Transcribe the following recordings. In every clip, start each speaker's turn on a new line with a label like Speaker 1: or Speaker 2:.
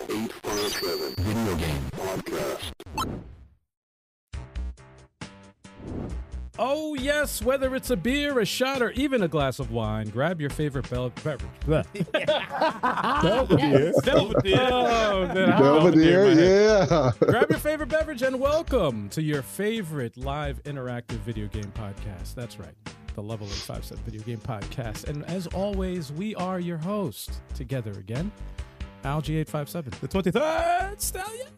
Speaker 1: 24-7 Video Game Podcast.
Speaker 2: Oh, yes, whether it's a beer, a shot, or even a glass of wine, grab your favorite bel- beverage.
Speaker 3: Yes.
Speaker 2: Oh, man, I-
Speaker 4: Belvedere, yeah.
Speaker 2: Grab your favorite beverage and welcome to your favorite live interactive video game podcast. That's right, the Level in 5 Set Video Game Podcast. And as always, we are your hosts together again, Algie857.
Speaker 3: The 23rd
Speaker 2: Stallion?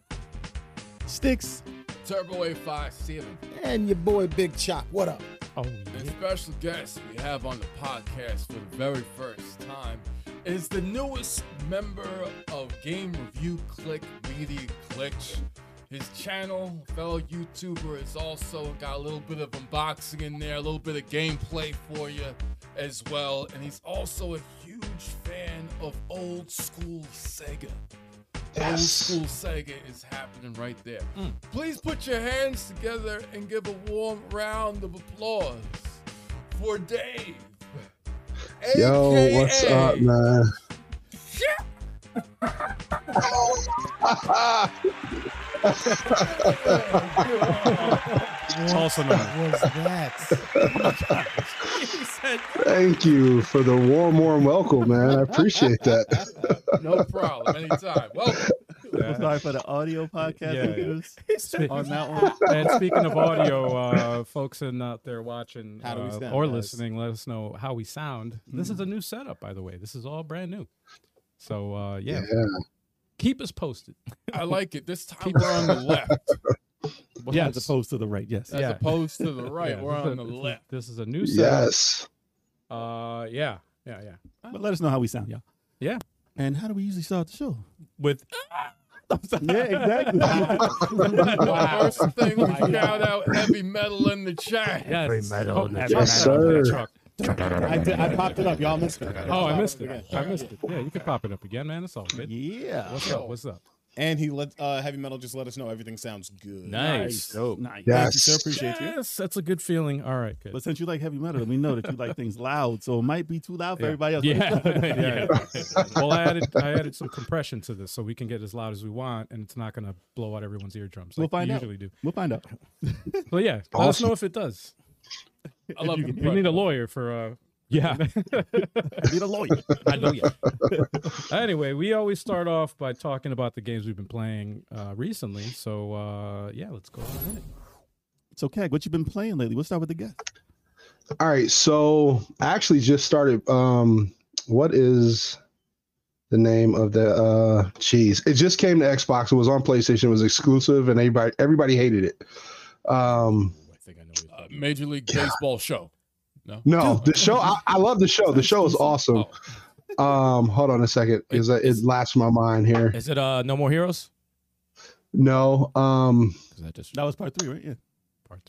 Speaker 3: Sticks.
Speaker 5: Turbo A57.
Speaker 6: And your boy Big Chop, what up?
Speaker 2: Oh,
Speaker 5: And
Speaker 2: yeah.
Speaker 5: special guest we have on the podcast for the very first time is the newest member of Game Review Click Media Glitch. His channel, fellow YouTuber, is also got a little bit of unboxing in there, a little bit of gameplay for you as well. And he's also a huge fan of old school Sega. Old school Sega is happening right there.
Speaker 6: Mm.
Speaker 5: Please put your hands together and give a warm round of applause for Dave.
Speaker 4: Yo, what's
Speaker 5: AKA.
Speaker 4: up, man?
Speaker 2: Also known.
Speaker 6: Was that?
Speaker 4: Thank you for the warm, warm welcome, man. I appreciate that.
Speaker 5: No problem. Anytime. Welcome.
Speaker 3: Sorry for the audio podcast
Speaker 2: Yeah, yeah.
Speaker 3: reviews
Speaker 2: Spe-
Speaker 3: on that one.
Speaker 2: and speaking of audio, uh, folks in out there watching
Speaker 6: How do we
Speaker 2: uh,
Speaker 6: sound,
Speaker 2: or
Speaker 6: guys?
Speaker 2: listening, let us know how we sound. This is a new setup, by the way. This is all brand new. So uh, yeah, keep us posted.
Speaker 5: I like it. This time we're on the left
Speaker 2: Yes.
Speaker 3: As opposed to the right, yes.
Speaker 5: as
Speaker 2: Yeah.
Speaker 5: opposed to the right.
Speaker 2: Yeah,
Speaker 5: We're
Speaker 2: this is a-
Speaker 5: on the
Speaker 2: this is-
Speaker 5: left.
Speaker 2: This is a new setup.
Speaker 4: Yes.
Speaker 2: Uh, yeah, yeah, yeah.
Speaker 3: But let us know how we sound, y'all.
Speaker 2: Yeah.
Speaker 3: And how do we usually start the show?
Speaker 2: With
Speaker 3: Yeah, exactly.
Speaker 5: The first thing we shout out heavy metal in the chat.
Speaker 2: yes, oh,
Speaker 4: the
Speaker 2: yes,
Speaker 4: chat.
Speaker 2: sir.
Speaker 6: I, did, I popped it up. Y'all missed it.
Speaker 2: Oh, I missed it. I missed it. Yeah, you can pop it up again, man. It's all good.
Speaker 3: yeah.
Speaker 2: What's up? What's up?
Speaker 6: And he let uh, heavy metal just let us know everything sounds good.
Speaker 5: Nice.
Speaker 3: Nice.
Speaker 6: Thank you, sir.
Speaker 4: Yes.
Speaker 6: Appreciate you.
Speaker 2: Yes, that's a good feeling. All right, good.
Speaker 3: But since you like heavy metal, we know that you like things loud, so it might be too loud for everybody else.
Speaker 2: Yeah. yeah. well, I added I added some compression to this so we can get as loud as we want, and it's not going to blow out everyone's eardrums
Speaker 3: We'll
Speaker 2: like
Speaker 3: find
Speaker 2: we
Speaker 3: out.
Speaker 2: usually do.
Speaker 3: We'll find out.
Speaker 2: But yeah, let us
Speaker 4: Awesome.
Speaker 2: know if it does.
Speaker 5: I love you.
Speaker 2: We need a lawyer for uh. Yeah.
Speaker 3: Need a lawyer. I know you.
Speaker 2: anyway, we always start off by talking about the games we've been playing uh, recently. So uh, yeah, let's go. on in.
Speaker 3: So, Cag, what you been playing lately? We'll start with the guest.
Speaker 4: All right. So I actually just started. Um, what is the name of the uh cheese? It just came to Xbox. It was on PlayStation. It was exclusive, and everybody everybody hated it. Um,
Speaker 6: I think I know.
Speaker 5: Uh, Major League Baseball show. No.
Speaker 4: no, the show. I, I love the show. The show is awesome.
Speaker 5: Oh,
Speaker 4: Um, hold on a second, because it, it lapsed my mind here.
Speaker 2: Is it uh No More Heroes?
Speaker 4: No, um,
Speaker 3: That was part three, right? Yeah.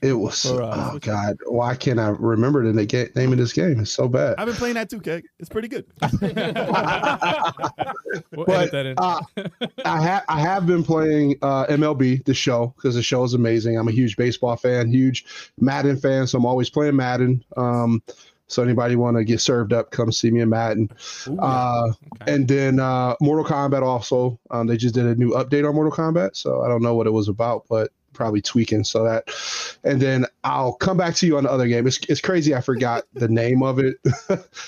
Speaker 4: it was.
Speaker 3: Or, uh,
Speaker 4: oh
Speaker 3: which-
Speaker 4: God, why can't I remember the na- ga- name of this game? It's so bad.
Speaker 3: I've been playing that too, Cag. It's pretty good.
Speaker 2: We'll edit
Speaker 4: But,
Speaker 2: that in.
Speaker 4: uh, I have I have been playing uh, MLB the show because the show is amazing. I'm a huge baseball fan, huge Madden fan, so I'm always playing Madden. Um, so anybody want to get served up, come see me in Madden. Uh,
Speaker 2: Okay.
Speaker 4: And then uh, Mortal Kombat also. Um, they just did a new update on Mortal Kombat, so I don't know what it was about, but probably tweaking so that. And then I'll come back to you on the other game. It's it's crazy. I forgot the name of it.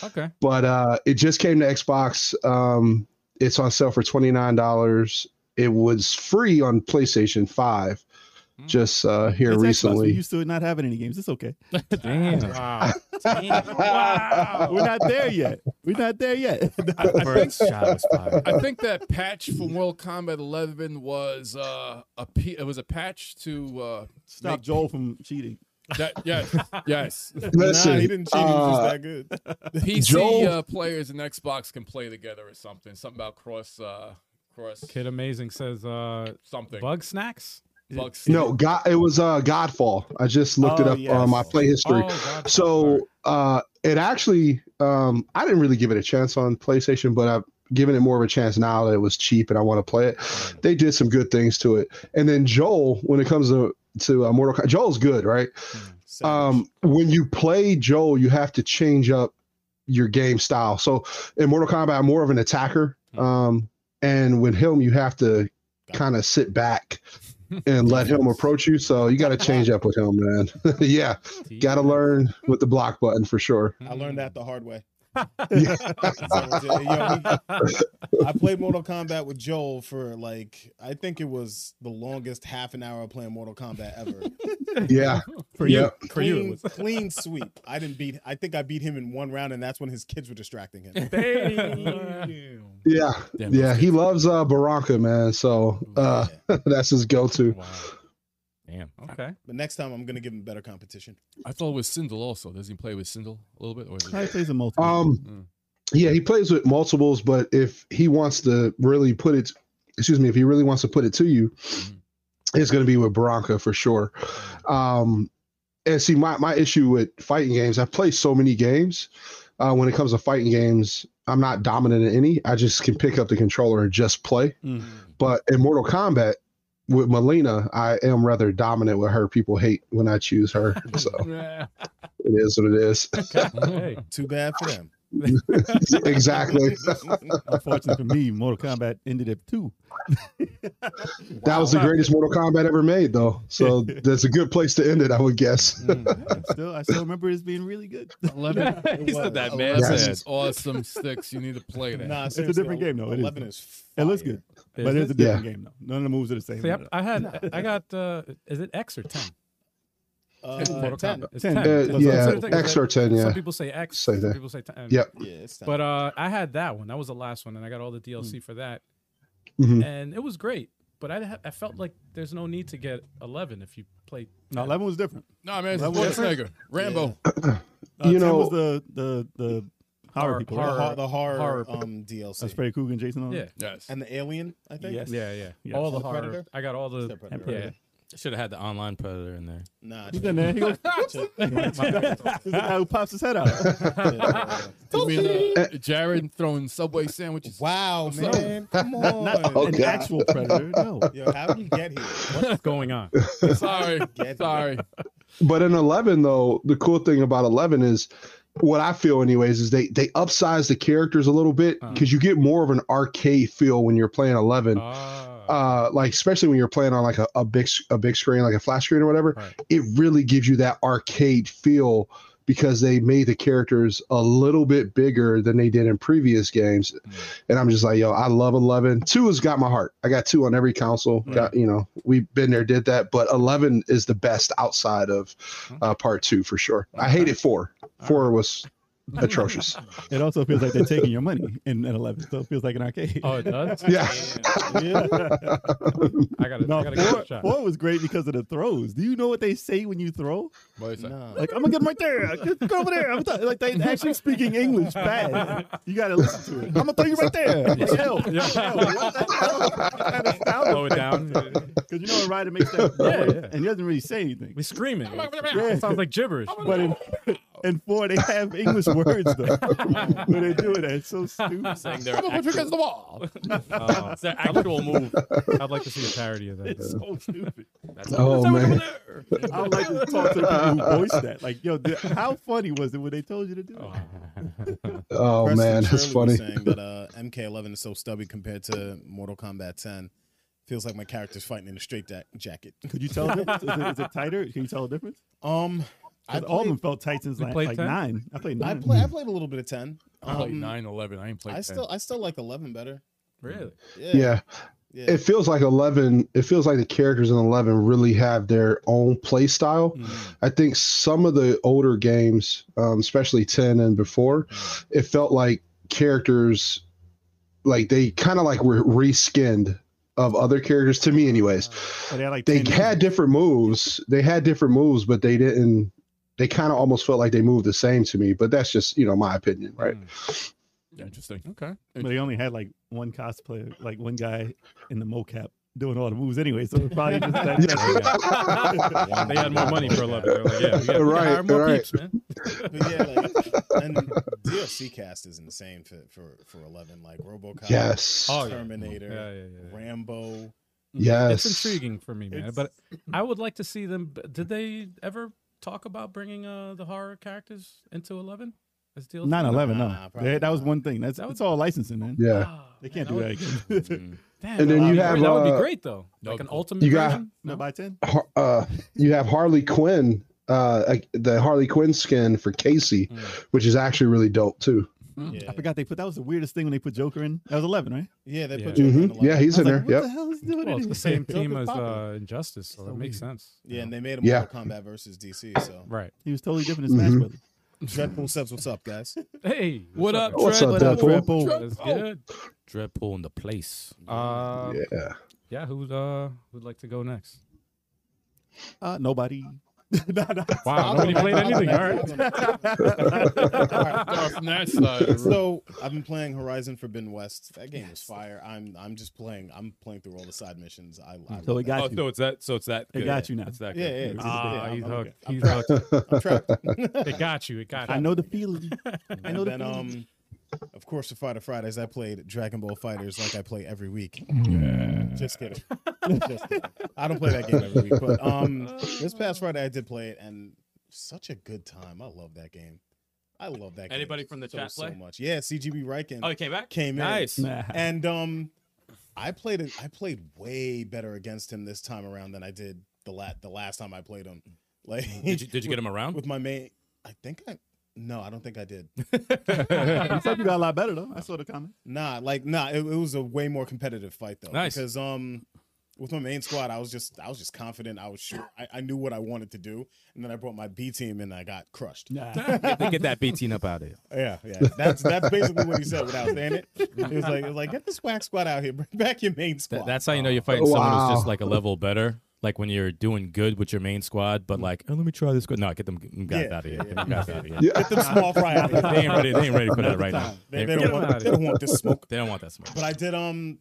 Speaker 2: okay.
Speaker 4: but uh, it just came to Xbox. Um, it's on sale for twenty nine dollars. It was free on PlayStation Five,
Speaker 2: Hmm.
Speaker 4: just uh, here
Speaker 3: It's Xbox. We're
Speaker 4: recently.
Speaker 3: used to not having any games. It's okay.
Speaker 2: Damn.
Speaker 5: wow.
Speaker 3: We're not there yet. We're not there yet.
Speaker 5: I think that patch for Mortal Kombat 11 was uh, a p- it was a patch to uh,
Speaker 3: Stop
Speaker 5: make-
Speaker 3: Joel from cheating.
Speaker 5: that yes yes
Speaker 6: nah, he
Speaker 4: Listen,
Speaker 6: didn't cheat. he was
Speaker 4: uh,
Speaker 6: just that good.
Speaker 5: PC
Speaker 4: Joel-
Speaker 5: uh, players and Xbox can play together or something something about cross uh, cross
Speaker 2: Kid Amazing says uh,
Speaker 5: something
Speaker 2: bug snacks.
Speaker 5: Bug
Speaker 4: no, God, it was uh, Godfall. I just looked it
Speaker 3: Oh,
Speaker 4: up
Speaker 3: yes.
Speaker 4: on my play history.
Speaker 2: Oh, God, sorry.
Speaker 4: so uh, it actually, um, I didn't really give it a chance on PlayStation, but I've given it more of a chance now that it was cheap and I want to play it. They did some good things to it. And then Joel, when it comes to to uh, Mortal Kombat, Joel's good, right? um, when you play Joel, you have to change up your game style. So in Mortal Kombat, I'm more of an attacker. Um, And with him, you have to kind of sit back and let him approach you. So you got to change up with him, man. yeah, got to learn with the block button for sure.
Speaker 2: Hmm.
Speaker 6: I learned
Speaker 7: Mm.
Speaker 6: that the hard way.
Speaker 4: Yeah.
Speaker 6: So, you know, we- I played Mortal Kombat with Joel for like I think it was the longest half an hour of playing Mortal Kombat ever.
Speaker 4: Yeah,
Speaker 2: for you.
Speaker 4: Yep.
Speaker 2: For you, it
Speaker 6: Clean-
Speaker 2: was.
Speaker 6: clean sweep. I didn't beat. I think I beat him in one round, and that's when his kids were distracting him.
Speaker 4: Uh.
Speaker 2: Damn.
Speaker 4: yeah,
Speaker 2: Damn,
Speaker 4: yeah.
Speaker 2: that's
Speaker 4: He
Speaker 2: good.
Speaker 4: loves uh, Baraka, man. So uh, that's his go-to.
Speaker 2: Wow.
Speaker 7: Damn.
Speaker 2: Okay.
Speaker 6: But next time, I'm gonna give him better competition.
Speaker 5: I thought it was Sindel also. Does he play with Sindel a little bit? Or is
Speaker 7: How he
Speaker 5: it,
Speaker 7: plays a multiple.
Speaker 4: Um,
Speaker 5: Mm.
Speaker 4: yeah, he plays with multiples, but if he wants to really put it, excuse me, if he really wants to put it to you, it's going to be with Bronca for sure. Um, and see, my my issue with fighting games, I play so many games. Uh, when it comes to fighting games, I'm not dominant in any. I just can pick up the controller and just play. But in Mortal Kombat with Melina, I am rather dominant with her. People hate when I choose her, so
Speaker 2: Yeah.
Speaker 4: it is what it is.
Speaker 2: Hey.
Speaker 6: Too bad for them. Mm.
Speaker 4: exactly.
Speaker 7: Unfortunately for me, Mortal Kombat ended at two.
Speaker 4: That was the greatest Mortal Kombat ever made, though. So that's a good place to end it, I would guess.
Speaker 7: Still, I still remember it as being really good.
Speaker 5: Eleven.
Speaker 2: He said that, man.
Speaker 4: Yes.
Speaker 5: Yes. It's awesome sticks. You need to play that.
Speaker 6: Nah,
Speaker 7: It's a
Speaker 6: seriously,
Speaker 7: different game, though. It is.
Speaker 6: Eleven is.
Speaker 7: It looks
Speaker 6: fire.
Speaker 7: good, but it's a
Speaker 4: Yeah.
Speaker 7: different game, though. None of the moves are the same.
Speaker 2: See, I, I had, I got, uh, is it X or 10?
Speaker 6: Uh,
Speaker 2: Mortal
Speaker 6: ten.
Speaker 2: Kombat. It's
Speaker 7: Ten.
Speaker 2: 10.
Speaker 7: Uh,
Speaker 2: It's-
Speaker 4: Uh,
Speaker 2: it's
Speaker 4: yeah,
Speaker 2: the thing,
Speaker 4: X
Speaker 2: right?
Speaker 4: or 10,
Speaker 2: Some
Speaker 4: yeah.
Speaker 2: people say X.
Speaker 4: Say
Speaker 2: some
Speaker 4: that.
Speaker 2: people say 10.
Speaker 4: Yep.
Speaker 6: Yeah, it's time.
Speaker 2: But uh, I had that one. That was the last one, and I got all the DLC
Speaker 4: Mm.
Speaker 2: for that,
Speaker 4: Mhm.
Speaker 2: and it was great. But I, ha- I felt like there's no need to get 11 if you play.
Speaker 7: No, eleven was different.
Speaker 5: Nah, man. It's
Speaker 7: That was-
Speaker 5: Schwarzenegger. Rambo.
Speaker 7: Uh,
Speaker 4: You
Speaker 7: 10
Speaker 4: know-
Speaker 7: was the the the horror,
Speaker 2: Horror-
Speaker 7: people.
Speaker 6: the
Speaker 7: right?
Speaker 6: horror, the horror,
Speaker 7: uh,
Speaker 2: horror-
Speaker 6: um, DLC.
Speaker 7: That's Freddy Krueger and Jason. Arnold.
Speaker 2: Yeah.
Speaker 5: Yes.
Speaker 6: and the Alien, I think.
Speaker 8: Yes.
Speaker 2: Yeah, yeah.
Speaker 7: Yes.
Speaker 2: All the,
Speaker 6: The
Speaker 2: horror.
Speaker 6: Predator?
Speaker 2: I got all
Speaker 6: It's
Speaker 2: the.
Speaker 6: their predator.
Speaker 2: Yeah.
Speaker 8: Should have had the online predator in there.
Speaker 6: Nah,
Speaker 7: He's in there. He goes,
Speaker 6: chill.
Speaker 7: He's the guy who pops his head out.
Speaker 6: Yeah.
Speaker 5: You mean uh, Jared throwing Subway sandwiches?
Speaker 6: wow,
Speaker 5: What's up?
Speaker 6: man, come
Speaker 7: Not
Speaker 6: on.
Speaker 7: an
Speaker 4: God.
Speaker 7: actual predator. No.
Speaker 6: Yo, how did you get here?
Speaker 2: What's going on?
Speaker 5: Sorry.
Speaker 6: Get-
Speaker 5: Sorry.
Speaker 4: But in 11, though, the cool thing about 11 is what I feel, anyways, is they, they upsize the characters a little bit
Speaker 2: Uh.
Speaker 4: because you get more of an arcade feel when you're playing 11.
Speaker 2: Ah.
Speaker 4: uh like especially when you're playing on like a, a big s- a big screen like a flat screen or whatever
Speaker 2: Right.
Speaker 4: it really gives you that arcade feel because they made the characters a little bit bigger than they did in previous games and i'm just like yo i love 11 2 has got my heart i got 2 on every console got you know we've been there did that but 11 is the best outside of uh, part 2 for sure i hated 4 4 was atrocious
Speaker 7: It also feels like they're taking your money in at eleven. So it feels like an arcade.
Speaker 2: oh, it does?
Speaker 4: yeah
Speaker 2: I got to
Speaker 7: No,
Speaker 2: I gotta give it a
Speaker 7: four,
Speaker 2: shot.
Speaker 7: four was great because of the throws. Do you know what they say when you throw?
Speaker 5: What is that?
Speaker 6: Nah.
Speaker 7: Like, I'm gonna get him right there. Get- Go over there. I'm th- like they actually speaking English bad. You gotta listen to it. I'm gonna throw you right there. Like, hell,
Speaker 2: Yeah. Slow it down.
Speaker 7: because you know a rider makes that
Speaker 2: Yeah,
Speaker 7: noise,
Speaker 2: yeah.
Speaker 7: and he doesn't really say anything.
Speaker 2: We screaming. It sounds like gibberish.
Speaker 7: But in, in four, they have English words though. when they do it, it's so stupid.
Speaker 8: Saying their actual,
Speaker 5: the wall.
Speaker 8: it's their actual move.
Speaker 2: Oh. I'd like to see a parody of that.
Speaker 7: It's so stupid.
Speaker 8: That's
Speaker 4: oh man
Speaker 7: I would like to talk to the people who voiced that. Like, yo, th- how funny was it when they told you to do
Speaker 2: Oh.
Speaker 7: it?
Speaker 4: oh man
Speaker 6: Preston
Speaker 4: that's
Speaker 6: Shirley was
Speaker 4: funny
Speaker 6: Saying that uh, MK11 is so stubby compared to Mortal Kombat 10. Feels like my character's fighting in a straight da- jacket.
Speaker 7: Could you tell the difference? Is it, is it tighter? Can you tell the difference?
Speaker 6: Um, I
Speaker 7: Because all of
Speaker 6: played,
Speaker 7: them felt tight since
Speaker 2: You
Speaker 7: like,
Speaker 2: played
Speaker 7: like
Speaker 2: 10?
Speaker 7: nine. I played
Speaker 6: I,
Speaker 7: nine.
Speaker 6: play, I played a little bit of 10.
Speaker 5: I played
Speaker 6: Um,
Speaker 5: 9 11. I ain't played
Speaker 6: I
Speaker 5: 10.
Speaker 6: still I still like 11 better.
Speaker 2: Really?
Speaker 6: Yeah.
Speaker 4: yeah
Speaker 6: yeah.
Speaker 4: it feels like 11 it feels like the characters in 11 really have their own play style i think some of the older games um, especially 10 and before it felt like characters like they kind of like were reskinned of other characters to me anyways
Speaker 7: But they had like
Speaker 4: they
Speaker 7: 10
Speaker 4: had different moves they had different moves but they didn't they kind of almost felt like they moved the same to me but that's just you know my opinion right
Speaker 5: Interesting. Okay.
Speaker 7: But they only had like one cosplayer, like one guy in the mocap doing all the moves anyway. So it's probably just that.
Speaker 2: They had more money for 11. They're like, yeah, we got to
Speaker 4: Right,
Speaker 2: hire more
Speaker 4: right.
Speaker 2: peeps, man.
Speaker 6: But yeah, like, and DLC cast is insane for, for, for 11. Like RoboCop,
Speaker 4: yes
Speaker 2: Oh, yeah.
Speaker 6: Terminator,
Speaker 2: Yeah, yeah, yeah, yeah.
Speaker 6: Rambo.
Speaker 4: yes
Speaker 2: It's intriguing for me, man. But I would like to see them. Did they ever talk about bringing uh, the horror characters into Eleven? As DLC?
Speaker 7: 9/11,
Speaker 6: Nah,
Speaker 7: no.
Speaker 6: probably
Speaker 7: That, that was
Speaker 6: not.
Speaker 7: one thing. That's
Speaker 2: That
Speaker 7: that's all licensing, man.
Speaker 4: Yeah.
Speaker 2: Ah,
Speaker 7: They can't
Speaker 2: man, would-
Speaker 7: do that again.
Speaker 6: Mm-hmm.
Speaker 8: Mm.
Speaker 2: Damn,
Speaker 4: And
Speaker 2: that
Speaker 4: then
Speaker 2: would
Speaker 4: you
Speaker 2: be
Speaker 4: have,
Speaker 2: great. that would be
Speaker 4: uh,
Speaker 2: great though, like an
Speaker 8: Nope.
Speaker 2: ultimate.
Speaker 4: You got-
Speaker 2: version?
Speaker 7: No, by ten.
Speaker 4: Har- uh, you have Harley Quinn, uh, like, the Harley Quinn skin for Casey,
Speaker 7: Hmm.
Speaker 4: which is actually really dope too.
Speaker 7: I
Speaker 6: Yeah,
Speaker 7: forgot they put that was the weirdest thing when they put Joker in. That was eleven, right?
Speaker 6: yeah, they
Speaker 2: Yeah.
Speaker 6: put you in
Speaker 4: hmm
Speaker 6: the
Speaker 4: Yeah,
Speaker 7: I
Speaker 4: he's
Speaker 6: lineup.
Speaker 4: in
Speaker 7: was like,
Speaker 4: there.
Speaker 7: what
Speaker 4: Yep.
Speaker 7: the hell is doing?
Speaker 2: Well,
Speaker 7: in
Speaker 2: it's the
Speaker 7: here?
Speaker 2: same team
Speaker 7: Joker's
Speaker 2: as
Speaker 7: popular.
Speaker 2: uh, Injustice, so, it makes sense.
Speaker 6: yeah, and they made a
Speaker 4: Yeah.
Speaker 6: Mortal Kombat versus DC. So
Speaker 2: Right.
Speaker 7: He was totally different in Smash
Speaker 4: Mhm.
Speaker 7: Brothers.
Speaker 6: Deadpool says, "What's up, guys?"
Speaker 2: Hey,
Speaker 8: What up,
Speaker 4: What's
Speaker 8: Dread?
Speaker 4: up, Deadpool?
Speaker 2: That's good.
Speaker 8: Dreadpool in the place.
Speaker 2: Um, yeah.
Speaker 4: Yeah.
Speaker 2: who'd uh, who'd like to go next?
Speaker 7: Uh, nobody. no, no.
Speaker 2: Wow, nobody played anything. All right.
Speaker 5: Darth Nash
Speaker 6: uh,
Speaker 5: side.
Speaker 6: So I've been playing Horizon Forbidden West. That game is fire. I'm I'm just playing. I'm playing through all the side missions. I, I
Speaker 7: So it
Speaker 6: love that.
Speaker 7: got
Speaker 8: Oh,
Speaker 7: you.
Speaker 8: so it's that. So it's that.
Speaker 7: It
Speaker 8: good.
Speaker 7: got you now.
Speaker 8: It's that.
Speaker 6: Yeah,
Speaker 8: good.
Speaker 6: yeah, it's-
Speaker 2: Ah,
Speaker 6: I'm-
Speaker 2: he's
Speaker 6: I'm
Speaker 2: hooked.
Speaker 6: good.
Speaker 2: He's hooked.
Speaker 6: I'm trapped.
Speaker 2: It got you. It got you.
Speaker 7: I know the feeling. I
Speaker 6: And
Speaker 7: know the
Speaker 6: then,
Speaker 7: feeling.
Speaker 6: um, of course, for Fighter Fridays, I played Dragon Ball Fighters like I play every week. Just kidding. Just kidding. I don't play that game every week, but um, this past Friday I did play it, and such a good time. I love that game. I love that. game
Speaker 8: Anybody from the
Speaker 6: so,
Speaker 8: chat
Speaker 6: so
Speaker 8: play?
Speaker 6: much? Yeah, CGB Riken
Speaker 8: Oh, he came back.
Speaker 6: came in.
Speaker 8: Nice.
Speaker 7: Nah.
Speaker 6: and um, I played it. I played way better against him this time around than I did the la- the last time I played him. Like,
Speaker 8: Did you did you get him around?
Speaker 6: with my main? I think I. No, I don't think I did.
Speaker 7: you said you got a lot better though. I saw the comment.
Speaker 6: Nah, like nah, it, it was a way more competitive fight though.
Speaker 8: Nice.
Speaker 6: Because um with my main squad, I was just I was just confident. I was sure I, I knew what I wanted to do. And then I brought my B team and I got crushed.
Speaker 7: Nah.
Speaker 8: Get that beating up out of here.
Speaker 6: Yeah, yeah. That's that's basically what he said without saying it. It was like it was like get this whack squad out here, bring back your main squad.
Speaker 8: That, that's how you know you're fighting someone who's just like a level better. Like when you're doing good with your main squad, but like, oh, let me try this. Good. No, get them them guys
Speaker 6: Mm. Yeah,
Speaker 8: out of here.
Speaker 6: yeah,
Speaker 8: Get them guys out of here.
Speaker 6: get them small fry out
Speaker 8: They
Speaker 6: here.
Speaker 8: ain't ready. They ain't ready for that right now.
Speaker 6: They,
Speaker 8: They,
Speaker 6: they
Speaker 8: they
Speaker 6: don't
Speaker 2: them out
Speaker 6: want
Speaker 2: of
Speaker 6: they don't want this smoke.
Speaker 8: don't want that smoke.
Speaker 6: But I did um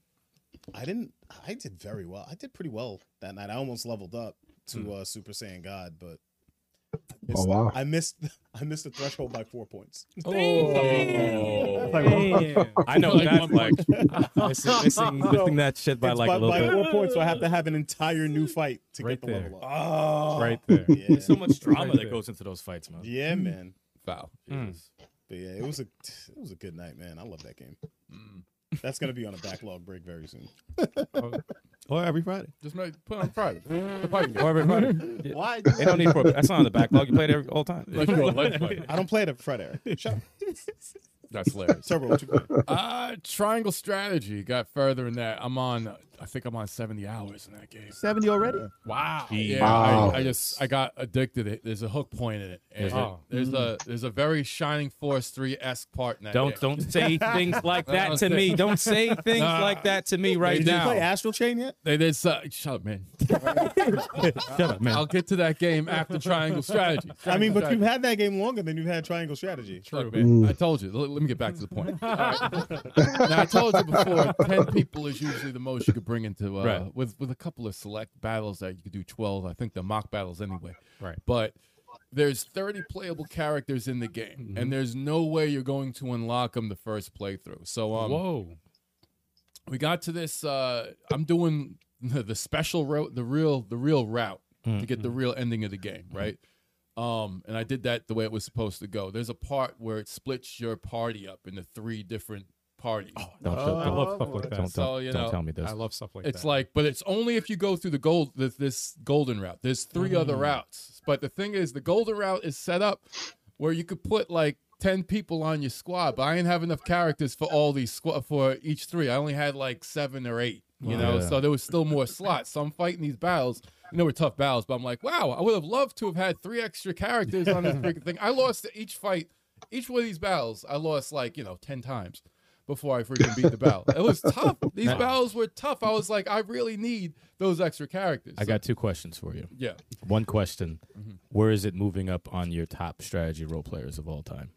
Speaker 6: I didn't I did very well. I did pretty well that night. I almost leveled up
Speaker 8: Hmm.
Speaker 6: to uh Super Saiyan God, but
Speaker 4: Oh wow.
Speaker 6: I missed I missed the threshold by four points.
Speaker 8: Oh. I know
Speaker 5: Like
Speaker 8: that's
Speaker 5: one
Speaker 8: like missing, missing, missing that shit by
Speaker 6: It's
Speaker 8: like
Speaker 6: by,
Speaker 8: a little
Speaker 6: by
Speaker 8: bit.
Speaker 6: four points, so I have to have an entire new fight to
Speaker 2: Right
Speaker 6: get the
Speaker 2: there.
Speaker 6: level up.
Speaker 2: Right there.
Speaker 6: Yeah,
Speaker 8: There's so much drama
Speaker 2: Right
Speaker 8: that
Speaker 2: there.
Speaker 8: goes into those fights, man.
Speaker 6: yeah, man.
Speaker 5: Foul.
Speaker 2: Mm.
Speaker 6: But yeah, it was a it was a good night, man. I love that game.
Speaker 8: Mm.
Speaker 6: That's gonna be on a backlog break very soon.
Speaker 2: Oh,
Speaker 7: or every Friday.
Speaker 5: Just make, put it on Friday. The pipe.
Speaker 8: Or everybody.
Speaker 7: Why?
Speaker 8: They don't need for that's not on the backlog. You played it every- all the time.
Speaker 5: Let's go. Let's play.
Speaker 6: I don't play it at Fred Eric. Shut up.
Speaker 5: That's hilarious.
Speaker 6: Turbo, what you play?
Speaker 5: Uh, triangle strategy got further in that. I'm on. I think I'm on 70 hours in that game.
Speaker 7: Seventy already?
Speaker 5: Wow. Yeah.
Speaker 4: Wow.
Speaker 5: I, I just I got addicted. It- There's a hook point in it. And
Speaker 8: Is it?
Speaker 5: There's a there's a very Shining Force three esque part in that.
Speaker 8: Don't
Speaker 5: game.
Speaker 8: don't say things like
Speaker 5: No,
Speaker 8: that
Speaker 5: don't
Speaker 8: to
Speaker 5: say-
Speaker 8: me. Don't say things
Speaker 5: Nah.
Speaker 8: like that to me right
Speaker 6: Did you play
Speaker 8: now.
Speaker 6: Astral Chain yet?
Speaker 5: They, there's uh, shut up, man.
Speaker 8: Shut up, man.
Speaker 5: I'll get to that game after Triangle Strategy.
Speaker 6: I mean, but you've
Speaker 5: Triangle
Speaker 6: had that game longer than you've had Triangle Strategy.
Speaker 8: uh,
Speaker 5: Strategy. Look, man, I told you. Let, let me get back to the point. All right. now I told you before, ten people is usually the most you could bring into uh,
Speaker 8: Right.
Speaker 5: with with a couple of select battles that you could do twelve. I think the mock battles anyway.
Speaker 8: Right.
Speaker 5: But there's 30 playable characters in the game,
Speaker 8: Mm-hmm.
Speaker 5: and there's no way you're going to unlock them the first playthrough. So um,
Speaker 2: Whoa.
Speaker 5: we got to this uh i'm doing the special route the real the real route to get the
Speaker 2: Mm-hmm.
Speaker 5: real ending of the game right um and i did that the way it was supposed to go there's a part where it splits your party up into three different parties
Speaker 8: Don't,
Speaker 2: Oh, I love stuff like that.
Speaker 8: don't,
Speaker 5: So, you
Speaker 8: don't
Speaker 5: know,
Speaker 8: tell me this.
Speaker 2: I love stuff like
Speaker 5: it's
Speaker 2: that.
Speaker 5: like but it's only if you go through the gold this, this golden route there's three other
Speaker 2: Mm.
Speaker 5: routes but the thing is the golden route is set up where you could put like 10 people on your squad but i didn't have enough characters for all these squad for each three i only had like seven or eight you know
Speaker 8: Yeah.
Speaker 5: so there was still more slots so i'm fighting these battles you know we're tough battles but i'm like wow i would have loved to have had three extra characters on this freaking thing i lost each fight each one of these battles i lost like you know 10 times before I freaking beat the battle. It was tough. These battles were tough. I was like, I really need those extra characters.
Speaker 8: I got two questions for you.
Speaker 5: yeah.
Speaker 8: One question:
Speaker 5: Mm-hmm.
Speaker 8: Where is it moving up on your top strategy role players of all time?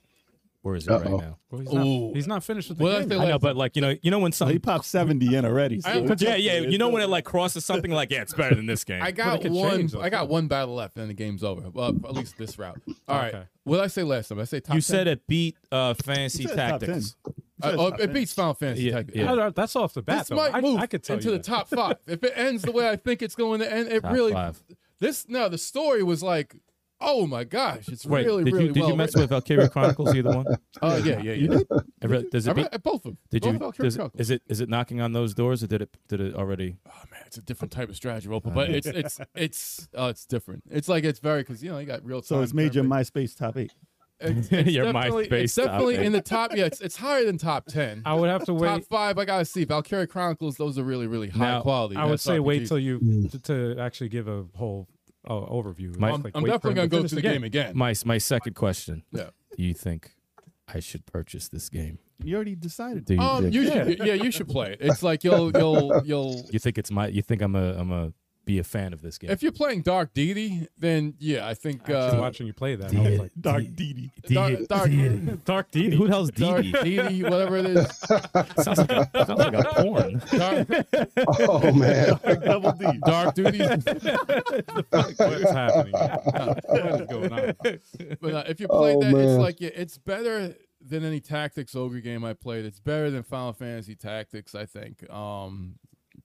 Speaker 8: Where is it
Speaker 4: Uh-oh.
Speaker 8: right now?
Speaker 2: Well, he's, not, he's not finished with the
Speaker 5: Well,
Speaker 2: game.
Speaker 5: that's the
Speaker 8: I know, but like you know, you know when
Speaker 7: Oh, He
Speaker 8: something.
Speaker 7: popped seventy in already. So
Speaker 5: I-
Speaker 7: it's
Speaker 8: Yeah,
Speaker 7: up
Speaker 8: yeah.
Speaker 7: there.
Speaker 8: You know when it like crosses something like yeah, it's better than this game.
Speaker 5: I got
Speaker 2: could
Speaker 5: one.
Speaker 2: change,
Speaker 5: I got one battle left, and the game's over. Well, at least this route. All right.
Speaker 2: Okay.
Speaker 5: What did I say last time? I say top. 10?
Speaker 8: you said it beat uh, Fancy
Speaker 7: You said top
Speaker 8: Tactics.
Speaker 5: Uh,
Speaker 7: said
Speaker 5: oh,
Speaker 7: top
Speaker 5: it
Speaker 7: 10.
Speaker 5: beats Final Fantasy.
Speaker 8: Yeah,
Speaker 5: Tactics.
Speaker 8: yeah.
Speaker 2: I don't- that's off the bat.
Speaker 5: This
Speaker 2: though.
Speaker 5: might
Speaker 2: I,
Speaker 5: move
Speaker 2: I could tell
Speaker 5: into
Speaker 2: you
Speaker 5: the
Speaker 2: that.
Speaker 5: top five. if it ends the way I think it's going to end, it really.
Speaker 8: five.
Speaker 5: This no, the story was like, oh my gosh, it's
Speaker 8: Wait,
Speaker 5: really,
Speaker 8: did you
Speaker 5: really
Speaker 8: did
Speaker 5: well
Speaker 8: you mess
Speaker 5: written.
Speaker 8: with Valkyria Chronicles? Either one?
Speaker 5: Oh yeah, yeah, yeah.
Speaker 8: I really- does
Speaker 5: I
Speaker 8: it? Be,
Speaker 5: read uh, both of them.
Speaker 8: did
Speaker 5: both
Speaker 8: you?
Speaker 5: Valkyrie
Speaker 8: Does, it-
Speaker 5: Chronicles.
Speaker 8: is it is it knocking on those doors, or did it did it already?
Speaker 5: oh man, it's a different type of strategy role, but it's it's it's oh, it's different. It's like it's very because you know you got real time.
Speaker 7: So it's made your
Speaker 5: memory.
Speaker 7: MySpace top eight.
Speaker 5: It's, it's
Speaker 8: Your
Speaker 5: definitely,
Speaker 8: MySpace
Speaker 5: It's
Speaker 8: top
Speaker 5: definitely
Speaker 8: eight.
Speaker 5: in the top. Yeah, it's, it's higher than top ten.
Speaker 2: I would have to
Speaker 5: top
Speaker 2: Uh, wait.
Speaker 5: five, I gotta see. Valkyria Chronicles, those are really, really high
Speaker 8: Now,
Speaker 5: quality.
Speaker 2: I would say wait
Speaker 5: SRPGs.
Speaker 2: till you to, to actually give a whole uh, overview.
Speaker 8: My-
Speaker 2: Like,
Speaker 5: I'm,
Speaker 2: wait
Speaker 5: I'm
Speaker 2: for
Speaker 5: definitely gonna
Speaker 2: him
Speaker 5: go
Speaker 2: finish
Speaker 5: through the game again.
Speaker 8: My my second question.
Speaker 5: Yeah.
Speaker 8: Do you think I should purchase this game?
Speaker 7: You already decided.
Speaker 8: Do you,
Speaker 5: Um,
Speaker 8: think,
Speaker 5: you should, yeah, you should play it. It's like you'll, you'll, you'll.
Speaker 8: you think it's my? You think I'm a I'm a be a fan of this game?
Speaker 5: If you're playing Dark Deity, then yeah, I think
Speaker 2: Actually
Speaker 5: uh,
Speaker 2: watching you play that, I was like,
Speaker 7: Dark DD.
Speaker 5: Dark, Dark,
Speaker 8: Dark Deity. Who the hell's
Speaker 5: Dark
Speaker 8: Deity?
Speaker 5: Deity, whatever it is,
Speaker 8: sounds, like a, sounds like a porn.
Speaker 5: Dark,
Speaker 4: Oh man,
Speaker 7: Double D.
Speaker 5: Dark Duty.
Speaker 2: what's happening? what is going on?
Speaker 5: But uh, if you played
Speaker 4: Oh,
Speaker 5: that, it's
Speaker 4: man.
Speaker 5: like yeah, it's better than any Tactics Ogre game I played. It's better than Final Fantasy Tactics, I think. Um,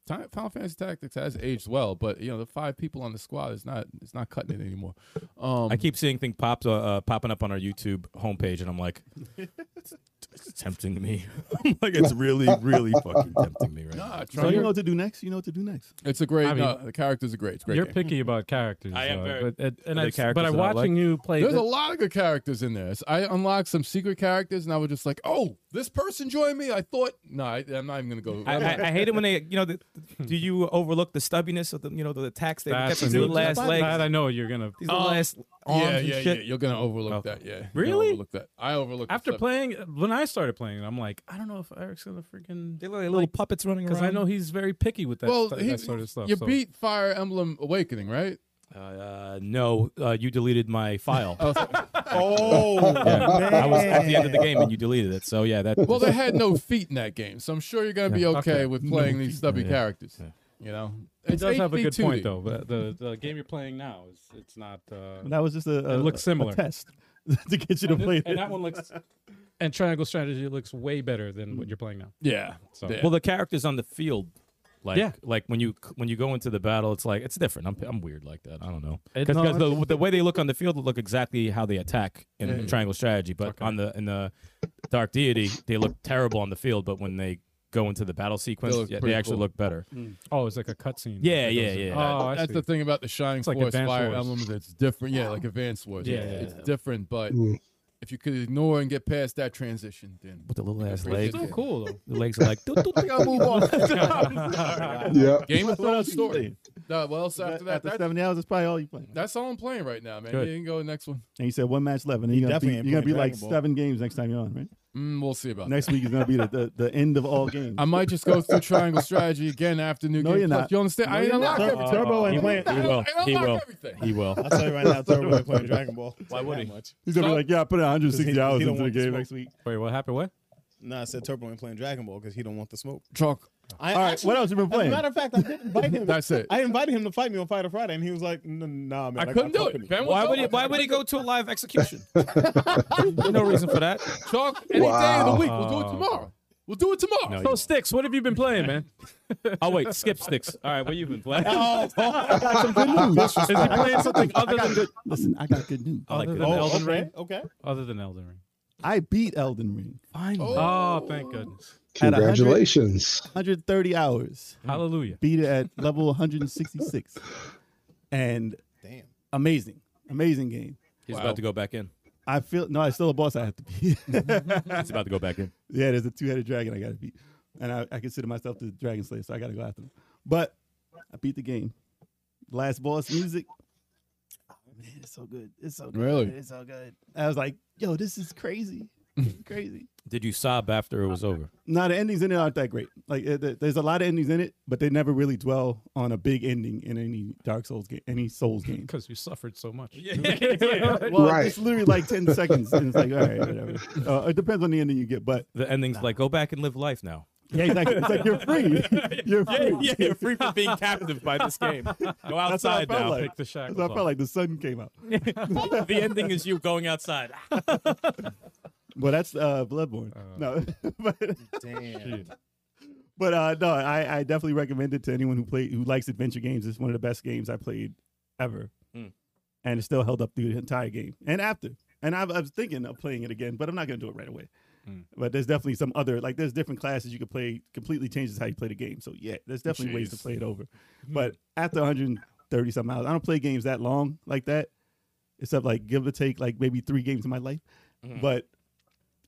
Speaker 5: Ti- Final Fantasy Tactics has aged well, but you know the five people on the squad is not it's not cutting it anymore. Um,
Speaker 8: I keep seeing things pops uh, uh, popping up on our YouTube homepage, and I'm like, it's- it's tempting me. I'm like, it's really, really fucking tempting me right
Speaker 5: nah,
Speaker 8: now.
Speaker 5: try
Speaker 7: So you
Speaker 5: your-
Speaker 7: know what to do next. You know what to do next.
Speaker 5: it's a great.
Speaker 2: I mean,
Speaker 5: no, the characters are great. It's a great.
Speaker 2: You're
Speaker 5: game.
Speaker 2: picky about characters.
Speaker 8: I am
Speaker 2: though,
Speaker 8: very-
Speaker 2: But, and I,
Speaker 8: the
Speaker 2: but
Speaker 8: characters
Speaker 2: I'm
Speaker 8: that I like?
Speaker 2: watching you play.
Speaker 5: There's
Speaker 2: the-
Speaker 5: a lot of good characters in there. So I unlocked some secret characters, and I was just like, "Oh, this person joined me." I thought, no, I, I'm not even gonna go.
Speaker 8: I, I, I hate it when they, you know, the, do you overlook the stubbiness of the, you know, the attacks they
Speaker 2: That's
Speaker 8: kept
Speaker 2: a
Speaker 8: these
Speaker 2: new-
Speaker 8: little last legs,
Speaker 2: That I know you're gonna. Oh,
Speaker 8: these little ass arms
Speaker 5: yeah,
Speaker 8: and
Speaker 5: yeah,
Speaker 8: shit.
Speaker 5: yeah. You're gonna overlook
Speaker 8: Okay.
Speaker 5: that. Yeah, You're gonna
Speaker 2: Really?
Speaker 5: overlook that. I overlooked the
Speaker 2: After
Speaker 5: stuff.
Speaker 2: playing, when I started playing, it, I'm like, I don't know if Eric's gonna freaking.
Speaker 8: They look like little puppets running around.
Speaker 2: Because I know he's very picky with that, stu-
Speaker 5: he-
Speaker 2: that sort of stuff.
Speaker 5: You
Speaker 2: so.
Speaker 5: beat Fire Emblem Awakening, right?
Speaker 8: Uh, no, uh, you deleted my file.
Speaker 5: I was-
Speaker 6: Oh,
Speaker 8: Yeah. I was at the end of the
Speaker 6: man.
Speaker 8: game, and you deleted it. So yeah, that.
Speaker 5: well, they had no feet in that game, so I'm sure you're gonna be okay,
Speaker 2: Okay.
Speaker 5: with playing these stubby
Speaker 8: Yeah.
Speaker 5: characters. You know,
Speaker 2: It does have a good point though. But the the game you're playing now is it's not. Uh,
Speaker 7: That was just a, a
Speaker 2: It looks
Speaker 7: a
Speaker 2: similar.
Speaker 7: test to get you to play.
Speaker 2: and that one looks. And triangle strategy looks way better than what you're playing now.
Speaker 5: Yeah.
Speaker 2: So-
Speaker 5: yeah.
Speaker 8: Well, the characters on the field, like
Speaker 2: Yeah.
Speaker 8: like when you when you go into the battle, it's like it's different. I'm I'm weird like that. I don't know
Speaker 2: It-
Speaker 8: because
Speaker 2: no,
Speaker 8: the, the way they look on the field look exactly how they attack in triangle strategy, but on the in the dark deity they look terrible on the field, but when they go into the battle sequence,
Speaker 5: look
Speaker 8: yeah, they
Speaker 5: pretty
Speaker 8: actually
Speaker 5: cool.
Speaker 8: look better.
Speaker 2: Oh, it's like a cutscene.
Speaker 8: Yeah,
Speaker 2: That
Speaker 8: yeah,
Speaker 2: goes in.
Speaker 8: yeah.
Speaker 2: Oh, I
Speaker 5: that's
Speaker 2: see.
Speaker 5: the thing about the Shining
Speaker 2: like
Speaker 5: Force
Speaker 2: Advance
Speaker 5: Fire
Speaker 2: Wars.
Speaker 5: Emblem. It's different. Yeah, like Advance Wars.
Speaker 2: Yeah,
Speaker 5: it's,
Speaker 2: yeah,
Speaker 5: it's
Speaker 2: yeah.
Speaker 5: different, but
Speaker 4: Mm.
Speaker 5: if you could ignore and get past that transition, then
Speaker 8: With the little ass
Speaker 5: appreciate
Speaker 8: legs,
Speaker 2: Still
Speaker 5: that.
Speaker 2: cool though.
Speaker 8: the legs are like. "Doo, doo, doo."
Speaker 5: gotta move on.
Speaker 4: yeah.
Speaker 5: Game of
Speaker 7: What else
Speaker 5: Thrones
Speaker 7: you
Speaker 5: story.
Speaker 7: playing?
Speaker 5: No, what else after
Speaker 7: After,
Speaker 5: that? That's,
Speaker 7: seventy hours, that's probably all you playing.
Speaker 5: that's all I'm playing right now, man.
Speaker 2: Good.
Speaker 5: You can go to the next one.
Speaker 7: And you said one match left, and then
Speaker 6: He
Speaker 7: you're gonna be,
Speaker 6: definitely ain't
Speaker 7: you're gonna be
Speaker 6: playing
Speaker 7: like
Speaker 6: Dragon Ball.
Speaker 7: seven games next time you're on, right?
Speaker 5: Mm, we'll see about that.
Speaker 7: Next week is gonna be the, the, the end of all games.
Speaker 5: I might just go through triangle strategy again after New
Speaker 7: No,
Speaker 5: Game
Speaker 7: you're
Speaker 5: Plus.
Speaker 7: not. Uh-uh.
Speaker 5: You understand? I ain't unlocked
Speaker 6: Tur-
Speaker 5: everything.
Speaker 6: Turbo
Speaker 8: he
Speaker 6: ain't
Speaker 8: will.
Speaker 6: playing.
Speaker 8: He will.
Speaker 5: I
Speaker 8: He
Speaker 5: unlock
Speaker 8: will.
Speaker 5: everything.
Speaker 8: He will.
Speaker 6: I'll tell you right now, Turbo ain't playing Dragon Ball. Why
Speaker 8: would he?
Speaker 7: He's gonna be like, yeah, I put 160
Speaker 6: He-
Speaker 7: hours
Speaker 6: he
Speaker 7: into
Speaker 6: don't
Speaker 7: the
Speaker 6: want the
Speaker 7: game
Speaker 6: smoke.
Speaker 7: next week.
Speaker 2: Wait, what happened? What?
Speaker 6: Nah, I said Turbo ain't playing Dragon Ball because he don't want the smoke.
Speaker 5: Drunk.
Speaker 6: I
Speaker 7: All right, what else you been
Speaker 6: As a
Speaker 7: playing?
Speaker 6: matter of fact, I did invite him.
Speaker 5: That's it.
Speaker 6: I invited him to fight me on Fighter Friday, and he was like, "N- "Nah, man,
Speaker 5: I couldn't do
Speaker 6: company."
Speaker 5: it. Ben was
Speaker 8: Why would he?
Speaker 5: like,
Speaker 8: Why would he go to a live execution? no reason for that.
Speaker 5: Drunk any day of the
Speaker 4: Wow.
Speaker 5: week. We'll do it tomorrow. We'll do it tomorrow.
Speaker 2: So sticks. What have you been playing, man? Oh.
Speaker 8: Oh wait, skip sticks. All right, what you been playing?
Speaker 7: Oh.
Speaker 2: Is he playing something
Speaker 7: I
Speaker 2: other
Speaker 7: got
Speaker 2: than
Speaker 7: good, listen, I got good news.
Speaker 8: I like
Speaker 2: Other
Speaker 8: it.
Speaker 2: than
Speaker 8: Oh,
Speaker 2: Elden Ring?
Speaker 6: Okay.
Speaker 2: Other than Elden Ring.
Speaker 7: I beat Elden Ring.
Speaker 8: finally.
Speaker 2: Oh, thank goodness.
Speaker 7: At 100
Speaker 4: Congratulations.
Speaker 7: 130 hours.
Speaker 2: Hallelujah.
Speaker 7: Beat it at level 166. And
Speaker 6: Damn.
Speaker 7: amazing. Amazing game.
Speaker 8: He's about to go back in.
Speaker 7: I feel no, it's still a boss I have to beat.
Speaker 8: He's about to go back in.
Speaker 7: yeah, there's a two-headed dragon I gotta beat. And I, I consider myself the dragon slayer, so I gotta go after him. But I beat the game. Last boss music. Oh, man, it's so good. It's so good.
Speaker 5: Really?
Speaker 7: It's so good. I was like, yo, this is crazy. This is crazy.
Speaker 8: Did you sob after it was over?
Speaker 7: No, the endings in it aren't that great. Like, uh, th- there's a lot of endings in it, but they never really dwell on a big ending in any Dark Souls game, any Souls game.
Speaker 2: Because you suffered so much.
Speaker 7: Well,
Speaker 4: Right.
Speaker 7: it's literally like ten seconds, and it's like, all right, whatever. Uh, it depends on the ending you get, but
Speaker 8: The ending's like, go back and live life now.
Speaker 7: yeah, exactly. It's like you're free. You're free.
Speaker 8: you're free from being captive by this game. Go
Speaker 7: That's what I felt like.
Speaker 2: Pick the
Speaker 7: That's
Speaker 2: shackles
Speaker 7: what I
Speaker 2: off.
Speaker 7: felt like the sun came out.
Speaker 8: the ending is you going outside.
Speaker 7: Well, that's uh, Bloodborne. no, but
Speaker 6: Damn.
Speaker 7: but uh, no, I, I definitely recommend it to anyone who play who likes adventure games. It's one of the best games I played ever.
Speaker 8: Mm.
Speaker 7: and it still held up through the entire game and after. And I, I was thinking of playing it again, but I'm not going to do it right away.
Speaker 8: Mm.
Speaker 7: But there's definitely some other like there's different classes you could play completely changes how you play the game. So yeah, there's definitely ways to
Speaker 5: Jeez.
Speaker 7: play it over. But after 130 some hours, I don't play games that long like that, except like give or take like maybe three games in my life.
Speaker 8: Mhm.
Speaker 7: But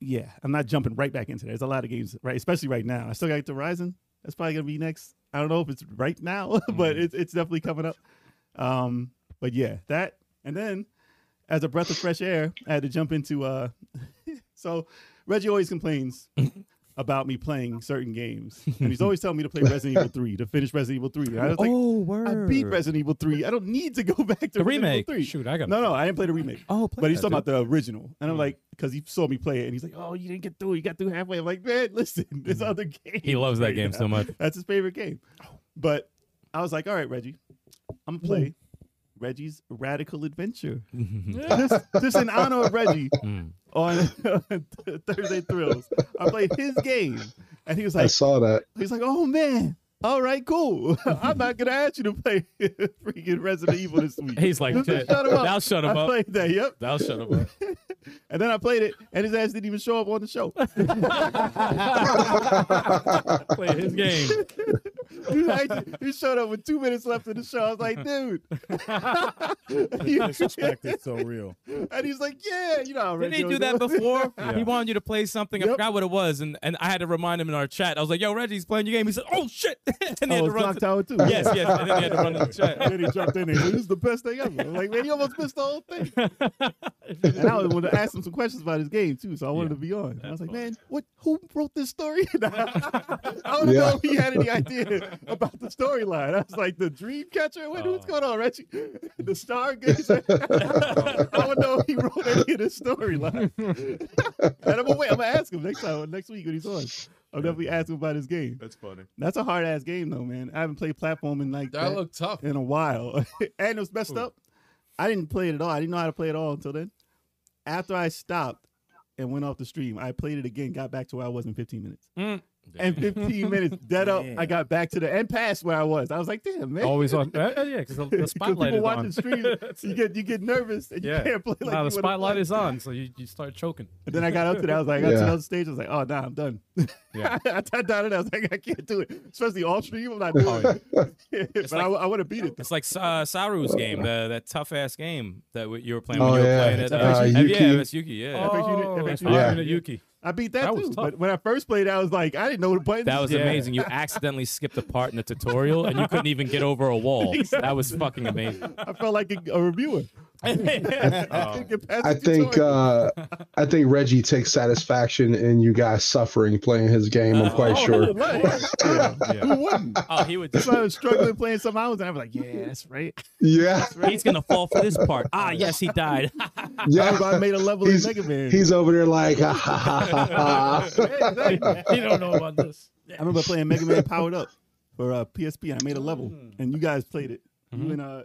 Speaker 7: yeah, I'm not jumping right back into that. There's a lot of games right, especially right now. I still got to get to Rising. That's probably gonna be next. I don't know if it's right now, but
Speaker 8: Mm-hmm.
Speaker 7: it's it's definitely coming up. Um, but yeah, that and then as a breath of fresh air, I had to jump into uh so Reggie always complains about me playing certain games. And he's always telling me to play Resident Evil 3, to finish Resident Evil 3. And I was like,
Speaker 8: oh, word.
Speaker 7: I beat Resident Evil 3. I don't need to go back to
Speaker 8: The
Speaker 7: Resident Evil
Speaker 8: remake.
Speaker 7: 3.
Speaker 2: Shoot, I got
Speaker 7: No, no, I didn't play the remake.
Speaker 8: Oh, play
Speaker 7: But he's
Speaker 8: that,
Speaker 7: talking
Speaker 8: dude.
Speaker 7: about the original. And I'm like, because he saw me play it and he's like, oh, you didn't get through. You got through halfway. I'm like, man, listen, this other game.
Speaker 8: Mm-hmm. He loves that
Speaker 7: right
Speaker 8: game
Speaker 7: now."
Speaker 8: so much.
Speaker 7: That's his favorite game. But I was like, all right, Reggie, I'm going to play Reggie's Radical Adventure. just, just in honor of Reggie
Speaker 8: Mm.
Speaker 7: on Thursday Thrills. I played his game. And he was
Speaker 4: I
Speaker 7: like,
Speaker 4: saw that.
Speaker 7: He's like, oh man, all right, cool. I'm not gonna ask you to play freaking Resident Evil this week.
Speaker 8: He's like,
Speaker 7: Just
Speaker 8: shut
Speaker 7: shut him up.
Speaker 8: I'll shut him
Speaker 7: I
Speaker 8: up.
Speaker 7: played that, yep.
Speaker 8: I'll shut him up.
Speaker 7: And then I played it, and his ass didn't even show up on the show.
Speaker 8: Play his game.
Speaker 7: He actually- he showed up with two minutes left in the show. I was like, dude.
Speaker 6: Disrespect is so real.
Speaker 7: and he's like, yeah, you know. how
Speaker 8: Didn't he
Speaker 7: Reggie
Speaker 8: do
Speaker 7: was.
Speaker 8: that before?
Speaker 2: Yeah.
Speaker 8: He wanted you to play something. I
Speaker 7: Yep.
Speaker 8: forgot what it was, and, and I had to remind him in our chat. I was like, "Yo, Reggie's playing your game." He said, "Oh shit!" and
Speaker 7: Oh,
Speaker 8: he had to
Speaker 7: it's
Speaker 8: run.
Speaker 7: Clock
Speaker 8: To,
Speaker 7: Tower too.
Speaker 8: yes, yes. And then he had to run to the chat.
Speaker 7: then he jumped in and he said, this is the best thing ever. I'm like, man, he almost missed the whole thing. and I wanted to ask him some questions about his game too, so I wanted to be on. And I was like, man, what? Who wrote this story? I don't
Speaker 4: Yeah.
Speaker 7: know if he had any idea about the storyline. I was like, the dream catcher. What, What's going on, Reggie? The stargazer. I don't know if he wrote any of this storyline. and I'm gonna wait. I'm gonna ask him next time, next week when he's on. I'll definitely ask him about his game.
Speaker 9: That's funny.
Speaker 7: That's a hard ass game though, man. I haven't played platform in like
Speaker 5: That looked tough.
Speaker 7: in a while, and it was messed up. I didn't play it at all. I didn't know how to play it at all until then. After I stopped and went off the stream, I played it again. Got back to where I was in 15 minutes.
Speaker 8: Mm.
Speaker 7: And 15 minutes dead up,
Speaker 6: Damn.
Speaker 7: I got back to the and past where I was. I was like, damn man.
Speaker 2: Always on. Uh, yeah, because the, the
Speaker 7: 'Cause
Speaker 2: spotlight
Speaker 7: people
Speaker 2: is
Speaker 7: watching
Speaker 2: on.
Speaker 7: streams, you get you get nervous and
Speaker 2: Yeah.
Speaker 7: you can't play like
Speaker 2: Nah,
Speaker 7: you
Speaker 2: the
Speaker 7: wanna
Speaker 2: spotlight
Speaker 7: play.
Speaker 2: is on, so you, you start choking.
Speaker 7: And then I got up to that. I was like, I got to
Speaker 4: Yeah.
Speaker 7: another stage. I was like, oh, nah, I'm done.
Speaker 2: Yeah.
Speaker 7: I tapped out of that. I was like, I can't do it. Especially all stream. I'm not
Speaker 2: Oh,
Speaker 7: doing it. but I, want to beat it.
Speaker 8: It's like uh, Saru's game, the, that tough ass game that w- you were playing
Speaker 4: Oh,
Speaker 8: when you were
Speaker 4: yeah.
Speaker 8: playing it.
Speaker 7: Uh,
Speaker 4: Yuki.
Speaker 8: Yeah, that's Yuki. Yeah,
Speaker 7: Oh,
Speaker 2: Oh,
Speaker 7: FAQ FAQ
Speaker 2: that's
Speaker 7: Unit.
Speaker 2: Fire
Speaker 4: Yeah.
Speaker 2: Unit Yuki.
Speaker 7: I beat that,
Speaker 2: That
Speaker 7: too.
Speaker 2: was tough.
Speaker 7: But when I first played, I was like, I didn't know what buttons.
Speaker 8: that was
Speaker 7: yeah.
Speaker 8: amazing. You accidentally skipped a part in the tutorial, and you couldn't even get over a wall. That was fucking amazing.
Speaker 7: I felt like a, a reviewer.
Speaker 8: Oh.
Speaker 7: I couldn't get past
Speaker 4: I
Speaker 7: the
Speaker 4: think
Speaker 7: tutorial.
Speaker 4: uh, I think Reggie takes satisfaction in you guys suffering playing his game. I'm
Speaker 7: Oh,
Speaker 4: quite sure.
Speaker 7: yeah,
Speaker 4: uh,
Speaker 7: who wouldn't?
Speaker 8: Oh, he would.
Speaker 7: That's why I was struggling playing some hours, and I was like, yeah, that's right.
Speaker 4: Yeah,
Speaker 8: He's gonna fall for this part. Ah, yes, he died.
Speaker 4: yeah.
Speaker 7: I made a level in
Speaker 4: He's-
Speaker 7: Mega Man.
Speaker 4: He's over there like, ah, ha, ha, ha, ha.
Speaker 7: Yeah, exactly.
Speaker 2: you don't know about this.
Speaker 7: I remember playing Mega Man Powered Up for uh, PSP, and I made a level,
Speaker 8: Mm.
Speaker 7: and you guys played it.
Speaker 8: Mm-hmm.
Speaker 7: You and uh,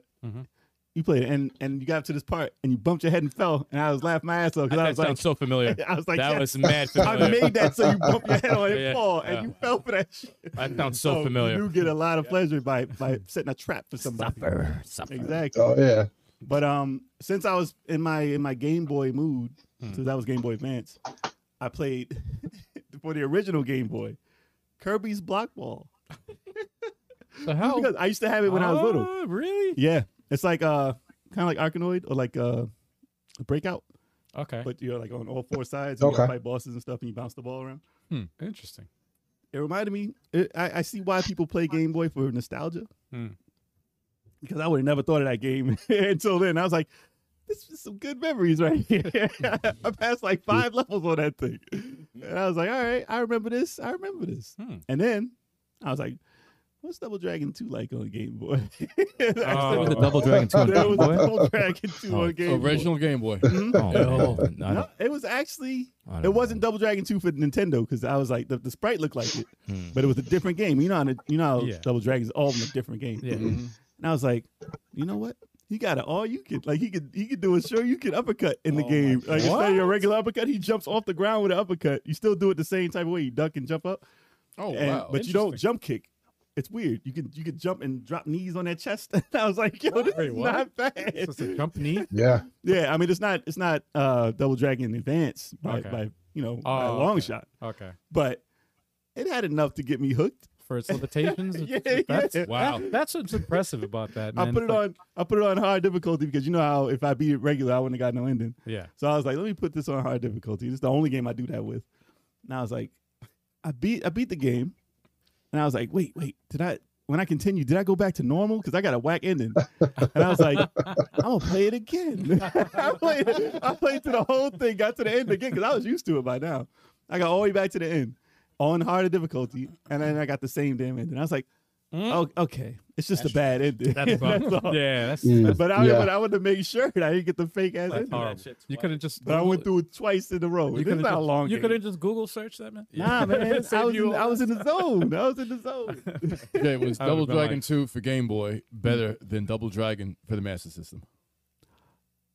Speaker 7: you played it, and and you got to this part, and you bumped your head and fell, and I was laughing my ass off because I,
Speaker 8: That
Speaker 7: was
Speaker 8: sounds
Speaker 7: like,
Speaker 8: so familiar.
Speaker 7: I was like,
Speaker 8: that
Speaker 7: yeah,
Speaker 8: was mad
Speaker 7: I
Speaker 8: familiar.
Speaker 7: made that so you bump your head on it
Speaker 8: Yeah,
Speaker 7: and fall,
Speaker 8: yeah.
Speaker 7: and you fell for that shit.
Speaker 8: that sounds
Speaker 7: Oh,
Speaker 8: so, familiar.
Speaker 7: You do get a lot of pleasure by by setting a trap for somebody. Exactly.
Speaker 4: oh yeah,
Speaker 7: But um, since I was in my in my Game Boy mood,
Speaker 8: Hmm.
Speaker 7: since I was Game Boy Advance, I played for the original Game Boy, Kirby's Block Ball.
Speaker 2: The
Speaker 8: Oh.
Speaker 2: hell?
Speaker 7: Because I used to have it when I was little.
Speaker 2: Oh, really?
Speaker 7: Yeah, it's like uh, kind of like Arkanoid or like uh, Breakout,
Speaker 2: Okay.
Speaker 7: but you're like on all four sides. And You
Speaker 4: Okay.
Speaker 7: fight bosses and stuff, and you bounce the ball around.
Speaker 2: Hmm, Interesting.
Speaker 7: It reminded me. It, I, I see why people play Game Boy for nostalgia.
Speaker 2: Hmm.
Speaker 7: Because I would have never thought of that game until then. I was like, this is some good memories right here. I passed like five levels on that thing. And I was like, all right, I remember this. I remember this.
Speaker 2: Hmm.
Speaker 7: And then I was like, what's Double Dragon 2 like on Game Boy?
Speaker 8: There was
Speaker 7: oh,
Speaker 8: a Double Dragon 2 on
Speaker 7: there
Speaker 8: Game
Speaker 7: was
Speaker 8: Boy?
Speaker 7: a Double Dragon 2 on Game Boy. Mm-hmm.
Speaker 5: Original Game Boy.
Speaker 8: Oh, man. I
Speaker 7: No,
Speaker 8: don't-
Speaker 7: it was actually
Speaker 8: I don't
Speaker 7: it
Speaker 8: know.
Speaker 7: wasn't Double Dragon 2 for Nintendo because I was like the, the sprite looked like it,
Speaker 8: Hmm.
Speaker 7: but it was a different game. You know how the- you know how
Speaker 2: Yeah.
Speaker 7: Double Dragon's all a different game.
Speaker 2: Yeah.
Speaker 7: And I was like, you know what? He got it all you could like he could he could do a sure you could uppercut in the
Speaker 5: Oh my
Speaker 7: game.
Speaker 5: God.
Speaker 7: Like instead of your regular uppercut, he jumps off the ground with an uppercut. You still do it the same type of way. You duck and jump up.
Speaker 5: Oh
Speaker 7: and,
Speaker 5: wow.
Speaker 7: but you don't jump kick. It's weird. You can you can jump and drop knees on their chest. And I was like, yo, this
Speaker 2: Wait,
Speaker 7: is
Speaker 2: what?
Speaker 7: not bad.
Speaker 2: So it's a jump knee?
Speaker 4: Yeah.
Speaker 7: Yeah, I mean it's not it's not uh Double Dragon Advance by,
Speaker 2: Okay.
Speaker 7: by you know by a
Speaker 2: Oh,
Speaker 7: long
Speaker 2: okay.
Speaker 7: shot,
Speaker 2: Okay.
Speaker 7: but it had enough to get me hooked.
Speaker 2: For its limitations?
Speaker 7: Yeah,
Speaker 2: that's,
Speaker 7: yeah.
Speaker 2: Wow. That's what's impressive about that, man.
Speaker 7: I put it on I put it on hard difficulty because you know how if I beat it regular I wouldn't have got no ending.
Speaker 2: Yeah.
Speaker 7: So I was like, let me put this on hard difficulty. This is the only game I do that with. And I was like, I beat I beat the game, and I was like, wait, wait, did I? When I continue, did I go back to normal? Because I got a whack ending. And I was like, I'm gonna play it again. I played I played through the whole thing, got to the end again, because I was used to it by now. I got all the way back to the end on harder difficulty, and then I got the same damn ending. I was like, oh, okay, it's just a bad ending.
Speaker 2: Hmm? That's
Speaker 7: all.
Speaker 2: Yeah, that's,
Speaker 4: Mm.
Speaker 2: that's
Speaker 7: But I,
Speaker 4: Yeah.
Speaker 7: but I wanted to make sure that I didn't get the fake ass ending.
Speaker 2: horrible. You could have just.
Speaker 7: But I went
Speaker 2: Googled
Speaker 7: through it twice in a row.
Speaker 2: it. You
Speaker 7: It's
Speaker 2: could've
Speaker 7: not a
Speaker 2: just-
Speaker 7: long
Speaker 2: You
Speaker 7: game.
Speaker 2: could have just Google searched that, man.
Speaker 7: Nah, man. I,
Speaker 2: Save
Speaker 7: was
Speaker 2: you
Speaker 7: in,
Speaker 2: all
Speaker 7: I was in the zone. I was in the
Speaker 4: Uh,
Speaker 7: zone.
Speaker 5: Okay, it was
Speaker 2: I would've
Speaker 5: Double
Speaker 2: been
Speaker 5: Dragon
Speaker 2: like-
Speaker 5: 2 for Game Boy better than Double Dragon for the Master System?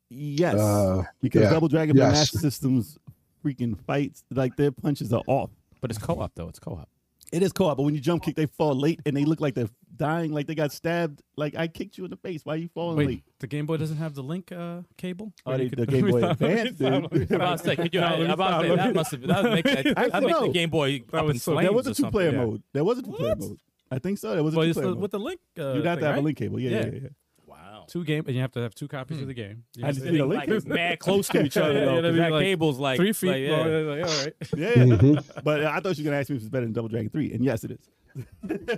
Speaker 7: yes.
Speaker 4: Uh,
Speaker 7: because
Speaker 4: yeah.
Speaker 7: Double Dragon
Speaker 4: Yes.
Speaker 7: Master System's freaking fights, like their punches are off.
Speaker 8: But it's co-op though. It's co-op.
Speaker 7: It is co-op, but when you jump kick, they fall late and they look like they're dying, like they got stabbed. Like I kicked you in the face. Why you falling late?
Speaker 2: Wait, the Game Boy doesn't have the link uh, cable?
Speaker 7: Oh,
Speaker 2: Or
Speaker 7: they-
Speaker 2: you could-
Speaker 7: the Game Boy
Speaker 2: Let me
Speaker 7: Advance
Speaker 2: stop,
Speaker 7: did.
Speaker 2: let me stop.
Speaker 8: I was thinking, you know,
Speaker 2: No, let me
Speaker 8: I was
Speaker 2: stop,
Speaker 8: thinking,
Speaker 2: let
Speaker 8: that
Speaker 2: me-
Speaker 8: must have that would make that,
Speaker 7: I
Speaker 8: that'd make
Speaker 7: know.
Speaker 8: the Game Boy up in
Speaker 2: was so- that
Speaker 8: flames.
Speaker 7: There was a
Speaker 8: or something.
Speaker 7: two-player
Speaker 2: yeah.
Speaker 7: mode. There was a two-player mode. I think so. There was a
Speaker 2: Well, it's
Speaker 7: two-player
Speaker 2: the,
Speaker 7: mode.
Speaker 2: with the link. Uh,
Speaker 7: you got
Speaker 2: thing,
Speaker 7: to have a
Speaker 2: right?
Speaker 7: link cable. Yeah,
Speaker 2: Yeah.
Speaker 7: yeah, yeah. yeah.
Speaker 8: Wow.
Speaker 2: Two game, and you have to have two copies of the game. You
Speaker 7: I
Speaker 2: have
Speaker 7: just
Speaker 2: to-
Speaker 7: need a link.
Speaker 8: Like it's mad close to each other
Speaker 2: Yeah,
Speaker 8: though.
Speaker 2: yeah,
Speaker 8: 'cause
Speaker 2: that'd be
Speaker 8: that
Speaker 2: like
Speaker 8: cable's like
Speaker 2: three feet.
Speaker 8: Like, yeah.
Speaker 2: long, like, all right.
Speaker 7: Yeah,
Speaker 4: Mhm.
Speaker 7: but I thought you were gonna ask me if it's better than Double Dragon Three, and yes, it is.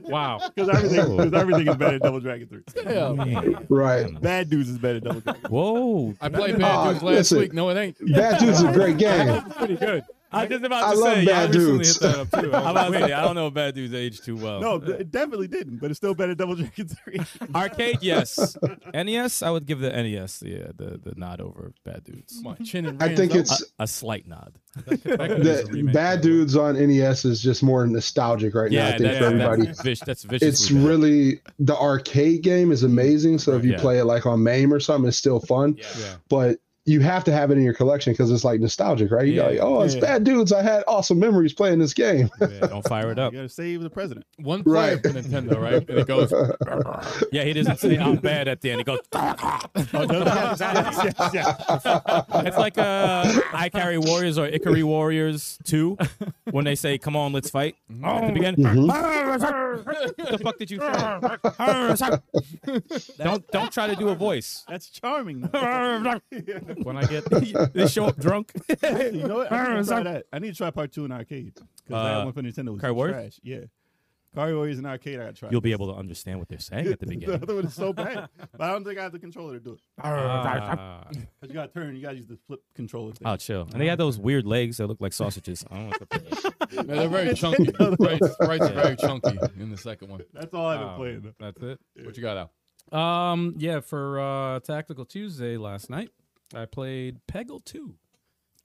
Speaker 2: Wow.
Speaker 7: Because everything, because everything is better than Double Dragon Three.
Speaker 4: Right.
Speaker 7: Bad Dudes is better than Double Dragon.
Speaker 8: Whoa.
Speaker 5: I played Bad
Speaker 4: Ah,
Speaker 5: Dudes last
Speaker 4: listen.
Speaker 5: week. No, it ain't.
Speaker 4: Bad Dude's a great game.
Speaker 2: Pretty good.
Speaker 8: I was just about
Speaker 4: I
Speaker 8: to
Speaker 4: love
Speaker 8: say.
Speaker 4: bad
Speaker 8: yeah, I
Speaker 4: dudes.
Speaker 8: recently hit that up too. I, was about to say, I don't know Bad Dude's age too well.
Speaker 7: No, it definitely didn't, but it's still better than Double Dragon 3.
Speaker 8: Arcade, yes. NES, I would give the NES the uh, the, the nod over Bad Dudes.
Speaker 5: My chin and
Speaker 4: I
Speaker 5: Rand's
Speaker 4: think
Speaker 5: up.
Speaker 4: it's
Speaker 8: A slight nod.
Speaker 2: That could use a
Speaker 4: the
Speaker 2: remake, by
Speaker 4: Bad
Speaker 2: the way.
Speaker 4: Dudes on NES is just more nostalgic right now. I
Speaker 8: Yeah,
Speaker 4: think
Speaker 8: that's,
Speaker 4: for everybody.
Speaker 8: that's, vic- that's viciously
Speaker 4: it's
Speaker 8: bad.
Speaker 4: really the arcade game is amazing. So if you
Speaker 8: Yeah.
Speaker 4: play it like on MAME or something, it's still fun.
Speaker 2: Yeah.
Speaker 4: But you have to have it in your collection because it's like nostalgic, right? You
Speaker 8: Yeah.
Speaker 4: go, like, oh, it's
Speaker 7: Yeah.
Speaker 4: Bad Dudes. I had awesome memories playing this game.
Speaker 8: Yeah, don't fire it
Speaker 7: You
Speaker 8: up.
Speaker 7: gotta save the president.
Speaker 5: One player
Speaker 4: Right.
Speaker 5: for Nintendo, right? And it goes,
Speaker 8: Yeah, he doesn't say I'm bad at the end. He goes. It's like uh, I carry warriors or Ikari warriors two when they say come on let's fight
Speaker 2: Mm-hmm.
Speaker 8: at the
Speaker 2: Oh.
Speaker 8: beginning. what the fuck did you say? don't don't try to do a voice.
Speaker 7: That's charming. though.
Speaker 2: When I get
Speaker 8: they show up drunk.
Speaker 7: you know what? I need, to try that. I need to try part two in arcade. Because I
Speaker 8: Uh,
Speaker 7: had one for Nintendo. Was
Speaker 8: Kari Warriors?
Speaker 7: trash. Yeah. Kari Warriors in arcade, I gotta try.
Speaker 8: You'll be able to understand what they're saying at the
Speaker 7: The
Speaker 8: beginning.
Speaker 7: other one is so bad. But I don't think I have the controller to do it.
Speaker 2: Ah.
Speaker 7: Because you gotta turn, you gotta use the flip controller thing.
Speaker 8: Oh, chill. And they had those weird legs that look like sausages. I don't know what the fuck they are.
Speaker 5: no, they're very chunky. Right, right, very chunky in the second one.
Speaker 7: That's all I've been
Speaker 2: Um,
Speaker 7: playing. though.
Speaker 2: That's it.
Speaker 5: What you got out?
Speaker 2: Um, yeah, for uh, Tactical Tuesday last night, I played Peggle 2.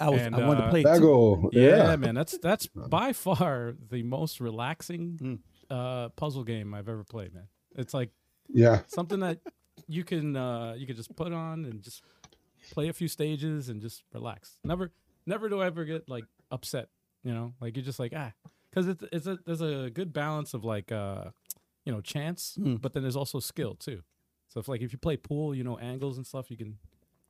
Speaker 7: I was
Speaker 2: And,
Speaker 7: I wanted
Speaker 2: uh,
Speaker 7: to play. it too.
Speaker 4: Bagel. Yeah.
Speaker 2: man, that's that's by far the most relaxing uh, puzzle game I've ever played, man. It's like
Speaker 4: Yeah.
Speaker 2: something that you can uh, you can just put on and just play a few stages and just relax. Never never do I ever get like upset, you know? Like you're just like ah, because it's it's a there's a good balance of like uh, you know chance, but then there's also skill too. So if like if you play pool, you know angles and stuff, you can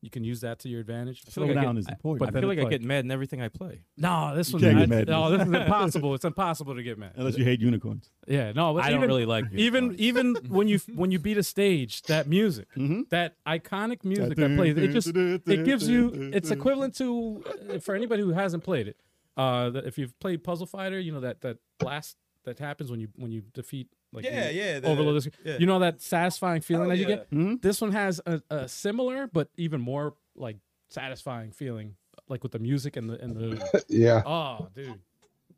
Speaker 2: you can use that to your advantage.
Speaker 8: feel like
Speaker 7: Slow
Speaker 8: I
Speaker 7: down
Speaker 8: get-
Speaker 7: is important.
Speaker 8: But I
Speaker 7: Better
Speaker 8: feel like I
Speaker 7: fight.
Speaker 8: get mad in everything I play.
Speaker 2: No, this one,
Speaker 7: can't
Speaker 2: I,
Speaker 7: get mad at
Speaker 2: no, this is impossible. it's impossible to get mad.
Speaker 7: Unless you hate unicorns.
Speaker 2: Yeah, no, but
Speaker 8: I
Speaker 2: even,
Speaker 8: don't really like
Speaker 2: even even when you when you beat a stage, that music,
Speaker 7: Mm-hmm.
Speaker 2: that iconic music that plays, it just it gives you. It's equivalent to uh, for anybody who hasn't played it. Uh, that if you've played Puzzle Fighter, you know that that blast that happens when you when you defeat like when
Speaker 8: Yeah,
Speaker 2: you
Speaker 8: yeah, the-
Speaker 2: overload this.
Speaker 8: yeah.
Speaker 2: You know that satisfying feeling
Speaker 8: Oh,
Speaker 2: that you
Speaker 8: yeah.
Speaker 2: get.
Speaker 7: Mm-hmm.
Speaker 2: This one has a, a similar but even more like satisfying feeling, like with the music and the and the
Speaker 4: Yeah.
Speaker 2: oh dude,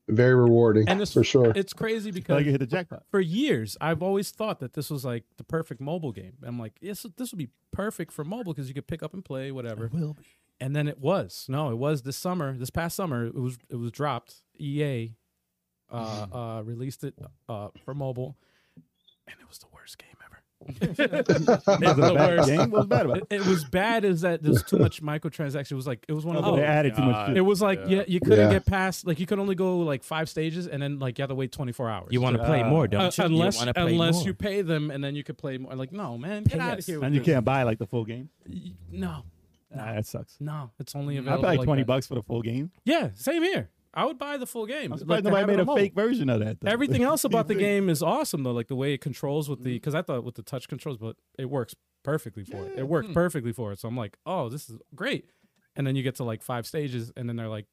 Speaker 4: Very rewarding.
Speaker 2: and it's
Speaker 4: for sure.
Speaker 2: It's crazy
Speaker 7: I
Speaker 2: because
Speaker 7: like it hit the jackpot.
Speaker 2: for years I've always thought that this was like the perfect mobile game. I'm like, yes, this would be perfect for mobile because you could pick up and play whatever.
Speaker 7: Uh-huh.
Speaker 2: will be. And then it was no, it was this summer, this past summer. It was it was dropped. E EA
Speaker 7: Mm-hmm.
Speaker 2: uh, uh, released it uh, for mobile, and it was the worst game ever. It's the worst.
Speaker 7: game was bad about
Speaker 2: It, it was bad is that there's too much microtransaction. It was like it was one of
Speaker 7: Oh,
Speaker 2: those
Speaker 7: they added too much.
Speaker 5: God.
Speaker 7: to
Speaker 2: It
Speaker 7: it.
Speaker 2: was like yeah, you couldn't
Speaker 4: Yeah.
Speaker 2: get past like you could only go like five stages and then like you had to wait twenty four hours.
Speaker 8: You want to
Speaker 2: to
Speaker 8: play more, don't
Speaker 2: uh,
Speaker 8: you? You
Speaker 2: unless
Speaker 8: wanna play
Speaker 2: unless
Speaker 8: more.
Speaker 2: you pay them and then you could play more. Like no man, get
Speaker 8: Pay
Speaker 2: out of
Speaker 8: us.
Speaker 2: here. with
Speaker 7: And you
Speaker 2: this.
Speaker 7: can't buy like the full game.
Speaker 2: Y- No,
Speaker 7: Nah, that sucks.
Speaker 2: no, it's only
Speaker 7: I
Speaker 2: available.
Speaker 7: pay like twenty
Speaker 2: that.
Speaker 7: bucks for the full game.
Speaker 2: Yeah, same here. I would buy the full game. like,
Speaker 7: I'm surprised
Speaker 2: to
Speaker 7: nobody
Speaker 2: have it
Speaker 7: made
Speaker 2: on
Speaker 7: a
Speaker 2: mobile.
Speaker 7: fake version of that. Though.
Speaker 2: Everything else about the game is awesome though, like the way it controls with the because I thought with the touch controls, but it works perfectly for it. It worked perfectly for it. So I'm like, oh, this is great. And then you get to like five stages, and then they're like,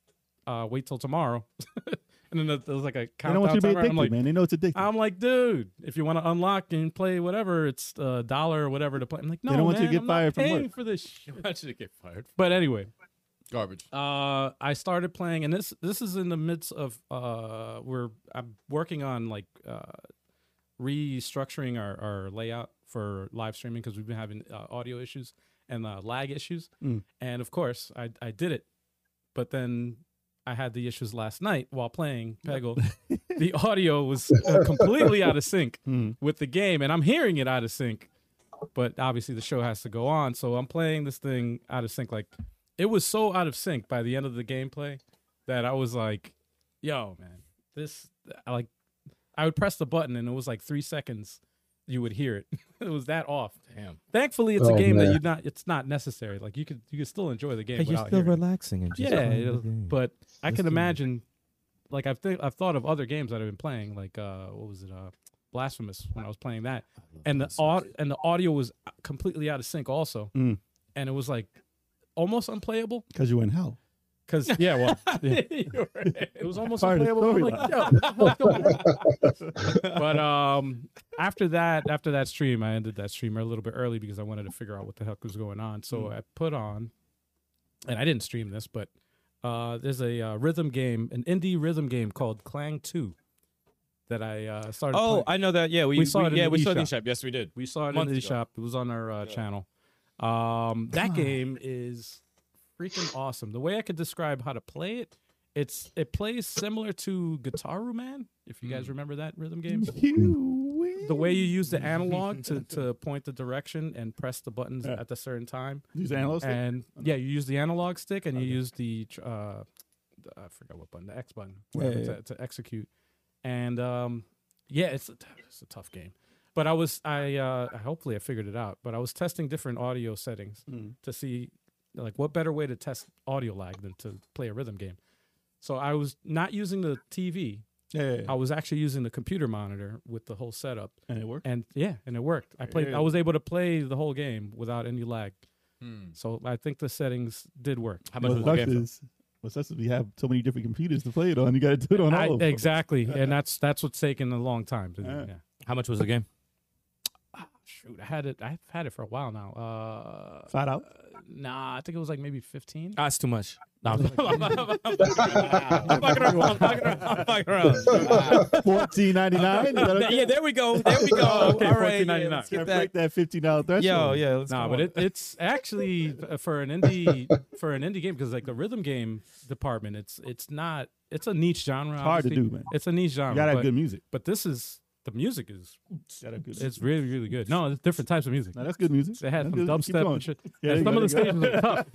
Speaker 2: uh, wait till tomorrow. and then there- there's like a
Speaker 7: They don't want
Speaker 2: countdown
Speaker 7: you to be
Speaker 2: timer.
Speaker 7: addicted,
Speaker 2: I'm like,
Speaker 7: man. They know it's addictive.
Speaker 2: I'm like, dude, if you want to unlock and play whatever, it's a dollar or whatever to play. I'm like, no,
Speaker 7: don't want you
Speaker 2: man,
Speaker 7: to get
Speaker 2: I'm not
Speaker 7: fired from
Speaker 2: paying
Speaker 7: work."
Speaker 2: for this. Shit.
Speaker 5: I should get fired.
Speaker 2: But anyway,
Speaker 5: Garbage.
Speaker 2: uh, I started playing, and this this is in the midst of uh, we're I'm working on like uh, restructuring our, our layout for live streaming because we've been having uh, audio issues and uh, lag issues,
Speaker 7: Mm.
Speaker 2: and of course I I did it, but then I had the issues last night while playing Peggle. the audio was uh, completely out of sync
Speaker 7: Hmm.
Speaker 2: with the game, and I'm hearing it out of sync. But obviously, the show has to go on, so I'm playing this thing out of sync. Like, it was so out of sync by the end of the gameplay that I was like, "Yo, man, this I like." I would press the button, and it was like three seconds. You would hear it. it was that off.
Speaker 5: Damn.
Speaker 2: Thankfully, it's a
Speaker 4: Oh,
Speaker 2: game that
Speaker 4: man.
Speaker 2: you not. It's not necessary. Like you could you could still enjoy the game.
Speaker 8: Hey, you're
Speaker 2: without
Speaker 8: still
Speaker 2: hearing it.
Speaker 8: relaxing and just
Speaker 2: yeah,
Speaker 8: playing the
Speaker 2: it'll-
Speaker 8: game.
Speaker 2: but I can
Speaker 8: Just doing it.
Speaker 2: imagine. Like I've th- I've thought of other games that I've been playing, like uh, what was it, uh, Blasphemous, when I was playing that, and the au- and the audio was completely out of sync also,
Speaker 7: Mm.
Speaker 2: and it was like almost unplayable
Speaker 7: Because you were in hell.
Speaker 2: because yeah, well, yeah. it was almost
Speaker 7: Part of the
Speaker 2: unplayable. I'm like, yo, come on. but um, after that, after that stream, I ended that stream a little bit early because I wanted to figure out what the heck was going on. So
Speaker 8: Mm.
Speaker 2: I put on, and I didn't stream this, but uh, there's a uh, rhythm game, an indie rhythm game called Clang Two, that I uh, started. playing.
Speaker 8: Oh, I know that. Yeah, we,
Speaker 2: We saw it in
Speaker 8: yeah,
Speaker 2: the
Speaker 8: we saw it in
Speaker 2: eShop.
Speaker 8: shop. Yes, we did.
Speaker 2: We saw it in
Speaker 8: Months
Speaker 2: the
Speaker 8: ago.
Speaker 2: shop. It was on our uh, channel. Um, that game is freaking awesome. The way I could describe how to play it, it's it plays similar to Guitar Man, if you
Speaker 8: Mm.
Speaker 2: guys remember that rhythm game. the way you use the analog to, to point the direction and press the buttons
Speaker 7: Yeah.
Speaker 2: at a certain time,
Speaker 7: These analysts.
Speaker 2: and yeah, you use the analog stick and you use the tr- uh, the- I forgot what button, the X button, whatever,
Speaker 7: yeah,
Speaker 2: to, to execute. And um, yeah, it's a, t- it's a tough game. But I was I uh, hopefully I figured it out. But I was testing different audio settings
Speaker 7: Mm-hmm.
Speaker 2: to see like what better way to test audio lag than to play a rhythm game. So I was not using the TV.
Speaker 7: yeah,
Speaker 2: I was actually using the computer monitor with the whole setup.
Speaker 7: and it worked.
Speaker 2: And yeah, and it worked. I played. I was able to play the whole game without any lag.
Speaker 5: Hmm.
Speaker 2: So I think the settings did work.
Speaker 8: How much
Speaker 7: What
Speaker 8: was the
Speaker 7: sucks
Speaker 8: game?
Speaker 7: is, what sucks is we have so many different computers to play it on. You got to do it on
Speaker 2: I-
Speaker 7: all of them.
Speaker 2: exactly, and that's that's what's taken a long time. To do.
Speaker 7: Yeah.
Speaker 2: Yeah.
Speaker 8: How much was the game?
Speaker 2: Shoot, I had it. I've had it for a while now. Uh,
Speaker 7: Flat out.
Speaker 2: nah, I think it was like maybe fifteen.
Speaker 8: Ah, it's too much. No, I'm, I'm, I'm, I'm fucking around. I'm fucking around. I'm fucking around.
Speaker 7: Fourteen ninety nine.
Speaker 8: Yeah, there we go. There we go.
Speaker 2: Okay,
Speaker 8: All right,
Speaker 2: $14.99.
Speaker 8: yeah, let's
Speaker 7: Gotta
Speaker 8: get
Speaker 7: break
Speaker 8: that.
Speaker 7: that fifteen dollar threshold.
Speaker 8: Yo, yeah. Let's
Speaker 2: Nah,
Speaker 8: go
Speaker 2: but
Speaker 8: on.
Speaker 2: it, it's actually uh, for an indie for an indie game because like the rhythm game department, it's it's not it's a niche genre. It's
Speaker 7: hard to do, man.
Speaker 2: It's a niche genre.
Speaker 7: You gotta
Speaker 2: but-
Speaker 7: have good music.
Speaker 2: but this is the music is
Speaker 7: Gotta have good.
Speaker 2: it's really really good. No, it's different types of music.
Speaker 7: Now that's good music.
Speaker 2: They had
Speaker 7: That's
Speaker 2: some
Speaker 7: good. Keep
Speaker 2: dubstep
Speaker 7: going.
Speaker 2: and shit.
Speaker 7: Yeah,
Speaker 2: and
Speaker 7: you
Speaker 2: some
Speaker 7: go,
Speaker 2: of the
Speaker 7: you
Speaker 2: stages were tough.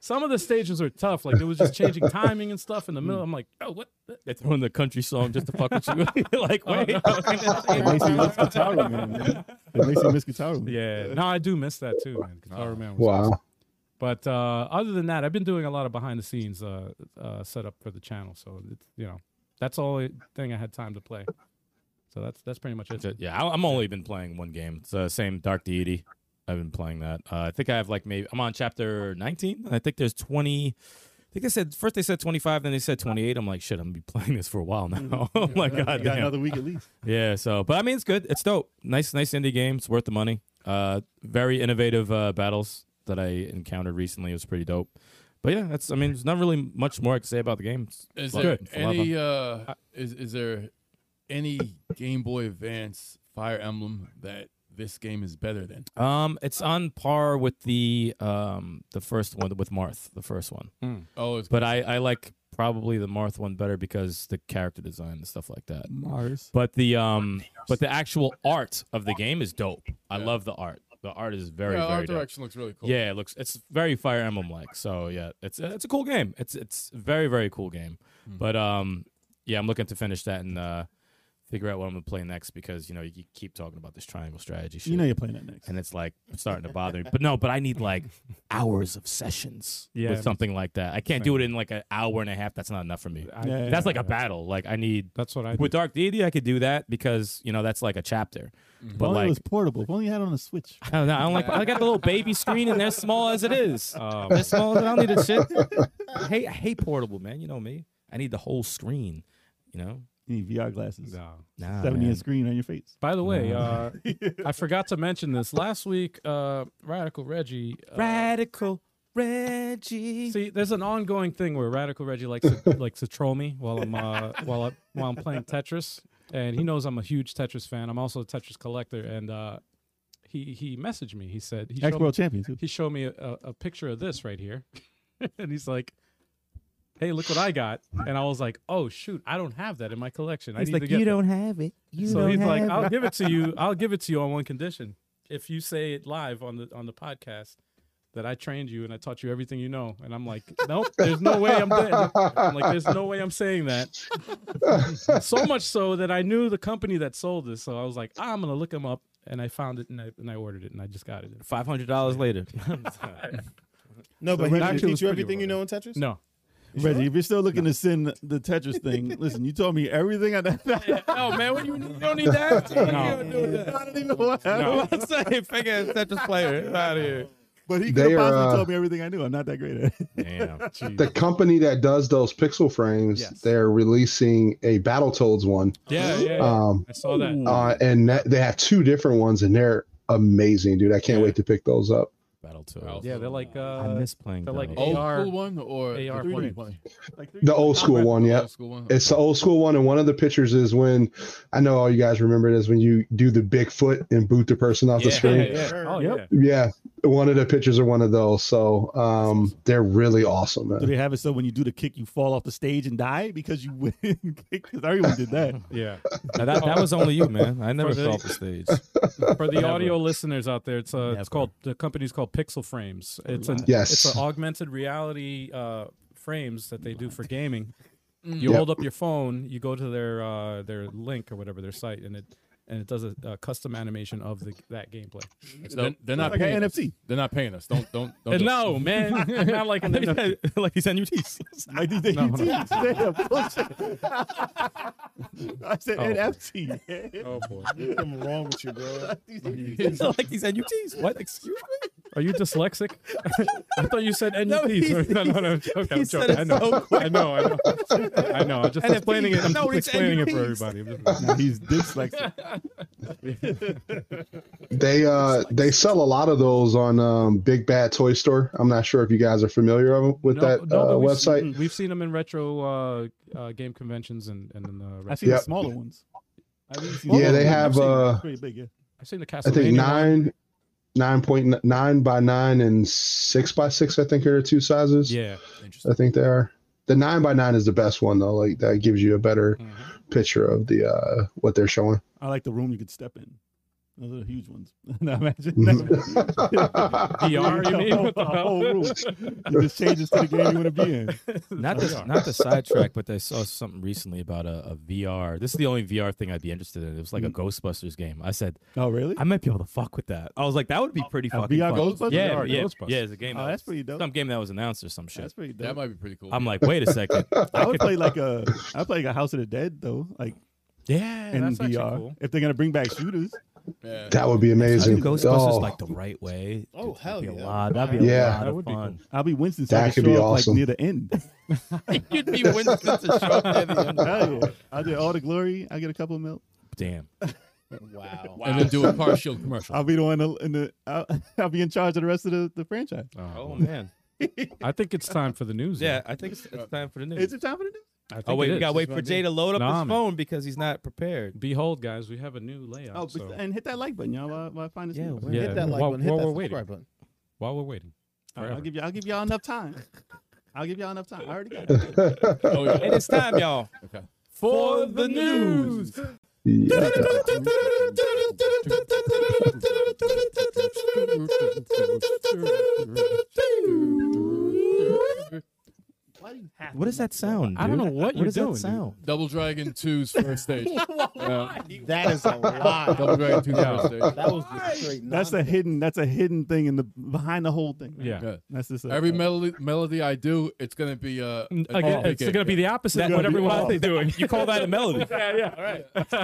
Speaker 2: Some of the stages were tough. Like it was just changing timing and stuff in the middle. I'm like, oh, what? the- oh,
Speaker 8: They throw in the country song just to fuck with you. You're like, wait.
Speaker 7: It makes you miss Guitar Man. man. It makes you miss Guitar Man.
Speaker 2: Yeah. No, I do miss that too, man. Guitar Man was
Speaker 4: Wow.
Speaker 2: But uh, other than that, I've been doing a lot of behind the scenes uh, uh, setup for the channel. So it's, you know, that's the only thing I had time to play. So that's that's pretty much it.
Speaker 8: yeah, I, I'm only been playing one game. It's the same Dark Deity. I've been playing that. Uh, I think I have like maybe I'm on chapter 19. And I think there's 20. I think they said first they said 25, then they said 28. I'm like, shit, I'm gonna be playing this for a while now. oh my
Speaker 7: Mm-hmm.
Speaker 8: god,
Speaker 7: You got
Speaker 8: damn.
Speaker 7: another week at least.
Speaker 8: Yeah, so but I mean it's good. It's dope. Nice, nice indie game. It's worth the money. Uh, very innovative uh, battles that I encountered recently. It was pretty dope. But yeah, that's. I mean, there's not really much more I can say about the game. It's
Speaker 5: Is
Speaker 8: fun.
Speaker 5: there
Speaker 8: It's a lot of
Speaker 5: any
Speaker 8: fun.
Speaker 5: uh is is there any Game Boy Advance Fire Emblem that this game is better than?
Speaker 8: Um, it's on par with the um the first one with Marth, the first one.
Speaker 7: Hmm.
Speaker 5: Oh, it's
Speaker 8: But I I like probably the Marth one better because the character design and stuff like that.
Speaker 7: Mars.
Speaker 8: But the um but the actual art of the game is dope. I love the art. The art is very,
Speaker 5: yeah,
Speaker 8: very
Speaker 5: art
Speaker 8: dope.
Speaker 5: direction looks really cool.
Speaker 8: Yeah, it looks it's very Fire Emblem like. So yeah, it's it's a cool game. It's it's a very very cool game.
Speaker 7: Hmm.
Speaker 8: But um, yeah, I'm looking to finish that and uh, figure out what I'm gonna play next because you know you keep talking about this triangle strategy shit,
Speaker 7: You know you're playing that next.
Speaker 8: and it's like starting to bother me. But no, but I need like hours of sessions
Speaker 2: Yeah, me
Speaker 8: with something like that. I can't do it in like an hour and a half. That's not enough for me.
Speaker 2: I-
Speaker 7: Yeah,
Speaker 8: That's like a battle. Like I need
Speaker 2: That's what I do.
Speaker 8: with Dark Deity, I could do that because you know that's like a chapter. But
Speaker 2: Mm-hmm.
Speaker 7: If only
Speaker 8: like
Speaker 7: it was portable. If only you had it on a Switch.
Speaker 8: I don't know. I don't like. I got the little baby screen, and they're small as it is.
Speaker 2: Oh,
Speaker 8: They're small as I don't need a shit. I hate, I hate portable, man. You know me. I need the whole screen. You know.
Speaker 7: You need VR glasses.
Speaker 2: no.
Speaker 8: Nah,
Speaker 7: Seventy
Speaker 8: man.
Speaker 7: inch screen on your face.
Speaker 2: By the way, uh, I forgot to mention this last week. Uh, Radical Reggie. Uh,
Speaker 8: Radical Reggie.
Speaker 2: See, there's an ongoing thing where Radical Reggie likes to, likes to troll me while I'm uh, while I, while I'm playing Tetris, and he knows I'm a huge Tetris fan. I'm also a Tetris collector, and uh, he he messaged me. He said he
Speaker 7: Ex
Speaker 2: showed,
Speaker 7: world champion too.
Speaker 2: he showed me a, a, a picture of this right here, and he's like. Hey, look what I got! And I was like, "Oh shoot, I don't have that in my collection. I
Speaker 8: He's
Speaker 2: need
Speaker 8: like,
Speaker 2: to get
Speaker 8: you
Speaker 2: that."
Speaker 8: don't have it. You
Speaker 2: so
Speaker 8: don't
Speaker 2: he's
Speaker 8: have
Speaker 2: like,
Speaker 8: it.
Speaker 2: I'll give it to you. I'll give it to you on one condition: if you say it live on the on the podcast that I trained you and I taught you everything you know. And I'm like, nope, there's no way I'm dead. I'm like, there's no way I'm saying that. so much so that I knew the company that sold this, so I was like, I'm gonna look them up, and I found it and I and I ordered it and I just got it.
Speaker 8: Five hundred dollars later.
Speaker 6: No, but
Speaker 7: Reggie-
Speaker 6: he
Speaker 7: Actually, it
Speaker 6: didn't teach
Speaker 7: was
Speaker 6: you
Speaker 7: pretty
Speaker 6: everything you know in Tetris.
Speaker 2: No,
Speaker 7: Reggie, if you're still looking to send the Tetris thing, listen, you told me everything I
Speaker 5: No, Oh, man, what you, need, you don't need that.
Speaker 7: I don't even know what
Speaker 8: I'm saying, figure Tetris player out of here.
Speaker 7: But he could
Speaker 4: They
Speaker 7: have
Speaker 4: are,
Speaker 7: possibly
Speaker 4: uh,
Speaker 7: told me everything I knew. I'm not that great at it.
Speaker 8: Damn.
Speaker 4: The company that does those pixel frames,
Speaker 2: Yes.
Speaker 4: they're releasing a Battletoads one.
Speaker 2: yeah, yeah, yeah.
Speaker 4: Um,
Speaker 2: I saw that.
Speaker 4: uh, and that, they have two different ones, and they're amazing, dude. I can't wait to pick those up.
Speaker 8: Battle
Speaker 5: Well,
Speaker 2: Yeah, they're like
Speaker 8: I
Speaker 2: uh,
Speaker 8: miss playing. Oh,
Speaker 2: they're like
Speaker 8: those.
Speaker 5: Old
Speaker 2: AR
Speaker 5: school one or the
Speaker 2: AR
Speaker 5: 3D
Speaker 2: plans.
Speaker 5: one?
Speaker 4: The old school one, yeah.
Speaker 5: Old school one.
Speaker 4: It's the old school one, and one of the pictures is when I know all you guys remember it is when you do the Bigfoot and boot the person off the
Speaker 8: Yeah,
Speaker 4: screen.
Speaker 2: yeah. Oh yeah.
Speaker 4: Yeah, one of the pictures are one of those. So um, they're really awesome,
Speaker 7: Do
Speaker 4: man.
Speaker 7: they have it so when you do the kick, you fall off the stage and die because you win? Because everyone did that.
Speaker 2: Yeah.
Speaker 8: Now, that, that was only you, man. I never
Speaker 2: For the-
Speaker 8: fell off the stage.
Speaker 2: For the
Speaker 8: Never.
Speaker 2: audio listeners out there, it's uh,
Speaker 8: Never.
Speaker 2: it's called the company's called Pixel Frames. It's an
Speaker 4: Yes.
Speaker 2: it's an augmented reality uh, frames that they do for gaming.
Speaker 5: Mm.
Speaker 2: You
Speaker 4: Yep.
Speaker 2: hold up your phone, you go to their uh, their link or whatever their site, and it and it does a, a custom animation of the that gameplay.
Speaker 5: They're, they're not
Speaker 7: Like
Speaker 5: paying.
Speaker 7: an
Speaker 5: us.
Speaker 7: NFT.
Speaker 5: They're not paying us. Don't don't don't.
Speaker 2: And no, man, I'm not like an NFT.
Speaker 8: like these NFTs.
Speaker 7: Like these
Speaker 2: No,
Speaker 7: NFTs. Damn, bullshit. I said NFT. man.
Speaker 2: Oh boy,
Speaker 6: Something wrong with you, bro.
Speaker 8: like these NFTs. What? Excuse me.
Speaker 2: are you dyslexic? I thought you said NFTs.
Speaker 8: he-
Speaker 2: no, no, no, I'm joking. I'm
Speaker 8: he said
Speaker 2: joking. I
Speaker 8: it
Speaker 2: know.
Speaker 8: so
Speaker 2: I know. I know. I know. I'm just
Speaker 8: NFTs.
Speaker 2: explaining it. I'm
Speaker 8: No,
Speaker 2: just
Speaker 8: it's
Speaker 2: explaining it for
Speaker 8: NFTs.
Speaker 2: everybody. I'm just-
Speaker 7: He's dyslexic.
Speaker 4: They uh they sell a lot of those on um, Big Bad Toy Store. I'm not sure if you guys are familiar of- with
Speaker 2: No-
Speaker 4: that
Speaker 2: no,
Speaker 4: uh,
Speaker 2: but we've
Speaker 4: website.
Speaker 2: Seen, we've seen them in retro uh, uh, game conventions and and in the.
Speaker 7: I
Speaker 2: retro-
Speaker 7: see the
Speaker 4: Yep.
Speaker 7: smaller ones.
Speaker 2: I mean,
Speaker 4: Yeah,
Speaker 7: Smaller
Speaker 4: they
Speaker 7: ones,
Speaker 4: have,
Speaker 7: I've seen them.
Speaker 4: uh,
Speaker 7: It's pretty big. Yeah.
Speaker 2: I've seen the
Speaker 4: I
Speaker 2: Castlevania.
Speaker 4: think
Speaker 2: one.
Speaker 4: nine, nine point n- nine by nine and six by six. I think are the two sizes.
Speaker 2: Yeah.
Speaker 4: I think they are. The nine by nine is the best one though. Like that gives you a better picture of the uh what they're showing.
Speaker 7: I like the room you could step in. Those are the huge ones. now imagine
Speaker 4: Mm-hmm.
Speaker 2: VR, you mean? What the
Speaker 7: A whole
Speaker 2: hell?
Speaker 7: room. You just change this to the game you want to be in.
Speaker 8: Not to not to sidetrack, but I saw something recently about a, a VR. This is the only VR thing I'd be interested in. It was like a Ghostbusters game. I said
Speaker 7: Oh, really?
Speaker 8: I might be able to fuck with that. I was like, that would be pretty
Speaker 7: A
Speaker 8: fucking
Speaker 7: VR
Speaker 8: fun.
Speaker 7: Ghostbusters?
Speaker 8: Yeah,
Speaker 7: VR
Speaker 8: yeah,
Speaker 2: Ghostbusters.
Speaker 8: yeah. It's a game.
Speaker 7: Oh,
Speaker 8: that
Speaker 7: that's
Speaker 8: was-
Speaker 7: pretty dope.
Speaker 8: Some game that was announced or some shit.
Speaker 7: That's pretty dope.
Speaker 5: That might be pretty cool.
Speaker 8: I'm like, wait a second.
Speaker 7: I would play like a I would play like a House of the Dead though, like
Speaker 8: yeah,
Speaker 7: in
Speaker 2: that's actually
Speaker 7: VR.
Speaker 2: cool.
Speaker 7: If they're gonna bring back shooters,
Speaker 5: yeah.
Speaker 4: That would be
Speaker 8: I do
Speaker 4: amazing.
Speaker 8: Ghostbusters
Speaker 4: Oh,
Speaker 8: like the right way.
Speaker 6: Oh,
Speaker 8: Dude,
Speaker 6: hell
Speaker 8: that'd be
Speaker 6: yeah.
Speaker 8: a lot. That'd be a
Speaker 4: Yeah.
Speaker 8: lot
Speaker 2: That
Speaker 8: of
Speaker 2: would be
Speaker 8: fun.
Speaker 7: I'll be Winston. So I
Speaker 4: That
Speaker 7: can
Speaker 4: could be
Speaker 7: show up,
Speaker 4: awesome.
Speaker 7: Like near the end.
Speaker 8: You'd be Winston to show up at the end.
Speaker 7: Hell yeah. I'll get all the glory. I'll get a couple of mil.
Speaker 8: Damn.
Speaker 6: Wow.
Speaker 5: And then do a car shield commercial.
Speaker 7: I'll be the one in the. I'll, I'll be in charge of the rest of the, the franchise.
Speaker 8: Oh man.
Speaker 2: I think it's time for the news.
Speaker 8: Yeah,
Speaker 2: man.
Speaker 8: I think it's, it's time for the news.
Speaker 7: Is it time for the news?
Speaker 2: I think
Speaker 8: Oh
Speaker 2: it
Speaker 8: wait, we
Speaker 2: is.
Speaker 8: gotta wait for Jay to load up
Speaker 2: Nah, man.
Speaker 8: his phone because he's not prepared.
Speaker 2: Behold, guys, we have a new layout.
Speaker 7: Oh,
Speaker 2: so
Speaker 7: but, and hit that like button, y'all. While, while I find this.
Speaker 8: Yeah,
Speaker 7: news.
Speaker 8: where-
Speaker 2: Yeah.
Speaker 6: Hit that like
Speaker 2: While-
Speaker 6: button. Hit
Speaker 2: while
Speaker 6: that
Speaker 2: we're waiting.
Speaker 6: subscribe button.
Speaker 2: while we're waiting,
Speaker 7: All right,
Speaker 2: forever.
Speaker 7: I'll give you. I'll give y'all enough time. I'll give y'all enough time. I already got it.
Speaker 5: Oh,
Speaker 8: And
Speaker 5: yeah.
Speaker 8: it's time, y'all,
Speaker 5: Okay.
Speaker 8: for
Speaker 4: Oh,
Speaker 8: the news.
Speaker 4: yeah.
Speaker 8: What is that sound?
Speaker 2: I don't know
Speaker 8: dude?
Speaker 2: what you're
Speaker 8: does
Speaker 2: doing,
Speaker 8: That
Speaker 2: dude.
Speaker 8: sound.
Speaker 5: Double Dragon 2's first stage. Yeah.
Speaker 6: That is a lot.
Speaker 5: Double Dragon 2's
Speaker 2: Yeah.
Speaker 5: first stage.
Speaker 6: That was just straight.
Speaker 7: That's a
Speaker 6: nonsense.
Speaker 7: hidden. That's a hidden thing in the behind the whole thing.
Speaker 2: Yeah.
Speaker 5: Yeah.
Speaker 7: That's just a, uh,
Speaker 5: Every melody, melody I do, it's gonna be uh, an
Speaker 2: Again,
Speaker 5: off
Speaker 2: it's
Speaker 5: gig.
Speaker 2: going to be the opposite of what
Speaker 7: gonna be
Speaker 2: everyone else
Speaker 7: off.
Speaker 2: is doing.
Speaker 8: You call that a melody?
Speaker 2: yeah,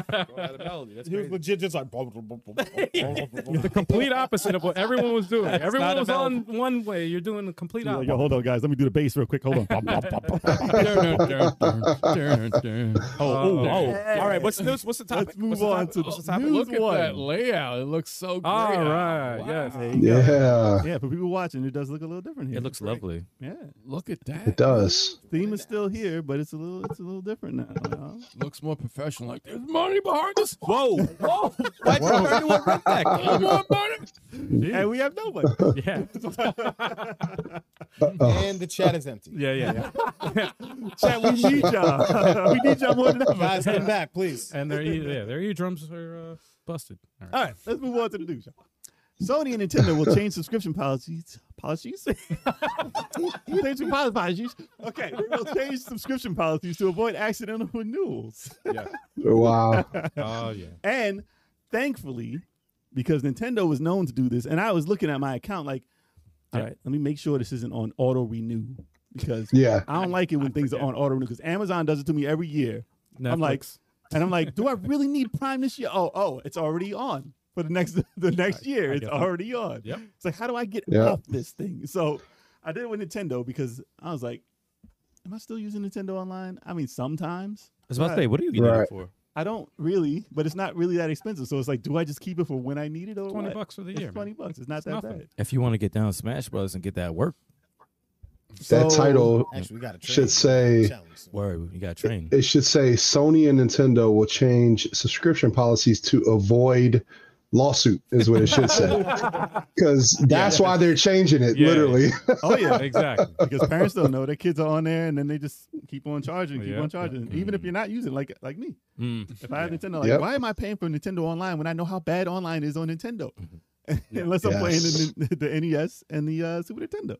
Speaker 2: yeah.
Speaker 6: He was legit just like. the
Speaker 2: The complete opposite of what everyone was doing. everyone
Speaker 8: not a
Speaker 2: was on one way. You're doing the complete
Speaker 7: Yo,
Speaker 2: opposite.
Speaker 7: yo, hold on, guys. Let me do the bass real quick. Hold on. Bum, bum, bum, bum.
Speaker 8: Oh, oh, oh. All right. What's the what's the topic?
Speaker 7: Let's move
Speaker 8: what's the
Speaker 7: on
Speaker 8: topic?
Speaker 7: to
Speaker 8: What's the
Speaker 7: the
Speaker 8: topic?
Speaker 7: news
Speaker 5: Look at
Speaker 7: one.
Speaker 5: that layout. It looks so
Speaker 2: Oh,
Speaker 5: great.
Speaker 2: All right. Yes.
Speaker 7: There you go.
Speaker 4: Yeah,
Speaker 7: Yeah, for people watching, it does look a little different here.
Speaker 8: It looks
Speaker 7: It's great.
Speaker 8: lovely.
Speaker 7: Yeah,
Speaker 5: Look at
Speaker 4: it
Speaker 5: that.
Speaker 4: does.
Speaker 7: theme is still here, but it's a little, it's a little different now. you know?
Speaker 5: Looks more professional. Like there's money behind this.
Speaker 8: Whoa, whoa! Why'd you turn to a
Speaker 5: There's
Speaker 8: redneck?
Speaker 5: more money.
Speaker 7: and we have nobody.
Speaker 2: Yeah.
Speaker 6: and the chat is empty.
Speaker 2: Yeah. Yeah.
Speaker 7: Chat, we need y'all. we need y'all more than ever.
Speaker 6: Guys, come back, please.
Speaker 2: And their e- yeah, their eardrums are uh, busted. All right.
Speaker 7: All right, let's move on to the news. y'all. Sony and Nintendo will change subscription policies. Policies? change some poli- policies. Okay, we will change subscription policies to avoid accidental renewals.
Speaker 4: Wow.
Speaker 2: Oh yeah.
Speaker 7: And thankfully, because Nintendo was known to do this, and I was looking at my account like, all right, let me make sure this isn't on auto renew because
Speaker 4: Yeah.
Speaker 7: I don't like it when things are on auto renew because Amazon does it to me every year. I'm like,
Speaker 2: Netflix.
Speaker 7: and I'm like, do I really need Prime this year? Oh, oh, it's already on for the next the next year. It's
Speaker 2: get that.
Speaker 7: already on.
Speaker 2: Yep.
Speaker 7: It's like, how do I get
Speaker 4: Yeah.
Speaker 7: off this thing? So I did it with Nintendo because I was like, am I still using Nintendo online? I mean, sometimes.
Speaker 8: I was about to say, what are you getting
Speaker 4: Right.
Speaker 8: it for?
Speaker 7: I don't really, but it's not really that expensive. So it's like, do I just keep it for when I need it or
Speaker 2: twenty
Speaker 7: what?
Speaker 2: bucks for the
Speaker 7: It's
Speaker 2: year. man.
Speaker 7: twenty bucks. It's not that
Speaker 2: nothing.
Speaker 7: bad.
Speaker 8: If you want to get down Smash Brothers and get that work,
Speaker 4: That
Speaker 7: So-
Speaker 4: title
Speaker 6: Actually, we got a train.
Speaker 4: should say
Speaker 6: Challenge.
Speaker 8: word, you got to train.
Speaker 4: it should say Sony and Nintendo will change subscription policies to avoid lawsuit is what it should say. Because that's why they're changing it,
Speaker 2: Yeah.
Speaker 4: literally.
Speaker 7: Oh yeah,
Speaker 2: Exactly.
Speaker 7: because parents don't know their kids are on there, and then they just keep on charging, keep
Speaker 2: Yeah.
Speaker 7: on charging,
Speaker 2: Mm-hmm.
Speaker 7: even if you're not using like like me.
Speaker 8: Mm.
Speaker 7: If I have Nintendo, like
Speaker 4: Yep.
Speaker 7: why am I paying for Nintendo Online when I know how bad online is on Nintendo?
Speaker 2: Mm-hmm.
Speaker 7: Unless I'm
Speaker 4: Yes.
Speaker 7: playing the, the NES and the uh, Super Nintendo,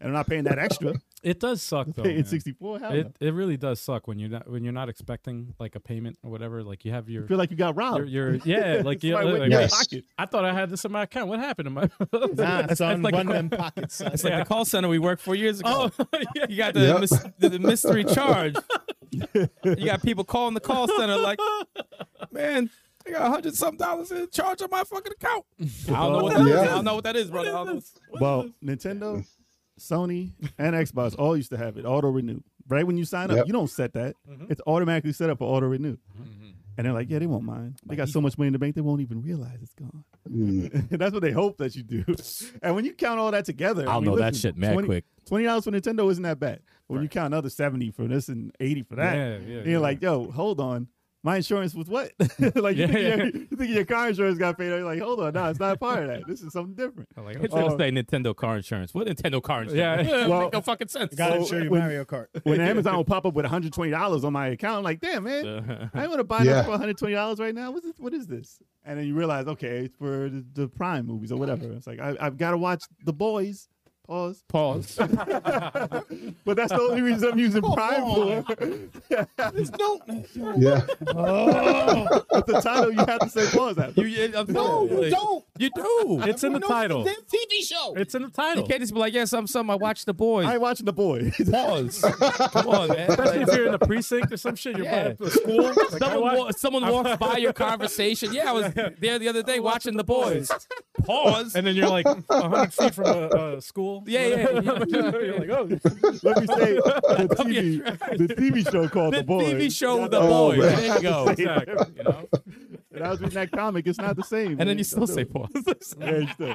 Speaker 7: and I'm not paying that extra.
Speaker 2: It does suck though.
Speaker 7: paying
Speaker 2: Oh, man.
Speaker 7: 64, hell no.
Speaker 2: It it really does suck when you're not when you're not expecting like a payment or whatever. Like you have your
Speaker 7: I feel like you got robbed.
Speaker 2: your, your yeah like you
Speaker 7: Somebody went
Speaker 2: like,
Speaker 7: in your
Speaker 4: Yes.
Speaker 7: pocket.
Speaker 2: I thought I had this in my account. What happened to my?
Speaker 6: Nah, son,
Speaker 2: like a
Speaker 6: one
Speaker 2: que-
Speaker 6: them pockets. Son.
Speaker 8: It's like the call center we worked for years ago.
Speaker 2: oh yeah.
Speaker 8: You got the,
Speaker 4: Yep.
Speaker 8: mys- the, the mystery charge. you got people calling the call center like, man, I got a hundred some dollars in charge on my fucking account. I don't know what that is.
Speaker 4: Yeah.
Speaker 8: I don't know what that is, brother. I don't know.
Speaker 7: Well, Nintendo, Sony, and Xbox all used to have it auto renew. Right when you sign up,
Speaker 4: Yep.
Speaker 7: you don't set that.
Speaker 2: Mm-hmm.
Speaker 7: It's automatically set up for auto renew. And they're like, yeah, they won't mind. They got so much money in the bank, they won't even realize it's gone.
Speaker 4: Mm.
Speaker 7: That's what they hope that you do. And when you count all that together,
Speaker 8: I'll
Speaker 7: I mean,
Speaker 8: know that
Speaker 7: listen,
Speaker 8: shit mad quick.
Speaker 7: Twenty dollars for Nintendo isn't that bad. But when you count another seventy for this and eighty for that,
Speaker 2: Yeah, yeah,
Speaker 7: and
Speaker 2: yeah.
Speaker 7: you're like, yo, hold on. My insurance was what? like you,
Speaker 2: Yeah,
Speaker 7: think
Speaker 2: yeah.
Speaker 7: Your, you think your car insurance got paid? You're like, hold on, no, it's not part of that. This is something different.
Speaker 2: I'm like,
Speaker 8: It's
Speaker 2: oh,
Speaker 8: gonna say Nintendo car insurance. What Nintendo car insurance?
Speaker 2: Yeah.
Speaker 8: It
Speaker 7: Well-
Speaker 8: make no fucking sense.
Speaker 6: Got to
Speaker 7: So
Speaker 6: show you
Speaker 7: when-
Speaker 6: Mario Kart.
Speaker 7: when Amazon will pop up with $120 on my account, I'm like, damn, man,
Speaker 8: Uh-huh.
Speaker 7: I want to buy
Speaker 4: Yeah.
Speaker 7: this for $120 right now. What's this, what is this? And then you realize, okay, it's for the, the Prime movies or whatever. It's like, I, I've got to watch The Boys. Pause.
Speaker 8: Pause.
Speaker 7: But that's the only reason I'm using Prime for.
Speaker 4: Yeah.
Speaker 7: With the title, you have to say pause after.
Speaker 8: You, you, I'm no, you don't. You do.
Speaker 2: it's in the title.
Speaker 6: TV show.
Speaker 2: It's in the title.
Speaker 8: You can't just be like, yes, I'm some. I watch the boys.
Speaker 7: I ain't watching The Boys.
Speaker 8: Pause. Come on, man.
Speaker 2: Especially if you're in a precinct or some shit. You're
Speaker 8: Yeah.
Speaker 2: yeah. to school. Like, I
Speaker 8: Someone,
Speaker 2: watch-
Speaker 8: wa- someone walks by your conversation. Yeah, I was there the other day watching the boys. Pause.
Speaker 2: and then you're like 100 feet from a, a school.
Speaker 8: Yeah, yeah, yeah.
Speaker 2: you're like, oh,
Speaker 7: Let me say the TV, the TV show called The,
Speaker 8: the
Speaker 7: Boys.
Speaker 8: TV show The
Speaker 4: Oh,
Speaker 8: Boys.
Speaker 4: man.
Speaker 8: There you go.
Speaker 2: exactly. You know?
Speaker 7: And I was reading that comic. It's not the same.
Speaker 8: And then
Speaker 7: man.
Speaker 8: you still
Speaker 7: Don't do
Speaker 8: say
Speaker 7: it.
Speaker 8: pause.
Speaker 7: Yeah, you still.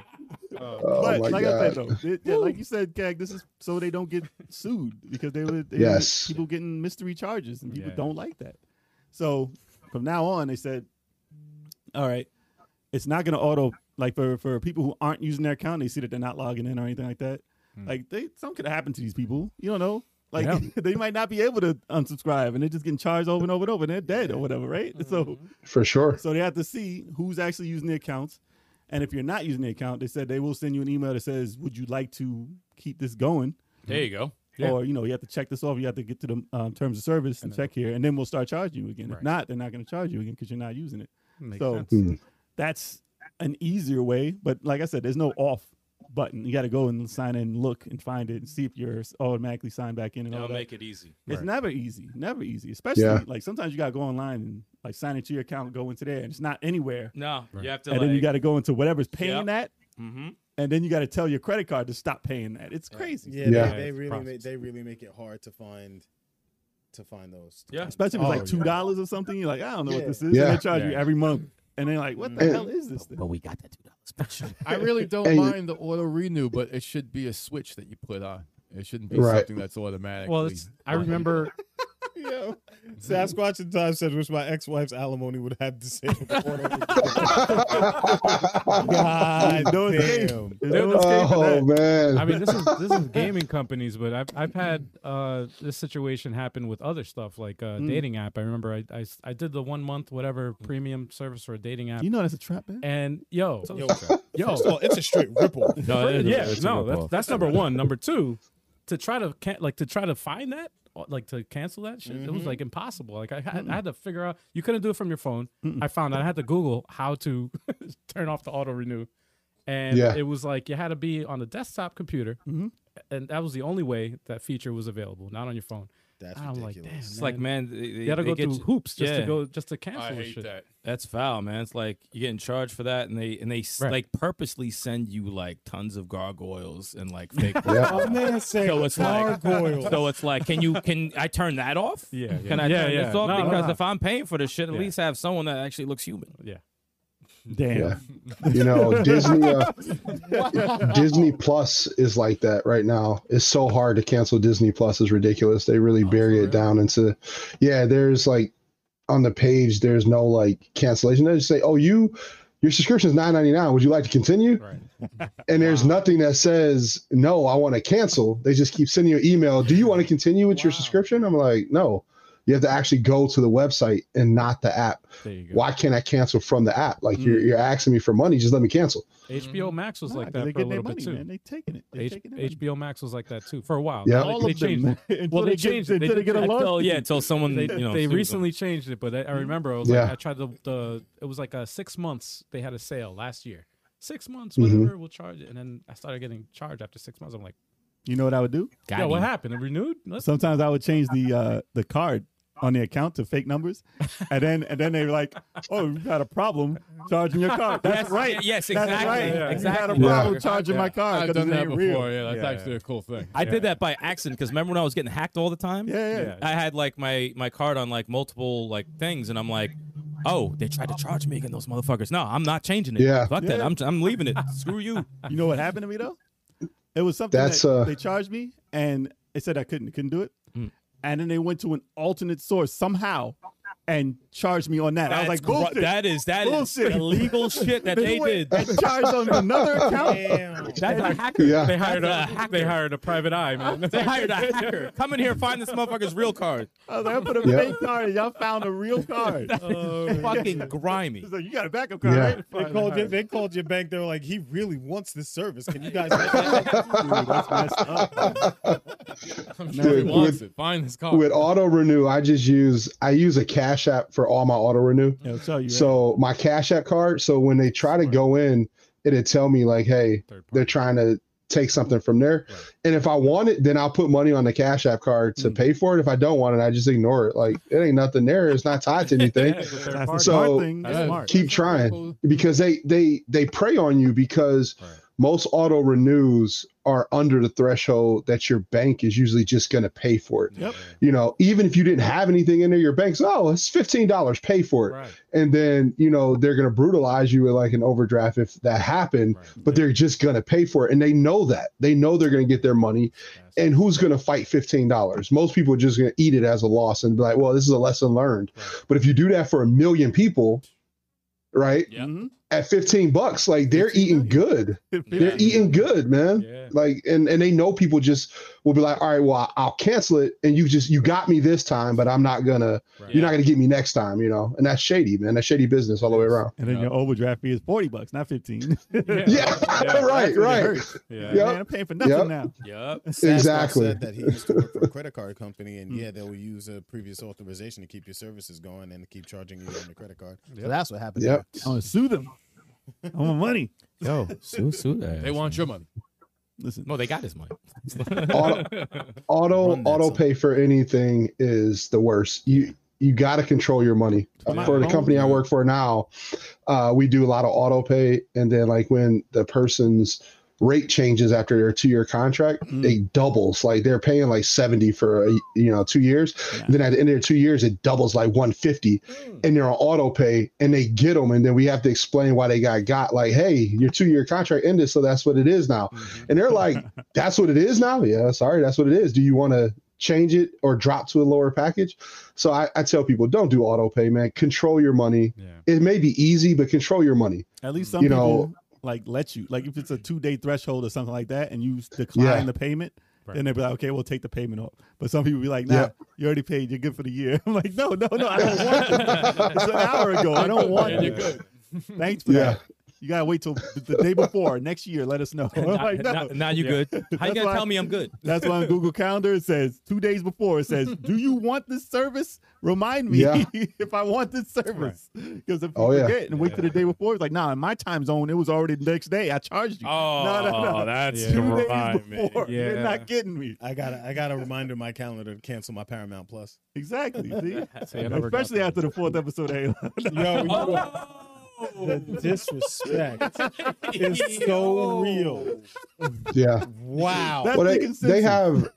Speaker 4: Oh
Speaker 7: but
Speaker 4: my
Speaker 7: like I said
Speaker 4: god.
Speaker 7: though, it- yeah, like you said, Gag, this is so they don't get sued because they were they were
Speaker 4: Yes.
Speaker 7: people getting mystery charges and people
Speaker 2: Yeah.
Speaker 7: don't like that. So from now on, they said, all right, it's not going to auto like for for people who aren't using their account, they see that they're not logging in or anything like that. Like they something could happen to these people. You don't know. Like
Speaker 2: Hmm. Yeah.
Speaker 7: they might not be able to unsubscribe and they're just getting charged over and over and over and they're dead or whatever, right?
Speaker 2: Mm-hmm.
Speaker 7: So
Speaker 4: For sure.
Speaker 7: so they have to see who's actually using the accounts. And if you're not using the account, they said they will send you an email that says, Would you like to keep this going?
Speaker 8: There you go.
Speaker 2: Yeah.
Speaker 7: or you know you have to check this off. You have to get to the um, terms of service and, check here, and then we'll start charging you again.
Speaker 2: Right.
Speaker 7: If not, they're not going to charge you again because you're not using it.
Speaker 2: Makes
Speaker 7: so-
Speaker 2: sense.
Speaker 4: Hmm.
Speaker 7: That's an easier way, but like I said, there's no off button. You got to go and sign in, look and find it, and see if you're s- automatically signed back in and all
Speaker 8: They'll
Speaker 7: that.
Speaker 8: make it easy.
Speaker 7: It's
Speaker 2: Right.
Speaker 7: never easy, never easy. Especially
Speaker 4: Yeah.
Speaker 7: like sometimes you gotta go online and like sign into your account, go into there, and it's not anywhere.
Speaker 8: No,
Speaker 2: Right.
Speaker 8: you have to.
Speaker 7: And
Speaker 8: like,
Speaker 7: then you gotta go into whatever's paying
Speaker 8: Yep.
Speaker 7: that,
Speaker 8: hmm
Speaker 7: and then you gotta tell your credit card to stop paying that. It's
Speaker 8: Yeah.
Speaker 7: crazy.
Speaker 6: Yeah,
Speaker 4: Yeah.
Speaker 6: They,
Speaker 2: Yeah,
Speaker 6: they
Speaker 2: it's a
Speaker 6: really make,
Speaker 2: process.
Speaker 6: they really make it hard to find to find those.
Speaker 8: Yeah.
Speaker 7: Especially if it's
Speaker 2: Oh,
Speaker 7: like two dollars or something, you're like, I don't know what
Speaker 6: Yeah.
Speaker 7: this is.
Speaker 4: Yeah.
Speaker 7: And they charge you
Speaker 2: Yeah.
Speaker 7: every month. And they're like, What the
Speaker 4: Mm.
Speaker 7: hell is this thing?
Speaker 8: we got that two dollars special.
Speaker 5: I really don't
Speaker 4: Hey.
Speaker 5: mind the auto renew, but it should be a switch that you put on. It shouldn't be
Speaker 4: Right.
Speaker 5: something that's automatic.
Speaker 2: Well, it's, I remember
Speaker 6: Yo, Sasquatch and Time said, "Wish my ex-wife's alimony would have disabled."
Speaker 7: God no escape.
Speaker 6: damn.
Speaker 7: There's
Speaker 2: Dude,
Speaker 7: no escape for
Speaker 4: oh
Speaker 7: that.
Speaker 4: man.
Speaker 2: I mean, this is this is gaming companies, but I've I've had uh, this situation happen with other stuff like uh,
Speaker 7: Mm.
Speaker 2: dating app. I remember I, I s- I did the one month whatever premium service for a dating app,
Speaker 7: You know that's a trap, man.
Speaker 2: and yo
Speaker 6: Yo,
Speaker 2: yo
Speaker 6: first of all, it's a straight ripple.
Speaker 8: No, it is a-
Speaker 2: yeah
Speaker 8: it's a
Speaker 2: no that's,
Speaker 8: rip-off.
Speaker 2: that's number one. Number two, to try to can- like to try to find that or, like to cancel that shit, it was
Speaker 7: Mm-hmm.
Speaker 6: Mhm.
Speaker 2: like impossible. Like I had, I had to figure out you couldn't do it from your phone.
Speaker 7: Mm-mm.
Speaker 2: I found out I had to Google how to turn off the auto renew, and
Speaker 4: Yeah.
Speaker 2: it was like you had to be on a desktop computer.
Speaker 7: Mhm.
Speaker 2: And that was the only way that feature was available, not on your phone.
Speaker 6: That's
Speaker 2: I'm like, damn,
Speaker 6: ridiculous.
Speaker 8: It's like,
Speaker 2: man,
Speaker 8: man, they, they,
Speaker 2: you gotta
Speaker 8: they
Speaker 2: go
Speaker 8: get
Speaker 2: through
Speaker 8: you-
Speaker 2: hoops just
Speaker 8: Yeah.
Speaker 2: to go just to cancel
Speaker 5: I
Speaker 2: this
Speaker 5: hate
Speaker 2: shit.
Speaker 5: that.
Speaker 8: That's foul, man. It's like you're getting charged for that, and they and they s
Speaker 2: Right.
Speaker 8: like purposely send you like tons of gargoyles and like fake.
Speaker 6: Oh, man, say
Speaker 8: So it's like,
Speaker 6: gargoyle.
Speaker 8: so it's like, can you can I turn that off?
Speaker 2: Yeah, yeah.
Speaker 8: Can I
Speaker 2: Yeah,
Speaker 8: turn
Speaker 2: yeah.
Speaker 8: this off?
Speaker 2: No, no,
Speaker 8: because
Speaker 2: no.
Speaker 8: if I'm paying for this shit, at
Speaker 2: Yeah.
Speaker 8: least have someone that actually looks human.
Speaker 7: Damn.
Speaker 4: Yeah. You know, Disney uh, Disney Plus is like that right now. It's so hard to cancel Disney Plus is ridiculous. They really bury it down into Yeah, there's like on the page there's no like cancellation. They just say, "Oh, you your subscription is 9.99. Would you like to continue?"
Speaker 2: Right.
Speaker 7: Mm-hmm.
Speaker 4: And there's nothing that says, "No, I want to cancel." They just keep sending you an email, "Do you want to continue with your
Speaker 2: Wow.
Speaker 4: subscription?" I'm like, "No." You have to actually go to the website and not the app.
Speaker 2: There you go.
Speaker 4: why can't I cancel from the app? Like you're, you're asking me for money, just let me cancel.
Speaker 2: HBO Max was
Speaker 7: Nah,
Speaker 2: like
Speaker 7: 'cause
Speaker 2: that
Speaker 7: they
Speaker 2: for a
Speaker 7: getting
Speaker 2: little
Speaker 7: their
Speaker 2: bit
Speaker 7: money,
Speaker 2: too.
Speaker 7: man. They taking it. They
Speaker 2: H-
Speaker 7: taking it.
Speaker 2: HBO Max was like that too for a while.
Speaker 4: Yeah.
Speaker 2: Now
Speaker 7: all
Speaker 2: they
Speaker 7: of them.
Speaker 2: changed it.
Speaker 7: Until
Speaker 2: Well, they
Speaker 7: get-
Speaker 2: changed it. They
Speaker 7: Until they
Speaker 2: did
Speaker 7: get a
Speaker 2: that.
Speaker 7: launch.
Speaker 8: Until yeah, until someone
Speaker 2: They,
Speaker 8: you know
Speaker 2: they
Speaker 8: sues them.
Speaker 2: recently changed it, but I, I
Speaker 7: Mm-hmm.
Speaker 2: remember I was
Speaker 4: Yeah.
Speaker 2: like, I tried the, the it was like a six months they had a sale last year. Six months,
Speaker 4: Mhm.
Speaker 2: whatever, we'll charge it. And then I started getting charged after six months. I'm like,
Speaker 7: You know what I would do?
Speaker 8: Got
Speaker 2: yo, what
Speaker 8: him.
Speaker 2: happened? It renewed? Let's-
Speaker 7: Sometimes I would change the uh, the card on the account to fake numbers, and then and then they were like, "Oh, you got a problem charging your card." That's
Speaker 8: Yes,
Speaker 7: right.
Speaker 8: y- Yes,
Speaker 7: That's
Speaker 8: exactly.
Speaker 7: right.
Speaker 2: Yeah.
Speaker 7: You got a
Speaker 8: Exactly.
Speaker 7: problem
Speaker 4: Yeah.
Speaker 7: charging my card
Speaker 5: I've
Speaker 7: because
Speaker 5: done
Speaker 7: it
Speaker 5: that
Speaker 7: ain't
Speaker 5: before.
Speaker 7: real.
Speaker 5: Yeah, that's
Speaker 2: Yeah.
Speaker 5: actually a cool thing.
Speaker 8: I did that by accident because remember when I was getting hacked all the time?
Speaker 7: Yeah, yeah.
Speaker 2: Yeah.
Speaker 8: I had like my my card on like multiple like things, and I'm like, oh, they tried to charge me again, those motherfuckers. No, I'm not changing it.
Speaker 4: Yeah.
Speaker 8: fuck that.
Speaker 7: Yeah.
Speaker 8: I'm I'm leaving it. Screw you.
Speaker 7: You know what happened to me though? It was something
Speaker 4: That's,
Speaker 7: that
Speaker 4: uh,
Speaker 7: they charged me, and they said I couldn't couldn't do it.
Speaker 8: Mm.
Speaker 7: And then they went to an alternate source somehow, and charged me on that. I was like,
Speaker 8: That's gro-
Speaker 7: "Bullshit."
Speaker 8: that is that is
Speaker 7: Bullshit.
Speaker 8: illegal shit that
Speaker 7: They
Speaker 8: they
Speaker 7: went
Speaker 8: did.
Speaker 7: and charged on another account.
Speaker 6: Damn.
Speaker 2: That's a hacker.
Speaker 4: Yeah.
Speaker 2: They hired a,
Speaker 8: That's a
Speaker 2: They hired a private eye, man.
Speaker 8: They hired a hacker. Come in here, find this motherfucker's real card.
Speaker 7: I was like, I put a
Speaker 4: Yeah.
Speaker 7: fake card and y'all found a real card.
Speaker 8: Fucking grimy.
Speaker 7: He's like, you got a backup card,
Speaker 4: Yeah.
Speaker 7: right?
Speaker 6: They called you. They called your bank. They were like, "He really wants this service. Can you guys?" That's
Speaker 7: Dude, that's messed up. man.
Speaker 5: I'm sure he
Speaker 4: Dude,
Speaker 5: wants
Speaker 4: with-
Speaker 5: it. Find this car.
Speaker 4: With auto renew, I just use I use a Cash App for all my auto renew.
Speaker 7: They'll tell you. right?
Speaker 4: So my Cash App card. So when they try to go in, it'd tell me like, hey,
Speaker 2: Third
Speaker 4: they're
Speaker 2: party.
Speaker 4: trying to take something from there.
Speaker 2: Right.
Speaker 4: And if I want it, then I'll put money on the Cash App card to
Speaker 7: Mm.
Speaker 4: pay for it. If I don't want it, I just ignore it. Like it ain't nothing there. It's not tied to anything.
Speaker 2: Yeah, it's a third
Speaker 7: that's the
Speaker 2: party.
Speaker 4: So-
Speaker 7: smart thing. That's
Speaker 5: Yeah.
Speaker 7: smart.
Speaker 4: Keep trying. because they they they prey on you because
Speaker 2: Right.
Speaker 4: most auto renews are under the threshold that your bank is usually just going to pay for it.
Speaker 7: Yep.
Speaker 4: You know, even if you didn't have anything in there, your bank's oh, it's fifteen dollars, pay for it,
Speaker 2: Right.
Speaker 4: and then you know they're going to brutalize you with like an overdraft if that happened.
Speaker 2: Right.
Speaker 4: But they're just going to pay for it, and they know that they know they're going to get their money. And who's going to fight fifteen dollars? Most people are just going to eat it as a loss and be like, "Well, this is a lesson learned."
Speaker 2: Right.
Speaker 4: But if you do that for a million people, right?
Speaker 8: Yeah.
Speaker 7: Mhm.
Speaker 4: at 15 bucks like they're
Speaker 7: 15
Speaker 4: eating
Speaker 7: million.
Speaker 4: good
Speaker 7: If
Speaker 8: Yeah.
Speaker 4: they're eating good man
Speaker 2: Yeah.
Speaker 4: that. Like, and and they know people just will be like, all right, well, I'll cancel it, and you just you got me this time, but I'm not gonna,
Speaker 8: Right.
Speaker 4: you're not gonna get me next time, you know. And that's shady, man. That's shady business all the way around.
Speaker 7: And then your overdraft fee is forty bucks, not fifteen.
Speaker 2: Yeah.
Speaker 4: Yeah,
Speaker 2: Yeah.
Speaker 4: right, right.
Speaker 2: Yeah.
Speaker 4: Yep.
Speaker 7: Man, I'm paying for nothing
Speaker 4: Yep.
Speaker 7: now.
Speaker 8: Yep.
Speaker 6: Sasquatch
Speaker 4: Exactly.
Speaker 6: said that he used to work for a credit card company, and yeah, they will use a previous authorization to keep your services going and to keep charging you on your credit card. So that's what happened.
Speaker 4: Yep.
Speaker 7: I want to sue them. I want my money.
Speaker 8: Yo, sue, sue that.
Speaker 5: They want your money.
Speaker 7: Listen,
Speaker 8: No, they got his money.
Speaker 4: auto auto,
Speaker 6: Run that
Speaker 4: auto
Speaker 6: song.
Speaker 4: pay for anything is the worst. You you got to control your money.
Speaker 7: My
Speaker 4: for the
Speaker 7: phone,
Speaker 4: company I
Speaker 7: dude.
Speaker 4: work for now, uh, we do a lot of auto pay, and then like when the person's rate changes after their two year contract,
Speaker 7: Mm.
Speaker 4: it doubles. Like they're paying like seventy for a, you know two years,
Speaker 7: Yeah.
Speaker 4: then at the end of their two years, it doubles like one fifty, and they're on auto pay, and they get them, and then we have to explain why they got got. Like, hey, your two year contract ended, so that's what it is now. And they're like, that's what it is now. Yeah, sorry, that's what it is. Do you want to change it or drop to a lower package? So I, I tell people, don't do auto pay, man. Control your money.
Speaker 2: Yeah.
Speaker 4: It may be easy, but control your money.
Speaker 7: at least some
Speaker 4: Mm. you
Speaker 7: people
Speaker 4: know-
Speaker 7: like let you. Like if it's a two day threshold or something like that, and you s- decline
Speaker 4: Yeah.
Speaker 7: the payment,
Speaker 2: Right.
Speaker 7: then they'd be like, "Okay, we'll take the payment off." But some people be like, "Nah,
Speaker 4: Yeah.
Speaker 7: you already paid. You're good for the year." I'm like, "No, no, no. I don't want it. It's an hour ago. I don't want
Speaker 5: And you're
Speaker 7: it.
Speaker 5: good.
Speaker 7: Thanks for
Speaker 4: Yeah.
Speaker 7: that." You gotta wait till the- the day before next year. Let us know. I'm
Speaker 8: Now,
Speaker 7: like, no.
Speaker 8: now- now you good. How you
Speaker 7: That's
Speaker 8: gonna
Speaker 7: why-
Speaker 8: tell me I'm good?
Speaker 7: That's why on Google Calendar it says two days before it says, "Do you want this service? Remind me
Speaker 4: Yeah.
Speaker 7: if I want this service." Because if you
Speaker 4: Oh, yeah.
Speaker 7: forget and wait for the day before, it's like, "Nah, in my time zone, it was already the next day. I charged you."
Speaker 8: Oh,
Speaker 7: no, no.
Speaker 8: that's
Speaker 2: Yeah.
Speaker 7: two
Speaker 8: your
Speaker 7: days
Speaker 8: rhyme, man.
Speaker 7: before, you're
Speaker 2: Yeah.
Speaker 7: not getting me.
Speaker 6: I got I got a reminder in my calendar to cancel my Paramount Plus.
Speaker 7: Exactly. See?
Speaker 2: See, I never got
Speaker 7: Especially
Speaker 2: that.
Speaker 7: after the fourth episode. Of A&R.
Speaker 6: Yo, the
Speaker 8: Oh.
Speaker 6: disrespect is so real.
Speaker 4: Yeah.
Speaker 6: Wow.
Speaker 7: That's
Speaker 4: Well, they,
Speaker 7: inconsistency.
Speaker 4: they have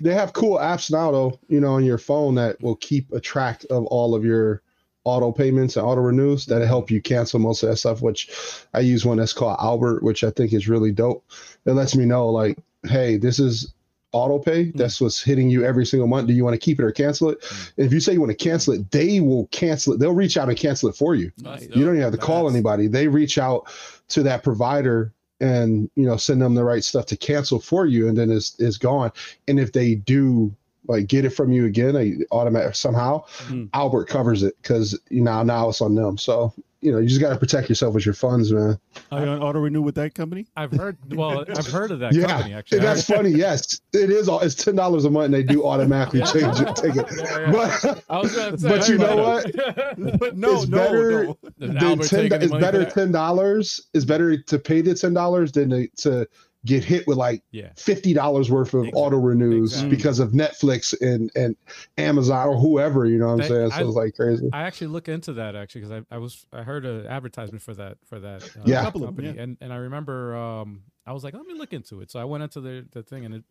Speaker 4: they have cool apps now though, you know, on your phone that will keep a track of all of your auto payments and auto renews that help you cancel most of that stuff, which I use one that's called Albert, which I think is really dope. It lets me know like, hey, this is auto pay. That's what's hitting you every single month. Do you want to keep it or cancel it? And if you say you want to cancel it, they will cancel it. They'll reach out and cancel it for you.
Speaker 5: That's
Speaker 4: You
Speaker 5: dope.
Speaker 4: don't even have to call anybody. They reach out to that provider and you know send them the right stuff to cancel for you, and then it's it's gone. And if they do like get it from you again, they automatic somehow Albert covers it because you know now it's on them. So you know you just got to protect yourself with your funds, man.
Speaker 7: Are you on auto renew with that company?
Speaker 2: I've heard. Well, I've heard of that
Speaker 4: Yeah.
Speaker 2: company actually.
Speaker 4: And that's funny. Yes, it is. All it's ten dollars a month, and they do automatically change it, take it. But
Speaker 5: I was gonna say,
Speaker 4: but you know what?
Speaker 7: But no,
Speaker 4: It's
Speaker 7: no,
Speaker 4: better-
Speaker 7: no.
Speaker 5: Does
Speaker 4: than
Speaker 5: Albert
Speaker 4: ten,
Speaker 5: take any
Speaker 4: it's
Speaker 5: money for
Speaker 4: better
Speaker 5: that?
Speaker 4: ten dollars. It's better to pay the ten dollars than to, to get hit with like
Speaker 2: Yeah.
Speaker 4: fifty dollars worth of
Speaker 2: Exactly.
Speaker 4: auto renews
Speaker 2: Exactly.
Speaker 4: because of Netflix and and Amazon or whoever. You know what I'm
Speaker 2: That-
Speaker 4: saying? So
Speaker 2: I-
Speaker 4: it's like crazy.
Speaker 2: I actually look into that actually because I, I was I heard an advertisement for that for that uh,
Speaker 4: Yeah.
Speaker 7: Couple of them,
Speaker 2: company
Speaker 7: yeah.
Speaker 2: and and I remember um I was like let me look into it so I went into the the thing and it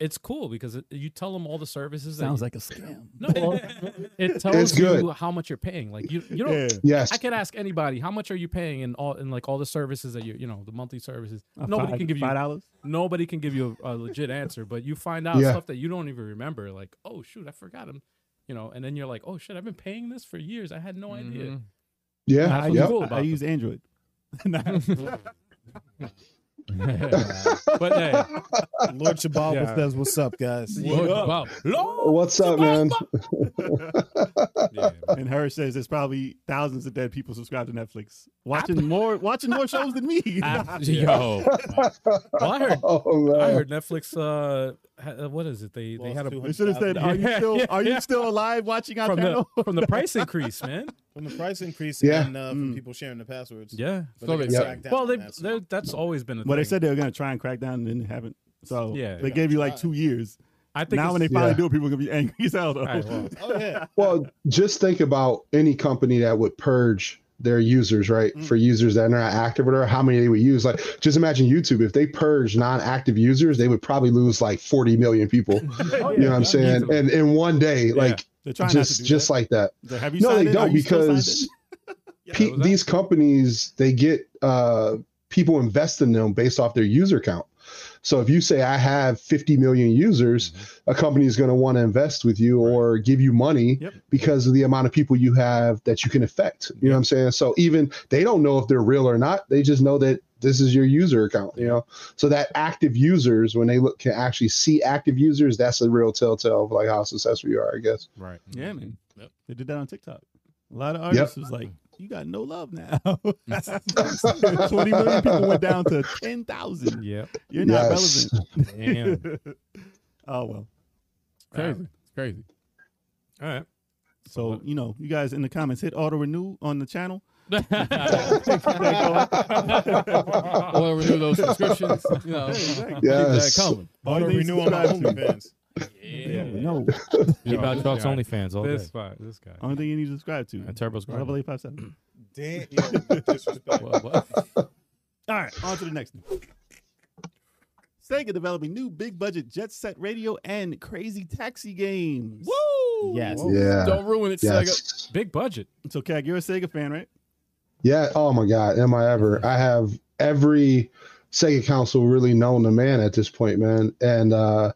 Speaker 2: it's cool because it, you tell them all the services that
Speaker 7: Sounds like a scam.
Speaker 2: no it, it tells
Speaker 4: It's good.
Speaker 2: you how much you're paying like you you don't
Speaker 7: Yeah.
Speaker 4: yes,
Speaker 2: I could ask anybody how much are you paying in all in like all the services that you you know the monthly services
Speaker 7: Uh,
Speaker 2: nobody
Speaker 7: five-
Speaker 2: can give you
Speaker 7: five dollars.
Speaker 2: nobody can give you a, a legit answer, but you find out
Speaker 4: Yeah.
Speaker 2: stuff that you don't even remember, like, oh shoot, I forgot him, you know, and then you're like, oh shit, I've been paying this for years. I had no idea.
Speaker 5: Mhm.
Speaker 4: yeah,
Speaker 7: I,
Speaker 2: That's
Speaker 7: use,
Speaker 4: yep.
Speaker 2: cool
Speaker 7: I-
Speaker 2: about
Speaker 7: I
Speaker 2: them.
Speaker 7: use Android. Nah.
Speaker 2: but hey,
Speaker 6: Lord Chababa
Speaker 2: Yeah.
Speaker 6: says, "What's up, guys?"
Speaker 2: Lord, wow. Lord,
Speaker 4: What's up, man?
Speaker 2: yeah, man.
Speaker 7: And her says there's probably thousands of dead people subscribed to Netflix, watching more watching more shows than me.
Speaker 8: Ah, Yo,
Speaker 2: Well, I heard,
Speaker 4: Oh man,
Speaker 2: I heard Netflix. Uh, ha- uh, what is it? They they had a
Speaker 7: They should have said, "Are you
Speaker 2: Yeah,
Speaker 7: still
Speaker 2: yeah,
Speaker 7: are you
Speaker 2: yeah.
Speaker 7: still alive watching our
Speaker 2: from the
Speaker 7: channel?"
Speaker 2: from the price increase, man.
Speaker 6: from the price increase
Speaker 4: Yeah.
Speaker 6: and uh, from
Speaker 7: Mm.
Speaker 6: people sharing the passwords?
Speaker 2: Yeah.
Speaker 6: But
Speaker 5: So
Speaker 6: they
Speaker 5: they-
Speaker 6: got
Speaker 4: Yep.
Speaker 6: cracked down
Speaker 2: Well,
Speaker 6: on
Speaker 2: they
Speaker 6: that, so-
Speaker 2: they're- that's always been a
Speaker 7: Well, they
Speaker 2: thing.
Speaker 7: said they were going to try and crack down and then haven't. So
Speaker 2: Yeah.
Speaker 7: they gave you like two years.
Speaker 2: I think
Speaker 7: Now when they
Speaker 2: it's-
Speaker 7: finally
Speaker 4: Yeah.
Speaker 7: do it, people are going to be angry as hell. Though.
Speaker 2: All right, well,
Speaker 6: Oh yeah.
Speaker 4: Well, just think about any company that would purge their users, right?
Speaker 2: Mm.
Speaker 4: For users that are not active or whatever, how many they would use. Like, just imagine YouTube. If they purge non-active users, they would probably lose like 40 million people.
Speaker 2: Oh,
Speaker 4: you know what I'm saying? And in one day, like
Speaker 7: They're trying
Speaker 4: just
Speaker 7: not to do
Speaker 4: just
Speaker 7: that.
Speaker 4: like that.
Speaker 7: Like, have you
Speaker 4: No,
Speaker 7: signed
Speaker 4: they
Speaker 7: in? Are
Speaker 4: don't
Speaker 7: you still signed
Speaker 4: because
Speaker 2: Yeah,
Speaker 4: pe-
Speaker 2: was that-
Speaker 4: these companies they get uh, people invest in them based off their user count. So if you say I have 50 million users,
Speaker 7: Mm-hmm.
Speaker 4: a company is going to want to invest with you or give you money
Speaker 7: Yep.
Speaker 4: because of the amount of people you have that you can affect. You know what I'm saying? So even they don't know if they're real or not. They just know that this is your user account, you know. So that active users, when they look can actually see active users, that's a real telltale of like how successful you are, I guess.
Speaker 6: Right.
Speaker 7: Yeah, man.
Speaker 5: Yep.
Speaker 7: They did that on TikTok. A lot of artists was like, "You got no love now." Twenty million people went down to ten thousand.
Speaker 2: Yeah.
Speaker 7: You're not
Speaker 4: Yes.
Speaker 7: relevant. oh well.
Speaker 5: Crazy. It's crazy.
Speaker 2: All right.
Speaker 7: So you know, you guys in the comments hit auto renew on the channel.
Speaker 5: I want to renew those subscriptions. You know, keep that
Speaker 4: Yes.
Speaker 5: coming.
Speaker 6: Auto renew on my OnlyFans.
Speaker 5: Yeah.
Speaker 7: No,
Speaker 8: Keep out Chalk's
Speaker 2: Yeah.
Speaker 8: OnlyFans all
Speaker 2: This
Speaker 8: day.
Speaker 2: guy, Oh, this guy.
Speaker 7: only thing you need to subscribe to.
Speaker 8: And Turbo's
Speaker 7: Level
Speaker 8: growing.
Speaker 7: eight five seven.
Speaker 6: Damn. Yo, disrespect.
Speaker 5: What, what?
Speaker 7: All right, on to the next one. Sega developing new big budget jet set radio and crazy taxi games.
Speaker 5: Woo!
Speaker 6: Yes.
Speaker 7: Oh,
Speaker 4: Yeah.
Speaker 5: Don't ruin it, Sega.
Speaker 4: Yes.
Speaker 2: Big budget.
Speaker 7: So, Cag, you're a Sega fan, right?
Speaker 4: Yeah. Oh my God. Am I ever? I have every Sega console really known to man at this point, man. And uh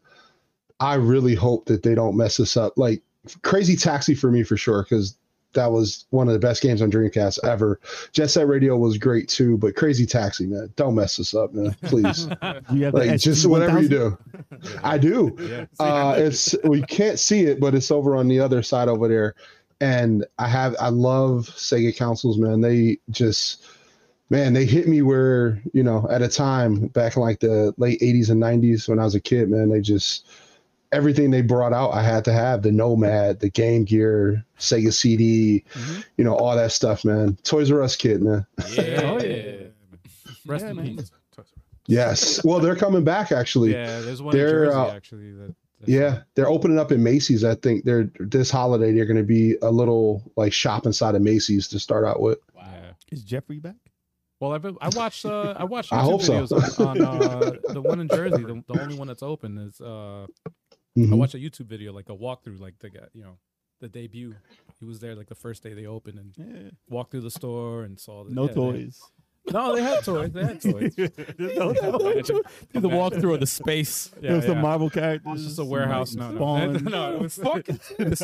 Speaker 4: I really hope that they don't mess this up. Like Crazy Taxi for me for sure, because that was one of the best games on Dreamcast ever. Jet Set Radio was great too, but Crazy Taxi, man, don't mess this up, man. Please.
Speaker 7: Do you have the
Speaker 4: like just whatever you do. I do.
Speaker 2: Yeah.
Speaker 4: Uh, it's we can't see it, but it's over on the other side over there. And I have I love Sega consoles, man. They just man, they hit me where you know at a time back in like the late '80s and '90s when I was a kid, man. They just everything they brought out, I had to have the Nomad, the Game Gear, Sega CD, you know, all that stuff, man. Toys R Us kid, man.
Speaker 5: Yeah.
Speaker 2: Oh, yeah. Rest in peace.
Speaker 4: Yes. Well, they're coming back actually.
Speaker 2: Yeah, there's one in
Speaker 4: They're,
Speaker 2: Jersey
Speaker 4: uh,
Speaker 2: actually. That, that's-
Speaker 4: Yeah, they're opening up in Macy's. I think they're this holiday. They're going to be a little like shop inside of Macy's to start out with.
Speaker 2: Yeah.
Speaker 7: Is Jeffrey back?
Speaker 2: Well, I've been, I watched uh, I watched YouTube
Speaker 4: I hope so.
Speaker 2: videos on, on uh, the one in Jersey. The, the only one that's open is uh, I
Speaker 4: Mhm.
Speaker 2: watched a YouTube video like a walkthrough, like the guy, you know, the debut. He was there like the first day they opened and
Speaker 7: Yeah.
Speaker 2: walked through the store and saw the
Speaker 7: No
Speaker 2: yeah, they-
Speaker 7: toys.
Speaker 2: no, they had toys. They had toys.
Speaker 7: There's no toys.
Speaker 8: Do the walkthrough of the space.
Speaker 2: Yeah,
Speaker 7: there was some
Speaker 2: yeah.
Speaker 7: Marvel characters.
Speaker 2: It's just a warehouse. No,
Speaker 7: like
Speaker 2: no,
Speaker 7: Spawn.
Speaker 2: no, it was fuck.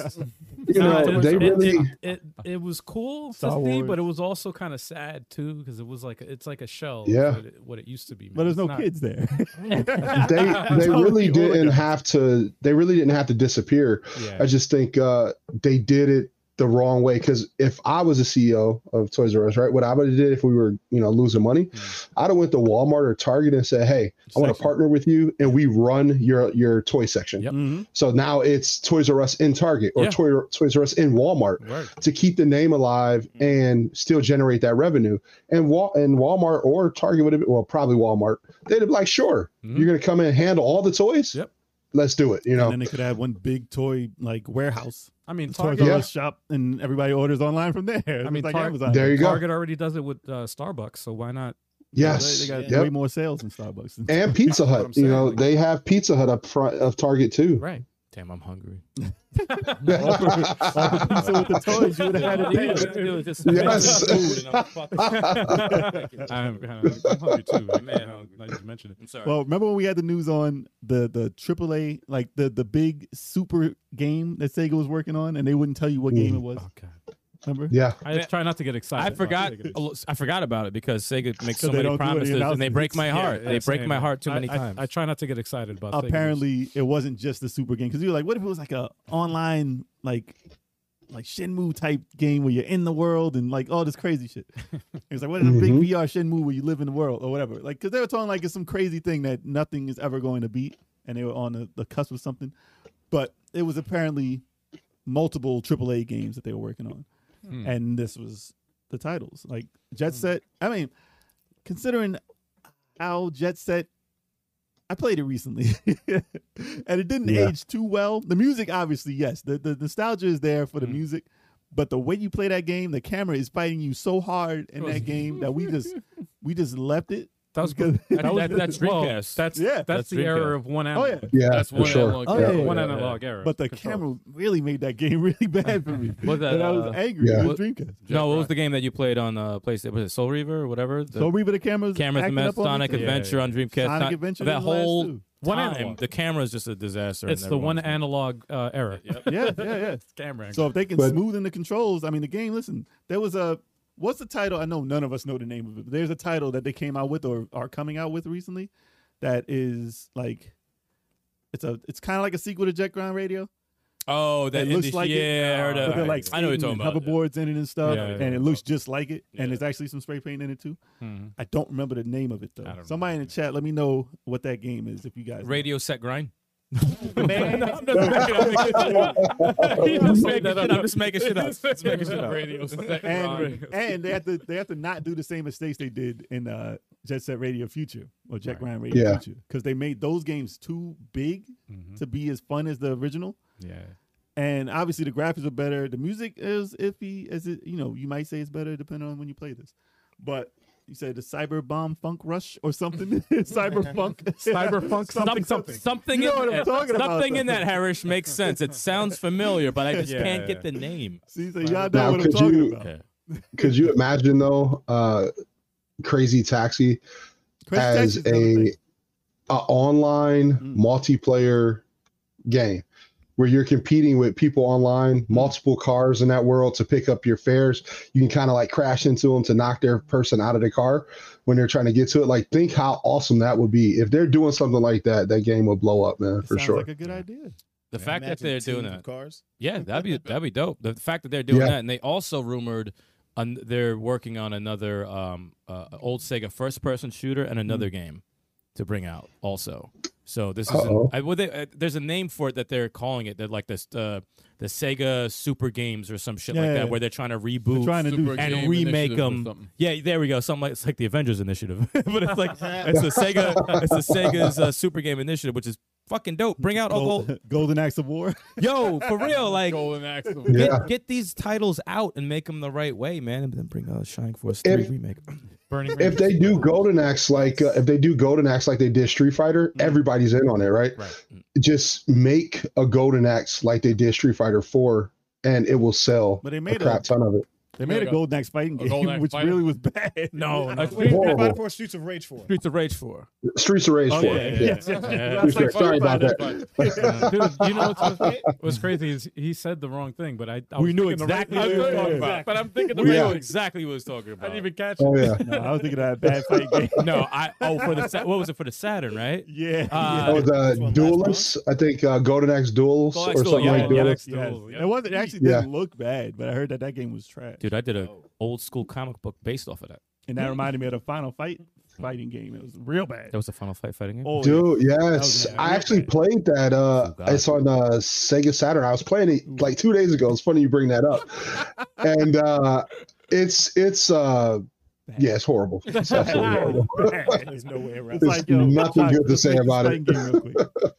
Speaker 4: You know,
Speaker 2: it, was,
Speaker 4: they
Speaker 2: it,
Speaker 4: really.
Speaker 2: it, it, it was cool to
Speaker 7: Star
Speaker 2: see, but
Speaker 7: Wars.
Speaker 2: it was also kind of sad too because it was like it's like a shell. of
Speaker 4: Yeah.
Speaker 2: what it, what it used to be. Man.
Speaker 7: But there's
Speaker 2: It's
Speaker 7: no
Speaker 2: not-
Speaker 7: kids there.
Speaker 4: they they
Speaker 7: Totally
Speaker 4: really didn't
Speaker 7: organized.
Speaker 4: have to they really didn't have to disappear.
Speaker 2: Yeah.
Speaker 4: I just think uh, they did it the wrong way because if I was a CEO of Toys R Us, right, what I would have did if we were you know losing money,
Speaker 2: Hmm.
Speaker 4: I'd have went to Walmart or Target and said, hey, I want to
Speaker 2: Section.
Speaker 4: partner with you and we run your your toy section.
Speaker 2: Yep.
Speaker 7: Mhm.
Speaker 4: So now it's Toys R Us in Target or
Speaker 2: Yeah.
Speaker 4: Toy, Toys R Us in Walmart.
Speaker 2: Word.
Speaker 4: to keep the name alive and still generate that revenue. And Wal- and Walmart or Target would have well probably Walmart. They'd be like, sure,
Speaker 2: Mhm.
Speaker 4: you're gonna come in and handle all the toys.
Speaker 2: Yep.
Speaker 4: Let's do it. You
Speaker 7: And
Speaker 4: know.
Speaker 7: then they could have one big toy like warehouse.
Speaker 2: I mean,
Speaker 7: Target
Speaker 2: Target.
Speaker 4: Yeah.
Speaker 7: shop and everybody orders online from there. I
Speaker 2: mean,
Speaker 7: mean, like
Speaker 2: Tar-
Speaker 7: Amazon.
Speaker 4: There you go.
Speaker 2: Target already does it with uh, Starbucks, so why not?
Speaker 4: yes.
Speaker 7: They, they got
Speaker 4: Yep.
Speaker 7: way more sales than Starbucks. than-
Speaker 4: and Pizza
Speaker 2: That's what I'm
Speaker 4: Hut. You know,
Speaker 2: saying.
Speaker 4: they have Pizza Hut up front of Target too.
Speaker 2: Right.
Speaker 8: Damn, I'm hungry.
Speaker 7: Offer pizza with the toys. You would have had it
Speaker 8: Yeah,
Speaker 7: there.
Speaker 8: what you do is just-
Speaker 4: Yes.
Speaker 8: Food and I'm fucking-
Speaker 2: I'm, I'm, I'm hungry too. man. Man, I'm glad you mentioned it.
Speaker 8: I'm sorry.
Speaker 7: Well, remember when we had the news on the the AAA, like the the big super game that Sega was working on, and they wouldn't tell you what game it was.
Speaker 2: Oh, God.
Speaker 7: Remember?
Speaker 4: Yeah.
Speaker 2: I just try not to get excited.
Speaker 8: I forgot.
Speaker 2: About it.
Speaker 8: I forgot about it because Sega makes so
Speaker 7: they don't
Speaker 8: many
Speaker 7: do any
Speaker 8: promises and they break my
Speaker 2: Yeah,
Speaker 8: heart.
Speaker 2: yeah,
Speaker 8: they break
Speaker 2: same.
Speaker 8: my heart too
Speaker 2: I-
Speaker 8: many
Speaker 2: I-
Speaker 8: times.
Speaker 2: I try not to get excited about things.
Speaker 7: Apparently, it wasn't just the super game because you were like, what if it was like a online like like Shenmue type game where you're in the world and like all this crazy shit. it was like, what if a big
Speaker 4: Mhm.
Speaker 7: VR Shenmue where you live in the world or whatever? Like, because they were talking like it's some crazy thing that nothing is ever going to beat, and they were on the, the cusp of something. But it was apparently multiple AAA games that they were working on,
Speaker 2: Hmm.
Speaker 7: and this was the titles like Jet Set. I mean, considering how Jet Set. I played it recently, and it didn't
Speaker 4: Yeah.
Speaker 7: age too well. The music, obviously, yes, the, the nostalgia is there for the
Speaker 8: Mm.
Speaker 7: music, but the way you play that game, the camera is fighting you so hard in that game that we just we just left it.
Speaker 2: that was
Speaker 7: because-
Speaker 2: good.
Speaker 7: That-
Speaker 2: That,
Speaker 8: that-
Speaker 2: was-
Speaker 8: that's
Speaker 2: well,
Speaker 8: Dreamcast.
Speaker 2: That's
Speaker 7: Yeah.
Speaker 2: that's,
Speaker 8: That's
Speaker 2: the error
Speaker 8: Dreamcast.
Speaker 2: of one
Speaker 7: Oh
Speaker 2: analog.
Speaker 7: yeah,
Speaker 4: Yeah.
Speaker 5: That's
Speaker 4: for
Speaker 5: one
Speaker 4: sure.
Speaker 5: analog.
Speaker 7: Oh,
Speaker 5: error.
Speaker 7: yeah,
Speaker 2: One
Speaker 7: yeah,
Speaker 2: analog error.
Speaker 7: but the
Speaker 2: Control.
Speaker 7: camera really made that game really bad for me.
Speaker 8: What that,
Speaker 7: and I
Speaker 8: uh,
Speaker 7: was angry.
Speaker 4: Yeah.
Speaker 7: It was Dreamcast.
Speaker 8: no, what was
Speaker 5: Right.
Speaker 8: the game that you played on uh, PlayStation? Was it Soul Reaver or whatever? The
Speaker 7: So Reba, the cameras,
Speaker 8: cameras
Speaker 7: acting
Speaker 8: mess,
Speaker 7: up on
Speaker 8: Sonic
Speaker 7: me?
Speaker 2: Yeah,
Speaker 8: Adventure
Speaker 2: yeah.
Speaker 8: on Dreamcast.
Speaker 7: Sonic
Speaker 8: Not-
Speaker 7: Adventure
Speaker 8: That
Speaker 7: didn't last,
Speaker 8: whole
Speaker 7: too.
Speaker 2: One
Speaker 8: time,
Speaker 2: analog.
Speaker 8: the camera is just a disaster.
Speaker 2: It's
Speaker 8: and
Speaker 2: the one
Speaker 8: everyone's-
Speaker 2: analog uh, error.
Speaker 7: yeah, yeah, yeah.
Speaker 2: Camera.
Speaker 7: So if they can
Speaker 4: But-
Speaker 7: smoothen the controls, I mean, the game. Listen, there was a What's the title? I know none of us know the name of it. But there's a title that they came out with or are coming out with recently that is like it's a it's kind of like a sequel to Jet Grind Radio.
Speaker 8: Oh, that
Speaker 7: It looks
Speaker 8: indie-
Speaker 7: like it.
Speaker 8: yeah, I heard
Speaker 7: But
Speaker 8: of-
Speaker 7: they're like
Speaker 8: Uh, I know what you're
Speaker 7: skating
Speaker 8: talking
Speaker 7: and
Speaker 8: about.
Speaker 7: hoverboards in it and stuff,
Speaker 2: Yeah, yeah,
Speaker 7: and it looks just like it.
Speaker 8: Yeah.
Speaker 7: And there's actually some spray paint in it too.
Speaker 8: Hmm.
Speaker 7: I don't remember the name of it though.
Speaker 2: I don't
Speaker 7: Somebody in the chat, let me know what that game is if you guys know.
Speaker 8: Radio set grind.
Speaker 7: Man,
Speaker 8: I'm just making shit up. I'm just making shit up.
Speaker 2: Let's make it up.
Speaker 5: Radio set
Speaker 7: and
Speaker 5: grind.
Speaker 7: and they have to they have to not do the same mistakes they did in uh, Jet Set Radio Future or Jet Grind Radio
Speaker 4: Yeah.
Speaker 7: Future because they made those games too big to be as fun as the original.
Speaker 2: Yeah.
Speaker 7: And obviously the graphics are better. The music is iffy as it you know you might say it's better depending on when you play this, but. You said the cyber bomb funk rush or something, cyber funk,
Speaker 3: Cyber funk something something.
Speaker 8: Something,
Speaker 7: You know
Speaker 8: in,
Speaker 7: what I'm talking about,
Speaker 8: something in
Speaker 7: though.
Speaker 8: that Harris makes sense. It sounds familiar, but I just
Speaker 2: Yeah,
Speaker 8: can't
Speaker 2: yeah.
Speaker 8: get the name.
Speaker 7: See, so y'all know
Speaker 4: Now,
Speaker 7: what I'm
Speaker 4: could
Speaker 7: talking
Speaker 4: you-
Speaker 7: about.
Speaker 4: Could you imagine though, uh, Crazy Taxi
Speaker 7: Crazy Taxi
Speaker 4: as
Speaker 7: is another thing.
Speaker 4: a, a online
Speaker 7: Mm.
Speaker 4: multiplayer game where you're competing with people online,
Speaker 7: Mm.
Speaker 4: multiple cars in that world to pick up your fares. You can kind of like crash into them to knock their person out of the car when they're trying to get to it. Like, think how awesome that would be if they're doing something like that. That game would blow up, man,
Speaker 7: It
Speaker 4: for
Speaker 7: sounds
Speaker 4: sure.
Speaker 7: like a good idea.
Speaker 8: The fact that
Speaker 6: Imagine
Speaker 8: they're doing
Speaker 6: teams
Speaker 8: that,
Speaker 6: of Cars.
Speaker 8: yeah, that'd be that'd be dope. The fact that they're doing
Speaker 4: Yeah.
Speaker 8: that, and they also rumored on, they're working on another um, uh, old Sega first-person shooter and another game to bring out also. So this is an,
Speaker 4: Uh-oh.
Speaker 8: I, well, they, uh, there's a name for it that they're calling it. They're like this uh, the Sega Super Games or some shit like
Speaker 7: Yeah,
Speaker 8: that,
Speaker 7: yeah.
Speaker 8: where they're trying to reboot.
Speaker 7: Trying to do
Speaker 5: Super
Speaker 8: and
Speaker 5: Game
Speaker 8: remake
Speaker 5: Initiative or
Speaker 8: them.
Speaker 5: something.
Speaker 8: Yeah, there we go. Something like it's like the Avengers Initiative, but it's like it's the Sega, it's the Sega's uh, Super Game Initiative, which is fucking dope. Bring out Uncle,
Speaker 7: Gold, Golden Axe of War.
Speaker 8: yo, for real, like.
Speaker 5: Golden Axe. of-
Speaker 4: Yeah.
Speaker 8: Get, get these titles out and make them the right way, man, and then bring out Shining Force Three
Speaker 4: If-
Speaker 8: remake.
Speaker 2: Burning
Speaker 4: if they do Golden Axe like uh, if they do Golden Axe like they did Street Fighter,
Speaker 7: Mm.
Speaker 4: everybody's in on it, right?
Speaker 8: Right.
Speaker 4: Just make a Golden Axe like they did Street Fighter Four, and it will sell
Speaker 7: But they
Speaker 4: a
Speaker 7: made
Speaker 4: crap
Speaker 7: a
Speaker 4: ton of it.
Speaker 7: they made a
Speaker 5: Yeah.
Speaker 7: Golden Axe fighting
Speaker 5: A Golden
Speaker 7: game,
Speaker 5: Axe
Speaker 7: which
Speaker 5: fighting.
Speaker 7: really was bad. no.
Speaker 8: No, no.
Speaker 6: Wait,
Speaker 4: Horrible.
Speaker 6: Fighter Four Streets of Rage Four.
Speaker 8: Streets of Rage Four.
Speaker 4: Streets of Rage
Speaker 7: Oh,
Speaker 4: Four.
Speaker 7: yeah, yeah,
Speaker 4: Yeah.
Speaker 7: yeah.
Speaker 8: Yeah.
Speaker 4: Streets of Rage- Sorry about
Speaker 5: Fighter-
Speaker 4: that.
Speaker 2: Dude, you know what's, what's crazy is he said the wrong thing, but I, I was
Speaker 8: We knew
Speaker 2: thinking the right
Speaker 8: exactly
Speaker 2: thing.
Speaker 8: what he was talking about,
Speaker 2: But I'm thinking the
Speaker 8: We
Speaker 4: Yeah.
Speaker 8: knew
Speaker 2: wrong.
Speaker 8: exactly what he was talking
Speaker 2: I
Speaker 8: about.
Speaker 2: didn't even catch it.
Speaker 4: Oh yeah.
Speaker 7: No, I was thinking of that bad fight game.
Speaker 8: no, I oh for the Sa- what was it for the Saturn, right?
Speaker 7: Yeah.
Speaker 8: Uh,
Speaker 4: Oh,
Speaker 6: This
Speaker 4: the
Speaker 6: one last
Speaker 4: duelists. I think uh, Golden Axe duels
Speaker 8: Golden
Speaker 4: or
Speaker 8: Axe Duel,
Speaker 4: something
Speaker 8: yeah,
Speaker 4: like
Speaker 8: yeah.
Speaker 4: that.
Speaker 7: yes,
Speaker 2: Axe Duel,
Speaker 7: yes.
Speaker 2: yep.
Speaker 7: It wasn't it actually
Speaker 4: Yeah.
Speaker 7: didn't look bad, but I heard that that game was trash.
Speaker 8: Dude, I did a
Speaker 2: Oh.
Speaker 8: old school comic book based off of that.
Speaker 7: And that reminded me of the Final Fight fighting game. It was real bad.
Speaker 8: That was the final fight fighting game.
Speaker 7: Oh,
Speaker 4: Dude,
Speaker 7: was
Speaker 4: yes,
Speaker 7: a
Speaker 4: I
Speaker 7: real
Speaker 4: actually
Speaker 7: bad-
Speaker 4: played that. Uh,
Speaker 8: Oh, God.
Speaker 4: it's on uh, Sega Saturn. I was playing it like two days ago. It's funny you bring that up, and uh, it's it's uh, yeah, it's horrible. It's absolutely horrible.
Speaker 6: There's no way around.
Speaker 7: It's
Speaker 4: There's nothing
Speaker 7: Josh,
Speaker 4: good to
Speaker 7: let's
Speaker 4: say
Speaker 7: make this
Speaker 4: about
Speaker 7: fighting
Speaker 4: it.
Speaker 7: game real quick.
Speaker 2: Oh,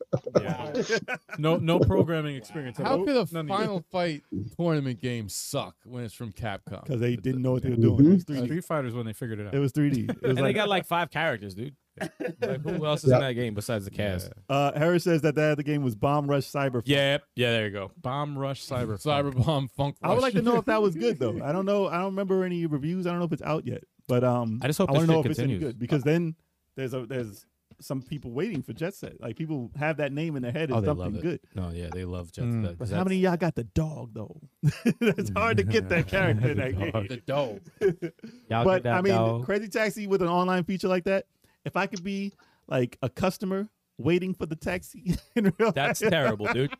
Speaker 2: No, no programming experience. at all.
Speaker 5: How could a
Speaker 2: None of you.
Speaker 5: Final Fight tournament game suck when it's from Capcom?
Speaker 7: Because they didn't know what they were doing.
Speaker 4: Mm-hmm.
Speaker 7: It was 3D.
Speaker 2: Street Fighters when they figured it out.
Speaker 7: It was 3D. It was
Speaker 8: and they
Speaker 7: like,
Speaker 8: got like five characters, dude. Like, who else is in that game besides the cast?
Speaker 7: uh, Harris says that that other game was Bomb Rush Cyber.
Speaker 8: Yeah, yeah, there you go.
Speaker 2: Bomb Rush Cyber.
Speaker 5: Cyberbomb Funk.
Speaker 7: I would
Speaker 5: Rush.
Speaker 7: like to know if that was good though. I don't know. I don't remember any reviews. I don't know if it's out yet. But um,
Speaker 8: I just hope
Speaker 7: I
Speaker 8: this
Speaker 7: wanna
Speaker 8: shit
Speaker 7: know if it's any
Speaker 8: continues.
Speaker 7: good because then there's a there's some people waiting for Jet Set. Like people have that name in their head as
Speaker 8: Oh, they love
Speaker 7: something
Speaker 8: it.
Speaker 7: good.
Speaker 8: No, yeah, they love Jet.
Speaker 2: Mm.
Speaker 8: Set, 'cause
Speaker 7: But how
Speaker 8: that's-
Speaker 7: many of y'all got the dog though? it's hard to get that character in that
Speaker 8: Dog.
Speaker 7: game.
Speaker 5: the dough.
Speaker 8: Y'all
Speaker 7: But
Speaker 8: get that
Speaker 7: I mean,
Speaker 8: dog?
Speaker 7: Crazy Taxi with an online feature like that. If I could be like a customer waiting for the taxi in real
Speaker 8: that's
Speaker 7: life,
Speaker 8: terrible, dude.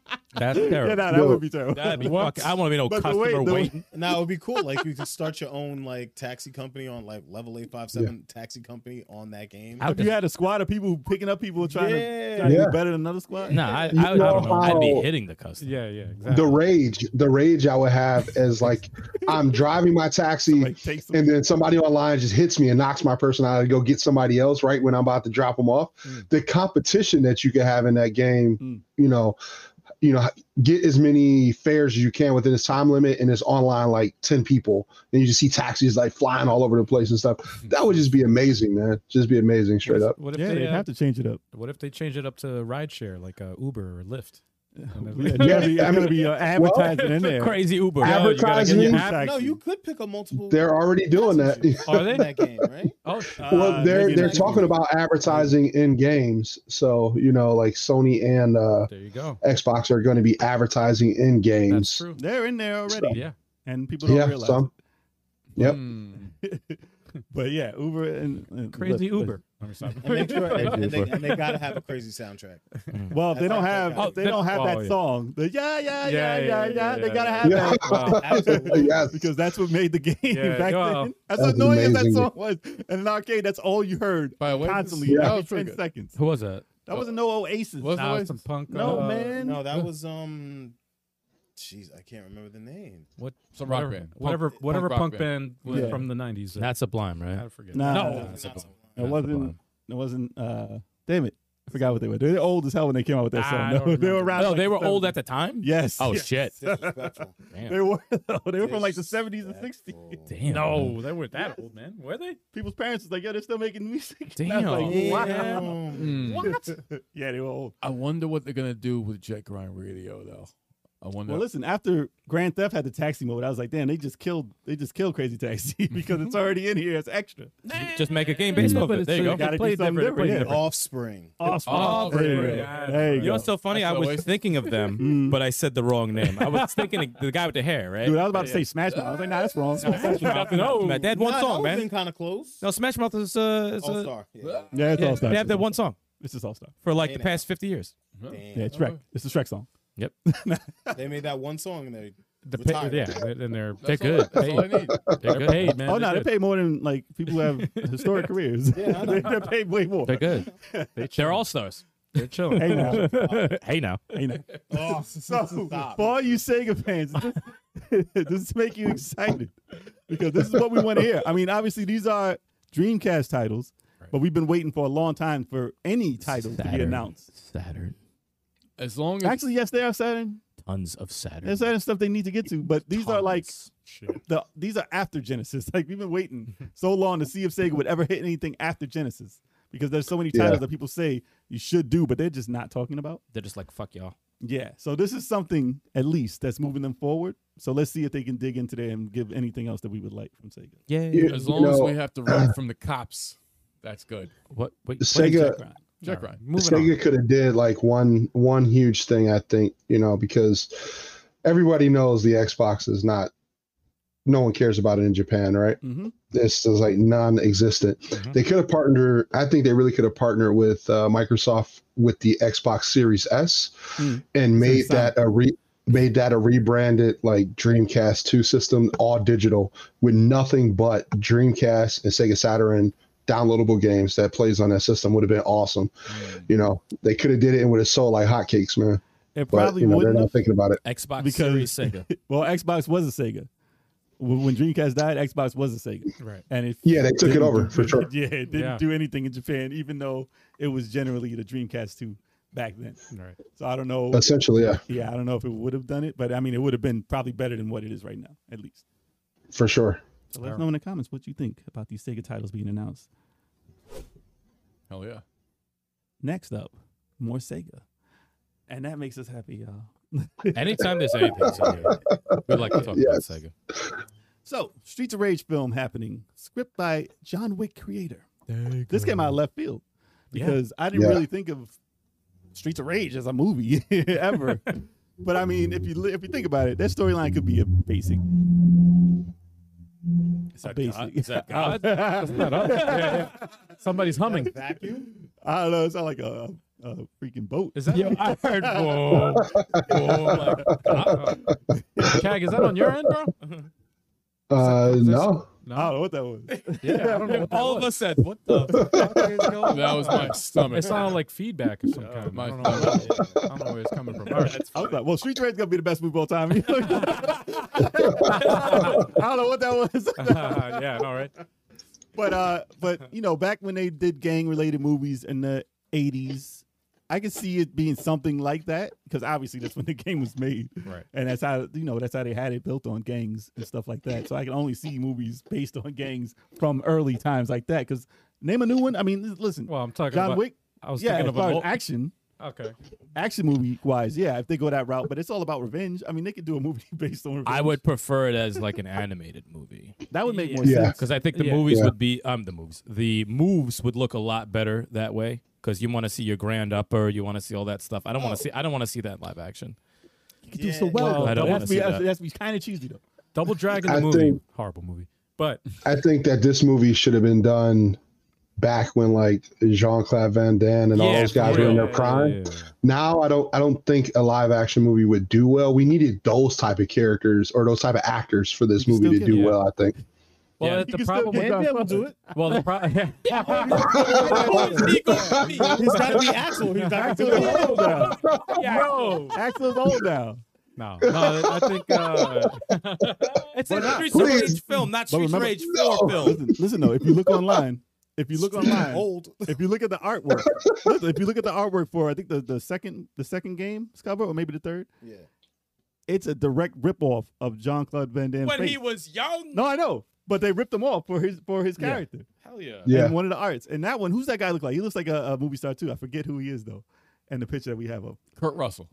Speaker 8: That's
Speaker 7: yeah, no,
Speaker 8: terrible.
Speaker 7: that
Speaker 4: Yo,
Speaker 7: would be terrible.
Speaker 8: That'd be
Speaker 2: What?
Speaker 8: fucking. I want to be no
Speaker 7: But the way-
Speaker 8: customer
Speaker 7: the way-
Speaker 8: waiting.
Speaker 6: Now it would be cool. Like you could start your own like taxi company on like level eight five seven taxi company on that game.
Speaker 8: I would
Speaker 7: If you had a squad of people who picking up people trying to trying to
Speaker 4: Yeah.
Speaker 7: do better than another squad.
Speaker 8: Nah, I, I,
Speaker 4: You
Speaker 8: I don't
Speaker 4: know
Speaker 8: know. I'd be
Speaker 4: how-
Speaker 8: hitting the customer.
Speaker 2: Yeah, yeah,
Speaker 4: The
Speaker 2: exactly.
Speaker 4: rage, the rage I would have is like I'm driving my taxi,
Speaker 7: Like takes them.
Speaker 4: and then somebody online just hits me and knocks my person out to go get somebody else right when I'm about to drop them off.
Speaker 7: Hmm.
Speaker 4: The competition that you can have in that game,
Speaker 7: Mm.
Speaker 4: you know, you know, get as many fares as you can within this time limit, and it's online like ten people, and you just see taxis like flying all over the place and stuff. That would just be amazing, man. Just be amazing, straight up.
Speaker 2: What if,
Speaker 7: yeah,
Speaker 2: they,
Speaker 7: they'd
Speaker 2: uh,
Speaker 7: have to change it up.
Speaker 2: what if they change it up to rideshare, like uh, Uber or Lyft?
Speaker 7: Yeah, yeah, be,
Speaker 4: I
Speaker 7: gonna
Speaker 4: mean-
Speaker 7: be uh, advertising in there.
Speaker 8: Crazy Uber.
Speaker 4: Yo, you gotta get your Advertising?
Speaker 7: app-
Speaker 6: no, you could pick up multiple.
Speaker 4: They're already doing that.
Speaker 6: passengers
Speaker 2: Are they?
Speaker 6: in that game, right?
Speaker 2: Oh,
Speaker 7: Uh,
Speaker 4: well they're
Speaker 7: maybe
Speaker 4: they're
Speaker 7: not.
Speaker 4: talking about advertising in games so you know like sony and uh
Speaker 2: there you go.
Speaker 4: xbox are going to be advertising in
Speaker 2: That's
Speaker 4: games
Speaker 2: true.
Speaker 7: They're in there already,
Speaker 2: Yeah.
Speaker 7: and people don't
Speaker 4: yeah
Speaker 7: realize.
Speaker 4: some
Speaker 7: it.
Speaker 4: Yep.
Speaker 7: But yeah, Uber and, and
Speaker 2: Crazy
Speaker 7: Lyft, Lyft.
Speaker 2: Uber.
Speaker 6: And make sure, and, and they, and they gotta have a crazy soundtrack.
Speaker 7: Well, if they
Speaker 6: I
Speaker 7: don't
Speaker 6: like that
Speaker 7: have
Speaker 6: guy.
Speaker 7: if they
Speaker 2: Oh,
Speaker 7: don't have
Speaker 2: that-
Speaker 7: that
Speaker 2: oh, yeah.
Speaker 7: song. The yeah, yeah, yeah, yeah, yeah, They
Speaker 2: yeah. uh,
Speaker 7: gotta have
Speaker 4: Yeah.
Speaker 7: that
Speaker 6: Absolutely.
Speaker 4: yes.
Speaker 7: because that's what made the game
Speaker 2: Yeah,
Speaker 7: back
Speaker 2: yeah.
Speaker 7: then. That's,
Speaker 4: That's
Speaker 7: annoying as that
Speaker 4: amazing.
Speaker 7: song was. And in an arcade, that's all you heard
Speaker 5: By the way,
Speaker 7: constantly
Speaker 5: this- that
Speaker 7: every
Speaker 5: was pretty
Speaker 7: ten
Speaker 5: good.
Speaker 7: seconds.
Speaker 8: Who was that?
Speaker 7: That wasn't no Oasis.
Speaker 5: Was
Speaker 2: Now
Speaker 5: it?
Speaker 2: it's some punk.
Speaker 7: no
Speaker 2: uh,
Speaker 7: man.
Speaker 6: No, that was um jeez, I can't remember the name.
Speaker 2: What
Speaker 5: Some rock
Speaker 2: whatever-
Speaker 5: band. Punk-
Speaker 2: Whatever,
Speaker 5: punk
Speaker 2: whatever
Speaker 5: rock
Speaker 2: punk
Speaker 5: band.
Speaker 2: band was
Speaker 7: Yeah.
Speaker 2: from the nineties.
Speaker 8: Not Sublime, right?
Speaker 2: I forget.
Speaker 7: Nah,
Speaker 2: no,
Speaker 7: nah,
Speaker 6: Not so-
Speaker 7: it wasn't. It wasn't. uh Damn it! I forgot what they were. They were old as hell when they came out with that
Speaker 8: Ah,
Speaker 2: I
Speaker 7: song.
Speaker 2: don't
Speaker 7: No, they were
Speaker 2: remember.
Speaker 7: around.
Speaker 8: No,
Speaker 7: like
Speaker 8: Oh, they
Speaker 7: the
Speaker 8: were old
Speaker 7: 70s.
Speaker 8: at the time.
Speaker 7: Yes.
Speaker 8: Oh
Speaker 7: Yes.
Speaker 8: shit!
Speaker 6: disrespectful.
Speaker 7: They
Speaker 8: Damn.
Speaker 7: were. They were from like the seventies and sixties.
Speaker 8: Damn.
Speaker 2: no, they weren't that old, man. Were they?
Speaker 7: People's parents was like, "Yo, they're still making music." And I was
Speaker 8: Damn. Hmm.
Speaker 7: like,
Speaker 6: Damn.
Speaker 7: wow. yeah, they were old.
Speaker 5: I wonder what they're gonna do with Jack Ryan Radio though. I wonder.
Speaker 7: Well, listen. After Grand Theft had the taxi mode, I was like, "Damn, they just killed. They just killed Crazy Taxi because it's already in here. It's extra."
Speaker 8: Just make a game based
Speaker 2: Yeah,
Speaker 8: off
Speaker 2: but
Speaker 8: it.
Speaker 2: it's
Speaker 8: There you
Speaker 2: a-
Speaker 8: go.
Speaker 7: Gotta do
Speaker 2: played
Speaker 7: something
Speaker 2: different, played
Speaker 7: different.
Speaker 2: different.
Speaker 6: Offspring.
Speaker 7: Offspring.
Speaker 2: Offspring.
Speaker 7: There you go.
Speaker 2: Yeah.
Speaker 7: There you
Speaker 8: You know
Speaker 7: go.
Speaker 8: what's so funny?
Speaker 5: That's
Speaker 8: I
Speaker 5: the
Speaker 8: was
Speaker 5: waste-
Speaker 8: thinking of them,
Speaker 7: Mm.
Speaker 8: but I said the wrong name. I was thinking of the guy with the hair, right?
Speaker 7: Dude, I was about to say Smash Mouth. I was like, "Nah, that's wrong." Smash Mouth.
Speaker 2: No.
Speaker 8: Man, they had one song, man.
Speaker 6: kind of close.
Speaker 8: No, Smash Mouth is uh, is,
Speaker 6: All
Speaker 8: uh
Speaker 6: star. Yeah.
Speaker 7: Yeah, it's
Speaker 8: yeah,
Speaker 7: all star.
Speaker 8: they have that one song
Speaker 7: It's just all star.
Speaker 8: for like
Speaker 6: Hey,
Speaker 8: the
Speaker 6: now.
Speaker 8: past fifty years.
Speaker 7: Yeah,
Speaker 6: Damn.
Speaker 7: it's Shrek. It's the Shrek song.
Speaker 6: They made that one song and they
Speaker 2: The pay-
Speaker 6: retired.
Speaker 2: yeah, they- and they're
Speaker 5: That's
Speaker 2: they're
Speaker 5: all-
Speaker 2: good.
Speaker 5: That's all I
Speaker 2: Paid.
Speaker 5: need.
Speaker 2: They're
Speaker 8: good.
Speaker 2: paid, man.
Speaker 7: oh no, they
Speaker 2: they're
Speaker 7: pay more than like people who have historic careers.
Speaker 6: Yeah, I know.
Speaker 7: they're, they're paid way more.
Speaker 8: They're good.
Speaker 2: They are all stars. They're chilling.
Speaker 7: Hey now,
Speaker 8: hey now,
Speaker 7: hey now.
Speaker 6: Oh,
Speaker 7: So,
Speaker 6: stop.
Speaker 7: for all you Sega fans, this, this is make you excited because this is what we want to hear. I mean, obviously, these are Dreamcast titles, but we've been waiting for a long time for any title to be announced.
Speaker 8: Saturn,
Speaker 5: As long as
Speaker 7: Actually, yes, they are Saturn.
Speaker 8: tons of Saturn.
Speaker 7: There's Saturn stuff they need to get to, but these are like
Speaker 8: Tons.
Speaker 7: the these are after Genesis. Like we've been waiting so long to see if Sega would ever hit anything after Genesis because there's so many
Speaker 4: Yeah.
Speaker 7: titles that people say you should do, but they're just not talking about.
Speaker 8: They're just like fuck y'all.
Speaker 7: Yeah. So this is something at least that's moving them forward. So let's see if they can dig into there and give anything else that we would like from Sega.
Speaker 8: Yeah.
Speaker 4: You-
Speaker 5: as
Speaker 4: you
Speaker 5: long as
Speaker 4: know,
Speaker 5: we have to run from the cops, that's good.
Speaker 8: What? Wait,
Speaker 4: Sega-
Speaker 5: Jack Ryan.
Speaker 2: Moving on.
Speaker 4: Sega could have did like one one huge thing, I think, you know, because everybody knows the Xbox is not no one cares about it in Japan, right?
Speaker 7: Mm-hmm.
Speaker 4: This is like non-existent. They could have partnered. I think they really could have partnered with uh, Microsoft with the Xbox Series S
Speaker 7: Mm.
Speaker 4: and made
Speaker 7: Same
Speaker 4: that a re made that a rebranded like Dreamcast 2 system, all digital, with nothing but Dreamcast and Sega Saturn downloadable games that plays on that system would have been awesome.
Speaker 7: Hmm.
Speaker 4: You know, they could have did it and would have sold like hotcakes, man.
Speaker 7: It
Speaker 4: But
Speaker 7: probably
Speaker 4: you know, they're
Speaker 7: wouldn't.
Speaker 4: not
Speaker 7: have-
Speaker 4: thinking about it.
Speaker 8: Xbox
Speaker 7: Because-
Speaker 8: Series Sega.
Speaker 7: well, Xbox was a Sega. When when Dreamcast died, Xbox was a Sega,
Speaker 2: Right.
Speaker 7: and it
Speaker 4: Yeah, they took it
Speaker 7: didn't
Speaker 4: over,
Speaker 7: do-
Speaker 4: for sure.
Speaker 7: Yeah, it didn't
Speaker 2: Yeah.
Speaker 7: do anything in Japan, even though it was generally the Dreamcast two back then.
Speaker 2: Right.
Speaker 7: So I don't know.
Speaker 4: Essentially, yeah,
Speaker 7: yeah, I don't know if it would have done it, but I mean, it would have been probably better than what it is right now, at least.
Speaker 4: for sure.
Speaker 7: So let us know in the comments what you think about these Sega titles being announced.
Speaker 5: Hell yeah.
Speaker 7: Next up, more Sega. And that makes us happy, y'all.
Speaker 8: Anytime there's anything, Sega, we like to talk
Speaker 4: Yes.
Speaker 8: about Sega.
Speaker 7: So, Streets of Rage film happening, script by John Wick creator. This came out of left field because I didn't
Speaker 4: Yeah.
Speaker 7: really think of Streets of Rage as a movie ever. but I mean, if you li- if you think about it, that storyline could be a basic. It's a basic.
Speaker 8: God? Is that God?
Speaker 7: I
Speaker 2: Not us. Yeah, yeah. Somebody's humming.
Speaker 6: Vacuum?
Speaker 7: don't know. It's not like a, a freaking boat.
Speaker 2: Is that
Speaker 8: I heard whoa, whoa, like,
Speaker 2: Chag, uh, is that on your end, bro?
Speaker 4: Uh, no,
Speaker 7: I don't
Speaker 2: No.
Speaker 7: know what that was.
Speaker 2: Yeah, I don't know.
Speaker 8: all of us said, "What the?"
Speaker 5: That was my stomach.
Speaker 2: It sounded like feedback of some kind.
Speaker 5: my
Speaker 2: I don't know where- I don't know where it's coming from. All right.
Speaker 7: I was like, well, Street Raid's gonna be the best movie of all time. I don't know what that was.
Speaker 2: yeah, all right.
Speaker 7: but uh but you know, back when they did gang related movies in the eighties, I could see it being something like that. Because obviously that's when the game was made.
Speaker 2: Right.
Speaker 7: And that's how you know, that's how they had it built on gangs and stuff like that. So I can only see movies based on gangs from early times like that. Cause name a new one. I mean, listen,
Speaker 2: Well, I'm talking
Speaker 7: John
Speaker 2: about.
Speaker 7: Wick.
Speaker 2: I was
Speaker 7: Yeah,
Speaker 2: thinking
Speaker 7: as
Speaker 2: of an
Speaker 7: far as
Speaker 2: old,
Speaker 7: action,
Speaker 2: Okay.
Speaker 7: action movie wise, yeah, if they go that route, but it's all about revenge. I mean, they could do a movie based on. Revenge.
Speaker 8: I would prefer it as like an animated movie
Speaker 7: That would make more
Speaker 4: Yeah.
Speaker 7: sense.
Speaker 8: because I think the
Speaker 2: Yeah.
Speaker 8: movies
Speaker 4: Yeah.
Speaker 8: would be um the moves the moves would look a lot better that way because you want to see your grand upper, you want to see all that stuff. I don't want to see I don't want to see that in live action.
Speaker 7: You could do so well.
Speaker 8: I don't
Speaker 7: though.
Speaker 8: wanna
Speaker 7: That's
Speaker 8: see
Speaker 7: be- that's,
Speaker 8: that.
Speaker 7: that's be kind of cheesy though.
Speaker 2: Double Dragon the
Speaker 4: I
Speaker 2: movie.
Speaker 4: think-
Speaker 2: Horrible movie. But
Speaker 4: I think that this movie should have been done back when like Jean Claude Van Damme and all
Speaker 2: Yeah,
Speaker 4: those guys
Speaker 2: for
Speaker 4: were in
Speaker 2: real.
Speaker 4: their prime.
Speaker 2: Yeah.
Speaker 4: Now I don't I don't think a live action movie would do well. We needed those type of characters or those type of actors for this
Speaker 7: You can
Speaker 4: movie to
Speaker 7: still get-
Speaker 4: do
Speaker 2: yeah.
Speaker 4: well. I think.
Speaker 2: Well,
Speaker 8: Yeah.
Speaker 2: the
Speaker 7: can still
Speaker 2: problem.
Speaker 7: get-
Speaker 6: Van Damme will do it.
Speaker 2: Well, the problem.
Speaker 6: He's got to be Axel. He's got to do it.
Speaker 7: old now.
Speaker 2: no,
Speaker 7: Axel's old now.
Speaker 2: no, I think. Uh,
Speaker 8: It's a
Speaker 7: not?
Speaker 8: Streets of
Speaker 4: Please.
Speaker 8: Rage film, not
Speaker 7: But
Speaker 8: Streets of
Speaker 7: remember-
Speaker 8: Rage 4 film.
Speaker 7: Listen, listen though, if you look online, if you look online,
Speaker 6: Old.
Speaker 7: if you look at the artwork, listen, if you look at the artwork for I think the, the second the second game cover or maybe the third,
Speaker 6: Yeah.
Speaker 7: it's a direct ripoff of John Claude Van Damme.
Speaker 8: When he was young.
Speaker 7: no, I know, but they ripped him off for his for his character
Speaker 5: Hell yeah.
Speaker 4: Yeah.
Speaker 7: in one of the arts. And that one, who's that guy look like? He looks like a, a movie star too. I forget who he is though. And the picture that we have of
Speaker 5: Kurt Russell.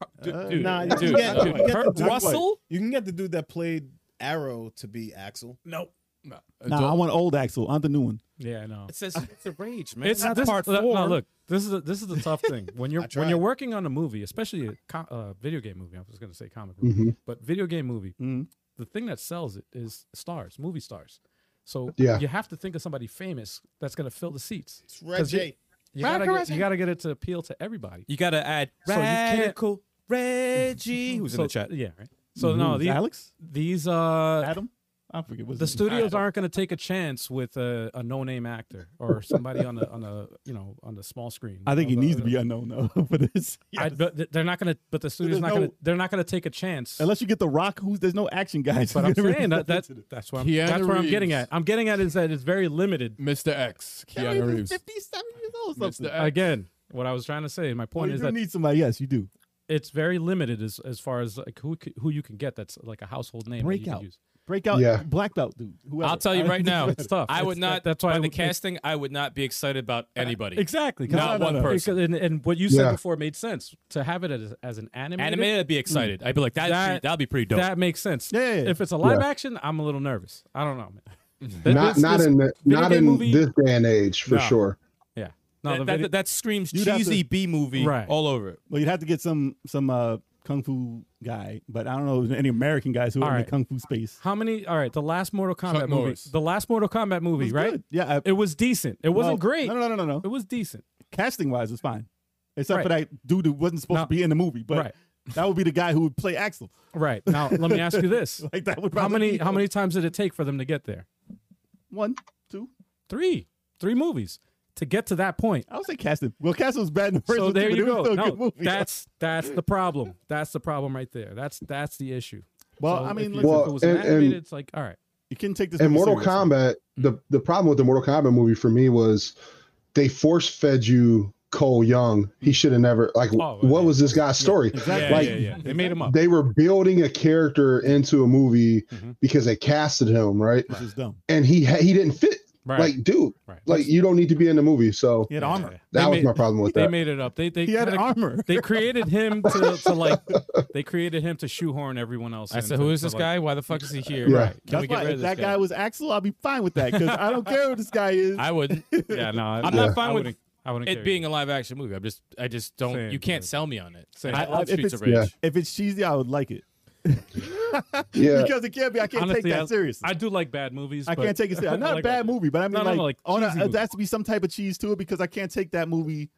Speaker 7: Uh,
Speaker 2: dude,
Speaker 6: Nah, you
Speaker 2: dude,
Speaker 6: can get, you
Speaker 2: dude,
Speaker 6: can get
Speaker 2: Kurt
Speaker 6: the dude-
Speaker 8: Russell?
Speaker 6: You can get the dude that played Arrow to be Axel.
Speaker 2: no.
Speaker 5: No.
Speaker 7: Nah, I want old Axel, not the new one.
Speaker 2: Yeah, I know.
Speaker 8: It says Streets of Rage, man.
Speaker 2: It's
Speaker 8: not
Speaker 2: this,
Speaker 8: part
Speaker 2: no,
Speaker 8: four.
Speaker 2: No, look, this is a, this is the tough thing when you're when
Speaker 6: tried.
Speaker 2: you're working on a movie, especially a co- uh, video game movie. I was going to say comic book,
Speaker 4: Mhm.
Speaker 2: but video game movie.
Speaker 7: Mhm.
Speaker 2: The thing that sells it is stars, movie stars. So
Speaker 4: Yeah.
Speaker 2: you have to think of somebody famous that's going to fill the seats.
Speaker 6: It's
Speaker 2: 'Cause
Speaker 6: Reggie.
Speaker 2: You gotta, get, you gotta get it to appeal to everybody.
Speaker 8: You gotta add
Speaker 2: So you can't-
Speaker 8: Radical Reggie. Who's
Speaker 2: So-
Speaker 8: in the chat?
Speaker 2: Yeah, right. So no,
Speaker 7: Who's
Speaker 2: these,
Speaker 7: Alex,
Speaker 2: these uh,
Speaker 7: Adam, I forget. what's
Speaker 2: the
Speaker 7: his name.
Speaker 2: studios aren't going to take a chance with a, a no-name actor or somebody on a on a you know on the small screen.
Speaker 7: I think he
Speaker 2: of uh, a-
Speaker 7: needs to be unknown though for this.
Speaker 2: I, but th- they're not going to. But the studio's
Speaker 7: There's
Speaker 2: not going to.
Speaker 7: no-
Speaker 2: They're not going to take a chance.
Speaker 7: Unless you get the Rock, who's there's no action guys.
Speaker 2: But I'm saying that, that that's what I'm,
Speaker 5: Keanu
Speaker 2: that's where I'm getting
Speaker 5: Reeves.
Speaker 2: at. I'm getting at is that it's very limited.
Speaker 5: Mr. X, Keanu Reeves.
Speaker 7: fifty-seven years old.
Speaker 5: Mr.
Speaker 7: Something.
Speaker 5: X.
Speaker 2: Again, what I was trying to say, my
Speaker 7: Well,
Speaker 2: point
Speaker 7: you
Speaker 2: is
Speaker 7: do
Speaker 2: that
Speaker 7: need somebody. Yes, you do.
Speaker 2: it's very limited as as far as like who c- who you can get that's like a household name. that you can
Speaker 7: Breakout.
Speaker 2: use.
Speaker 7: Break out,
Speaker 4: Yeah.
Speaker 7: black belt, dude. Whoever.
Speaker 8: I'll tell you right now,
Speaker 2: It's tough.
Speaker 8: I would
Speaker 2: It's-
Speaker 8: not.
Speaker 2: That's why
Speaker 8: by
Speaker 2: I
Speaker 8: the
Speaker 2: would-
Speaker 8: casting, I would not be excited about anybody.
Speaker 2: Exactly. 'cause
Speaker 8: Not
Speaker 2: I-
Speaker 8: one person.
Speaker 2: because- And, and what you said
Speaker 4: Yeah.
Speaker 2: before made sense to have it as, as an animated.
Speaker 8: Animated, I'd be excited. I'd be like, that's
Speaker 2: That-
Speaker 8: that, that'd be pretty dope.
Speaker 2: That makes sense.
Speaker 7: Yeah, yeah, yeah.
Speaker 2: If it's a live action, I'm a little nervous. I don't know, man. Th-
Speaker 4: Not
Speaker 2: this-
Speaker 4: not
Speaker 2: this
Speaker 4: in the,
Speaker 2: video
Speaker 4: not
Speaker 2: game
Speaker 4: in
Speaker 2: movie-
Speaker 4: this day and age for
Speaker 2: No.
Speaker 4: sure.
Speaker 2: Yeah. No, the
Speaker 8: that, that,
Speaker 2: video-
Speaker 8: that, screams
Speaker 7: You'd have to-
Speaker 8: cheesy B movie
Speaker 2: Right.
Speaker 8: all over it.
Speaker 7: Well, you'd have to get some some uh, kung fu guy, but I don't know any American guys who are
Speaker 2: All
Speaker 7: in
Speaker 2: right.
Speaker 7: the kung fu space.
Speaker 2: How many? All right, the last Mortal Kombat movie.
Speaker 5: Norris.
Speaker 2: The last Mortal Kombat
Speaker 7: It
Speaker 2: movie,
Speaker 7: was
Speaker 2: right?
Speaker 7: good. Yeah, I,
Speaker 2: It was decent. It wasn't
Speaker 7: well,
Speaker 2: great.
Speaker 7: No, no, no, no, no.
Speaker 2: It was decent.
Speaker 7: Casting wise, it's fine, except for
Speaker 2: Right.
Speaker 7: that dude who wasn't supposed
Speaker 2: No.
Speaker 7: to be in the movie. But
Speaker 2: Right.
Speaker 7: that would be the guy who would play Axel.
Speaker 2: Right now, let me ask you this:
Speaker 7: Like that would
Speaker 2: How
Speaker 7: probably
Speaker 2: many?
Speaker 7: be-
Speaker 2: How many times did it take for them to get there?
Speaker 7: One, two.
Speaker 2: Three, three movies to get to that point.
Speaker 7: I would say casting. Well, casting was bad in the first
Speaker 2: So
Speaker 7: one,
Speaker 2: there
Speaker 7: too,
Speaker 2: you
Speaker 7: but it was
Speaker 2: go.
Speaker 7: still a good
Speaker 2: No,
Speaker 7: movie.
Speaker 2: that's that's the problem. That's the problem right there. That's that's the issue.
Speaker 7: well,
Speaker 2: So
Speaker 7: I
Speaker 2: if
Speaker 7: mean,
Speaker 2: you-
Speaker 7: listen,
Speaker 2: if,
Speaker 4: Well,
Speaker 2: it was an
Speaker 4: and- and-
Speaker 2: animated, it's like all right.
Speaker 7: you can take this.
Speaker 4: And
Speaker 7: movie
Speaker 4: Mortal
Speaker 7: seriously.
Speaker 4: Kombat,
Speaker 2: Hmm.
Speaker 4: the the problem with the Mortal Kombat movie for me was they force fed you Cole Young. He should have never like
Speaker 2: Hmm. Oh,
Speaker 4: what
Speaker 2: yeah.
Speaker 4: was this guy's story?
Speaker 2: Yeah,
Speaker 4: Like,
Speaker 2: yeah, yeah. They made him up.
Speaker 4: They were building a character into a movie
Speaker 2: Mhm.
Speaker 4: because they casted him, right?
Speaker 7: which is dumb.
Speaker 4: And he ha- he didn't fit.
Speaker 2: Right.
Speaker 4: Like, dude,
Speaker 2: right.
Speaker 4: like you don't need to be in the movie. So
Speaker 7: He had armor.
Speaker 4: that
Speaker 2: They
Speaker 4: was
Speaker 2: made-
Speaker 4: my problem with
Speaker 2: they
Speaker 4: that.
Speaker 2: made it up. They they
Speaker 7: He had
Speaker 2: kinda-
Speaker 7: armor.
Speaker 2: they created him to, to like they created him to shoehorn everyone else.
Speaker 8: I
Speaker 2: in
Speaker 8: said,
Speaker 2: to-
Speaker 8: who is
Speaker 2: to,
Speaker 8: this
Speaker 2: like-
Speaker 8: guy? Why the fuck is he here?
Speaker 4: Yeah.
Speaker 8: Right. Can
Speaker 7: That's
Speaker 8: we get
Speaker 7: why
Speaker 8: rid of
Speaker 7: if
Speaker 8: this
Speaker 7: that guy was Axel, I'll be fine with that because I don't care who this guy is.
Speaker 8: I would.
Speaker 2: Yeah, no, I,
Speaker 8: I'm
Speaker 2: yeah.
Speaker 8: not fine
Speaker 2: I
Speaker 8: with
Speaker 2: wouldn't- I wouldn't
Speaker 8: it
Speaker 2: care
Speaker 8: being a live action movie. I'm just, I just don't.
Speaker 2: Same,
Speaker 8: you can't
Speaker 2: dude.
Speaker 8: sell me on it.
Speaker 2: Same.
Speaker 8: I
Speaker 7: I-
Speaker 8: love
Speaker 7: if
Speaker 8: Streets of Rage.
Speaker 7: it's- if it's cheesy, I would like it
Speaker 4: Yeah.
Speaker 7: because it can't be. I can't
Speaker 2: Honestly,
Speaker 7: take that
Speaker 2: I-
Speaker 7: seriously.
Speaker 2: I
Speaker 7: I,
Speaker 2: do like bad movies. but
Speaker 7: can't take it
Speaker 2: I
Speaker 7: seriously. Not
Speaker 2: like
Speaker 7: a bad
Speaker 2: that.
Speaker 7: movie, but I mean,
Speaker 2: No, no,
Speaker 7: like, oh,
Speaker 2: like
Speaker 7: on
Speaker 2: cheesy
Speaker 7: a,
Speaker 2: movie.
Speaker 7: it has to be some type of cheese to it because I can't take that movie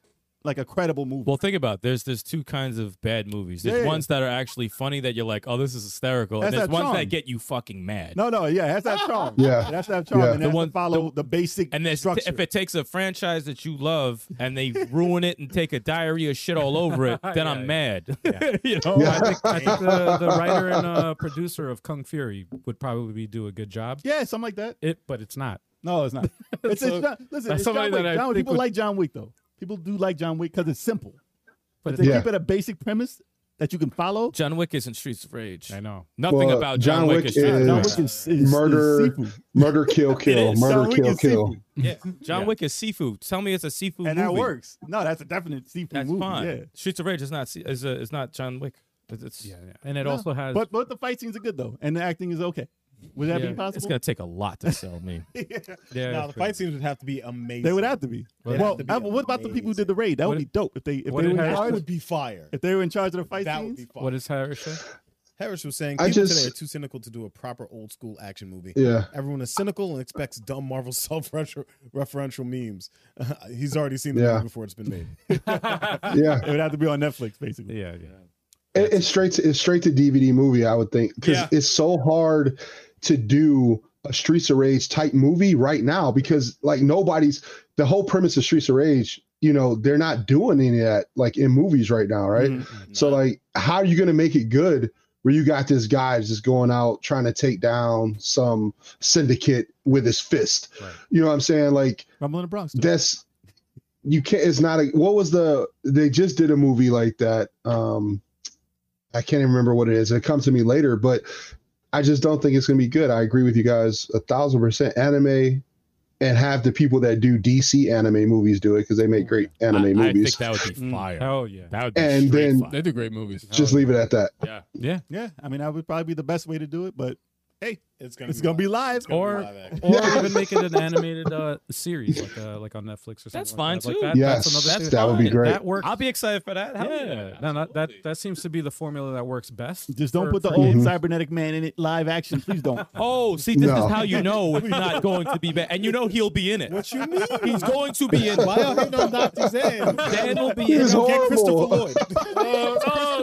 Speaker 7: like a credible movie.
Speaker 8: Well, think about it. there's there's two kinds of bad movies. There's
Speaker 7: Yeah, yeah.
Speaker 8: ones that are actually funny that you're like, oh, this is hysterical.
Speaker 7: That's
Speaker 8: and there's
Speaker 7: that
Speaker 8: ones that
Speaker 7: song.
Speaker 8: get you fucking mad.
Speaker 7: no, no, yeah, that's that charm.
Speaker 4: Yeah.
Speaker 7: that's that charm.
Speaker 4: Yeah.
Speaker 7: And
Speaker 4: The
Speaker 7: the
Speaker 8: one-
Speaker 7: one follow the, basic
Speaker 8: And there's
Speaker 7: structure.
Speaker 8: if it takes a franchise that you love and they ruin it and take a diarrhea shit all over it, then I'm
Speaker 2: Yeah.
Speaker 8: mad. you know,
Speaker 2: I think, I think the, the writer and uh, producer of Kung Fury would probably do a good job.
Speaker 7: yeah, something like that.
Speaker 2: It, but it's not.
Speaker 7: No, it's not. It's,
Speaker 2: So,
Speaker 7: it's John, listen,
Speaker 2: that's
Speaker 7: it's John
Speaker 2: somebody
Speaker 7: Wick.
Speaker 2: that I
Speaker 7: John-
Speaker 2: think
Speaker 7: people
Speaker 2: would-
Speaker 7: like John Wick though. People do like John Wick because it's simple.
Speaker 2: But
Speaker 7: But if they
Speaker 4: it's-
Speaker 7: keep it a basic premise that you can follow.
Speaker 8: John Wick isn't Streets of Rage.
Speaker 2: I know.
Speaker 8: Nothing
Speaker 4: Well,
Speaker 8: about John,
Speaker 4: John
Speaker 8: Wick,
Speaker 4: Wick
Speaker 8: is Streets of
Speaker 7: John
Speaker 8: Rage.
Speaker 7: Wick is, is
Speaker 4: Murder-
Speaker 7: is seafood.
Speaker 4: Murder, kill, kill,
Speaker 7: is.
Speaker 4: murder,
Speaker 7: John Wick
Speaker 4: kill,
Speaker 7: is
Speaker 4: kill.
Speaker 7: seafood.
Speaker 8: Yeah. John
Speaker 2: Yeah.
Speaker 8: Wick is seafood. Tell me it's a seafood
Speaker 7: and
Speaker 8: movie.
Speaker 7: that works. No, that's a definite seafood
Speaker 8: That's
Speaker 7: movie.
Speaker 8: fine.
Speaker 7: Yeah.
Speaker 8: Streets of Rage is not se- is, a, is not John Wick. It's, it's-
Speaker 2: Yeah, yeah. and it
Speaker 7: No,
Speaker 2: also has.
Speaker 7: But but the fight scenes are good though, and the acting is okay. Would that
Speaker 2: Yeah.
Speaker 7: be
Speaker 8: it's
Speaker 7: possible?
Speaker 8: gonna take a lot to sell me.
Speaker 2: yeah,
Speaker 6: Now
Speaker 2: it's
Speaker 6: the
Speaker 2: true.
Speaker 6: fight scenes would have to be amazing.
Speaker 7: They would have to be.
Speaker 2: Well,
Speaker 7: well,
Speaker 6: it'd have to be
Speaker 7: what about the people who did the raid? That
Speaker 2: What
Speaker 7: would be dope if they if
Speaker 2: what
Speaker 7: they
Speaker 2: if
Speaker 7: were in
Speaker 2: Harris
Speaker 6: That
Speaker 7: charge,
Speaker 6: would be fire.
Speaker 7: if they were in charge of the fight
Speaker 6: that would
Speaker 7: scenes.
Speaker 6: be fire.
Speaker 2: What is Harris? say?
Speaker 6: Harris was saying
Speaker 4: I
Speaker 6: people today
Speaker 4: just-
Speaker 6: are too cynical to do a proper old school action movie.
Speaker 4: Yeah.
Speaker 6: Everyone is cynical and expects dumb Marvel self-referential memes. he's already seen the
Speaker 4: Yeah.
Speaker 6: movie before it's been made.
Speaker 4: Yeah.
Speaker 7: It would have to be on Netflix, basically.
Speaker 2: Yeah, yeah.
Speaker 4: It, it's straight to it's straight to DVD movie, I would think, because
Speaker 5: Yeah.
Speaker 4: it's so hard to do a Streets of Rage type movie right now because like nobody's the whole premise of Streets of Rage, you know, they're not doing any of that like in movies right now, right?
Speaker 7: Mm,
Speaker 4: So like, how are you gonna make it good where you got this guy just going out trying to take down some syndicate with his fist? You know what I'm saying? Like
Speaker 7: Rumble in the Bronx. dude.
Speaker 4: that's you can't it's not a what was the they just did a movie like that um i can't even remember what it is it comes to me later but i just don't think it's going to be good i agree with you guys a thousand percent anime and have the people that do dc anime movies do it because they make great anime
Speaker 9: I, I think
Speaker 4: movies
Speaker 9: that would be
Speaker 7: Mm.
Speaker 9: fire.
Speaker 2: Hell yeah.
Speaker 9: That would be
Speaker 4: And
Speaker 9: straight
Speaker 4: then-
Speaker 9: fire.
Speaker 5: They do great movies.
Speaker 4: just leave it at that
Speaker 7: yeah, I mean, that would probably be the best way to do it, but hey,
Speaker 6: It's gonna
Speaker 7: it's going to be live.
Speaker 6: gonna
Speaker 2: Or-
Speaker 6: live action.
Speaker 2: Or even make it an animated uh, series, like uh, like on Netflix or something.
Speaker 8: That's
Speaker 2: like
Speaker 8: fine,
Speaker 2: that. Like
Speaker 8: too.
Speaker 2: that-
Speaker 4: yes
Speaker 2: that's another,
Speaker 4: that would be
Speaker 8: fine.
Speaker 4: great
Speaker 2: That works.
Speaker 8: I'll be excited for that. Hell
Speaker 2: yeah,
Speaker 8: yeah.
Speaker 2: no, no, that that seems to be the formula that works best.
Speaker 7: Just don't
Speaker 2: for-
Speaker 7: put the
Speaker 2: for
Speaker 7: old
Speaker 2: games.
Speaker 7: cybernetic man in it live action. Please don't.
Speaker 8: Oh, see, this
Speaker 4: No.
Speaker 8: is how you know it's not going to be bad, and you know he'll be in it.
Speaker 6: What you mean?
Speaker 8: He's going to be in.
Speaker 6: Why y'all hating on Dr. Zan?
Speaker 8: Dan will be
Speaker 4: He
Speaker 8: in.
Speaker 4: is
Speaker 8: it.
Speaker 6: Get Christopher
Speaker 4: horrible.
Speaker 6: Lloyd.
Speaker 8: Christopher Lloyd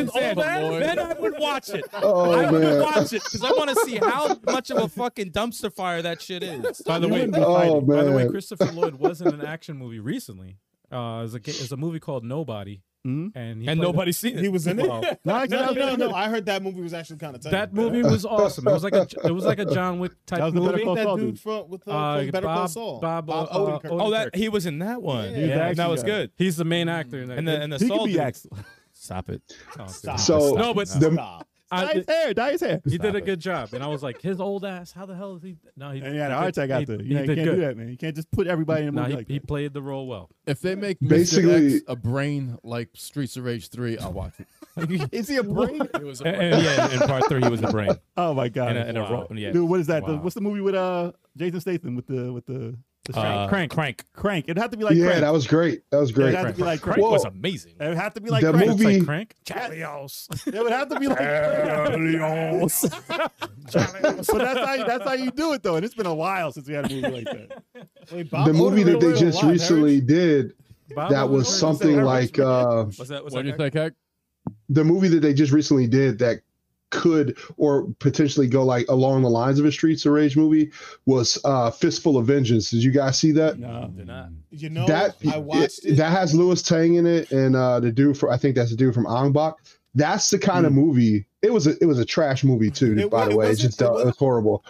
Speaker 8: is in.
Speaker 5: Christopher Lloyd.
Speaker 8: Then I would watch it.
Speaker 4: oh
Speaker 8: I would
Speaker 4: man
Speaker 8: watch it because I want to see how much of a fucking dumpster fire that shit is.
Speaker 2: By the way,
Speaker 4: oh
Speaker 2: by the way,
Speaker 4: man
Speaker 2: Christopher Lloyd was in an action movie recently. Uh, is a ga- is a movie called Nobody,
Speaker 4: Hmm?
Speaker 7: Mhm.
Speaker 2: and he
Speaker 8: And
Speaker 2: played-
Speaker 8: nobody's seen it.
Speaker 6: He was in it.
Speaker 2: Well,
Speaker 7: No, actually,
Speaker 6: No,
Speaker 7: that was-
Speaker 6: no, no. I heard that movie was actually kind of tight.
Speaker 2: That movie was awesome. It was like a it was like a John Wick
Speaker 7: That
Speaker 2: type
Speaker 7: was the Better
Speaker 2: movie.
Speaker 7: Call
Speaker 6: that
Speaker 7: Saul,
Speaker 6: dude
Speaker 7: dude.
Speaker 6: from, with the,
Speaker 2: Uh,
Speaker 6: from Better Call
Speaker 2: Bob-
Speaker 6: Saul.
Speaker 2: Bob, uh,
Speaker 6: Odenkirk.
Speaker 2: Od-
Speaker 8: Oh, that he was in that one.
Speaker 6: Yeah.
Speaker 8: Yeah, and that was
Speaker 7: Yeah.
Speaker 8: good.
Speaker 2: He's the main actor in that.
Speaker 8: And the and the
Speaker 7: He could
Speaker 8: salt
Speaker 7: be
Speaker 8: dude-
Speaker 7: Axel.
Speaker 8: Stop it.
Speaker 6: Stop.
Speaker 4: so
Speaker 2: no, but
Speaker 4: the-
Speaker 6: Stop.
Speaker 7: Dye
Speaker 2: I,
Speaker 7: his hair. Dye his hair.
Speaker 2: he did
Speaker 8: Stop
Speaker 2: a
Speaker 8: it.
Speaker 2: good job, and I was like, his old ass. How the hell is he? No, he,
Speaker 7: And he had
Speaker 2: he
Speaker 7: a heart
Speaker 2: did-
Speaker 7: attack out
Speaker 2: he-
Speaker 7: there.
Speaker 2: he
Speaker 7: You, know, you
Speaker 2: did
Speaker 7: can't
Speaker 2: good.
Speaker 7: do that, man. You can't just put everybody in a
Speaker 2: No,
Speaker 7: movie
Speaker 2: he,
Speaker 7: like
Speaker 2: he
Speaker 7: that.
Speaker 2: played the role well.
Speaker 5: If they make Mr.
Speaker 4: Basically-
Speaker 5: X a brain like Streets of Rage 3, I'll watch it.
Speaker 7: Is he a brain?
Speaker 5: It was a
Speaker 8: And,
Speaker 5: brain.
Speaker 8: and yeah, in part three, he was the brain.
Speaker 7: Oh my god.
Speaker 8: And a, and a ro- yeah.
Speaker 7: Dude, what is that? The-
Speaker 8: Wow.
Speaker 7: what's the movie with uh Jason Statham with the with the, the
Speaker 8: Uh,
Speaker 7: crank?
Speaker 8: crank, crank.
Speaker 7: Crank. It'd have to be like
Speaker 4: yeah
Speaker 7: crank.
Speaker 4: that was great that was
Speaker 7: It'd
Speaker 4: great
Speaker 7: have to be like crank.
Speaker 8: Crank was
Speaker 4: Whoa.
Speaker 8: amazing.
Speaker 7: It would have to be like
Speaker 4: That
Speaker 7: crank.
Speaker 4: movie-
Speaker 2: Like Crank, Chalios.
Speaker 7: It would have to be like crank. but that's how you, that's how you do it though. And it's been a while since we had a movie like that.
Speaker 6: Wait, Bob
Speaker 4: the movie that they
Speaker 6: Odenkirk
Speaker 4: just
Speaker 6: alive,
Speaker 4: recently did
Speaker 2: Bob
Speaker 4: that was
Speaker 2: Odenkirk.
Speaker 4: something like uh
Speaker 8: What's that? What's
Speaker 5: What do you
Speaker 8: that?
Speaker 5: think, Heck?
Speaker 4: the movie that they just recently did that could or potentially go like along the lines of a Streets of Rage movie was uh Fistful of Vengeance. Did you guys see that?
Speaker 7: No.
Speaker 8: They're not.
Speaker 6: You know,
Speaker 4: that
Speaker 6: I watched it.
Speaker 4: That has Lewis Tang in it and uh the dude for I think that's the dude from Angbok. That's the kind of movie. It was a, it was a trash movie too.
Speaker 6: Mm. It
Speaker 4: by
Speaker 6: wa-
Speaker 4: the
Speaker 6: it
Speaker 4: way, it's
Speaker 6: wasn't-
Speaker 4: just
Speaker 6: it
Speaker 4: uh,
Speaker 6: wasn't-
Speaker 4: it's horrible.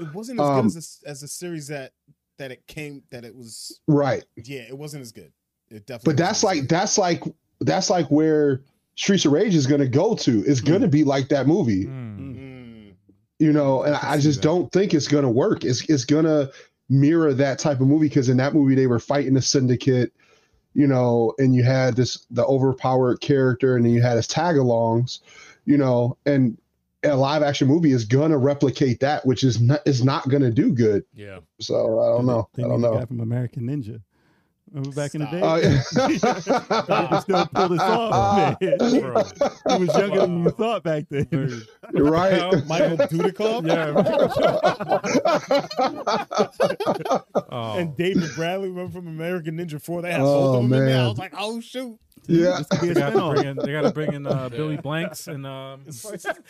Speaker 6: it wasn't as
Speaker 4: um,
Speaker 6: good as a, as a series that that it came that it was.
Speaker 4: Right,
Speaker 6: Yeah, it wasn't as good. It definitely.
Speaker 4: but that's
Speaker 6: wasn't
Speaker 4: like that's like that's like where Streets of Rage is going to go to. It's going
Speaker 6: Mm.
Speaker 4: to be like that movie.
Speaker 2: Hmm.
Speaker 6: as good. Mm.
Speaker 4: you know, and
Speaker 2: can
Speaker 4: I, I
Speaker 2: see
Speaker 4: just
Speaker 2: that.
Speaker 4: don't think it's gonna work. It's it's gonna mirror that type of movie because in that movie they were fighting the syndicate, you know, and you had this the overpowered character, and then you had his tagalongs, you know, and a live action movie is gonna replicate that, which is not is not gonna do good.
Speaker 5: Yeah.
Speaker 4: So I don't know. I
Speaker 7: They
Speaker 4: don't
Speaker 7: need the guy
Speaker 4: know.
Speaker 7: from American Ninja. Remember back in the day?
Speaker 4: Uh,
Speaker 7: They can still pull this off, man.
Speaker 2: Bro.
Speaker 4: Uh,
Speaker 7: He was younger than you thought back then.
Speaker 4: right.
Speaker 2: Mm.
Speaker 6: Michael Dudikoff
Speaker 2: Oh.
Speaker 6: and David Bradley, remember from American Ninja Four? They had
Speaker 4: Oh,
Speaker 6: both of them in there. I
Speaker 4: man.
Speaker 6: was like, oh shoot.
Speaker 4: Yeah.
Speaker 7: Be a
Speaker 2: They gotta
Speaker 7: spin-off.
Speaker 2: bring in, they gotta bring in uh, Billy Blanks and um,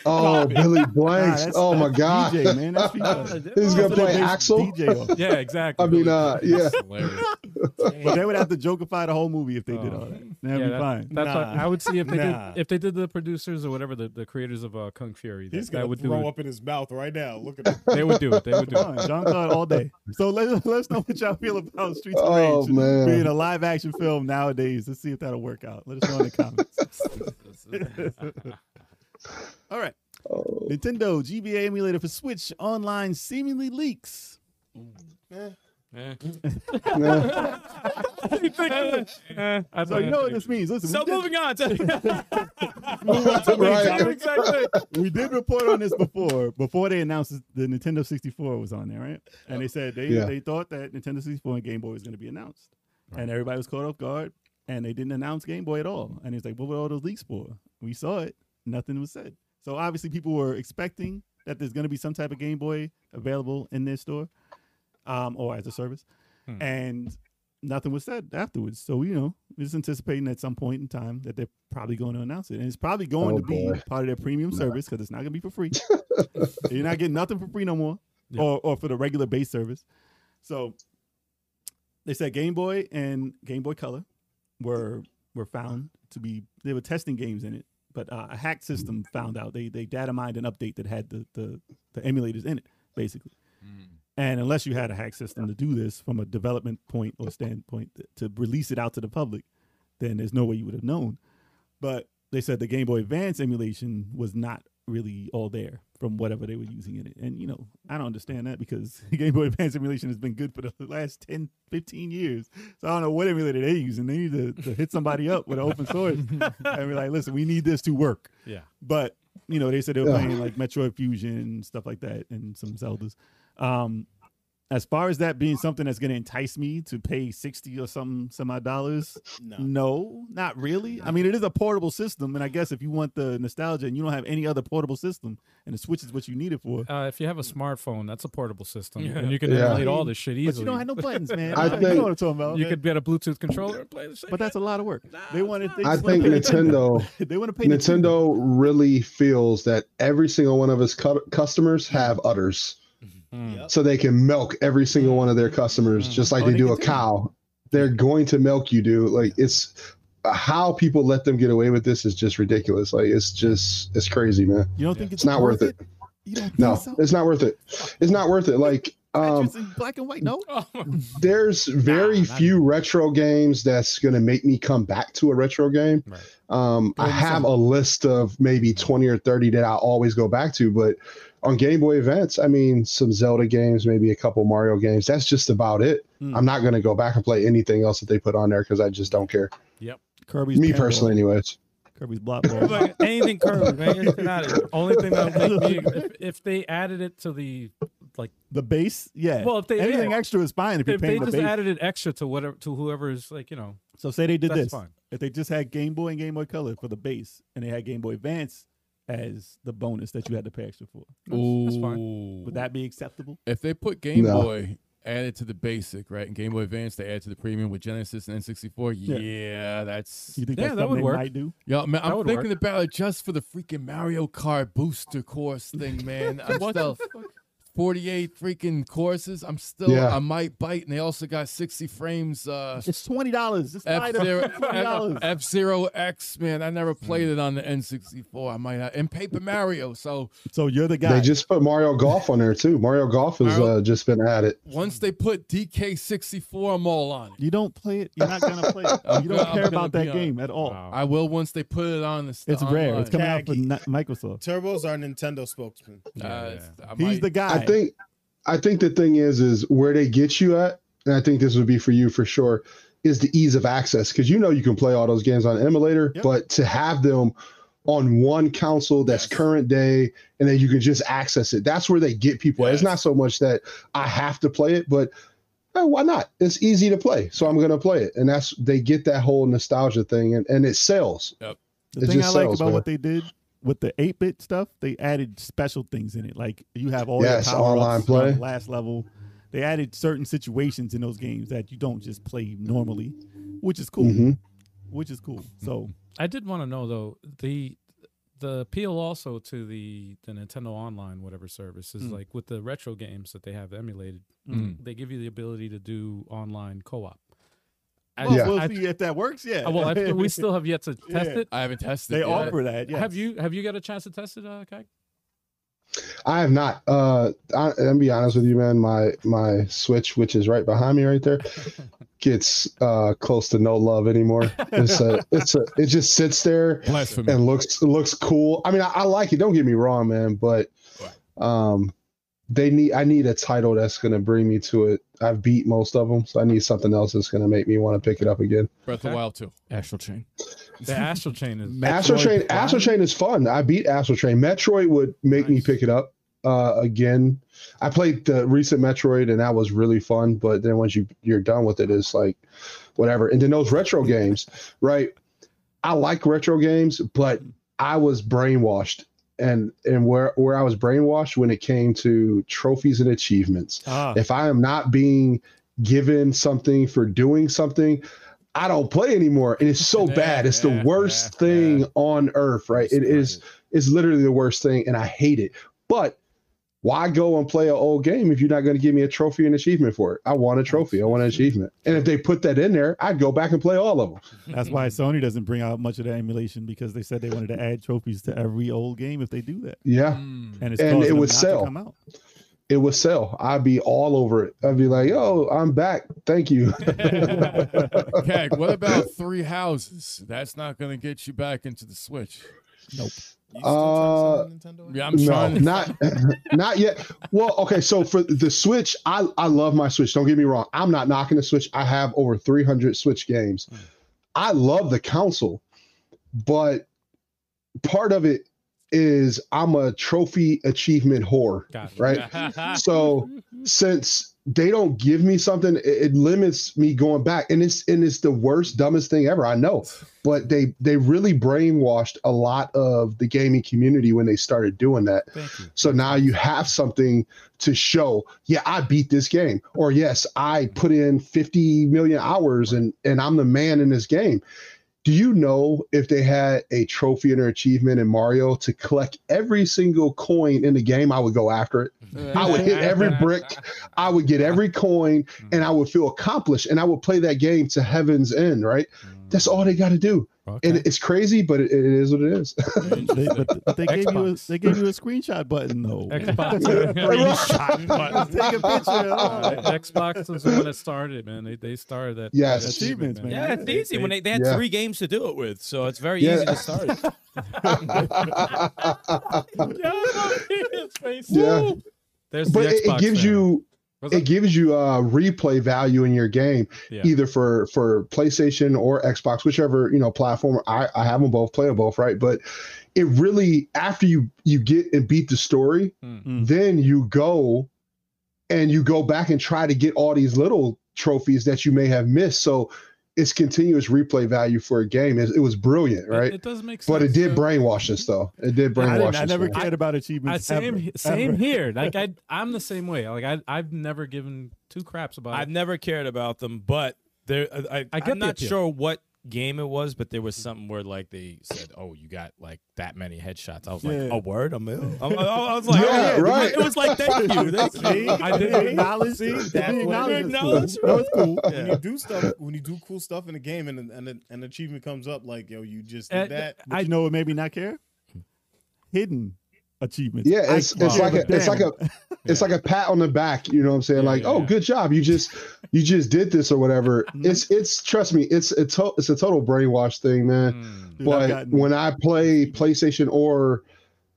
Speaker 4: Oh, Billy
Speaker 7: Nah,
Speaker 4: Blanks.
Speaker 7: that's-
Speaker 4: oh my
Speaker 7: that's
Speaker 4: god.
Speaker 7: DJ, man. That's FIFA.
Speaker 4: He's gonna
Speaker 7: They
Speaker 4: play
Speaker 7: based
Speaker 4: Axel.
Speaker 7: DJ off.
Speaker 2: yeah, exactly.
Speaker 4: I mean, uh, yeah.
Speaker 5: Hilarious.
Speaker 7: But they would have to jokeify the whole movie if they did
Speaker 2: Oh.
Speaker 7: all that.
Speaker 2: Yeah,
Speaker 7: That'd be
Speaker 2: that-
Speaker 7: fine.
Speaker 2: That's what
Speaker 6: Nah.
Speaker 2: I would see if they
Speaker 6: Nah.
Speaker 2: did if they did the producers or whatever the, the creators of uh, Kung Fury. That,
Speaker 6: He's
Speaker 2: that
Speaker 6: gonna
Speaker 2: would do
Speaker 6: throw
Speaker 2: it.
Speaker 6: up in his mouth right now. Look at him.
Speaker 2: They would do it. They would do it.
Speaker 7: John Claude all day. So let, let us know what y'all feel about Streets of Rage
Speaker 4: Oh, man.
Speaker 7: being a live action film nowadays. Let's see if that'll work out. Let us know in the comments. all right.
Speaker 4: Oh.
Speaker 7: Nintendo GBA emulator for Switch online seemingly leaks.
Speaker 4: Yeah.
Speaker 2: Eh, I
Speaker 7: So you know what this means. Listen,
Speaker 8: So
Speaker 7: we, did,
Speaker 8: moving on to
Speaker 4: right.
Speaker 2: exactly.
Speaker 7: we did report on this before. Before they announced the Nintendo 64 was on there, right? And they said they,
Speaker 4: Yeah.
Speaker 7: they thought that Nintendo 64 and Game Boy was going to be announced. And everybody was caught off guard. And they didn't announce Game Boy at all. And it's like, what were all those leaks for? We saw it. Nothing was said. So obviously, people were expecting that there's going to be some type of Game Boy available in their store, um, or as a service,
Speaker 2: Hmm.
Speaker 7: and nothing was said afterwards. So you know, we're just anticipating at some point in time that they're probably going to announce it, and it's probably going
Speaker 4: Oh,
Speaker 7: to be
Speaker 4: boy.
Speaker 7: part of their premium service because it's not going to be for free. You're not getting nothing for free no more,
Speaker 2: Yeah.
Speaker 7: or or for the regular base service. So they said Game Boy and Game Boy Color were were found to be they were testing games in it, but uh, a hacked system found out they they data mined an update that had the the, the emulators in it basically. And unless you had a hack system to do this from a development point or standpoint to release it out to the public, then there's no way you would have known. But they said the Game Boy Advance emulation was not really all there from whatever they were using in it. And, you know, I don't understand that because Game Boy Advance emulation has been good for the last 10, 15 years. So I don't know what emulator they're using. They need to, to hit somebody up with an open source and be like, listen, we need this to work.
Speaker 2: Yeah.
Speaker 7: But, you know, they said they were
Speaker 4: Yeah.
Speaker 7: playing like Metroid Fusion, stuff like that, and some Zeldas. Um, as far as that being something that's going to entice me to pay 60 or some some odd dollars
Speaker 6: No.
Speaker 7: no, not really. I mean, it is a portable system, and I guess if you want the nostalgia and you don't have any other portable system, and the Switch is what you need it for.
Speaker 2: Uh, if you have a smartphone, that's a portable system,
Speaker 5: Yeah.
Speaker 2: and you can
Speaker 4: Yeah.
Speaker 2: emulate all this shit
Speaker 7: But
Speaker 2: easily.
Speaker 7: you don't have no buttons, man.
Speaker 4: I
Speaker 7: you know
Speaker 4: think-
Speaker 7: what I'm talking about.
Speaker 2: You could get a Bluetooth controller and play the shit.
Speaker 7: but that's a lot of work. They wanted. They
Speaker 4: I
Speaker 7: just wanna
Speaker 4: think
Speaker 7: pay
Speaker 4: Nintendo
Speaker 7: They want to pay
Speaker 4: Nintendo really feels that every single one of his cu- customers
Speaker 7: Mm-hmm.
Speaker 4: have udders,
Speaker 2: Mm.
Speaker 6: Yep.
Speaker 4: so they can milk every single one of their customers just like
Speaker 7: Oh,
Speaker 4: they,
Speaker 7: they
Speaker 4: do
Speaker 7: can
Speaker 4: a
Speaker 7: too.
Speaker 4: cow. They're going to milk you, dude. Like it's how people let them get away with this is just ridiculous. Like it's just it's crazy, man.
Speaker 7: You don't
Speaker 2: Yeah.
Speaker 7: think it's,
Speaker 4: It's not worth it.
Speaker 7: You don't
Speaker 4: No,
Speaker 7: think so?
Speaker 4: it's not worth it. It's not worth it. Like um,
Speaker 7: Tetris is black and white. No,
Speaker 4: there's very few retro games that's going to make me come back to a retro game.
Speaker 2: Right.
Speaker 4: Um, I
Speaker 7: Play
Speaker 4: have
Speaker 7: some-
Speaker 4: a list of maybe 20 or 30 that I always go back to, but on Game Boy Advance, I mean, some Zelda games, maybe a couple Mario games. That's just about it.
Speaker 7: Hmm.
Speaker 4: I'm not going to go back and play anything else that they put on there because I just don't care.
Speaker 7: Kirby's
Speaker 4: me
Speaker 7: Pinball.
Speaker 4: personally, anyways.
Speaker 7: Kirby's block ball.
Speaker 8: Like, anything curved, man. It's not-
Speaker 2: The Only thing that would make me if, if they added it to the
Speaker 7: the base, yeah.
Speaker 2: Well, if they-
Speaker 7: anything
Speaker 2: yeah.
Speaker 7: extra is fine if you're
Speaker 2: if they
Speaker 7: paying the
Speaker 2: just
Speaker 7: base.
Speaker 2: added it extra to whatever to whoever's like you know
Speaker 7: So say they did
Speaker 2: That's
Speaker 7: this.
Speaker 2: fine.
Speaker 7: If they just had Game Boy and Game Boy Color for the base, and they had Game Boy Advance as the bonus that you had to pay extra for,
Speaker 2: that's fine.
Speaker 7: would that be acceptable?
Speaker 5: If they put Game
Speaker 4: No.
Speaker 5: Boy added to the basic, right, and Game Boy Advance they add to the premium with Genesis and N64, yeah,
Speaker 7: Yeah.
Speaker 5: that's.
Speaker 7: You think
Speaker 2: Yeah,
Speaker 7: that's
Speaker 2: that
Speaker 7: something
Speaker 2: would
Speaker 7: they
Speaker 2: work.
Speaker 7: might do?
Speaker 5: Yo, man, I'm
Speaker 2: would
Speaker 5: thinking about it just for the freaking Mario Kart booster course thing, man. I'm still 48 freaking courses. I'm still,
Speaker 4: Yeah.
Speaker 5: I might bite, and they also got 60 frames. Uh,
Speaker 7: It's twenty dollars. It's
Speaker 5: F
Speaker 7: $20.
Speaker 5: Zero F Zero X, man. I never
Speaker 7: Hmm.
Speaker 5: played it on the N64. I might not. And Paper Mario. So
Speaker 7: So you're the guy.
Speaker 4: They just put Mario Golf on there too. Mario Golf has
Speaker 5: Mario-
Speaker 4: uh, just been added.
Speaker 5: once they put DK64, I'm all on it.
Speaker 7: you don't play it. You're not gonna play it.
Speaker 5: I'm
Speaker 7: You
Speaker 5: gonna-
Speaker 7: don't
Speaker 5: I'm
Speaker 7: care
Speaker 5: gonna
Speaker 7: about
Speaker 5: be
Speaker 7: that
Speaker 5: on it.
Speaker 7: game at all.
Speaker 2: Wow.
Speaker 5: I will once they put it on the. the
Speaker 7: It's rare. It's
Speaker 5: online.
Speaker 7: coming out from
Speaker 6: Taggy.
Speaker 7: Ni- Microsoft.
Speaker 6: Turbo's our Nintendo spokesman.
Speaker 5: Uh, it's- I
Speaker 7: He's
Speaker 5: might-
Speaker 7: the guy.
Speaker 4: I think I think the thing is is where they get you at, and I think this would be for you for sure, is the ease of access. Because you know you can play all those games on emulator,
Speaker 7: Yep.
Speaker 4: but to have them on one console that's current day and then you can just access it. That's where they get people. It's not so much that I have to play it, but eh, why not? It's easy to play. So I'm gonna play it. And that's they get that whole nostalgia thing and, and it sells.
Speaker 7: The
Speaker 4: It
Speaker 7: thing I
Speaker 4: just
Speaker 7: like
Speaker 4: sells,
Speaker 7: about what they did with the 8 bit stuff, they added special things in it. Like you have all
Speaker 4: Yes,
Speaker 7: your power
Speaker 4: online
Speaker 7: ups on the
Speaker 4: play.
Speaker 7: last level. They added certain situations in those games that you don't just play normally, which is cool.
Speaker 4: Mhm.
Speaker 7: Which is cool. So
Speaker 2: I did want to know though the the appeal also to the the Nintendo Online whatever service is
Speaker 7: Mm.
Speaker 2: like with the retro games that they have emulated,
Speaker 5: Mm.
Speaker 2: they give you the ability to do online co-op. I-
Speaker 7: well,
Speaker 4: Yeah.
Speaker 7: we'll
Speaker 2: I-
Speaker 7: see if that works. Yeah.
Speaker 2: I- Uh, well, I- we still have yet to test
Speaker 7: Yeah.
Speaker 2: it.
Speaker 5: I haven't tested.
Speaker 7: they
Speaker 5: it yet.
Speaker 7: offer that. Yeah.
Speaker 2: Have you have you got a chance to test it, uh, Kai?
Speaker 4: I have not. Uh, I, I'll be honest with you, man. My my Switch, which is right behind me, right there, gets uh, close to no love anymore. It's a, it's a, it just sits there
Speaker 5: Blasphemy.
Speaker 4: and looks looks cool. I mean, I, I like it. Don't get me wrong, man, but um, they need I need a title that's gonna bring me to it. I've beat most of them, so I need something else that's gonna make me want to pick it up again.
Speaker 5: Breath of the Wild too.
Speaker 8: Astral Chain.
Speaker 2: The Astral Chain is
Speaker 4: Astral
Speaker 7: Metroid
Speaker 4: Train,
Speaker 7: Prime?
Speaker 4: Astral Train is fun. I beat Astral Train. Metroid would make me pick it up uh, again. I played the recent Metroid, and that was really fun. But then once you you're done with it, it's like whatever. And then those retro games, right? I like retro games, but I was brainwashed and and where where I was brainwashed when it came to trophies and achievements.
Speaker 7: Ah,
Speaker 4: If I am not being given something for doing something, I don't play anymore, and it's so
Speaker 5: Yeah,
Speaker 4: bad. It's
Speaker 5: yeah,
Speaker 4: the worst
Speaker 5: yeah,
Speaker 4: thing
Speaker 5: yeah.
Speaker 4: on earth, right? It is it's literally the worst thing, and I hate it. But why go and play an old game if you're not going to give me a trophy and achievement for it? I want a trophy. I want an achievement. And if they put that in there, I'd go back and play all of them.
Speaker 7: that's why Sony doesn't bring out much of the emulation because they said they wanted to add trophies to every old game if they do that,
Speaker 4: Yeah.
Speaker 5: Mm.
Speaker 7: and it's
Speaker 4: And
Speaker 7: causing
Speaker 4: it
Speaker 7: them
Speaker 4: would
Speaker 7: not to
Speaker 4: sell.
Speaker 7: Come out.
Speaker 4: it would sell. I'd be all over it. I'd be like, "Yo, I'm back. Thank you."
Speaker 5: Keg, what about three houses? That's not gonna get you back into the Switch.
Speaker 6: You still
Speaker 4: Uh,
Speaker 6: trying to sell Nintendo?
Speaker 5: Yeah, I'm
Speaker 4: no,
Speaker 5: trying. To,
Speaker 4: not not yet. Well, okay. So for the Switch, I I love my Switch. Don't get me wrong. I'm not knocking the Switch. I have over 300 Switch games. I love the console, but part of it is I'm a trophy achievement whore.
Speaker 2: Got it.
Speaker 4: Right. so since they don't give me something, it, it limits me going back, and it's and it's the worst, dumbest thing ever. I know, but they they really brainwashed a lot of the gaming community when they started doing that.
Speaker 5: Thank you.
Speaker 4: So now you have something to show. Yeah, I beat this game, or yes, I put in fifty million hours, and and I'm the man in this game. Do you know if they had a trophy and an achievement in Mario to collect every single coin in the game, I would go after it. I would hit every brick. I would get every coin and I would feel accomplished and I would play that game to heaven's end, right? That's all they got to do.
Speaker 2: Okay.
Speaker 4: And it's crazy, but it, it is what it is.
Speaker 7: They, but, but they gave you a,
Speaker 2: Xbox.
Speaker 7: they gave you a screenshot button though.
Speaker 2: Xbox.
Speaker 7: Let's take a picture.
Speaker 2: Alright, Xbox was the one that started it, man. They, they started that.
Speaker 4: Yes.
Speaker 2: that
Speaker 7: Achievements, man.
Speaker 8: Yeah, it's easy when they, they had
Speaker 4: Yeah.
Speaker 8: three games to do it with, so it's very
Speaker 4: Yeah.
Speaker 8: easy to start. it.
Speaker 4: yeah.
Speaker 2: There's
Speaker 4: But
Speaker 2: the
Speaker 4: it,
Speaker 2: Xbox
Speaker 4: it gives
Speaker 2: fan.
Speaker 4: you.
Speaker 2: What's
Speaker 4: It
Speaker 2: up?
Speaker 4: gives you uh, replay value in your game,
Speaker 2: Yeah.
Speaker 4: either for for PlayStation or Xbox, whichever you know platform. I, I have them both, play them both, right? But it really after you you get and beat the story,
Speaker 2: Hmm.
Speaker 7: Mm.
Speaker 4: then you go and you go back and try to get all these little trophies that you may have missed. So it's continuous replay value for a game. It, it was brilliant,
Speaker 2: It-
Speaker 4: right?
Speaker 2: It, does make sense.
Speaker 4: but it did
Speaker 2: though.
Speaker 4: brainwash us, though. It did
Speaker 7: I,
Speaker 4: brainwash
Speaker 7: didn't- I
Speaker 4: us.
Speaker 7: never
Speaker 4: though.
Speaker 7: cared about
Speaker 2: I,
Speaker 7: achievements.
Speaker 2: same
Speaker 7: ever,
Speaker 2: same
Speaker 7: ever.
Speaker 2: here. Like I, I'm the same way. Like I, I've never given two craps about
Speaker 8: I've
Speaker 2: it.
Speaker 8: never cared about them, but there I, I,
Speaker 2: I get
Speaker 8: am
Speaker 2: the
Speaker 8: not
Speaker 2: appeal.
Speaker 8: sure what game it was, but there was something where like they said, "Oh, you got like that many headshots." I was
Speaker 7: Yeah.
Speaker 8: like, "A word, a mil?" I, I- I was like,
Speaker 4: Yeah,
Speaker 8: "Oh, yeah."
Speaker 4: right.
Speaker 8: It was like, "Thank you, thank
Speaker 6: See?
Speaker 8: you." I
Speaker 7: They
Speaker 8: did.
Speaker 7: acknowledge
Speaker 6: See,
Speaker 7: it.
Speaker 6: that's
Speaker 7: They
Speaker 6: what
Speaker 7: acknowledge
Speaker 6: it
Speaker 7: it's
Speaker 6: is.
Speaker 7: cool. That
Speaker 8: Acknowledge
Speaker 7: was cool.
Speaker 6: When you do stuff, when you do cool stuff in a game, and and an, an achievement comes up, like yo, you just
Speaker 2: Uh,
Speaker 6: did that.
Speaker 7: But you know what made me not care? Hidden achievements.
Speaker 4: Yeah,
Speaker 7: I
Speaker 4: it's,
Speaker 7: give
Speaker 4: it's like a, it's like a it's like a pat on the back. You know what I'm saying? like,
Speaker 2: yeah,
Speaker 4: oh,
Speaker 2: yeah.
Speaker 4: good job. You just you just did this or whatever. It's it's trust me. It's a to, it's a total brainwash thing, man.
Speaker 2: Mm.
Speaker 7: Mm-hmm. Dude, I've
Speaker 4: but
Speaker 7: gotten-
Speaker 4: when I play PlayStation or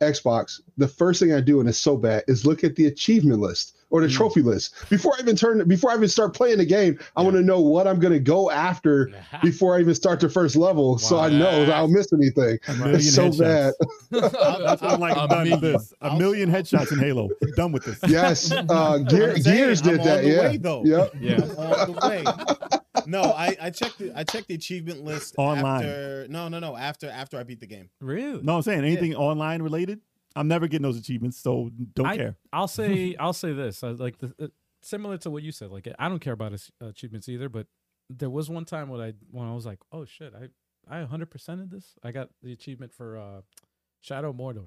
Speaker 4: Xbox, the first thing I do, and it's so bad, is look at the achievement list or the trophy list before I even turn. Before I even start playing the game, I want to know what I'm going to go after before I even start the first level, so I know that I'll miss anything.
Speaker 7: a million
Speaker 4: It's so
Speaker 7: headshots.
Speaker 4: bad.
Speaker 7: That's what I'm like,
Speaker 5: A
Speaker 7: I'm done with
Speaker 5: million.
Speaker 7: this. A million headshots in Halo. I'm done with this.
Speaker 4: Yes, uh, Gear,
Speaker 6: I'm saying,
Speaker 4: Gears
Speaker 6: I'm
Speaker 4: did
Speaker 6: on
Speaker 4: that.
Speaker 6: the
Speaker 4: yeah.
Speaker 6: way, though.
Speaker 4: Yep.
Speaker 6: I'm on the way. No, I, I checked the I checked the achievement list
Speaker 7: Online.
Speaker 6: After, no, no, no. After after I beat the game.
Speaker 2: Really?
Speaker 7: No, I'm saying anything online related, I'm never getting those achievements, so don't
Speaker 2: I-
Speaker 7: care.
Speaker 2: I'll say I'll say this. I, like the, uh, similar to what you said. Like I don't care about ach- achievements either, but there was one time when I when I was like, oh shit, I I 100 percented this. I got the achievement for uh, Shadow of Mordor.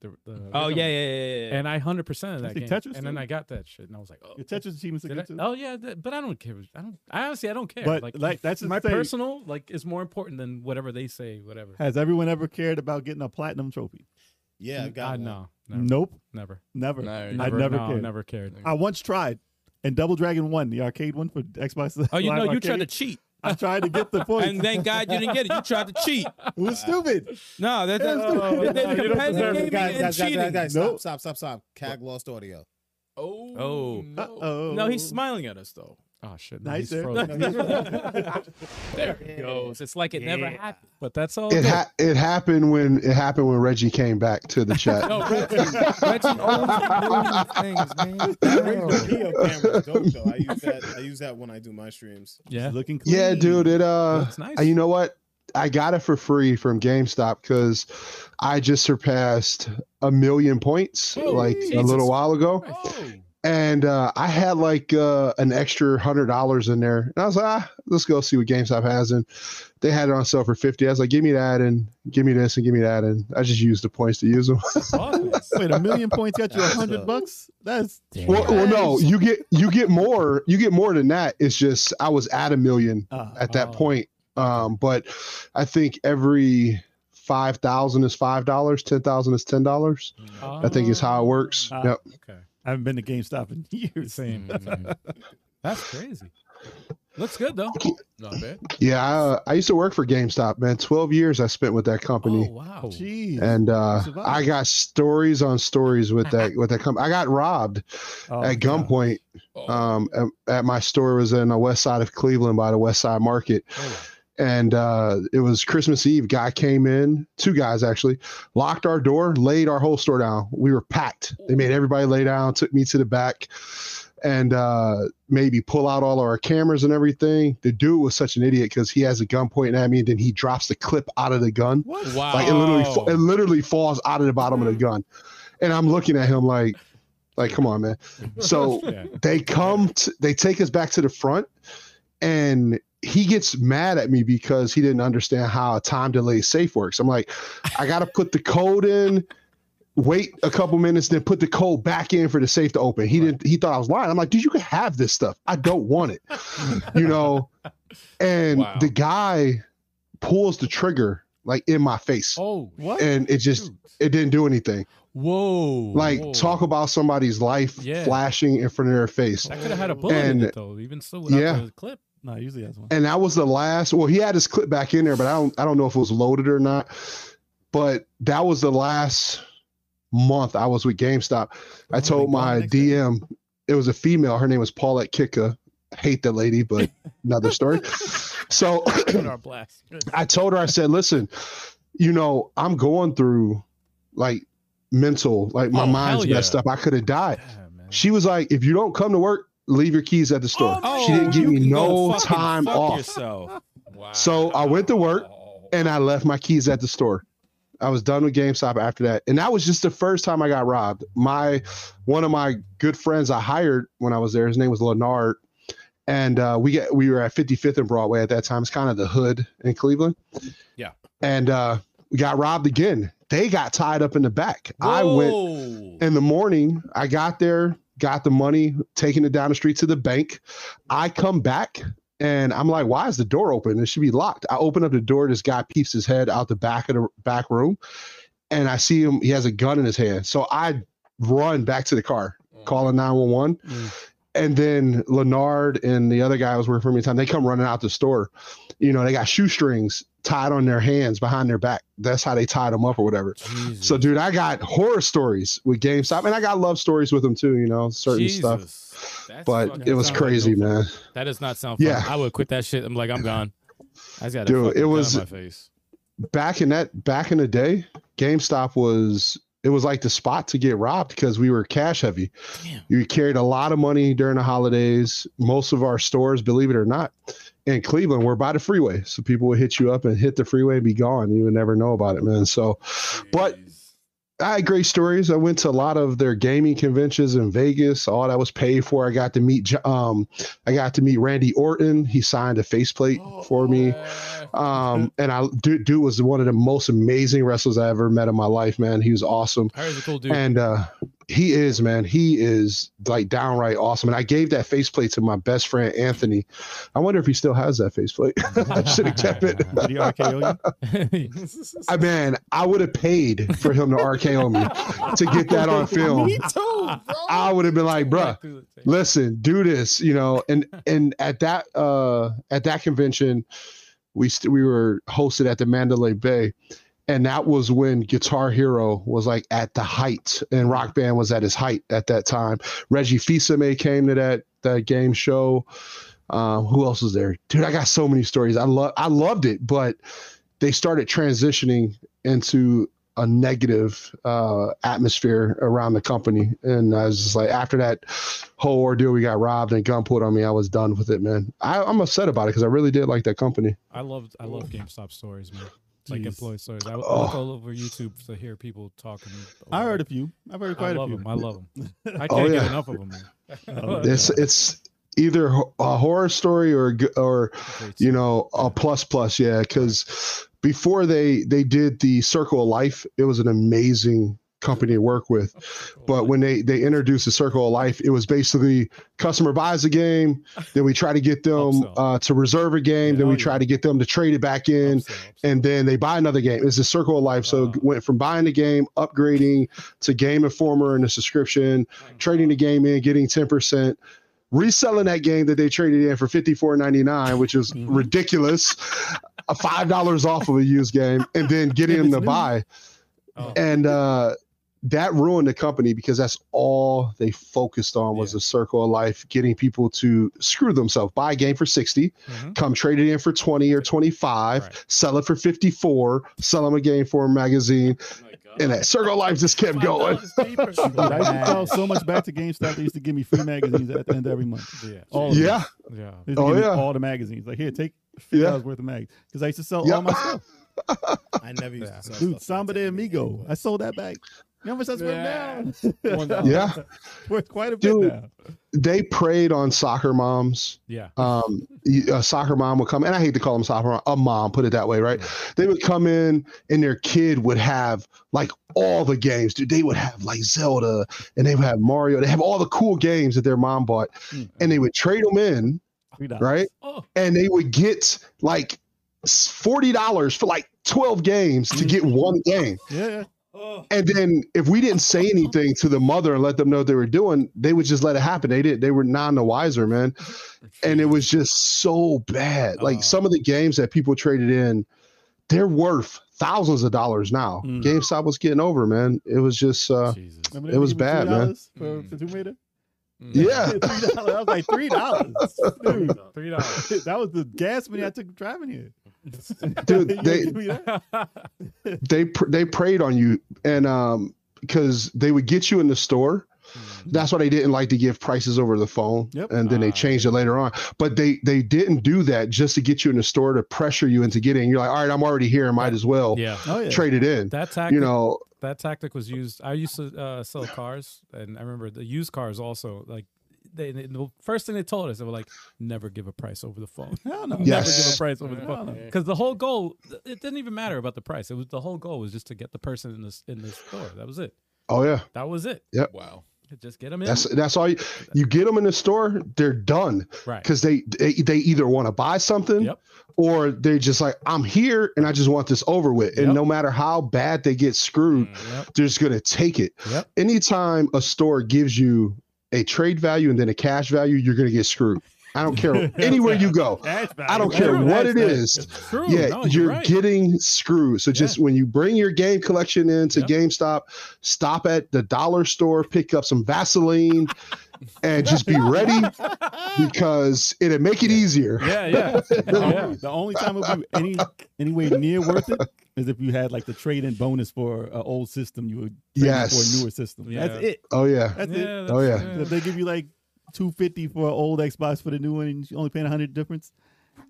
Speaker 2: The,
Speaker 7: Mm-hmm.
Speaker 2: the
Speaker 8: Oh
Speaker 2: original
Speaker 8: yeah, yeah,
Speaker 2: one.
Speaker 8: yeah, yeah, yeah.
Speaker 2: And I 100 percented that
Speaker 7: Actually,
Speaker 2: game.
Speaker 7: Tetris
Speaker 2: and then
Speaker 7: too.
Speaker 2: I got that shit, and I was like, oh.
Speaker 7: Your Tetris achievements are
Speaker 2: did I-
Speaker 7: good too.
Speaker 2: oh yeah, th- but I don't care. I don't. I honestly, I don't care.
Speaker 7: But,
Speaker 2: like,
Speaker 7: like, that's the
Speaker 2: my
Speaker 7: thing.
Speaker 2: personal like is more important than whatever they say. Whatever.
Speaker 7: Has everyone ever cared about getting a platinum trophy?
Speaker 6: Yeah, I've
Speaker 2: Mm,
Speaker 6: got
Speaker 2: I
Speaker 6: one.
Speaker 2: know. Never.
Speaker 7: Nope,
Speaker 2: Never.
Speaker 7: never.
Speaker 5: No,
Speaker 7: I
Speaker 5: never.
Speaker 7: never,
Speaker 2: no,
Speaker 7: cared.
Speaker 2: Never cared.
Speaker 7: I once tried, and Double Dragon One, the arcade one for Xbox.
Speaker 8: Oh, you
Speaker 7: Live
Speaker 8: know, you
Speaker 7: Arcade,
Speaker 8: tried to cheat,
Speaker 7: I tried to get the points.
Speaker 8: and thank God you didn't get it. You tried to cheat.
Speaker 7: it was stupid.
Speaker 8: No, that, that,
Speaker 7: Oh, no,
Speaker 8: that,
Speaker 7: you
Speaker 8: that,
Speaker 7: don't
Speaker 8: competitive
Speaker 7: deserve it.
Speaker 8: gaming
Speaker 6: Guys,
Speaker 8: and
Speaker 6: guys, guys,
Speaker 8: cheating.
Speaker 6: guys, guys,
Speaker 7: Nope.
Speaker 6: stop, stop, stop, stop. Cag lost audio.
Speaker 5: Oh,
Speaker 8: Oh.
Speaker 5: no.
Speaker 7: Uh-oh.
Speaker 8: No, he's smiling at us though.
Speaker 2: Oh shit. No,
Speaker 7: Nice eh?
Speaker 2: he's
Speaker 7: there.
Speaker 2: frozen.
Speaker 8: There it goes. It's like it never happened.
Speaker 2: but that's
Speaker 8: Oh,
Speaker 2: all.
Speaker 4: It
Speaker 2: good.
Speaker 4: ha- it happened when it happened when Reggie came back to the chat.
Speaker 8: No, Reggie, Reggie owns millions of things, man.
Speaker 6: The video camera's dope though. I use that. I use that when I do my streams.
Speaker 2: yeah.
Speaker 7: Looking clean.
Speaker 4: yeah, dude. It uh,
Speaker 2: That's nice.
Speaker 4: you know what? I got it for free from GameStop because I just surpassed a million points
Speaker 5: Oh,
Speaker 4: like a
Speaker 5: Jesus.
Speaker 4: little while ago,
Speaker 5: Oh,
Speaker 4: and uh, I had like uh, an extra hundred dollars in there, and I was like, ah, let's go see what GameStop has, and they had it on sale for fifty. I was like, give me that, and give me this, and give me that, and I just used the points to use them.
Speaker 5: marvelous.
Speaker 7: Wait, a million points got you a hundred bucks? That's
Speaker 4: Well, well, no, you get you get more you get more than that. It's just I was at a million
Speaker 7: Ah,
Speaker 4: at that
Speaker 2: oh.
Speaker 4: point, um, but I think every five thousand is five dollars, ten thousand is ten dollars. I think is how it works.
Speaker 7: Ah.
Speaker 4: Yep.
Speaker 2: Okay.
Speaker 7: I haven't been to GameStop in years.
Speaker 2: Same.
Speaker 5: Mm,
Speaker 2: That's crazy. Looks good though.
Speaker 5: Not bad.
Speaker 4: Yeah, I, uh, I used to work for GameStop, man. Twelve years I spent with that
Speaker 2: Oh
Speaker 4: company,
Speaker 2: wow.
Speaker 7: Jeez.
Speaker 4: and uh,
Speaker 7: Oh, survived.
Speaker 4: I got stories on stories with that with that company. I got robbed
Speaker 7: Oh,
Speaker 4: at
Speaker 7: God.
Speaker 4: gunpoint
Speaker 5: Oh,
Speaker 4: um, at, at my store was in the west side of Cleveland by the West Side Market, and uh, it was Christmas Eve. Guy came in, two guys actually, locked our door, laid our whole store down. We were packed. They made everybody lay down, took me to the back, and uh, maybe pull out all our cameras and everything. The dude was such an idiot because he has a gun pointing at me, and then he drops the clip out of the gun.
Speaker 7: What?
Speaker 5: wow.
Speaker 4: Like it literally, fa- it literally falls out of the bottom of the gun, and I'm looking at him like, like, come on, man. So
Speaker 2: Yeah.
Speaker 4: they come, t they take us back to the front, and he gets mad at me because he didn't understand how a time delay safe works. I'm like, I gotta put the code in. Wait a couple minutes, then put the code back in for the safe to open. He didn't. He thought I was lying. I'm like, dude, you can have this stuff. I don't want it, you know. And
Speaker 5: Wow.
Speaker 4: the guy pulls the trigger like in my face,
Speaker 2: Oh
Speaker 7: What?
Speaker 4: and it just
Speaker 2: shoot.
Speaker 4: it didn't do anything.
Speaker 2: Whoa.
Speaker 4: Like
Speaker 2: Whoa.
Speaker 4: talk about somebody's life
Speaker 2: Yeah.
Speaker 4: flashing in front of their face.
Speaker 2: That could have had a bullet in
Speaker 4: And-
Speaker 2: it though, even so without
Speaker 4: Yeah.
Speaker 2: the clip.
Speaker 7: No, usually has one.
Speaker 4: and that was the last well he had his clip back in there but i don't i don't know if it was loaded or not but that was the last month i was with gamestop i
Speaker 7: Oh, they
Speaker 4: told
Speaker 7: gone the
Speaker 4: my
Speaker 7: next day?
Speaker 4: dm it was a female her name was paulette kika hate that lady but another story so
Speaker 2: Put our blast.
Speaker 4: I told her, I said, listen, you know, I'm going through like mental, like my
Speaker 2: Oh,
Speaker 4: mind's
Speaker 2: hell yeah.
Speaker 4: messed up. I could have died.
Speaker 2: Damn, Ah, man.
Speaker 4: She was like, if you don't come to work, leave your keys at the store.
Speaker 8: Oh,
Speaker 4: she didn't give
Speaker 8: you
Speaker 4: me
Speaker 8: can go
Speaker 4: no
Speaker 8: fucking
Speaker 4: time
Speaker 8: fuck
Speaker 4: off.
Speaker 8: Yourself.
Speaker 5: wow.
Speaker 4: so I went to work, And I left my keys at the store. I was done with GameStop after that. And that was just the first time I got robbed. My one of my good friends I hired when I was there, his name was Lenard. And uh, we got we were at 55th and Broadway at that time. It's kind of the hood in Cleveland.
Speaker 5: Yeah.
Speaker 4: And uh, we got robbed again. They got tied up in the back. I went
Speaker 5: went
Speaker 4: in the morning i got there got the money taking it down the street to the bank i come back and i'm like why is the door open it should be locked i open up the door this guy peeps his head out the back of the back room and i see him he has a gun in his hand so i run back to the car calling 911 and then Leonard and the other guy was working for me at the time. They come running out the store. You know, they got shoestrings tied on their hands behind their back. That's how they tied them up or whatever. So,
Speaker 8: Mm.
Speaker 4: dude, I got horror stories with GameStop, and I got love stories with them too. You know, certain stuff.
Speaker 8: stuff.
Speaker 4: But it was crazy, man.
Speaker 8: That does not sound fun.
Speaker 4: Yeah.
Speaker 8: I would quit that shit. I'm like, I'm gone. I just got
Speaker 4: Dude,
Speaker 8: a
Speaker 4: it was-
Speaker 8: my face.
Speaker 4: Back in that, back in the day, GameStop was it was like the spot to get robbed because we were cash heavy.
Speaker 8: Damn.
Speaker 4: We carried a lot of money during the holidays. Most of our stores, believe it or not, in Cleveland were by the freeway, so people would hit you up and hit the freeway and be gone. You would never know about it, man. So, but- I had great stories. I went to a lot of their gaming conventions in Vegas. All that was paid for. I got to meet Jo- um, I got to meet Randy Orton. He signed a faceplate for me. Um, and I dude, dude was one of the most amazing wrestlers I ever met in my life. Man, he was awesome.
Speaker 8: Harry's a cool dude.
Speaker 4: And uh, he is man. He is like downright awesome. And I gave that faceplate to my best friend Anthony. I wonder if he still has that faceplate. I should have kept
Speaker 2: Ah,
Speaker 4: it.
Speaker 7: Did he RKO you?
Speaker 4: I man, I would have paid for him to RKO me to get that on film. I would have been like, bruh, listen, do this, you know. And and at that uh at that convention, we st- we were hosted at the Mandalay Bay, and that was when Guitar Hero was like at the height, and Rock Band was at his height at that time. Reggie Fils-Aimé came to that that game show. Um, who else was there, dude? I got so many stories. I love I loved it, but they started transitioning into a negative uh, atmosphere around the company. And I was just like, after that whole ordeal, we got robbed and gun pulled on me. I was done with it, man. I, I'm upset about it because I really did like that company.
Speaker 2: I loved I love GameStop stories, man. Like
Speaker 7: Jeez.
Speaker 2: employee stories. I would
Speaker 4: Oh.
Speaker 2: look all over YouTube to hear people talking.
Speaker 7: I
Speaker 2: over-
Speaker 7: heard a few. I've heard
Speaker 2: I
Speaker 7: quite a
Speaker 2: love
Speaker 7: few.
Speaker 2: them. I love them. I can't
Speaker 4: Oh,
Speaker 2: get
Speaker 4: yeah.
Speaker 2: enough of them.
Speaker 4: It's it's either ho- a horror story or a g- or you know a plus plus yeah because before they they did the circle of life it was an amazing company to work with but when they they introduced the circle of life it was basically customer buys a game then we try to get them
Speaker 2: Upsell.
Speaker 4: uh, to reserve a game
Speaker 2: Yeah,
Speaker 4: then
Speaker 2: oh,
Speaker 4: we
Speaker 2: yeah.
Speaker 4: try to get them to trade it back in and then they buy another game. It's a circle of life. So
Speaker 2: Wow.
Speaker 4: it went from buying the game, upgrading to Game Informer and a subscription, trading the game in, getting ten percent, reselling that game that they traded in for fifty four ninety nine, which is
Speaker 2: Mm-hmm.
Speaker 4: ridiculous, a five dollars off of a used game, and then getting
Speaker 7: If
Speaker 4: them
Speaker 7: it's
Speaker 4: to
Speaker 7: new.
Speaker 4: buy,
Speaker 2: Oh.
Speaker 4: and uh, that ruined the company because that's all they focused on was the circle of life, getting people to screw themselves, buy a game for sixty,
Speaker 2: Mhm.
Speaker 4: come trade it in for 20 or 25
Speaker 2: Right.
Speaker 4: sell it for 54 sell them a game for a magazine and that circle of life just kept going
Speaker 7: Dude, I used to sell so much back to GameStop. They used to give me free magazines at the end of every month.
Speaker 2: Yeah.
Speaker 7: All of them.
Speaker 4: yeah
Speaker 2: Oh, yeah.
Speaker 7: They used to
Speaker 4: Oh,
Speaker 7: give me
Speaker 4: yeah.
Speaker 7: all the magazines. Like here, take fifty
Speaker 4: Yeah.
Speaker 7: dollars worth of mag. Because I used to sell
Speaker 4: Yeah.
Speaker 7: all my stuff.
Speaker 6: I never used to sell
Speaker 7: Dude,
Speaker 6: stuff like
Speaker 7: Samba
Speaker 6: that
Speaker 7: de
Speaker 6: to me
Speaker 7: Amigo.
Speaker 6: anyway.
Speaker 7: I sold that back. You know how much that's
Speaker 5: Yeah.
Speaker 7: worth now?
Speaker 4: yeah
Speaker 7: worth quite a bit
Speaker 4: Dude.
Speaker 7: now.
Speaker 4: they preyed on soccer moms
Speaker 2: Yeah.
Speaker 4: um y- a soccer mom would come and i hate to call them soccer mom a mom put it that way right they would come in and their kid would have like all the games dude they would have like zelda and they would have mario they have all the cool games that their mom bought and they would trade them in
Speaker 7: Three dollars.
Speaker 4: right?
Speaker 2: Oh.
Speaker 4: And they would get like forty dollars for like twelve games to get one game.
Speaker 7: Mm-hmm. Yeah, yeah.
Speaker 4: And then if we didn't say anything to the mother and let them know what they were doing, they would just let it happen. They did. They were none the wiser, man. And it was just so bad. Like
Speaker 2: Oh.
Speaker 4: some of the games that people traded in, they're worth thousands of dollars now.
Speaker 7: Mm.
Speaker 4: GameStop was getting over, man. It was just uh,
Speaker 2: Jesus.
Speaker 7: Remember
Speaker 4: It
Speaker 7: they
Speaker 4: was
Speaker 7: gave me
Speaker 4: bad, man.
Speaker 7: $3 For, for Tomb Raider?
Speaker 4: yeah.
Speaker 7: $3. I was like, $3. Dude,
Speaker 2: Three dollars.
Speaker 7: that was the gas money I took driving here.
Speaker 4: Dude,
Speaker 7: You gonna
Speaker 4: they-
Speaker 7: give me that?
Speaker 4: they pr- they preyed on you and um because they would get you in the store
Speaker 2: Mm-hmm.
Speaker 4: that's why they didn't like to give prices over the phone
Speaker 7: Yep.
Speaker 4: and then they
Speaker 2: Ah.
Speaker 4: changed it later on but they they didn't do that just to get you in the store to pressure you into getting you're like all right i'm already here i might as well
Speaker 2: yeah.
Speaker 7: Oh, yeah.
Speaker 4: trade it in
Speaker 2: That tactic,
Speaker 4: you know
Speaker 2: that tactic was used. I used to uh, sell cars, and I remember the used cars also. Like, they, they- the first thing they told us, they were like, "Never give a price over the phone.
Speaker 7: Hell no.
Speaker 2: Never give
Speaker 4: yes
Speaker 2: a price over the
Speaker 7: Hell
Speaker 2: phone."
Speaker 7: no.
Speaker 2: Because the whole goal, it didn't even matter about the price. It was the whole goal was just to get the person in this in the store. That was it.
Speaker 4: oh yeah
Speaker 2: That was it.
Speaker 5: Wow.
Speaker 2: Just get them in.
Speaker 4: that's that's all you, you get them in the store they're done
Speaker 2: right.
Speaker 4: because they, they they either want to buy something
Speaker 2: Yep.
Speaker 4: or they're just like i'm here and i just want this over with and
Speaker 2: Yep. Mm,
Speaker 4: no matter how bad they get screwed
Speaker 2: Yep.
Speaker 4: they're just gonna take it
Speaker 2: Yep.
Speaker 4: anytime a store gives you a trade value and then a cash value you're gonna get screwed i don't care anywhere you go
Speaker 7: Cash value.
Speaker 4: i don't care
Speaker 7: True,
Speaker 4: what it
Speaker 7: that's
Speaker 4: is
Speaker 2: True.
Speaker 4: yeah
Speaker 2: no,
Speaker 4: you're,
Speaker 2: you're, right.
Speaker 4: getting screwed so just when you bring your game collection into
Speaker 2: Yeah.
Speaker 4: gamestop stop at the dollar store pick up some vaseline and just be ready because it'll make it easier
Speaker 2: yeah. Yeah.
Speaker 7: The only- Oh, The only time it would be any anywhere near worth it is if you had like the trade in bonus for an old system, you would trade in for
Speaker 4: Yes.
Speaker 7: a newer system. That's
Speaker 2: Yeah.
Speaker 7: it.
Speaker 4: oh yeah
Speaker 7: That's it.
Speaker 2: yeah
Speaker 4: Oh,
Speaker 2: that's-
Speaker 4: yeah.
Speaker 7: If they give you like two fifty for an old Xbox for the new one, and you're only paying hundred difference,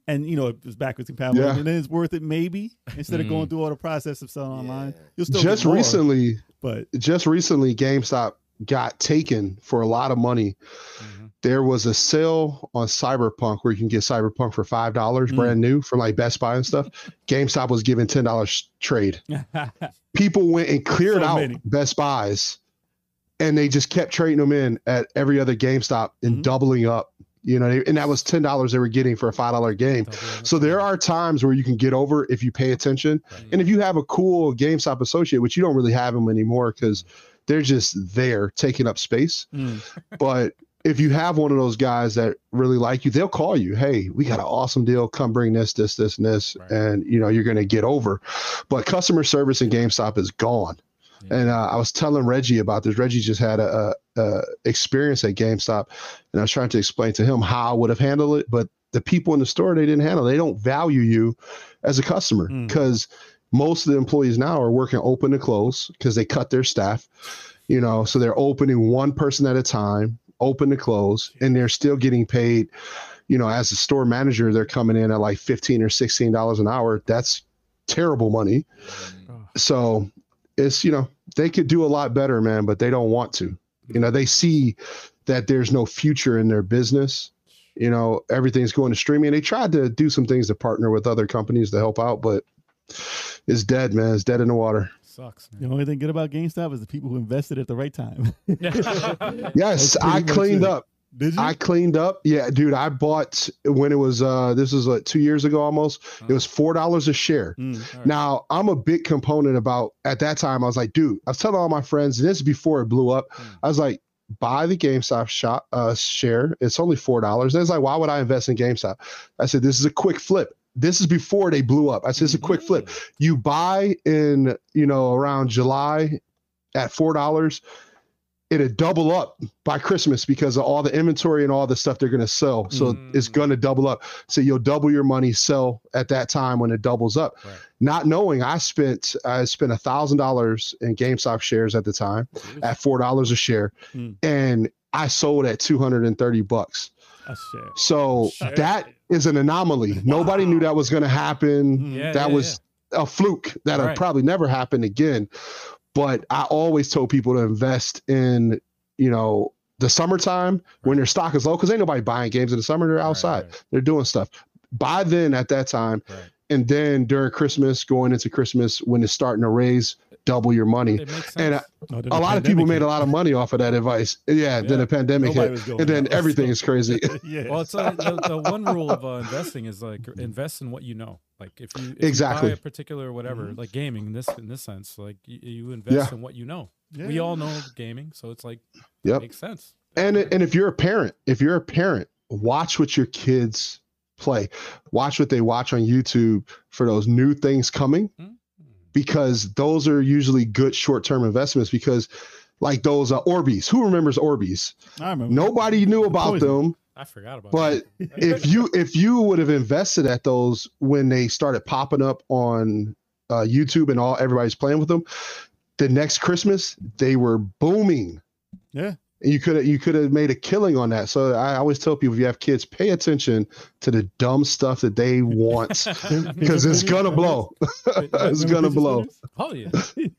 Speaker 7: and you know it's backwards compatible,
Speaker 4: Yeah.
Speaker 7: and then it's worth it maybe instead
Speaker 2: Mm.
Speaker 7: of going through all the process of selling online. You'll still get
Speaker 4: just
Speaker 7: more,
Speaker 4: recently
Speaker 7: but
Speaker 4: just recently GameStop got taken for a lot of money.
Speaker 7: Mm-hmm.
Speaker 4: There was a sale on Cyberpunk where you can get Cyberpunk for five dollars,
Speaker 7: Mm.
Speaker 4: brand new, from like Best Buy and stuff. GameStop was giving ten dollars trade. People went and cleared
Speaker 7: So
Speaker 4: out
Speaker 7: many.
Speaker 4: Best Buys, and they just kept trading them in at every other GameStop and
Speaker 7: Mhm.
Speaker 4: doubling up. You know, they- and that was ten dollars they were getting for a five dollar game. So there are times where you can get over if you pay attention, and if you have a cool GameStop associate, which you don't really have them anymore because
Speaker 2: Mm.
Speaker 4: they're just there taking up space.
Speaker 7: Mm.
Speaker 4: But if you have one of those guys that really like you, they'll call you. Hey, we got an awesome deal. Come bring this, this, this, and this,
Speaker 2: Right.
Speaker 4: and you know you're going to get over. But customer service in GameStop is gone.
Speaker 2: Yeah.
Speaker 4: And uh, I was telling Reggie about this. Reggie just had a, a, a experience at GameStop, and I was trying to explain to him how I would have handled it. But the people in the store they didn't handle. it. They don't value you as a customer
Speaker 7: Mm.
Speaker 4: because most of the employees now are working open to close because they cut their staff you know so they're opening one person at a time open to close and they're still getting paid you know as a store manager they're coming in at like 15 or 16 dollars an hour that's terrible money so it's you know they could do a lot better man but they don't want to you know they see that there's no future in their business you know everything's going to streaming they tried to do some things to partner with other companies to help out but it's dead man it's dead in the water
Speaker 2: Sucks.
Speaker 7: The only thing good about GameStop is the people who invested at the right time.
Speaker 2: Man.
Speaker 7: That's pretty
Speaker 4: yes i
Speaker 7: much
Speaker 4: cleaned
Speaker 7: it.
Speaker 4: up
Speaker 7: Did you?
Speaker 4: I cleaned up. Yeah, dude, I bought when it was uh this was like two years ago almost. It was four dollars a share.
Speaker 7: Uh-huh. Mm.
Speaker 2: All right.
Speaker 4: Now I'm a big component about at that time I was like, dude, I was telling all my friends, and this is before it blew up.
Speaker 7: Mm.
Speaker 4: I was like, buy the GameStop shop uh share. It's only four dollars. They was like, why would I invest in GameStop? I said, this is a quick flip. This is before they blew up. I said, it's a quick flip. You buy in, you know, around July at four dollars. It'll double up by Christmas because of all the inventory and all the stuff they're going to sell. So it's going to double up. So you'll double your money sell at that time when it doubles up.
Speaker 2: Right.
Speaker 4: Not knowing, I spent I spent a thousand dollars in GameStop shares at the time at four dollars a share,
Speaker 7: Mm.
Speaker 4: and I sold at two hundred and thirty bucks.
Speaker 7: A share.
Speaker 4: So that is an anomaly. Nobody knew that was going to happen
Speaker 2: Yeah,
Speaker 4: that
Speaker 2: yeah,
Speaker 4: was a fluke that'll
Speaker 2: Right.
Speaker 4: probably never happen again. But I always told people to invest in, you know, the summertime when their stock is low because ain't nobody buying games in the summer. They're outside, they're doing stuff. By then, at that time,
Speaker 2: Right.
Speaker 4: and then during Christmas, going into Christmas when it's starting to raise, double your money.
Speaker 2: yeah. It makes sense.
Speaker 4: And a,
Speaker 7: Oh,
Speaker 4: a lot of people made a lot of money off of that advice. Yeah, then the pandemic
Speaker 7: Nobody
Speaker 4: hit,
Speaker 7: was going
Speaker 4: and then
Speaker 7: out.
Speaker 4: everything is crazy.
Speaker 7: yeah.
Speaker 2: well, it's like the, the one rule of uh, investing is like invest in what you know. Like if you if
Speaker 4: Exactly.
Speaker 2: you buy a particular whatever,
Speaker 7: Mm-hmm.
Speaker 2: like gaming in this in this sense, like you, you invest
Speaker 4: Yeah.
Speaker 2: in what you know.
Speaker 7: Yeah.
Speaker 2: We all know gaming, so it's like
Speaker 4: Yep.
Speaker 2: makes sense.
Speaker 4: and and if you're a parent, if you're a parent, watch what your kids play. Watch what they watch on YouTube for those new things coming because those are usually good short-term investments because like those uh, Orbeez. Who remembers Orbeez?
Speaker 7: I remember.
Speaker 4: Nobody knew about
Speaker 7: poison.
Speaker 4: them,
Speaker 2: I forgot about
Speaker 4: but
Speaker 2: that.
Speaker 4: if you if you would have invested at those when they started popping up on uh, YouTube and all everybody's playing with them, the next Christmas they were booming.
Speaker 7: Yeah.
Speaker 4: And you could have you could have made a killing on that. So I always tell people if you have kids, pay attention to the dumb stuff that they want because it's gonna blow. it's
Speaker 7: Remember
Speaker 4: gonna
Speaker 7: fidget
Speaker 4: blow.
Speaker 7: spinners?
Speaker 2: oh yeah,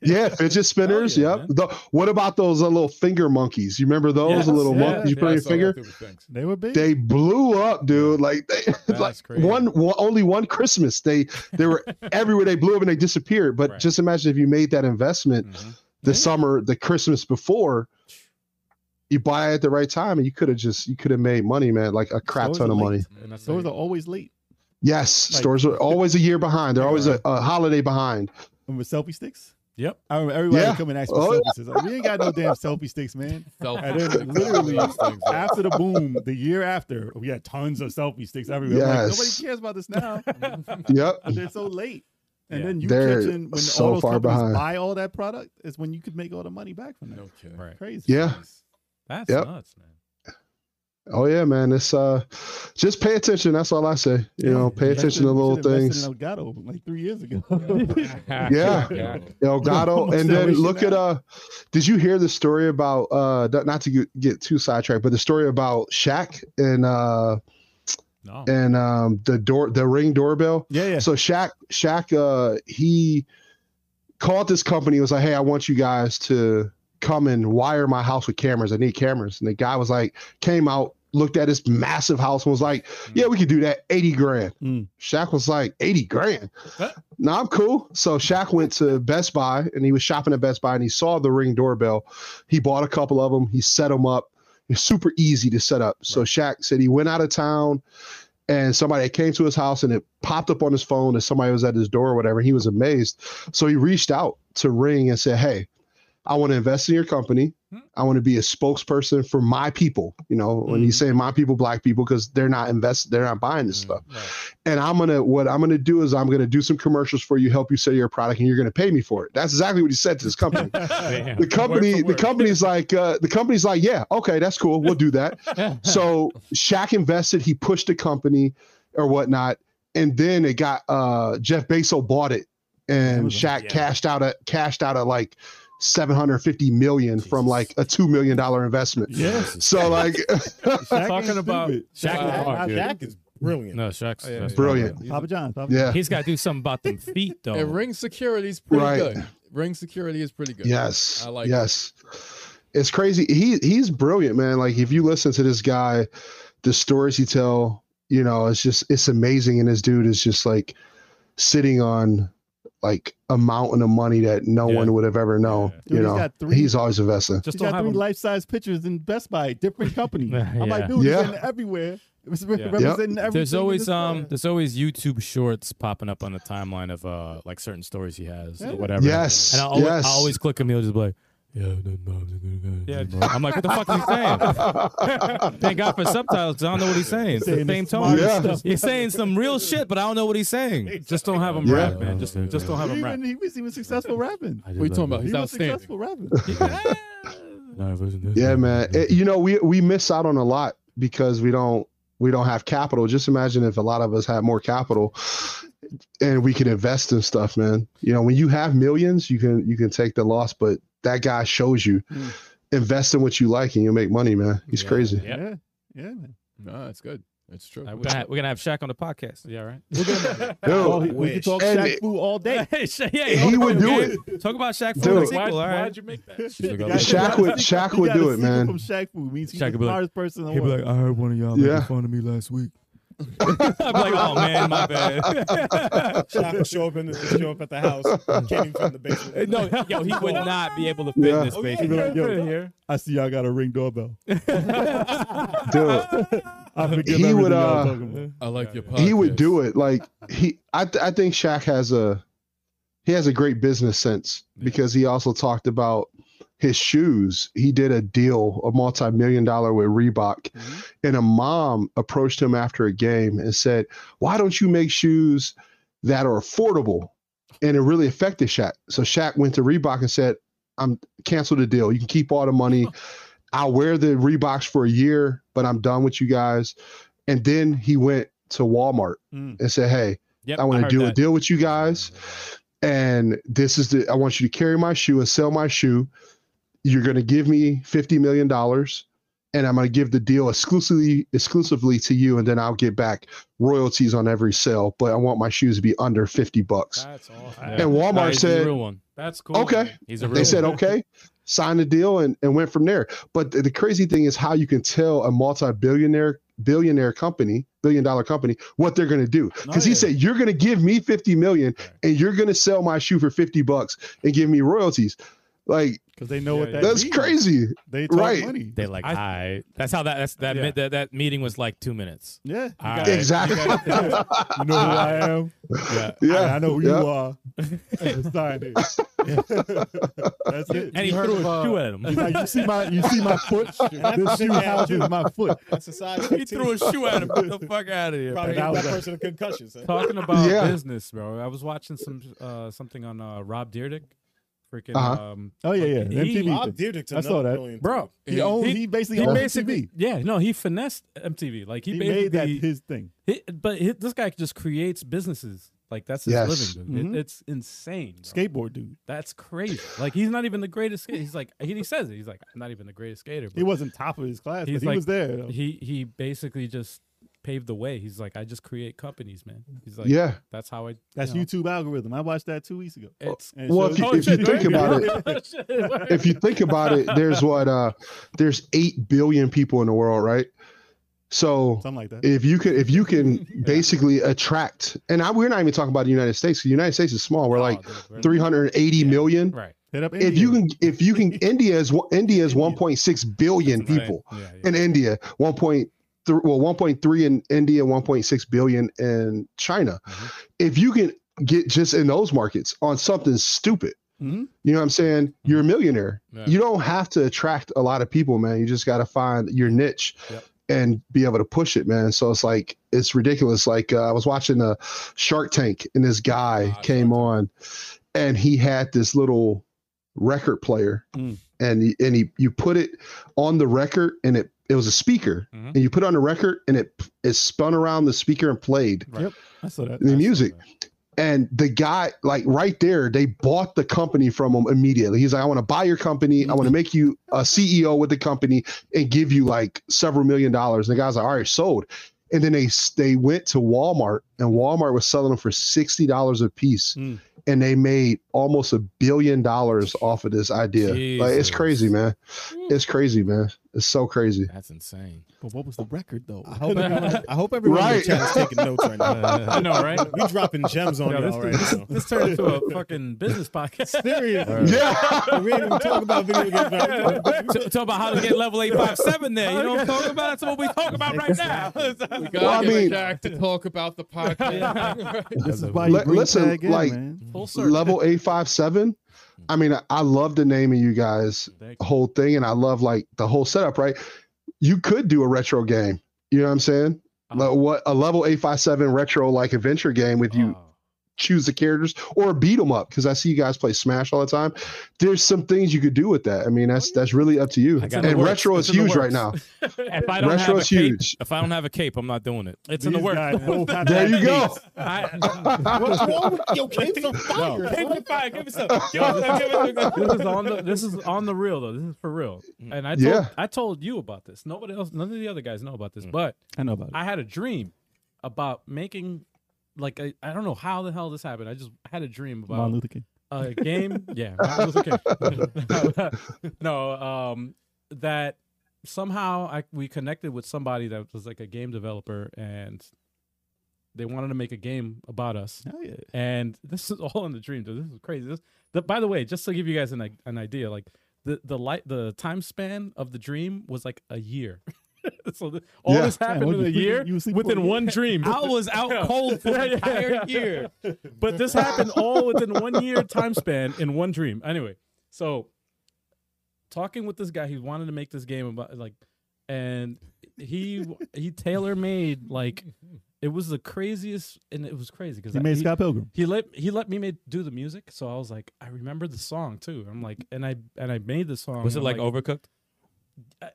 Speaker 4: Yeah, fidget spinners.
Speaker 2: yeah,
Speaker 4: yep.
Speaker 2: man.
Speaker 4: The- what about those uh, little finger monkeys? You remember those?
Speaker 2: Yes,
Speaker 4: the little
Speaker 2: yeah,
Speaker 4: monkeys you
Speaker 2: yeah,
Speaker 4: put on your
Speaker 5: That's all I
Speaker 4: finger
Speaker 5: do with things.
Speaker 7: They were big.
Speaker 4: they blew up, dude. Like they,
Speaker 2: That's
Speaker 4: like
Speaker 2: crazy.
Speaker 4: one, one only one Christmas. They they were everywhere. They blew up and they disappeared. But
Speaker 2: Right.
Speaker 4: just imagine if you made that investment
Speaker 2: Mhm.
Speaker 4: the summer, the Christmas before. You buy it at the right time, and you could have just you could have made money, man, like a crap
Speaker 7: Stores
Speaker 4: ton
Speaker 7: are
Speaker 4: of
Speaker 7: late.
Speaker 4: money.
Speaker 2: and that's
Speaker 7: Stores Mm, are
Speaker 2: like,
Speaker 7: always late.
Speaker 4: Yes,
Speaker 7: Like-
Speaker 4: stores are always a year behind. They're always a, a holiday behind.
Speaker 7: Remember selfie sticks?
Speaker 2: yep.
Speaker 7: I remember everybody
Speaker 4: Yeah.
Speaker 7: would come and ask for
Speaker 4: Oh,
Speaker 7: selfie
Speaker 4: yeah.
Speaker 7: sticks. Like, we ain't got no damn selfie sticks, man. And
Speaker 5: Selfies,
Speaker 7: then
Speaker 5: things,
Speaker 7: literally
Speaker 5: all these things.
Speaker 7: after the boom, the year after, we had tons of selfie sticks everywhere. I'm Like, Nobody
Speaker 4: Yes.
Speaker 7: cares about this now.
Speaker 4: Yep.
Speaker 7: They're so late. And
Speaker 2: Yeah.
Speaker 7: then you
Speaker 4: They're
Speaker 7: catching when
Speaker 4: so
Speaker 7: all those
Speaker 4: far
Speaker 7: companies
Speaker 4: behind.
Speaker 7: buy all that product is when you could make all the money back from that.
Speaker 5: No kidding.
Speaker 2: Right.
Speaker 7: Crazy.
Speaker 4: Yeah.
Speaker 2: That's
Speaker 4: Yep.
Speaker 2: nuts, man.
Speaker 4: Oh yeah, man. It's uh, just pay attention. That's all I say. You know, pay attention to little things.
Speaker 7: In Elgato like three years ago.
Speaker 4: Yeah.
Speaker 5: Yeah.
Speaker 4: Elgato, and then
Speaker 7: Salvation
Speaker 4: look at uh. Did you hear the story about uh? th- Not to get- get too sidetracked, but the story about Shaq and uh
Speaker 2: No.
Speaker 7: Oh.
Speaker 4: and um the door the ring doorbell.
Speaker 7: yeah, yeah.
Speaker 4: So Shaq Shaq uh he called this company. and Was like, hey, I want you guys to come and wire my house with cameras. I need cameras. And the guy was like, came out, looked at this massive house, and was like, yeah, we could do that, eighty grand.
Speaker 7: Mm.
Speaker 4: Shaq was like, eighty grand. No, I'm cool. So Shaq went to Best Buy and he was shopping at Best Buy and he saw the ring doorbell. He bought a couple of them. He set them up. It's super easy to set up. So Shaq said he went out of town and somebody came to his house and it popped up on his phone that somebody was at his door or whatever. He was amazed. So he reached out to Ring and said, Hey, I want to invest in your company. I want to be a spokesperson for my people. You know, when he's saying my people, black people, because they're not invested, they're not buying this stuff and I'm gonna what I'm gonna do is I'm gonna do some commercials for you, help you sell your product, and you're gonna pay me for it. That's exactly what he said to this company. the company, the company's like, uh, the company's like, yeah, okay, that's cool, we'll do that. so Shaq invested, he pushed the company or whatnot, and then it got uh, Jeff Bezos bought it and Shaq cashed out a cashed out a like 750 million from like a two million dollar investment.
Speaker 7: Yes.
Speaker 4: So like
Speaker 2: Talking about
Speaker 8: Shaq
Speaker 5: Wow.
Speaker 8: is hard, dude.
Speaker 6: Jack is brilliant.
Speaker 8: No, Shaq's
Speaker 2: Oh, yeah,
Speaker 8: that's
Speaker 2: yeah.
Speaker 4: brilliant.
Speaker 7: Papa John. Papa
Speaker 4: Yeah.
Speaker 8: He's got to do something about them feet, though.
Speaker 5: And ring security is pretty
Speaker 4: Right.
Speaker 5: good. Ring security is pretty good.
Speaker 4: Yes.
Speaker 5: I like it.
Speaker 4: yes. It's crazy. He he's brilliant, man. Like if you listen to this guy, the stories he tell, you know, it's just it's amazing. And this dude is just like sitting on like a mountain of money that no
Speaker 8: Yeah.
Speaker 4: one would have ever known.
Speaker 7: Dude,
Speaker 4: you
Speaker 7: he's
Speaker 4: know,
Speaker 7: got three-
Speaker 4: he's always investing.
Speaker 2: just
Speaker 7: He's
Speaker 2: don't
Speaker 7: got
Speaker 2: have
Speaker 7: three
Speaker 2: him.
Speaker 7: life size pictures in Best Buy, different company. I'm
Speaker 8: Yeah.
Speaker 7: like, dude,
Speaker 4: Yeah.
Speaker 7: yeah. in everywhere. It was representing everything.
Speaker 8: there's
Speaker 7: in
Speaker 8: always
Speaker 7: this
Speaker 8: um,
Speaker 7: world.
Speaker 8: there's always YouTube shorts popping up on the timeline of uh, like certain stories he has or whatever.
Speaker 4: Yes.
Speaker 8: And I always,
Speaker 4: yes.
Speaker 8: I always click him. He'll just be like, yeah,
Speaker 2: Yeah.
Speaker 8: I'm like, what the fuck is he saying? Thank God for subtitles. 'cause I don't know what he's saying. It's the
Speaker 7: Saying the
Speaker 8: same tone.
Speaker 4: smartest
Speaker 8: Yeah. He's saying some real shit, but I don't know what he's saying.
Speaker 2: Just don't have him
Speaker 4: Yeah.
Speaker 2: rap, man. Just just don't have
Speaker 7: he,
Speaker 2: him rap.
Speaker 7: even, he was even successful rapping.
Speaker 5: What are you talking about? He's
Speaker 7: He was
Speaker 5: outstanding.
Speaker 7: successful rapping.
Speaker 4: Yeah, man. It- you know, we we miss out on a lot because we don't we don't have capital. Just imagine if a lot of us had more capital and we could invest in stuff, man. You know, when you have millions, you can you can take the loss, but that guy shows you invest in what you like and you'll make money, man. He's crazy.
Speaker 8: Yep.
Speaker 7: Yeah. Yeah, man.
Speaker 5: No, that's good. That's true.
Speaker 8: We're gonna, have, we're gonna have Shaq on the podcast.
Speaker 2: Yeah, right.
Speaker 4: Dude,
Speaker 7: Oh, we could talk
Speaker 4: And
Speaker 7: Shaq
Speaker 4: it-
Speaker 7: Fu all day.
Speaker 8: yeah,
Speaker 4: he would do it.
Speaker 8: Talk about Shaq
Speaker 4: Dude.
Speaker 8: for the sequel.
Speaker 2: Why,
Speaker 8: All right.
Speaker 2: would you make that?
Speaker 4: Shaq would Shaq
Speaker 7: He
Speaker 4: would
Speaker 7: got a
Speaker 4: do it,
Speaker 7: secret
Speaker 4: man.
Speaker 7: From Shaq Fu means he's
Speaker 8: Shaq
Speaker 7: the
Speaker 8: would be like-
Speaker 7: smartest person in
Speaker 8: He'd
Speaker 7: the
Speaker 8: be
Speaker 7: world.
Speaker 8: like, I heard one of y'all
Speaker 4: Yeah.
Speaker 8: making fun of me last week. I'd be like, oh man, my bad.
Speaker 6: Shaq will show up in the show up at the house, came from the basement.
Speaker 8: no, yo, he would not be able to fit
Speaker 4: Yeah.
Speaker 8: in this
Speaker 7: Oh, yeah,
Speaker 8: space.
Speaker 7: he'd be like, yo,
Speaker 8: here.
Speaker 7: I see y'all got a ring doorbell.
Speaker 4: Dude,
Speaker 7: I forget
Speaker 4: He
Speaker 7: everything
Speaker 4: would,
Speaker 7: y'all
Speaker 4: uh,
Speaker 7: talking about.
Speaker 5: I like your podcast.
Speaker 4: he would do it. Like he I th- I think Shaq has a he has a great business sense because he also talked about his shoes. He did a deal, a multi-million dollar with Reebok, and a mom approached him after a game and said, "Why don't you make shoes that are affordable?" And it really affected Shaq. So Shaq went to Reebok and said, "I'm cancel the deal. You can keep all the money. I'll wear the Reeboks for a year, but I'm done with you guys." And then he went to Walmart
Speaker 7: Mm.
Speaker 4: and said, "Hey,
Speaker 8: Hmm. Yep,
Speaker 4: I want to
Speaker 8: heard
Speaker 4: do a
Speaker 8: that.
Speaker 4: deal with you guys, and this is the I want you to carry my shoe and sell my shoe. You're going to give me fifty million dollars, and I'm going to give the deal exclusively exclusively to you, and then I'll get back royalties on every sale. But I want my shoes to be under fifty bucks.
Speaker 2: That's awesome.
Speaker 8: Yeah.
Speaker 4: And Walmart
Speaker 8: Nah, he's a
Speaker 4: said-
Speaker 8: real one.
Speaker 2: That's cool.
Speaker 4: Okay.
Speaker 2: man.
Speaker 8: He's a real
Speaker 4: They said,
Speaker 8: one.
Speaker 4: okay, sign the deal, and, and went from there. But the, the crazy thing is how you can tell a multi billionaire billionaire company billion dollar company what they're going to do because
Speaker 7: Oh,
Speaker 4: he
Speaker 7: yeah.
Speaker 4: said you're going to give me 50 million and you're going to sell my shoe for 50 bucks and give me royalties like
Speaker 7: Because they know what that
Speaker 4: that's
Speaker 7: means.
Speaker 4: crazy
Speaker 7: They talk
Speaker 4: Right.
Speaker 7: money.
Speaker 8: They like,
Speaker 2: I-
Speaker 8: I. That's how that that's, that,
Speaker 2: Yeah.
Speaker 8: mi- that that meeting was like two minutes.
Speaker 7: Yeah. You
Speaker 8: All
Speaker 7: got
Speaker 8: right.
Speaker 7: it.
Speaker 4: exactly
Speaker 7: You know who I am.
Speaker 8: Yeah.
Speaker 7: I,
Speaker 4: yeah
Speaker 7: I know who
Speaker 4: Yeah.
Speaker 7: you are. And sign it. That's it.
Speaker 8: And he
Speaker 2: heard
Speaker 8: threw
Speaker 2: of,
Speaker 8: a
Speaker 2: uh,
Speaker 8: shoe at him.
Speaker 7: He's like, you see my, you see my foot. This shoe houses my foot.
Speaker 6: That's a size
Speaker 8: he threw a shoe at him. Get the fuck out of here.
Speaker 6: Probably
Speaker 7: That
Speaker 6: gave
Speaker 7: was
Speaker 6: that
Speaker 7: a-
Speaker 6: person a concussion. son.
Speaker 2: Talking about
Speaker 4: Yeah.
Speaker 2: business, bro. I was watching some uh, something on uh, Rob Dyrdek. Freaking
Speaker 4: Uh-huh.
Speaker 2: um,
Speaker 7: Oh yeah, yeah.
Speaker 2: Like,
Speaker 7: MTV.
Speaker 2: he-
Speaker 7: thing.
Speaker 6: Bob Dudik's
Speaker 7: I saw
Speaker 6: another
Speaker 7: that.
Speaker 6: brilliant
Speaker 2: bro.
Speaker 7: He, owned. He,
Speaker 2: he-
Speaker 7: basically
Speaker 2: He
Speaker 7: owned
Speaker 2: basically,
Speaker 7: MTV.
Speaker 2: yeah, no, he finessed MTV. Like he,
Speaker 7: He made that
Speaker 2: basically,
Speaker 7: his thing.
Speaker 2: he- but he, this guy just creates businesses. Like that's his
Speaker 4: Yes.
Speaker 2: living.
Speaker 8: Mm-hmm.
Speaker 2: Dude. It- it's insane. bro.
Speaker 7: Skateboard dude.
Speaker 2: That's crazy. Like he's not even the greatest. Skater. He's like he, he says it. He's like I'm not even the greatest skater.
Speaker 7: He
Speaker 2: But
Speaker 7: wasn't top of his class,
Speaker 2: He's
Speaker 7: but he
Speaker 2: like-
Speaker 7: was there. though.
Speaker 2: he he basically just paved the way. He's like I just create companies, man. He's like
Speaker 4: yeah
Speaker 2: That's how I.
Speaker 7: That's
Speaker 2: you.
Speaker 7: YouTube algorithm. I watched that two weeks ago.
Speaker 2: know, It's
Speaker 7: And it
Speaker 4: well
Speaker 7: shows
Speaker 4: if you,
Speaker 7: you-
Speaker 4: if you think about it
Speaker 2: it.
Speaker 4: if you think about it there's what uh there's 8 billion people in the world right so
Speaker 7: something like that.
Speaker 4: if you can if you can basically attract and I, we're not even talking about the united states 'cause the united states is small we're like three hundred eighty million.
Speaker 2: Right.
Speaker 7: Hit up
Speaker 4: if you
Speaker 7: India.
Speaker 4: can if you can india is one- india is 1.6 billion
Speaker 2: Right.
Speaker 4: people
Speaker 2: Yeah, yeah.
Speaker 4: in india 1.3 well 1.3 in india 1.6 billion in china if you can get just in those markets on something stupid
Speaker 7: Mhm.
Speaker 4: you know what i'm saying
Speaker 5: Mm-hmm.
Speaker 4: you're a millionaire
Speaker 8: Yeah.
Speaker 4: you don't have to attract a lot of people man you just got to find your niche and be able to push it, man. So it's like it's ridiculous. Like uh, I was watching a Shark Tank, and this guy
Speaker 5: Ah,
Speaker 4: came
Speaker 5: Shark
Speaker 4: on,
Speaker 5: Tank.
Speaker 4: and he had this little record player,
Speaker 7: Mm.
Speaker 4: and he, and he you put it on the record, and it it was a speaker,
Speaker 5: Mm-hmm.
Speaker 2: Mhm.
Speaker 4: and you put it on the record, and it it spun around the speaker and played
Speaker 7: Yep. I saw that.
Speaker 4: the music. And the guy, like right there, they bought the company from him immediately. He's like, I want to buy your company. I want to make you a CEO with the company and give you like several million dollars. And the guy's like, all right, sold. And then they they went to Walmart and Walmart was selling them for sixty dollars a piece,
Speaker 7: Mm.
Speaker 4: and they made almost a billion dollars off of this idea. Like it's
Speaker 8: Jesus.
Speaker 4: crazy, man. It's crazy, man. It's so crazy.
Speaker 8: That's insane.
Speaker 7: But what was the record though?
Speaker 6: I hope everyone, I hope everyone in
Speaker 4: Right.
Speaker 6: the chat is taking notes right now.
Speaker 8: I know, right?
Speaker 6: We dropping gems on
Speaker 2: Yeah,
Speaker 6: y'all right
Speaker 2: this,
Speaker 6: now.
Speaker 2: this turned into a fucking business podcast.
Speaker 6: Seriously.
Speaker 4: Yeah.
Speaker 6: We ain't even talking about video games. man. We talking about-
Speaker 8: T- talk about how to get level 857 there. You know what I'm talking about? That's what we talking about right now.
Speaker 5: We gotta
Speaker 4: Well, I
Speaker 5: get
Speaker 4: mean-
Speaker 5: Jack to talk about the podcast.
Speaker 7: This is why you
Speaker 4: Li-
Speaker 7: bring
Speaker 4: listen,
Speaker 7: Tag in,
Speaker 4: like-
Speaker 7: man.
Speaker 2: Full circle.
Speaker 4: level 857
Speaker 2: Mm-hmm.
Speaker 4: i mean I, I love the name of you guys
Speaker 2: Thank
Speaker 4: whole thing and i love like the whole setup right you could do a retro game you know what i'm saying
Speaker 2: Uh-huh.
Speaker 4: like what a level 857 retro like adventure game with you
Speaker 2: Oh.
Speaker 4: choose the characters or beat them up because i see you guys play smash all the time there's some things you could do with that i mean
Speaker 2: Oh,
Speaker 4: that's that's really up to you
Speaker 8: I got
Speaker 4: and
Speaker 8: it.
Speaker 4: retro
Speaker 2: It's
Speaker 4: is
Speaker 2: in the
Speaker 4: huge
Speaker 2: works.
Speaker 4: right now
Speaker 8: If I don't
Speaker 4: retro
Speaker 8: have a
Speaker 4: is
Speaker 8: cape,
Speaker 4: huge
Speaker 8: if I don't have a cape, I'm not doing it. It's in the
Speaker 7: These
Speaker 8: work.
Speaker 7: guys both have
Speaker 4: there
Speaker 7: that
Speaker 4: you go
Speaker 2: I,
Speaker 6: What's wrong with yo? Games on fire.
Speaker 8: Give me five. Give me some. Give me some. Give me some.
Speaker 2: this is on the this is on the real though. This is for real.
Speaker 8: Mm.
Speaker 2: And I told
Speaker 4: Yeah.
Speaker 2: I told you about this. Nobody else, none of the other guys know about this. But
Speaker 7: I know about it.
Speaker 2: I had a dream about making like I I don't know how the hell this happened. I just had a dream about
Speaker 7: Martin Luther King.
Speaker 2: a game. Yeah, Martin Luther King. no, um, that somehow I we connected with somebody that was like a game developer, and they wanted to make a game about us.
Speaker 7: Oh yeah.
Speaker 2: And this is all in the dream, dude. This is crazy. This, the, by the way, just to give you guys an i- an idea, like the the light the time span of the dream was like a year. so the, all
Speaker 4: Yeah.
Speaker 2: this happened
Speaker 7: what,
Speaker 2: in a
Speaker 7: you-
Speaker 2: year
Speaker 7: you sleep
Speaker 2: within
Speaker 7: for a
Speaker 2: one dream.
Speaker 8: I was out cold for an entire year.
Speaker 2: But this happened all within one year time span in one dream. Anyway, so talking with this guy, he wanted to make this game about like, and he he tailor made like it was the craziest, and it was crazy because
Speaker 7: He made Scott Pilgrim.
Speaker 2: he let he let me make, do the music, so I was like, I remember the song too. I'm like, and I and I made the song.
Speaker 8: Was it
Speaker 2: I'm
Speaker 8: like overcooked?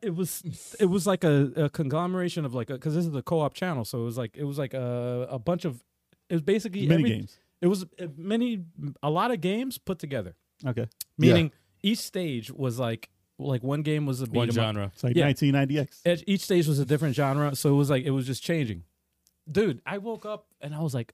Speaker 2: it was it was like a, a conglomeration of like because this is the co-op channel, so it was like it was like a, a bunch of it was basically
Speaker 7: Mini
Speaker 2: every-
Speaker 7: games.
Speaker 2: It was uh, many a lot of games put together,
Speaker 7: Okay.
Speaker 4: Yeah.
Speaker 2: meaning each stage was like like one game was a beat 'em
Speaker 8: One
Speaker 2: up.
Speaker 8: genre.
Speaker 7: It's like
Speaker 2: Yeah.
Speaker 7: 1990X.
Speaker 2: Each each stage was a different genre, so it was like it was just changing. Dude, I woke up and I was like,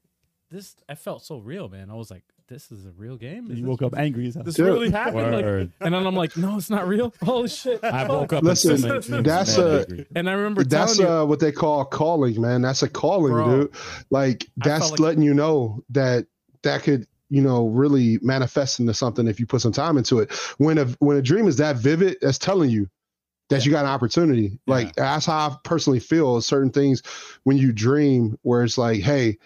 Speaker 2: this. I felt so real, man. I was like, this is a real game. Is
Speaker 7: You
Speaker 2: this-
Speaker 7: woke up angry as hell.
Speaker 2: This
Speaker 4: Dude.
Speaker 2: really happened, Like-
Speaker 8: Word.
Speaker 2: and then I'm like, "No, it's not real." Holy shit!
Speaker 8: I woke up.
Speaker 4: Listen,
Speaker 8: and so many dreams,
Speaker 4: that's
Speaker 8: man.
Speaker 4: a-
Speaker 8: Angry.
Speaker 2: And I remember
Speaker 4: that's
Speaker 2: telling you,
Speaker 4: uh, what they call calling, man. That's a calling,
Speaker 2: Bro.
Speaker 4: dude. Like
Speaker 2: I
Speaker 4: that's
Speaker 2: felt like-
Speaker 4: letting you know that that could, you know, really manifest into something if you put some time into it. When a when a dream is that vivid, that's telling you that you got an opportunity. Like that's how I personally feel certain things when you dream, where it's like, hey,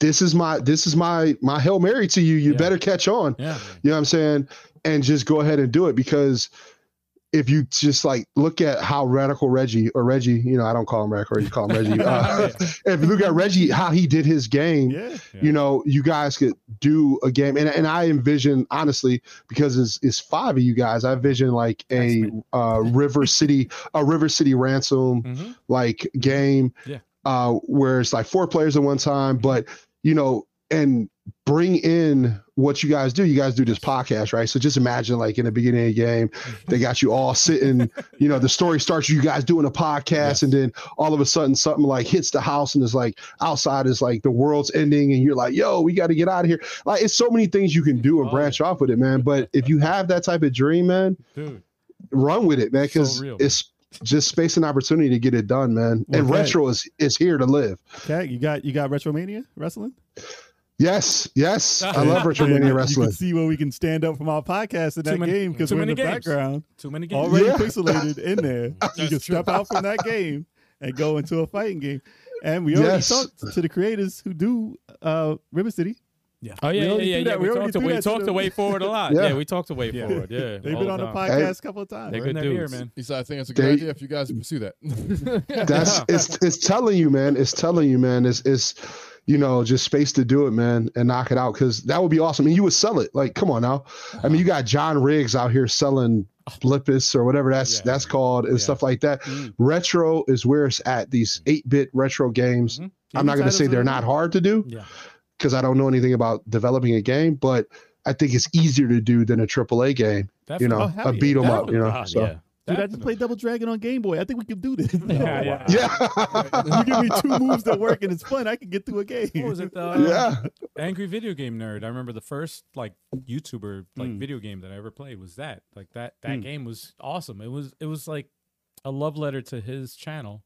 Speaker 4: this is my this is my my hail mary to you. You
Speaker 2: Yeah.
Speaker 4: better catch on.
Speaker 2: yeah,
Speaker 4: You know what I'm saying? And just go ahead and do it because if you just like look at how radical Reggie or Reggie, you know, I don't call him radical, you call him Reggie. Uh, if you look at Reggie, how he did his game,
Speaker 7: yeah.
Speaker 4: you know, you guys could do a game. And, and I envision, honestly, because it's, it's five of you guys, I envision like a uh, River City, a River City ransom
Speaker 2: Mhm.
Speaker 4: like game
Speaker 2: Yeah. Mm-hmm.
Speaker 4: uh, where it's like four players at one time, but you know, and bring in what you guys do. You guys do this podcast, right? So just imagine like in the beginning of the game,
Speaker 2: Mm-hmm.
Speaker 4: they got you all sitting, you know, the story starts you guys doing a podcast and then all of a sudden something like hits the house and it's like outside is like the world's ending and you're like, yo, we got to get out of here. Like it's so many things you can do and
Speaker 2: Oh,
Speaker 4: branch off with it, man. But if you have that type of dream, man,
Speaker 2: dude.
Speaker 4: run with it, man,
Speaker 2: So
Speaker 4: because
Speaker 2: real, man.
Speaker 4: it's just space and opportunity to get it done, man.
Speaker 7: Well,
Speaker 4: and
Speaker 7: that-
Speaker 4: retro is is here to live.
Speaker 7: Tag, you got you got Retromania wrestling?
Speaker 4: Yes, yes, I love retro
Speaker 7: And
Speaker 4: mania
Speaker 7: You
Speaker 4: wrestling.
Speaker 7: can see where we can stand up from our podcast in
Speaker 2: Too
Speaker 7: that
Speaker 2: many-
Speaker 7: game because
Speaker 2: too
Speaker 7: we're in the
Speaker 2: many games.
Speaker 7: background
Speaker 2: Too many games.
Speaker 7: already
Speaker 4: Yeah.
Speaker 7: pixelated in there. you can step out from that game and go into a fighting game. And we already
Speaker 4: Yes.
Speaker 7: talked to the creators who do uh, River City.
Speaker 8: Oh
Speaker 7: We
Speaker 8: yeah, yeah,
Speaker 7: already
Speaker 8: yeah.
Speaker 7: do
Speaker 8: yeah.
Speaker 7: that.
Speaker 8: We,
Speaker 7: We already
Speaker 8: talked to
Speaker 7: do
Speaker 8: we
Speaker 7: that to
Speaker 8: talked to
Speaker 7: them.
Speaker 8: way forward a lot.
Speaker 4: Yeah.
Speaker 8: Yeah, we talked to way forward. Yeah,
Speaker 7: They've
Speaker 8: all
Speaker 7: been on the
Speaker 8: time.
Speaker 7: podcast a couple of times.
Speaker 8: They're
Speaker 2: We're in
Speaker 8: good
Speaker 2: that year,
Speaker 8: dudes.
Speaker 2: man.
Speaker 5: He said, I think it's a good
Speaker 4: They-
Speaker 5: idea if you guys pursue that.
Speaker 4: That's it's it's telling you, man. It's telling you, man. It's it's you know just space to do it, man, and knock it out because that would be awesome. And you would sell it. Like, come on now. I mean, you got John Riggs out here selling Blippus or whatever that's
Speaker 2: Yeah.
Speaker 4: that's called and
Speaker 2: Yeah.
Speaker 4: stuff like that.
Speaker 2: Mm.
Speaker 4: Retro is where it's at. These eight bit retro games.
Speaker 2: Mhm.
Speaker 4: I'm not going to say they're
Speaker 7: Titles are-
Speaker 4: not hard to do.
Speaker 2: Yeah.
Speaker 4: because I don't know anything about developing a game, but I think it's easier to do than a AAA game. You
Speaker 2: Definitely.
Speaker 4: know,
Speaker 7: hell
Speaker 4: a
Speaker 7: yeah.
Speaker 4: beat 'em up. You know,
Speaker 8: God,
Speaker 4: so
Speaker 8: Oh, yeah.
Speaker 7: Dude, I just played Double Dragon on Game Boy. I think we can do this.
Speaker 2: Yeah, yeah.
Speaker 4: yeah,
Speaker 7: you give me two moves that work and it's fun. I can get through a game.
Speaker 2: What was it? The
Speaker 4: yeah.
Speaker 2: Angry Video Game Nerd. I remember the first like YouTuber like
Speaker 7: Mm.
Speaker 2: video game that I ever played was that. Like that that
Speaker 7: Mm.
Speaker 2: game was awesome. It was it was like a love letter to his channel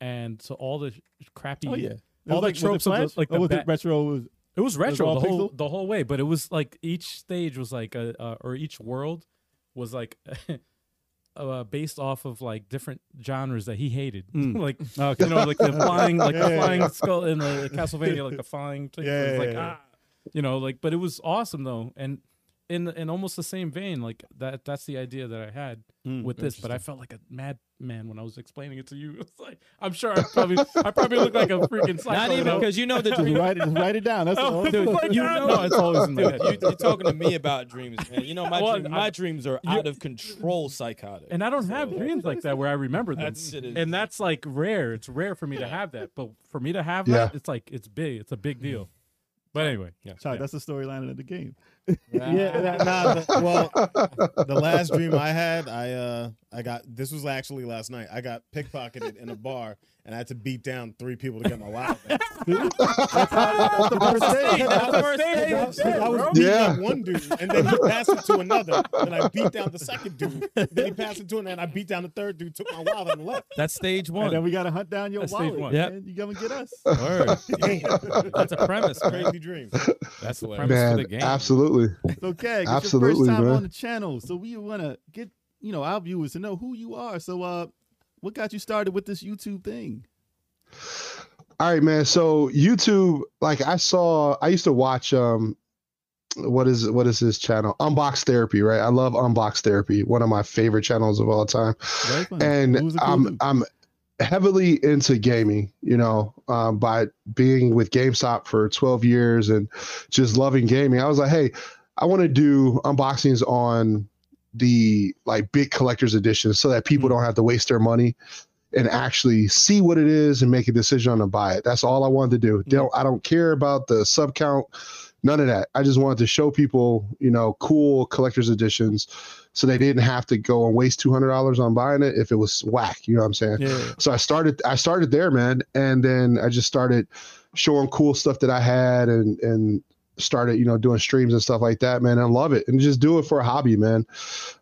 Speaker 2: and to all the crappy
Speaker 7: Oh yeah.
Speaker 2: All the tropes of the- like the
Speaker 7: oh, was
Speaker 2: bat-
Speaker 7: it retro was
Speaker 2: It was
Speaker 7: was
Speaker 2: retro
Speaker 7: all
Speaker 2: the whole
Speaker 7: pixel?
Speaker 2: the whole way, but it was like each stage was like a uh, or each world was like uh, based off of like different genres that he hated,
Speaker 7: Mm.
Speaker 2: like you know like the flying like the
Speaker 6: Yeah.
Speaker 2: flying skull in the Castlevania like the flying thing. it was like ah, you know like but it was awesome though, and in in almost the same vein like that that's the idea that I had
Speaker 7: Mm,
Speaker 2: with this, but I felt like a madman when I was explaining it to you. It's like I'm sure I probably I probably look like a freaking psycho.
Speaker 8: Not even
Speaker 2: now.
Speaker 8: because you know that
Speaker 7: Just write it, just write it down.
Speaker 2: Oh,
Speaker 7: That's all.
Speaker 8: Dude, you
Speaker 2: no, it's always in my head.
Speaker 8: Dude, you, you're talking to me about dreams, man. You know my
Speaker 2: Well,
Speaker 8: dream,
Speaker 2: I-
Speaker 8: my dreams are out of control, psychotic.
Speaker 2: And I don't have
Speaker 8: So-
Speaker 2: dreams like that where I remember them.
Speaker 8: That shit is-
Speaker 2: and that's like rare. It's rare for me to have that. But for me to have that, it's like it's big. It's a big deal. But anyway,
Speaker 7: Sorry, that's the storyline of the game.
Speaker 6: Yeah, nah, nah, the- well, the last dream I had, I uh, I got this was actually last night. I got pickpocketed in a bar, and I had to beat down three people to get my wallet. Back.
Speaker 7: The first day.
Speaker 8: That's first
Speaker 6: I
Speaker 8: day.
Speaker 6: was, I was beating
Speaker 4: Yeah.
Speaker 6: up one dude, and then he passed it to another. Then I beat down the second dude. Then he passed it to another, and I beat down the third dude, took my wallet, and left.
Speaker 8: That's stage
Speaker 7: And then
Speaker 8: one.
Speaker 7: we gotta hunt down your
Speaker 2: That's stage
Speaker 7: wallet.
Speaker 2: one.
Speaker 8: Yep.
Speaker 7: man. You come and get us.
Speaker 8: Word. That's a premise, man.
Speaker 6: Crazy dream.
Speaker 8: That's the premise for the
Speaker 4: man,
Speaker 8: game.
Speaker 4: absolutely.
Speaker 7: It's okay. It's your
Speaker 4: Absolutely,
Speaker 7: first time
Speaker 4: man.
Speaker 7: on the channel, so we wanna get you know our viewers to know who you are. So, uh, what got you started with this YouTube thing?
Speaker 4: All right, man. So YouTube, like I saw, I used to watch um, what is what is his channel? Unbox Therapy, right? I love Unbox Therapy, one of my favorite channels of all time.
Speaker 7: Very fun.
Speaker 4: and
Speaker 7: Who was the cool
Speaker 4: I'm
Speaker 7: dude?
Speaker 4: I'm heavily into gaming, you know, um, by being with GameStop for 12 years and just loving gaming. I was like, hey, I want to do unboxings on the like big collector's editions so that people
Speaker 7: Hmm.
Speaker 4: don't have to waste their money and actually see what it is and make a decision on to buy it. That's all I wanted to do.
Speaker 7: Hmm.
Speaker 4: Don't I don't care about the sub count, none of that. I just wanted to show people, you know, cool collector's editions so they didn't have to go and waste two hundred dollars on buying it if it was whack. You know what I'm saying?
Speaker 7: yeah.
Speaker 4: So I started I started there, man, and then I just started showing cool stuff that I had and and started you know doing streams and stuff like that, man. I love it and just do it for a hobby, man.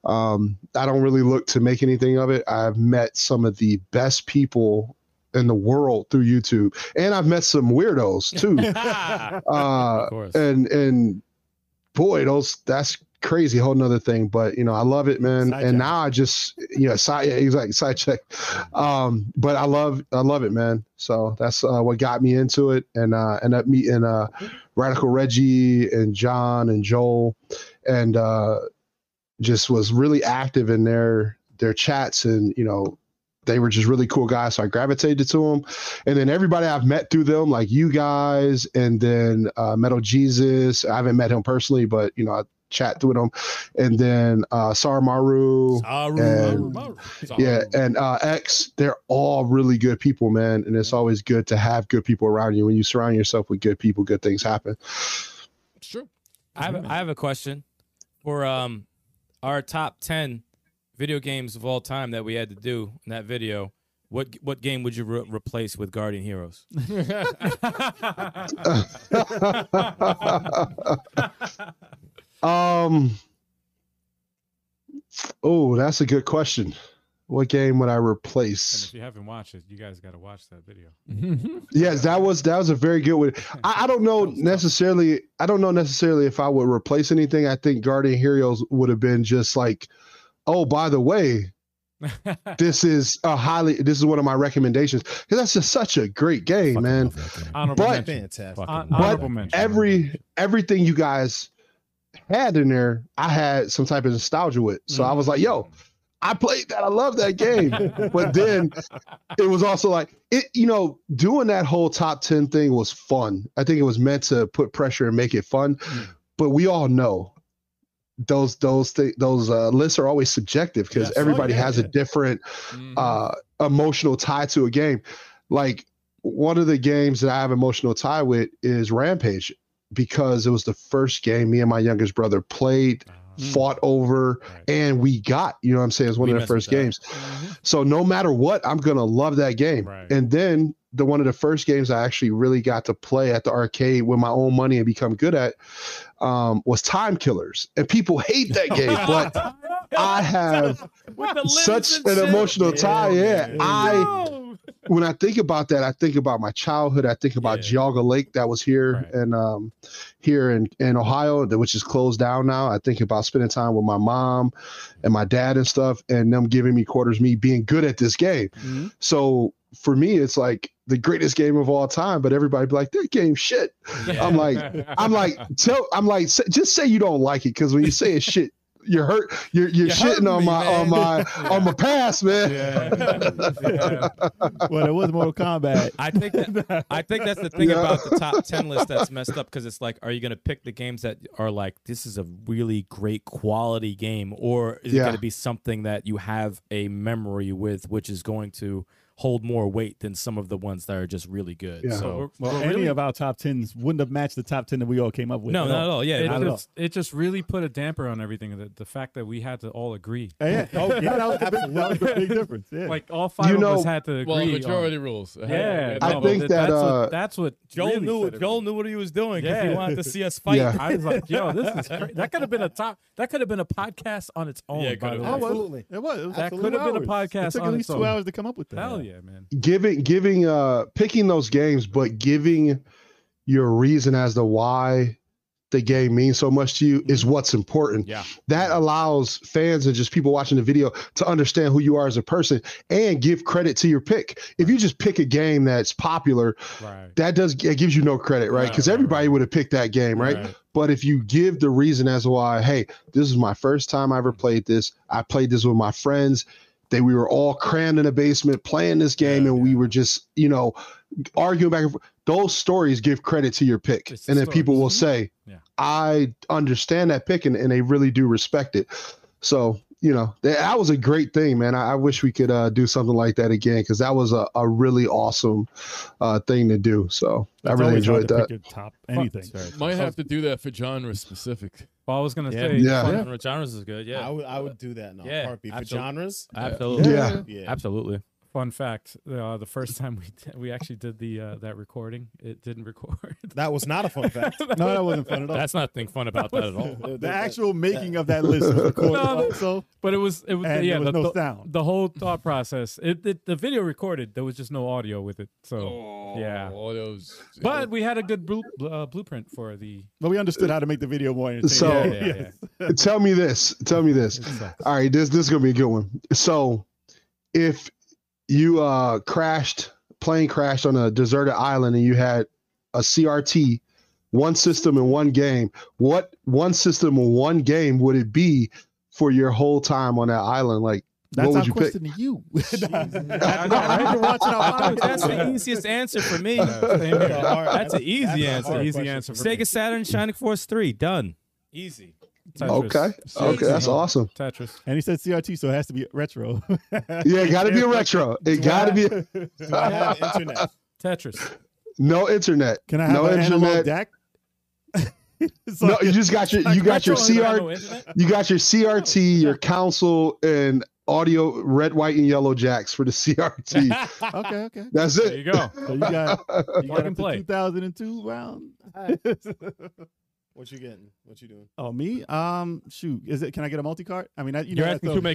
Speaker 4: Um, I don't really look to make anything of it. I've met some of the best people in the world through YouTube, and I've met some weirdos too.
Speaker 8: Ah,
Speaker 4: uh,
Speaker 8: Of course.
Speaker 4: and and boy, those that's crazy, whole nother thing. But you know, I love it, man.
Speaker 7: Side
Speaker 4: and
Speaker 7: check.
Speaker 4: now I just you know, side yeah, exactly side check. Um, but I love I love it, man. So that's uh, what got me into it, and uh, end up meeting uh, Radical Reggie and John and Joel, and uh, just was really active in their their chats, and you know. They were just really cool guys, so I gravitated to them and then everybody I've met through them, like you guys, and then uh, Metal Jesus. I haven't met him personally, but you know, I chat through him, and then uh, Sarmaru, and yeah, and uh, X. They're all really good people, man, and it's always good to have good people around you. When you surround yourself with good people, good things happen.
Speaker 5: It's true.
Speaker 8: I have, I have a question for um our top ten video games of all time that we had to do in that video. What what game would you re- replace with Guardian Heroes?
Speaker 4: um. Oh, that's a good question. What game would I replace?
Speaker 2: if you haven't watched it, you guys got to watch that video.
Speaker 4: Yes, that was that was a very good one. I, I don't know necessarily. I don't know necessarily if I would replace anything. I think Guardian Heroes would have been just like, oh, by the way, this is a highly. This is one of my recommendations because that's just such a great game, man.
Speaker 2: Honorable
Speaker 4: But-
Speaker 2: mention.
Speaker 6: Fantastic.
Speaker 2: Hon-
Speaker 8: but
Speaker 2: honorable mention.
Speaker 4: Every everything you guys had in there, I had some type of nostalgia with. So I was like, yo. I played that. I love that game. but then it was also like it you know doing that whole top 10 thing was fun i think it was meant to put pressure and make it fun but we all know those those th- those uh, lists are always subjective because
Speaker 7: Yes. Oh,
Speaker 4: everybody
Speaker 7: yeah,
Speaker 4: has
Speaker 7: yeah.
Speaker 4: a different
Speaker 2: Mm-hmm.
Speaker 4: uh,
Speaker 8: Mm-hmm.
Speaker 4: emotional tie to a game like one of the games that i have emotional tie with is rampage because it was the first game me and my youngest brother played,
Speaker 8: Ah.
Speaker 4: fought over, and we got. You know what I'm saying? It's one
Speaker 8: We
Speaker 4: of the
Speaker 8: messed
Speaker 4: first
Speaker 8: with that. Mm-hmm.
Speaker 4: games. So no matter what, I'm gonna love that game.
Speaker 2: Right.
Speaker 4: And then the one of the first games I actually really got to play at the arcade with my own money and become good at um, was Time Killers, and people hate that game, but I have
Speaker 2: With the limbs
Speaker 4: such
Speaker 2: and
Speaker 4: an
Speaker 2: shit.
Speaker 4: emotional tie. Yeah,
Speaker 6: yeah.
Speaker 4: I
Speaker 2: No.
Speaker 4: when I think about that, I think about my childhood. I think about
Speaker 2: Yeah.
Speaker 4: Geauga Lake that was here
Speaker 2: Right.
Speaker 4: and um, here in, in Ohio, that- which is closed down now. I think about spending time with my mom and my dad and stuff, and them giving me quarters, me being good at this game.
Speaker 6: Mhm.
Speaker 4: So for me, it's like the greatest game of all time. But everybody be like, that game shit. I'm like, I'm like, tell, I'm like, s- just say you don't like it because when you say it's shit, you're hurt. You're you're,
Speaker 5: You're hurting
Speaker 4: shitting on
Speaker 5: me,
Speaker 4: my on my
Speaker 5: man.
Speaker 4: on my past, man.
Speaker 2: Yeah.
Speaker 7: Well, it was Mortal Kombat.
Speaker 8: I think that, I think that's the thing
Speaker 4: Yeah.
Speaker 8: about the top ten list that's messed up because it's like, are you going to pick the games that are like this is a really great quality game, or is it
Speaker 4: Yeah.
Speaker 8: going to be something that you have a memory with, which is going to hold more weight than some of the ones that are just really good?
Speaker 4: Yeah.
Speaker 8: So
Speaker 2: Well,
Speaker 7: Well, any of our top tens wouldn't have matched the top ten that we all came up with.
Speaker 8: no, not at all. Yeah,
Speaker 2: it,
Speaker 8: not at all.
Speaker 2: just, it just really put a damper on everything. The, the fact that we had to all agree,
Speaker 7: Yeah, yeah. Oh, yeah, that was, the big, that was the big difference. Yeah.
Speaker 2: like all five
Speaker 4: You
Speaker 2: of
Speaker 4: know-
Speaker 2: us had to agree.
Speaker 5: Well, majority
Speaker 2: on,
Speaker 5: rules.
Speaker 2: yeah,
Speaker 4: I
Speaker 2: no, but
Speaker 4: think
Speaker 2: th-
Speaker 4: that,
Speaker 2: that's,
Speaker 4: uh,
Speaker 2: what, that's what
Speaker 8: Joel
Speaker 2: really
Speaker 8: knew
Speaker 2: set it
Speaker 8: Joel knew what he was doing because
Speaker 2: Yeah.
Speaker 8: he wanted to see us fight.
Speaker 4: Yeah.
Speaker 2: I was like, yo, this is cra- that could have been a top. That could have been a podcast on its own.
Speaker 5: Yeah, it
Speaker 2: by the
Speaker 5: could've
Speaker 2: way,
Speaker 5: been.
Speaker 4: Oh,
Speaker 6: Absolutely.
Speaker 7: It was. It was
Speaker 2: That
Speaker 7: two
Speaker 2: could've been a
Speaker 7: hours.
Speaker 2: podcast
Speaker 7: It took
Speaker 2: on
Speaker 7: at least
Speaker 2: its
Speaker 7: two
Speaker 2: own.
Speaker 7: hours to come up with that.
Speaker 2: hell yeah, man.
Speaker 4: giving giving uh picking those games but giving your reason as to why the game means so much to you is what's important
Speaker 8: Yeah.
Speaker 4: that allows fans and just people watching the video to understand who you are as a person and give credit to your pick if you just pick a game that's popular
Speaker 2: Right.
Speaker 4: that does it gives you no credit right
Speaker 2: Right,
Speaker 4: because
Speaker 2: right,
Speaker 4: everybody
Speaker 2: right.
Speaker 4: would have picked that game right? but if you give the reason as to why hey this is my first time i ever played this i played this with my friends they we were all crammed in a basement playing this game and we were just you know arguing back and forth those stories give credit to your pick
Speaker 2: It's the
Speaker 4: and then people
Speaker 2: stories.
Speaker 4: will
Speaker 7: Mm-hmm.
Speaker 4: say
Speaker 2: Yeah.
Speaker 4: i understand that pick and, and they really do respect it so you know that, that was a great thing man i, I wish we could uh, do something like that again because that was a, a really awesome uh, thing to do so
Speaker 7: It's
Speaker 4: i really
Speaker 7: always hard
Speaker 4: enjoyed
Speaker 7: to
Speaker 4: that
Speaker 7: pick your top anything.
Speaker 5: Might have to do that for genre specific.
Speaker 2: Well, I was gonna
Speaker 8: Yeah.
Speaker 2: say,
Speaker 4: Yeah.
Speaker 2: fuck,
Speaker 8: Genre- Genres is good.
Speaker 6: I
Speaker 8: Yeah,
Speaker 6: would I would do that in a
Speaker 8: Yeah,
Speaker 6: heartbeat for
Speaker 8: absolute-
Speaker 6: genres.
Speaker 8: absolutely.
Speaker 4: Yeah.
Speaker 6: Yeah.
Speaker 8: Absolutely.
Speaker 2: Fun fact: uh, the first time we did, we actually did the uh, that recording, it didn't record.
Speaker 6: That was not a fun fact.
Speaker 7: No, that wasn't fun at all.
Speaker 8: That's nothing fun about that at all.
Speaker 7: the actual making of that list was recorded
Speaker 2: No.
Speaker 7: also,
Speaker 2: But it was it was
Speaker 7: and
Speaker 2: yeah
Speaker 7: there was
Speaker 2: the,
Speaker 7: no
Speaker 2: the,
Speaker 7: sound.
Speaker 2: the whole thought process. It, it the video recorded, there was just no audio with it. So yeah,
Speaker 5: All those.
Speaker 2: but we had a good blu- uh, blueprint for the.
Speaker 7: But we understood how to make the video more entertaining.
Speaker 4: So-
Speaker 2: Yeah,
Speaker 4: Oh,
Speaker 2: yeah, yeah.
Speaker 4: tell me this. Tell me this.
Speaker 2: It sucks.
Speaker 4: All right, this this is gonna be a good one. So, if you uh crashed, plane crashed on a deserted island, and you had a CRT, one system and one game, what one system and one game would it be for your whole time on that island? Like,
Speaker 7: That's
Speaker 4: what
Speaker 7: our
Speaker 4: would you pick?
Speaker 7: question to you.
Speaker 2: I know, right?
Speaker 7: After watching our podcast,
Speaker 8: That's the easiest answer for me.
Speaker 2: Same here.
Speaker 8: That's an easy answer.
Speaker 2: That's an easy answer. For me.
Speaker 8: Sega Saturn Shining Force 3, done. Easy.
Speaker 2: Tetris.
Speaker 4: Okay, okay, that's awesome.
Speaker 2: Tetris.
Speaker 7: and he said CRT, so it has to be retro.
Speaker 4: Yeah, it got to be a retro. It got to be
Speaker 6: Do I have internet?
Speaker 2: Tetris.
Speaker 4: no internet.
Speaker 7: Can I have
Speaker 4: no
Speaker 7: an analog
Speaker 4: internet?
Speaker 7: DAC? So
Speaker 4: No,
Speaker 7: I
Speaker 4: you
Speaker 7: can-
Speaker 4: just got your you got your
Speaker 2: Retro and
Speaker 4: CRT.
Speaker 2: no internet?
Speaker 4: You got your CRT, your council, and audio red, white, and yellow jacks for the CRT.
Speaker 7: okay, okay.
Speaker 4: That's
Speaker 2: There you
Speaker 4: it.
Speaker 2: go.
Speaker 7: So you got you
Speaker 2: Plug
Speaker 7: got
Speaker 2: and
Speaker 7: the
Speaker 2: play.
Speaker 7: 2002 round.
Speaker 6: What you getting? What you doing?
Speaker 7: oh me? Um, shoot. Is it? Can I get a multi card? I mean, I, you
Speaker 8: You're
Speaker 7: know,
Speaker 8: asking
Speaker 7: that's
Speaker 8: too
Speaker 7: a-
Speaker 8: many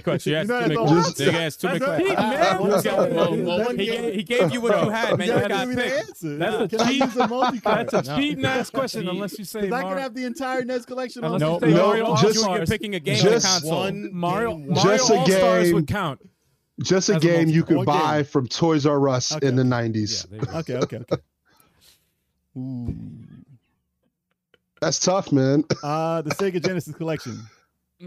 Speaker 8: questions.
Speaker 7: You
Speaker 8: You're
Speaker 7: know,
Speaker 8: asking too
Speaker 7: that's a-
Speaker 8: many questions. You're asking too many
Speaker 2: That's
Speaker 8: questions.
Speaker 2: peak, man.
Speaker 6: Well,
Speaker 8: Well,
Speaker 6: well,
Speaker 8: well,
Speaker 6: one
Speaker 8: He
Speaker 6: game-
Speaker 8: gave, he gave you what you had, man.
Speaker 7: You
Speaker 8: You
Speaker 7: gotta
Speaker 8: got
Speaker 7: give me the
Speaker 8: picked.
Speaker 7: answer.
Speaker 2: That's a
Speaker 7: Can I
Speaker 2: cheat.
Speaker 7: use a multi card?
Speaker 2: That's a cheating ass question,
Speaker 8: Cheat.
Speaker 2: unless you say
Speaker 7: Because I could
Speaker 2: Mar-
Speaker 7: have the entire NES collection on
Speaker 2: Unless
Speaker 7: the
Speaker 2: you
Speaker 4: No,
Speaker 2: say
Speaker 4: no,
Speaker 2: Mario All
Speaker 4: just-
Speaker 2: Stars.
Speaker 8: You're picking a game
Speaker 4: just
Speaker 8: on a console.
Speaker 6: One
Speaker 2: Mario,
Speaker 6: game
Speaker 2: Mario
Speaker 4: Just a
Speaker 2: All Stars
Speaker 4: game.
Speaker 2: would count.
Speaker 4: Just a
Speaker 2: That's a
Speaker 4: game you
Speaker 7: multiple
Speaker 4: could
Speaker 7: game.
Speaker 4: buy from Toys R Us
Speaker 7: Okay.
Speaker 4: in the
Speaker 2: Yeah,
Speaker 4: nineties.
Speaker 2: there you go.
Speaker 7: Okay, okay, okay. Ooh.
Speaker 4: That's tough, man.
Speaker 7: Uh, the Sega Genesis collection.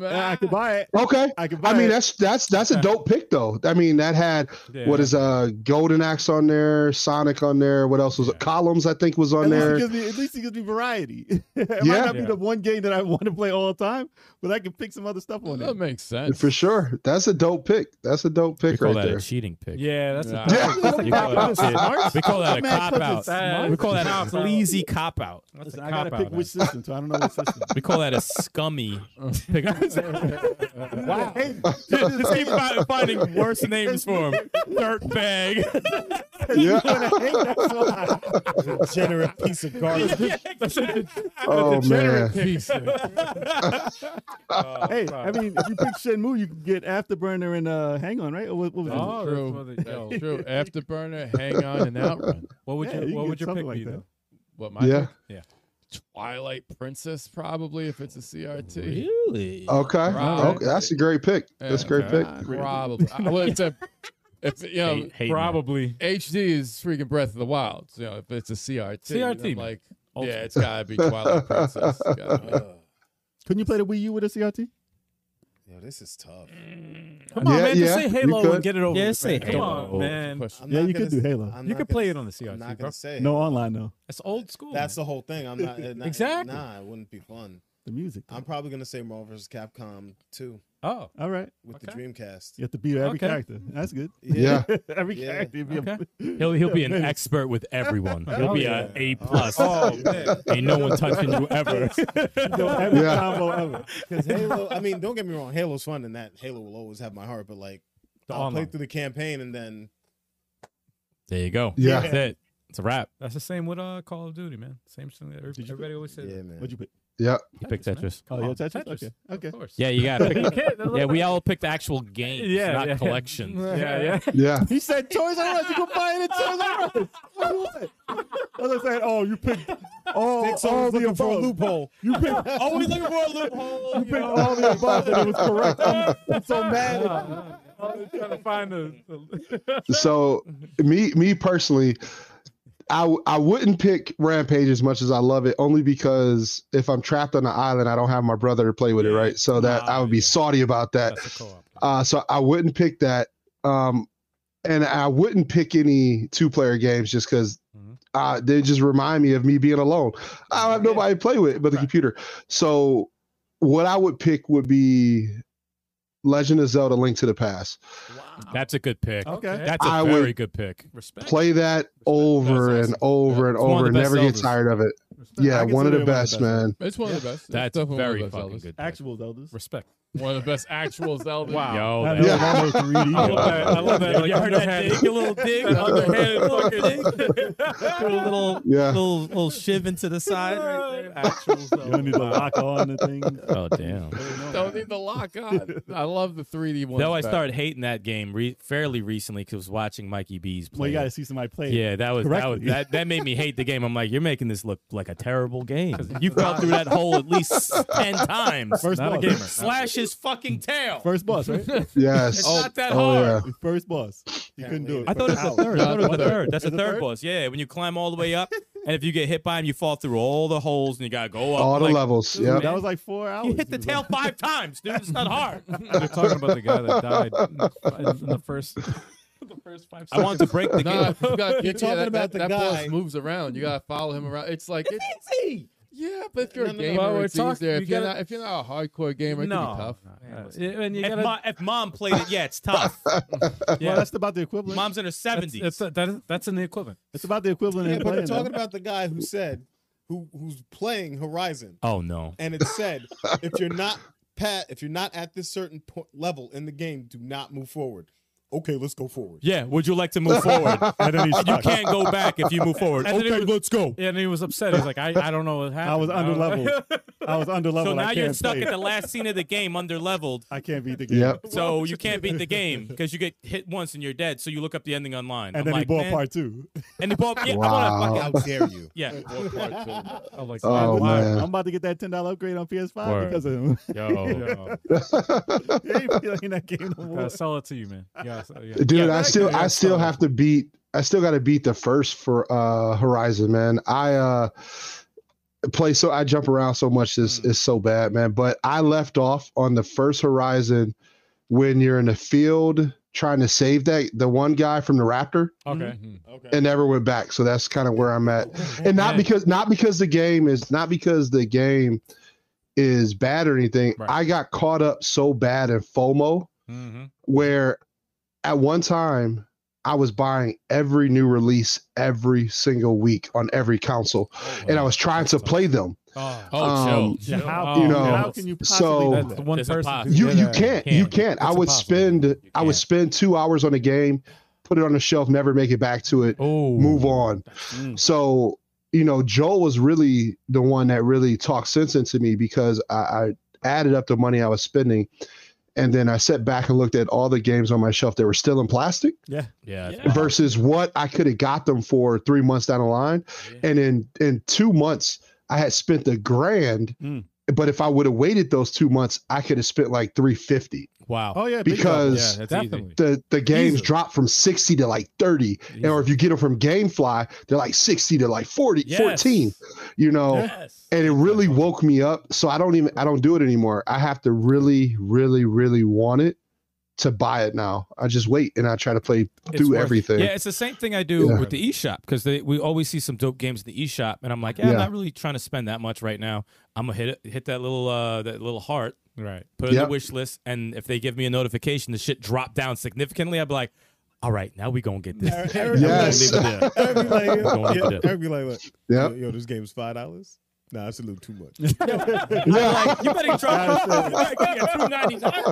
Speaker 7: I could buy it.
Speaker 4: Okay.
Speaker 7: I could buy
Speaker 4: I mean,
Speaker 7: it.
Speaker 4: that's that's that's a dope pick though. I mean, that had
Speaker 2: Yeah.
Speaker 4: what is uh Golden Axe on there, Sonic on there. What else was it? Columns, I think, was on
Speaker 7: At least,
Speaker 4: there.
Speaker 7: it gives me, at least it gives me variety. it might
Speaker 4: Yeah.
Speaker 7: not be
Speaker 2: Yeah.
Speaker 7: the one game that I want to play all the time, but I can pick some other stuff on
Speaker 5: that
Speaker 7: it.
Speaker 5: makes sense.
Speaker 4: For sure, that's a dope pick. That's a dope
Speaker 8: We
Speaker 4: pick
Speaker 8: call
Speaker 4: right
Speaker 8: that
Speaker 4: there.
Speaker 8: a cheating pick.
Speaker 2: Yeah, that's
Speaker 5: Nah.
Speaker 2: a
Speaker 4: Yeah.
Speaker 2: that's a
Speaker 8: You call
Speaker 2: cop-out.
Speaker 8: it a cop-out. We call that a
Speaker 7: Man,
Speaker 8: cop
Speaker 7: such a
Speaker 8: out.
Speaker 7: smart-
Speaker 8: We call that a sleazy cop out.
Speaker 2: That's a
Speaker 7: Listen, I gotta
Speaker 2: cop-out,
Speaker 7: pick
Speaker 2: man.
Speaker 7: which system. So I don't know what system.
Speaker 8: We call that a scummy pick.
Speaker 7: wow. Hey,
Speaker 8: Just keep fi- finding worse names for him. Dirtbag.
Speaker 4: Yeah.
Speaker 6: Degenerate piece of garbage.
Speaker 4: oh man.
Speaker 6: Piece of-
Speaker 7: hey, I mean, if you pick Shenmue, you can get Afterburner and uh, Hang On, right? Or what, what was it?
Speaker 2: Oh, that's what
Speaker 5: true.
Speaker 2: they-
Speaker 5: Yo,
Speaker 2: yo,
Speaker 5: true. Afterburner, hang on and outrun.
Speaker 2: What would
Speaker 7: Yeah,
Speaker 2: your
Speaker 7: you
Speaker 2: What
Speaker 7: can
Speaker 2: would
Speaker 7: get
Speaker 2: your pick
Speaker 7: something
Speaker 2: be
Speaker 7: like
Speaker 2: though?
Speaker 5: What my
Speaker 4: Yeah.
Speaker 5: Twilight Princess probably if it's a CRT.
Speaker 8: Really?
Speaker 4: Okay.
Speaker 5: Right.
Speaker 4: Okay. That's a great pick. That's a great
Speaker 2: Okay.
Speaker 4: pick.
Speaker 5: Eh, Probably. I would say if you
Speaker 8: um,
Speaker 5: know
Speaker 2: Probably.
Speaker 5: HD is freaking Breath of the Wild. So, you know, if it's a CRT,
Speaker 2: CRT,
Speaker 5: I'm
Speaker 2: man.
Speaker 5: like
Speaker 2: Ultimate.
Speaker 5: yeah, it's gotta be Twilight Princess. It's
Speaker 6: Uh,
Speaker 5: gotta be.
Speaker 7: Couldn't you play the Wii U with a CRT?
Speaker 6: Yo, this is tough.
Speaker 2: Come on,
Speaker 4: Yeah,
Speaker 2: man. Just
Speaker 4: yeah,
Speaker 2: say
Speaker 4: you
Speaker 2: Halo and
Speaker 4: could.
Speaker 2: get it over.
Speaker 8: Yeah,
Speaker 2: with,
Speaker 8: say
Speaker 2: man. Come
Speaker 8: Halo.
Speaker 2: on, man.
Speaker 5: Question.
Speaker 6: I'm
Speaker 7: Yeah,
Speaker 6: not
Speaker 7: you
Speaker 6: gonna
Speaker 7: could do
Speaker 6: s-
Speaker 7: Halo.
Speaker 6: I'm
Speaker 2: You
Speaker 6: not
Speaker 2: could
Speaker 6: gonna
Speaker 2: play it
Speaker 6: s-
Speaker 2: on the CRT,
Speaker 6: I'm
Speaker 2: bro.
Speaker 6: not gonna say
Speaker 7: No
Speaker 6: it.
Speaker 7: online though.
Speaker 2: That's old school.
Speaker 6: That's
Speaker 2: man.
Speaker 6: the whole thing. I'm not it- not-
Speaker 2: Exactly.
Speaker 6: Nah, it wouldn't be fun.
Speaker 7: The music.
Speaker 6: I'm probably gonna say Marvel vs. Capcom 2
Speaker 2: oh.
Speaker 7: All right.
Speaker 6: with the
Speaker 2: Okay.
Speaker 6: Dreamcast.
Speaker 7: You have to beat every
Speaker 2: Okay.
Speaker 7: character. That's good.
Speaker 4: Yeah.
Speaker 7: every
Speaker 6: Yeah.
Speaker 7: character. you'd Be
Speaker 2: Okay.
Speaker 7: a,
Speaker 8: He'll he'll be an
Speaker 7: Maybe.
Speaker 8: expert with everyone. He'll
Speaker 7: Oh,
Speaker 8: be
Speaker 7: yeah.
Speaker 8: an A plus.
Speaker 2: Oh man.
Speaker 8: Ain't no one touching you ever.
Speaker 7: No, every
Speaker 4: Yeah.
Speaker 7: combo ever.
Speaker 6: Because Halo, I mean, don't get me wrong, Halo's fun, and that Halo will always have my heart. But like,
Speaker 2: The
Speaker 6: I'll play
Speaker 2: online.
Speaker 6: through the campaign, and then
Speaker 8: There you go.
Speaker 4: Yeah.
Speaker 8: That's it. It's a wrap.
Speaker 2: That's the same with uh, Call of Duty, man. Same thing. That every-
Speaker 7: Did you-
Speaker 2: everybody always says.
Speaker 6: man.
Speaker 7: What'd you pick?
Speaker 4: Yeah.
Speaker 8: You picked
Speaker 2: man.
Speaker 8: Tetris.
Speaker 7: Oh,
Speaker 2: Come
Speaker 7: yeah,
Speaker 2: on,
Speaker 7: Tetris? Okay, okay.
Speaker 2: Of course.
Speaker 8: Yeah, you got it.
Speaker 2: You can't- that's
Speaker 8: Yeah,
Speaker 2: not-
Speaker 8: we all picked actual games,
Speaker 2: Yeah,
Speaker 8: not
Speaker 2: yeah.
Speaker 8: collections.
Speaker 2: Yeah, yeah.
Speaker 4: Yeah.
Speaker 7: He said Toys R Us. You can buy it at Toys R Us. What? I was saying, oh, you picked all,
Speaker 6: Nick's
Speaker 7: all
Speaker 6: always
Speaker 7: the
Speaker 6: looking for a
Speaker 7: above.
Speaker 6: loophole.
Speaker 7: You picked,
Speaker 6: Always looking for a loophole.
Speaker 7: you picked all the above, and it was correct. I'm, I'm so mad. at you.
Speaker 2: I'm trying to find the. the-
Speaker 4: So
Speaker 2: Mm-hmm.
Speaker 4: me me personally, I w- I wouldn't pick Rampage as much as I love it, only because if I'm trapped on an island, I don't have my brother to play with it, right? So that I would be salty about that.
Speaker 2: That's a co-op.
Speaker 4: Uh, so I wouldn't pick that. Um, and I wouldn't pick any two player games just because
Speaker 2: Mhm.
Speaker 4: uh, they just remind me of me being alone. I don't have nobody to play with but the
Speaker 2: Right.
Speaker 4: computer. So what I would pick would be Legend of Zelda Link to the Past.
Speaker 8: That's a good pick.
Speaker 7: Okay.
Speaker 8: That's a
Speaker 4: I
Speaker 8: very
Speaker 4: would-
Speaker 8: good pick.
Speaker 2: Respect.
Speaker 4: Play that over
Speaker 2: That's
Speaker 4: and
Speaker 2: awesome.
Speaker 4: over
Speaker 2: Yeah.
Speaker 4: and
Speaker 8: It's one of
Speaker 4: over
Speaker 8: the
Speaker 4: and
Speaker 8: best
Speaker 4: never get
Speaker 8: Zeldas.
Speaker 4: tired of it.
Speaker 7: I
Speaker 4: Yeah,
Speaker 7: consider
Speaker 4: one of
Speaker 7: it
Speaker 4: the best, man.
Speaker 5: It's one of the best. It's
Speaker 8: That's
Speaker 5: definitely one of
Speaker 8: very
Speaker 5: the best
Speaker 8: fucking
Speaker 5: Zeldas.
Speaker 8: good. pick.
Speaker 7: Actual Zeldas.
Speaker 2: Respect.
Speaker 5: One of the best actual Zelda.
Speaker 8: Yo,
Speaker 7: I
Speaker 8: that-
Speaker 7: know,
Speaker 4: Yeah.
Speaker 7: I know 3D.
Speaker 2: I love that. I love that.
Speaker 8: Yo,
Speaker 2: Like,
Speaker 8: you heard that
Speaker 2: underhand-
Speaker 8: dig? Your little dig, underhanded fucking Threw a little,
Speaker 4: Yeah.
Speaker 8: little, little shiv into the side right there.
Speaker 7: You don't need to lock on the thing.
Speaker 8: Oh, damn.
Speaker 5: Don't need the lock on. I love the 3D one.
Speaker 8: Though I started hating that game re- fairly recently because I was watching Mikey B's play.
Speaker 7: Well, you
Speaker 8: it.
Speaker 7: got to see somebody play. it.
Speaker 8: Yeah, that was that, was
Speaker 7: correctly.
Speaker 8: that that made me hate the game. I'm like, you're making this look like a terrible game. You fell through that hole at least ten times.
Speaker 7: First
Speaker 2: Not a
Speaker 7: boss.
Speaker 2: gamer.
Speaker 8: Slash his fucking tail.
Speaker 7: First boss, right?
Speaker 4: Yes.
Speaker 8: It's not that
Speaker 4: Oh, yeah.
Speaker 8: hard.
Speaker 7: First boss. You couldn't do it.
Speaker 8: I thought it was the third. I thought it was the third. That's the
Speaker 7: Is it
Speaker 8: third
Speaker 7: third?
Speaker 8: boss. Yeah, when you climb all the way up, and if you get hit by him, you fall through all the holes, and you gotta go up.
Speaker 4: All the
Speaker 8: like,
Speaker 4: levels.
Speaker 7: Dude,
Speaker 4: Yep.
Speaker 7: That was like four hours.
Speaker 8: You hit the
Speaker 7: It was
Speaker 8: tail
Speaker 7: like-
Speaker 8: five times, dude. It's not hard.
Speaker 2: They're talking about the guy that died in in the first. the first five.
Speaker 8: I wanted to break the game.
Speaker 5: Nah, you gotta,
Speaker 6: You're
Speaker 5: yeah,
Speaker 6: talking
Speaker 5: that, that,
Speaker 6: about the
Speaker 5: that boss
Speaker 6: guy.
Speaker 5: moves around. You gotta follow him around. It's like it's,
Speaker 8: Easy.
Speaker 5: yeah, but if you're
Speaker 6: No,
Speaker 5: a
Speaker 6: no, no.
Speaker 5: gamer,
Speaker 2: Well, we're
Speaker 5: it's
Speaker 2: talking-
Speaker 5: easier.
Speaker 2: you
Speaker 5: If you're,
Speaker 2: gotta-
Speaker 5: not, if you're not a hardcore gamer, it can be
Speaker 2: no.
Speaker 5: tough.
Speaker 2: no. Yeah, and you
Speaker 8: If,
Speaker 2: gotta.
Speaker 8: mo- if mom played it, yeah, it's tough.
Speaker 7: Well,
Speaker 2: yeah,
Speaker 7: that's about the equivalent.
Speaker 8: Mom's in her
Speaker 2: that's,
Speaker 8: seventies.
Speaker 2: that's, that is, that's in the equivalent.
Speaker 7: It's about the equivalent
Speaker 6: Yeah,
Speaker 7: in
Speaker 6: but
Speaker 7: playing.
Speaker 6: they're
Speaker 7: though.
Speaker 6: talking about the guy who said, who who's playing Horizon,
Speaker 8: oh no.
Speaker 6: and it said, if you're not pat, if you're not at this certain po- level in the game, do not move forward. Okay, let's go forward.
Speaker 8: Yeah, would you like to move forward?
Speaker 7: And then he's
Speaker 8: you
Speaker 7: stuck.
Speaker 8: can't go back if you move forward.
Speaker 2: And then it
Speaker 8: okay,
Speaker 2: was-
Speaker 8: let's go.
Speaker 2: Yeah, and he was upset. He's like, I, I don't know what happened.
Speaker 7: I was under level. I was under level.
Speaker 8: So now
Speaker 7: I
Speaker 8: you're
Speaker 7: can't
Speaker 8: stuck
Speaker 7: play.
Speaker 8: at the last scene of the game, under leveled.
Speaker 7: I can't beat the game.
Speaker 4: Yep.
Speaker 8: So you can't beat the game because you get hit once and you're dead. So you look up the ending online.
Speaker 7: And
Speaker 8: I'm
Speaker 7: then
Speaker 8: like,
Speaker 7: he bought
Speaker 8: man.
Speaker 7: part two.
Speaker 8: And the ball. Yeah, I want to
Speaker 4: Wow.
Speaker 8: fucking.
Speaker 6: How dare you?
Speaker 8: Yeah.
Speaker 2: I'm like,
Speaker 4: Oh,
Speaker 2: why-
Speaker 4: man.
Speaker 7: I'm about to get that ten dollar upgrade on PS5
Speaker 8: Word.
Speaker 7: because of him.
Speaker 8: Yo.
Speaker 7: he ain't playing that game no more.
Speaker 2: Gotta sell it to you, man. Yeah, so- yeah.
Speaker 4: dude
Speaker 8: Yeah,
Speaker 4: i
Speaker 8: that
Speaker 4: still
Speaker 8: could-
Speaker 4: i
Speaker 8: that's
Speaker 4: still
Speaker 8: solid.
Speaker 4: have to beat i still got to beat the first for uh horizon man i uh play so I jump around so much is
Speaker 8: Hmm.
Speaker 4: is so bad, man. But I left off on the first horizon when you're in the field trying to save that the one guy from the raptor
Speaker 8: Mm-hmm.
Speaker 2: Okay.
Speaker 6: Okay.
Speaker 4: and never went back. So that's kind of where I'm at.
Speaker 8: Oh,
Speaker 4: And not
Speaker 2: Man.
Speaker 4: because not because the game is not because the game is bad or anything.
Speaker 2: Right.
Speaker 4: I got caught up so bad in FOMO
Speaker 2: Mm-hmm.
Speaker 4: where at one time I was buying every new release every single week on every console and I was trying to play them.
Speaker 2: Oh,
Speaker 5: Oh,
Speaker 4: Um,
Speaker 5: chill. chill.
Speaker 7: how,
Speaker 2: Oh,
Speaker 4: you know,
Speaker 7: how can you possibly
Speaker 4: so-
Speaker 7: do
Speaker 2: that's
Speaker 7: that?
Speaker 2: the one
Speaker 8: There's a
Speaker 2: person.
Speaker 8: possibility.
Speaker 4: You
Speaker 2: who did
Speaker 4: you
Speaker 2: that.
Speaker 4: can't. You can't. I
Speaker 2: It's
Speaker 4: would
Speaker 2: impossible.
Speaker 4: spend I would
Speaker 8: can't.
Speaker 4: spend 2 hours on a game, put it on the shelf, never make it back to it,
Speaker 2: Oh,
Speaker 4: move on. So, you know, Joel was really the one that really talked sense into me because I, I added up the money I was spending. And then I sat back and looked at all the games on my shelf that were still in plastic
Speaker 8: Yeah.
Speaker 2: Yeah.
Speaker 4: versus what I could have got them for three months down the line. And in, in two months, I had spent a grand.
Speaker 7: Mm.
Speaker 4: But if I would have waited those two months, I could have spent like 350
Speaker 8: Wow.
Speaker 7: Oh yeah, big
Speaker 4: because
Speaker 8: Yeah, that's easy.
Speaker 2: Definitely.
Speaker 4: the the games
Speaker 2: Easily.
Speaker 4: drop from 60 to like 30 and or if you get them from gamefly they're like 60 to like 40
Speaker 2: Yes.
Speaker 4: 14 you know
Speaker 5: Yes.
Speaker 4: and it really woke me up so i don't even i don't do it anymore i have to really really really want it to buy it now i just wait and i try to play
Speaker 8: It's
Speaker 4: through
Speaker 8: worth-
Speaker 4: everything
Speaker 8: Yeah, it's the same thing I do
Speaker 4: Yeah.
Speaker 8: with the eShop because we always see some dope games in the eShop, and I'm like, yeah, I'm
Speaker 4: Yeah.
Speaker 8: not really trying to spend that much right now. I'm gonna hit it, hit that little uh, that little heart,
Speaker 2: Right.
Speaker 8: put it in the
Speaker 4: Yep.
Speaker 8: wish list, and if they give me a notification, the shit dropped down significantly. I'd be like, all right, now we gonna get this.
Speaker 6: Eric-
Speaker 8: We're
Speaker 6: Eric-
Speaker 8: gonna
Speaker 4: Yes.
Speaker 8: leave it there.
Speaker 6: Eric be like,
Speaker 8: Going
Speaker 6: yo,
Speaker 8: up there.
Speaker 6: Eric be like, look,
Speaker 4: Yep.
Speaker 6: yo, yo, this game is five dollars. Nah, it's a little too much.
Speaker 4: yeah
Speaker 8: You better drop. You better get two ninety nine.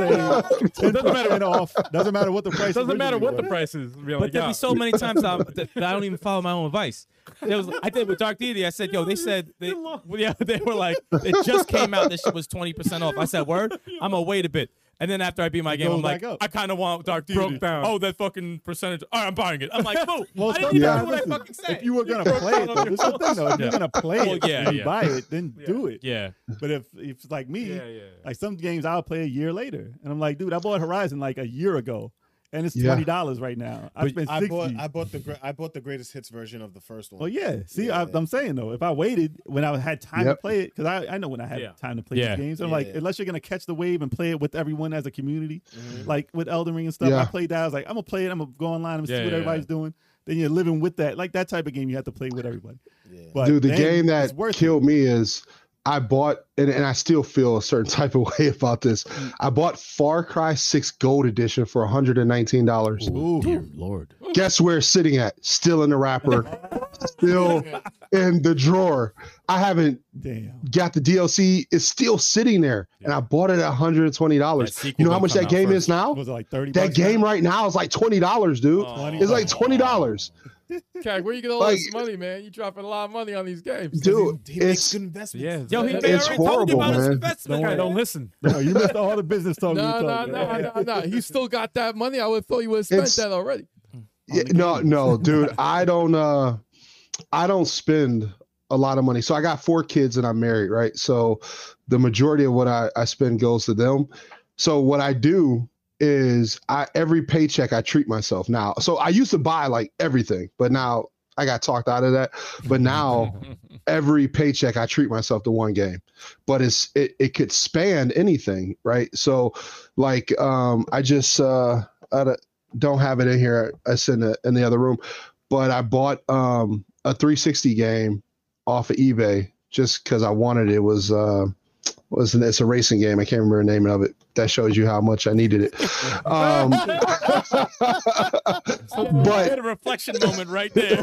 Speaker 7: it doesn't matter at all. Doesn't matter what the price.
Speaker 2: Doesn't matter what the
Speaker 7: originally
Speaker 2: price is. Really,
Speaker 8: But there'd be so many times I'm, that that I don't even follow my own advice. There was, I did with Dark Deity. I said, "Yo, they said they, well, yeah, they were like, it just came out. This shit was twenty percent off." I said, "Word, I'm gonna wait a bit." And then after I beat my game,
Speaker 7: goes
Speaker 8: I'm like,
Speaker 7: back up.
Speaker 8: "I kind of want Dark Deity."
Speaker 2: Broke down.
Speaker 8: Oh, that fucking percentage. All right, I'm buying it. I'm like, "Boo!"
Speaker 7: Well,
Speaker 8: I didn't
Speaker 4: sometimes-
Speaker 8: even know what I
Speaker 7: listen,
Speaker 8: fucking
Speaker 7: was.
Speaker 8: said.
Speaker 7: If you were gonna play it, though, this is the thing, though. If you're gonna play
Speaker 8: Well,
Speaker 7: it,
Speaker 8: yeah,
Speaker 7: and
Speaker 8: yeah.
Speaker 7: you buy it, then do it.
Speaker 8: yeah,
Speaker 7: But if if it's like me,
Speaker 2: Yeah, yeah.
Speaker 7: like some games I'll play a year later, and I'm like, dude, I bought Horizon like a year ago, and it's
Speaker 4: Yeah.
Speaker 7: twenty dollars right now. I spent
Speaker 6: I
Speaker 7: sixty.
Speaker 6: bought, I bought the, gra- I bought the greatest hits version of the first one.
Speaker 7: well, yeah. See,
Speaker 6: Yeah.
Speaker 7: I, I'm saying though, if I waited when I had time to
Speaker 4: Yep.
Speaker 7: play it, because I, I know when I have
Speaker 2: Yeah.
Speaker 7: time to play these
Speaker 8: Yeah.
Speaker 7: games, I'm like,
Speaker 6: Yeah.
Speaker 7: unless you're gonna catch the wave and play it with everyone as a community,
Speaker 6: Mhm.
Speaker 7: like with Elden Ring and stuff.
Speaker 4: Mm-hmm. Yeah.
Speaker 7: I played that. I was like, I'm gonna play it. I'm gonna go online and
Speaker 8: Yeah,
Speaker 7: see what
Speaker 8: yeah,
Speaker 7: everybody's doing. Then you're living with that, like that type of game. You have to play with everybody.
Speaker 6: Yeah.
Speaker 7: But
Speaker 4: dude the
Speaker 7: then
Speaker 4: game
Speaker 7: it's
Speaker 4: that
Speaker 7: worth it.
Speaker 4: killed me is i bought and, and i still feel a certain type of way about this i bought far cry 6 gold edition for $119
Speaker 8: dear lord.
Speaker 4: guess where it's sitting at? Still in the wrapper, still in the drawer. I haven't
Speaker 7: Damn.
Speaker 4: got the DLC. It's still sitting there, and I bought it at
Speaker 8: That
Speaker 4: $120.
Speaker 8: sequel
Speaker 4: You know how
Speaker 8: gonna
Speaker 4: much
Speaker 8: come
Speaker 4: that
Speaker 8: out
Speaker 4: game
Speaker 8: first.
Speaker 4: is now?
Speaker 7: Was it like Oh. thirty?
Speaker 4: That
Speaker 7: bucks
Speaker 4: game right now is like $20, dude. It's like $20.
Speaker 5: Cag, where you get all
Speaker 4: Like-
Speaker 5: this money, man? You dropping a lot of money on these games.
Speaker 4: Dude,
Speaker 6: He makes
Speaker 4: it's
Speaker 6: good investments.
Speaker 2: Yeah.
Speaker 8: Yo, he
Speaker 5: It's
Speaker 8: they already told you about his
Speaker 4: horrible, man.
Speaker 8: investment.
Speaker 2: Guy don't listen.
Speaker 7: No, Oh, you missed all the business talk. you
Speaker 5: No,
Speaker 7: were
Speaker 5: no,
Speaker 7: talking.
Speaker 5: no, no, no. He still got that money. I would have thought you would have spent
Speaker 4: It's-
Speaker 5: that already.
Speaker 4: Yeah, no, no, dude. I don't uh I don't spend a lot of money. So I got four kids and I'm married, right? So the majority of what I, I spend goes to them. So what I do is I every paycheck I treat myself now. So I used to buy like everything, but now I got talked out of that. But now every paycheck I treat myself to one game. But it's it, it could span anything, right? So like um I just uh I don't- don't have it in here. I it's in the in the other room. But I bought um a 360 game off of eBay just because I wanted it. it was uh was an, it's a racing game. I can't remember the name of it. That shows you how much I needed it. Um,
Speaker 8: I had
Speaker 4: but
Speaker 8: a reflection moment right there.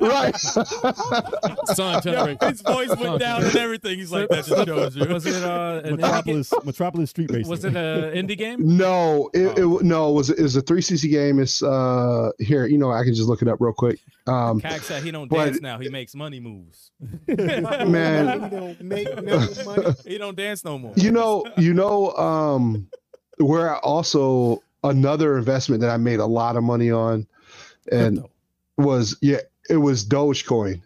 Speaker 4: right,
Speaker 5: Son, generate.
Speaker 8: His voice went down and everything. He's like, "That just shows you."
Speaker 2: Was it uh, an indie,
Speaker 7: Metropolis, Metropolis Street Racing.
Speaker 2: was it an indie game?
Speaker 4: no, it, it no it was it was a 360 game. It's uh here. You know I can just look it up real quick. Um,
Speaker 8: Cax said he don't
Speaker 4: But-
Speaker 8: dance now. He makes money moves.
Speaker 4: man,
Speaker 8: He don't dance no more.
Speaker 4: you know you know um where i also another investment that i made a lot of money on and was yeah it was dogecoin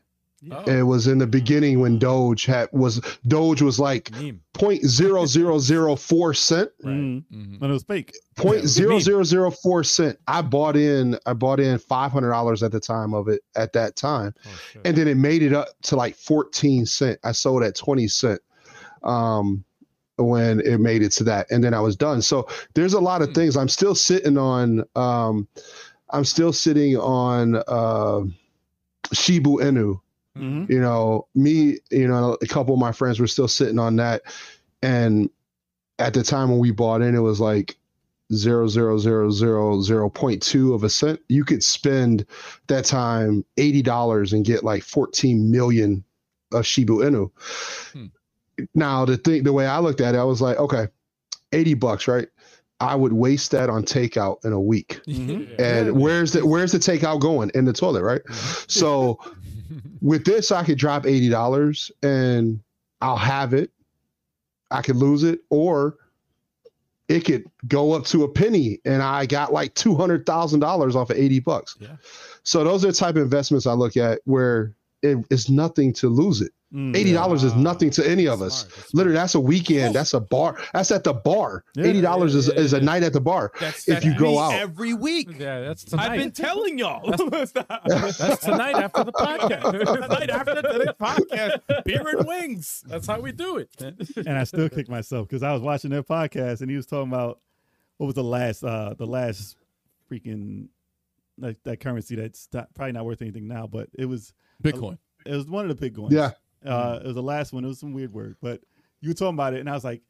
Speaker 4: It was in the beginning when Doge had was Doge was like
Speaker 2: Meme.
Speaker 4: point zero zero zero four cent.
Speaker 7: Mm.
Speaker 5: Mhm.
Speaker 7: When it was fake.
Speaker 4: Point zero zero zero four cent. I bought in I bought in five hundred dollars at the time of it at that time.
Speaker 2: Oh, shit.
Speaker 4: And then it made it up to like fourteen cent. I sold at twenty cent um when it made it to that. And then I was done. So there's a lot of
Speaker 5: Hmm.
Speaker 4: things I'm still sitting on um I'm still sitting on uh Shibu Inu
Speaker 7: Mhm.
Speaker 2: Mm-hmm.
Speaker 4: you know, me, you know, a couple of my friends were still sitting on that. And at the time when we bought in, it was like zero zero zero zero zero point two of a cent. You could spend that time eighty dollars and get like fourteen million of Shibu Inu.
Speaker 5: Hmm.
Speaker 4: Now the thing the way I looked at it, I was like, okay, eighty bucks, right? I would waste that on takeout in a week. And where's the where's the takeout going? In the toilet, right? So with this, I could drop eighty dollars and I'll have it. I could lose it, or it could go up to a penny, and I got like two hundred thousand dollars off of eighty bucks.
Speaker 2: Yeah.
Speaker 4: So those are the type of investments I look at where it is nothing to lose it.
Speaker 7: Mm.
Speaker 4: Eighty dollars is
Speaker 2: Wow.
Speaker 4: nothing to any of us.
Speaker 2: Smart, that's
Speaker 4: Literally, that's a weekend. That's a bar. That's at the bar.
Speaker 7: Yeah,
Speaker 4: Eighty dollars is,
Speaker 2: yeah, yeah,
Speaker 4: is a
Speaker 2: yeah.
Speaker 4: night at the bar.
Speaker 8: That's,
Speaker 4: If you go
Speaker 8: me
Speaker 4: out.
Speaker 8: every week.
Speaker 2: smart. yeah, that's
Speaker 8: I've been
Speaker 2: tonight.
Speaker 8: telling y'all.
Speaker 2: that's tonight after the podcast.
Speaker 8: Night after the podcast, beer and wings.
Speaker 2: that's how we do it.
Speaker 7: and I still kick myself because I was watching their podcast and he was talking about what was the last uh the last freaking like that currency that's not, probably not worth anything now, but it was
Speaker 5: Bitcoin.
Speaker 7: it was one of the big ones.
Speaker 4: Yeah.
Speaker 7: Uh it was the last one. It was some weird word, but you were talking about it and I was like,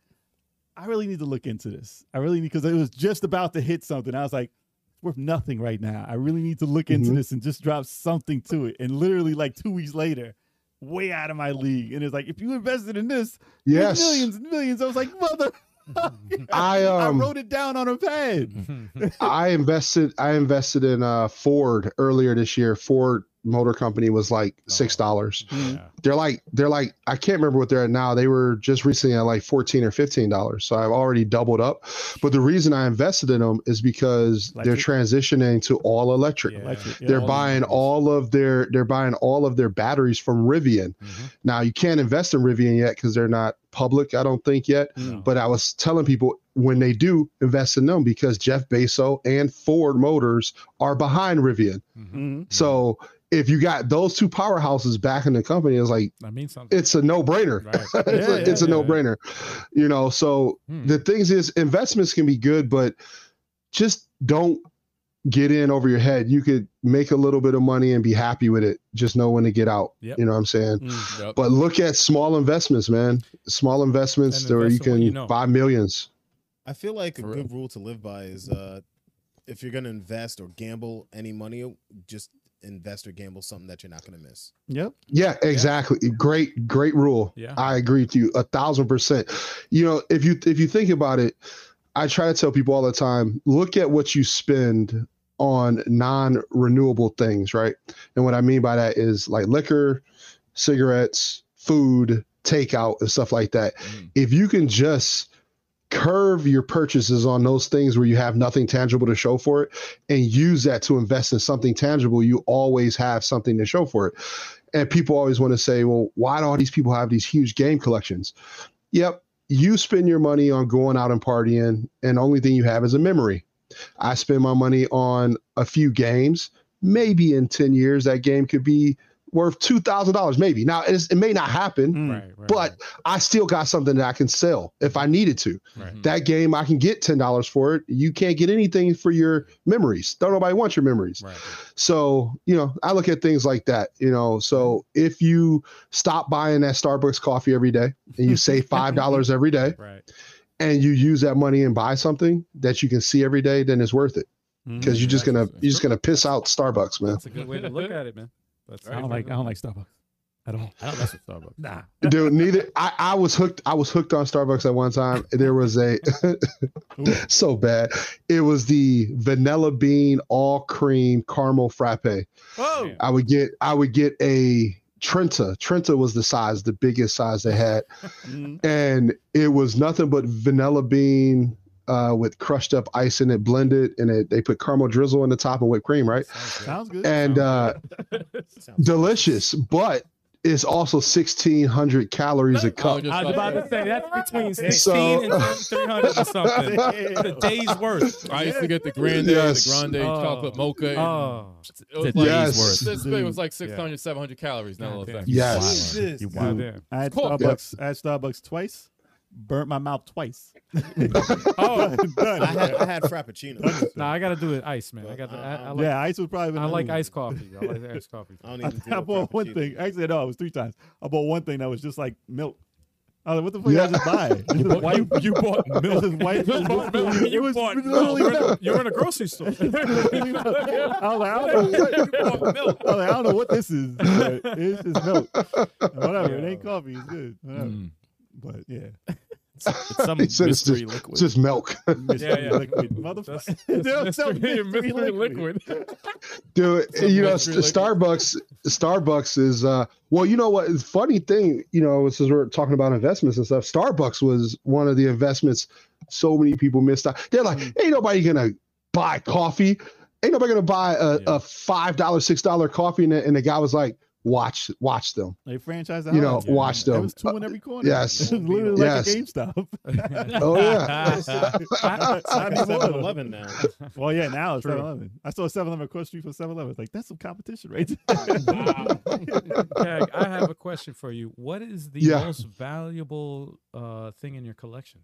Speaker 7: I really need to look into this. I really need because it was just about to hit something. I was like, it's worth nothing right now. I really need to look into
Speaker 4: Mhm.
Speaker 7: this and just drop something to it. And literally like two weeks later, way out of my league. And it's like, if you invested in this, there's
Speaker 4: Yes.
Speaker 7: Millions and millions. I was like, mother.
Speaker 4: I,
Speaker 7: I
Speaker 4: um,
Speaker 7: wrote it down on a pad.
Speaker 4: I invested I invested in uh Ford earlier this year. Ford Motor Company was like
Speaker 2: Oh,
Speaker 4: six dollars.
Speaker 2: Yeah.
Speaker 4: They're like they're like I can't remember what they're at now. They were just recently at like fourteen or fifteen dollars. So I've already doubled up. But the reason I invested in them is because they're transitioning to all electric.
Speaker 2: Yeah.
Speaker 7: Electric, yeah.
Speaker 4: They're
Speaker 2: all
Speaker 4: buying
Speaker 2: electric.
Speaker 4: all of their they're buying all of their batteries from Rivian.
Speaker 2: Mhm.
Speaker 4: Now you can't invest in Rivian yet because they're not public, I don't think yet.
Speaker 8: Mm.
Speaker 4: But I was telling people when they do invest in them because Jeff Bezos and Ford Motors are behind Rivian.
Speaker 7: Mhm.
Speaker 4: So if you got those two powerhouses back in the company, it's like
Speaker 2: That means something.
Speaker 4: it's a no brainer.
Speaker 2: right.
Speaker 4: it's
Speaker 7: Yeah,
Speaker 4: a, it's a
Speaker 2: yeah, yeah.
Speaker 4: no brainer, you know. So
Speaker 2: Hmm.
Speaker 4: the things is investments can be good, but just don't get in over your head. You could make a little bit of money and be happy with it. Just know when to get out.
Speaker 2: Yep. Hmm.
Speaker 4: You know what I'm saying?
Speaker 8: Mm.
Speaker 5: Yep.
Speaker 4: But look at small investments, man. Small investments
Speaker 2: And
Speaker 4: where you
Speaker 2: invest in what
Speaker 4: can
Speaker 2: you know.
Speaker 4: buy millions.
Speaker 6: I feel like a
Speaker 5: For
Speaker 6: good rule to live by is uh, if you're gonna invest or gamble any money, just invest or gamble something that you're not gonna miss.
Speaker 7: Yep.
Speaker 4: Yeah, exactly. Great, great rule.
Speaker 2: Yeah.
Speaker 4: I agree with you a thousand percent. You know, if you if you think about it, I try to tell people all the time: look at what you spend on non-renewable things, right? And what I mean by that is like liquor, cigarettes, food, takeout, and stuff like that.
Speaker 5: Mm.
Speaker 4: If you can just curve your purchases on those things where you have nothing tangible to show for it and use that to invest in something tangible, you always have something to show for it. And people always want to say, well, why do all these people have these huge game collections? Yep, you spend your money on going out and partying, and the only thing you have is a memory. I spend my money on a few games. Maybe in 10 years, that game could be worth $2,000, maybe. Now, it's, it may not happen,
Speaker 7: Mm.
Speaker 2: Right, right,
Speaker 4: but I still got something that I can sell if I needed to
Speaker 2: right.
Speaker 4: that game I can get ten dollars for it. You can't get anything for your memories. Don't nobody want your memories.
Speaker 2: Right.
Speaker 4: So you know, I look at things like that. You know, so if you stop buying that Starbucks coffee every day and you save five dollars every day
Speaker 2: Right.
Speaker 4: and you use that money and buy something that you can see every day, then it's worth it
Speaker 2: Mm-hmm.
Speaker 4: because you're just gonna you're just gonna piss out Starbucks, man.
Speaker 2: That's a good way to look at it, man. That's
Speaker 7: I don't like I don't like Starbucks at all.
Speaker 8: I don't mess with Starbucks.
Speaker 7: Nah.
Speaker 4: Dude, neither I, I was hooked. I was hooked on Starbucks at one time. There was a so bad. It was the vanilla bean all cream caramel frappe.
Speaker 8: Oh,
Speaker 4: I would get I would get a Trenta. Trenta was the size, the biggest size they had,
Speaker 7: Mm.
Speaker 4: and it was nothing but vanilla bean uh, with crushed up ice in it, blended, and it, they put caramel drizzle on the top and whipped cream, right?
Speaker 7: Sounds good.
Speaker 4: And uh,
Speaker 6: Sounds
Speaker 4: delicious, but is also 1600 calories a
Speaker 5: I was
Speaker 4: cup.
Speaker 5: Oh, just
Speaker 8: I was about to say that's between
Speaker 4: So-
Speaker 8: 16 and 300 or something. It's a day's worth.
Speaker 5: I used to get the grande,
Speaker 4: Yes.
Speaker 5: the grande
Speaker 2: Oh.
Speaker 5: chocolate mocha. and
Speaker 2: Oh,
Speaker 5: it was
Speaker 8: It's a
Speaker 5: like,
Speaker 4: Yes.
Speaker 8: day's worth.
Speaker 5: This thing was like 600, 700 calories. Now little thing.
Speaker 4: Yes.
Speaker 8: You
Speaker 2: wow.
Speaker 8: wild.
Speaker 2: damn.
Speaker 7: I had
Speaker 5: Cool.
Speaker 7: Starbucks. I had Starbucks twice. Burnt my mouth twice.
Speaker 2: Oh,
Speaker 7: Done.
Speaker 6: I had, I had frappuccino.
Speaker 2: no, I got to do it ice, man. I got to. I, I like,
Speaker 7: yeah, ice was probably.
Speaker 2: I
Speaker 7: the
Speaker 2: like
Speaker 7: only one.
Speaker 2: ice coffee. I like the ice coffee.
Speaker 6: I don't
Speaker 7: I,
Speaker 6: even. deal
Speaker 7: I
Speaker 6: with
Speaker 7: bought one
Speaker 6: frappuccino.
Speaker 7: thing. Actually, no, it was three times. I bought one thing that was just like milk. I was like, what the fuck
Speaker 4: Yeah.
Speaker 7: did I just buy?
Speaker 8: But why you, you bought
Speaker 7: It was
Speaker 8: milk?
Speaker 7: just white.
Speaker 8: You bought milk.
Speaker 7: It
Speaker 8: You
Speaker 7: was
Speaker 8: bought
Speaker 4: Oh,
Speaker 7: literally-
Speaker 2: You're in a- You're in a grocery store.
Speaker 7: I was like, I don't know.
Speaker 8: You bought milk.
Speaker 7: I was like, I don't know what this is. but It's just milk. Whatever. It ain't coffee. It's good. Whatever. But yeah,
Speaker 8: It's some
Speaker 4: He said it's
Speaker 8: mystery
Speaker 4: just,
Speaker 8: liquid.
Speaker 4: it's just milk.
Speaker 7: mystery
Speaker 2: yeah.
Speaker 7: liquid, motherfucker.
Speaker 2: That's, that's mystery, mystery
Speaker 7: mystery
Speaker 2: liquid.
Speaker 4: Dude, you know,
Speaker 5: mystery
Speaker 4: St- Starbucks. Starbucks is uh, well, you know what? it's Funny thing, you know, since we're talking about investments and stuff, Starbucks was one of the investments so many people missed out. They're like, ain't nobody gonna buy coffee. Ain't nobody gonna buy a, a five dollar, six dollar coffee. And the, and the guy was like, watch, watch them.
Speaker 7: They franchised out.
Speaker 4: You know, watch
Speaker 7: There
Speaker 4: them.
Speaker 7: was two in every corner.
Speaker 4: yes.
Speaker 7: It was literally like
Speaker 4: Yes.
Speaker 7: a GameStop.
Speaker 4: Oh yeah,
Speaker 6: It's not a 7-Eleven now.
Speaker 7: Well, yeah, now it's 7 Eleven. I saw 7 Eleven across the street from 7 Eleven. Like, that's some competition right Oh, there.
Speaker 2: Keg, I have a question for you. What is the
Speaker 4: Yeah.
Speaker 2: most valuable uh, thing in your collection?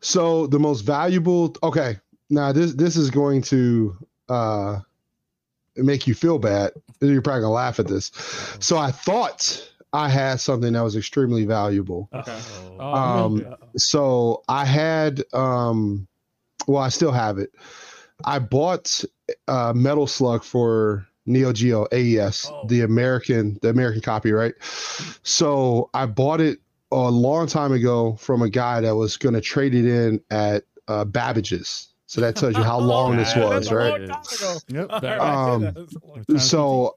Speaker 4: So the most valuable. Okay, now this this is going to uh, make you feel bad. You're probably gonna laugh at this. So I thought I had something that was extremely valuable.
Speaker 2: Oh,
Speaker 4: Um,
Speaker 2: okay.
Speaker 4: So I had, um, well, I still have it. I bought uh, Metal Slug for Neo Geo AES, the American, the American copy, right? So I bought it a long time ago from a guy that was going to trade it in at uh, Babbage's. So that tells you how long this was, right?
Speaker 7: yep.
Speaker 8: Back-
Speaker 4: Um, so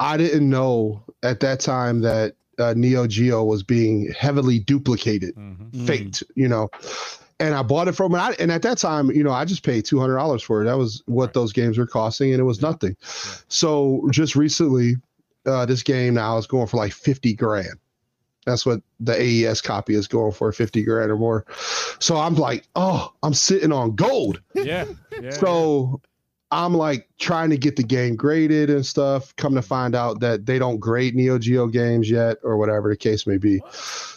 Speaker 4: I didn't know at that time that uh, Neo Geo was being heavily duplicated,
Speaker 2: Mm-hmm.
Speaker 4: faked, you know. And I bought it from and, I, and at that time, you know, I just paid two hundred dollars for it. That was what those games were costing, and it was nothing. So just recently, uh, this game now is going for like fifty grand. That's what the AES copy is going for, fifty grand or more. So I'm like, oh, I'm sitting on gold.
Speaker 8: yeah. yeah.
Speaker 4: So I'm like trying to get the game graded and stuff. Come to find out that they don't grade Neo Geo games yet, or whatever the case may be.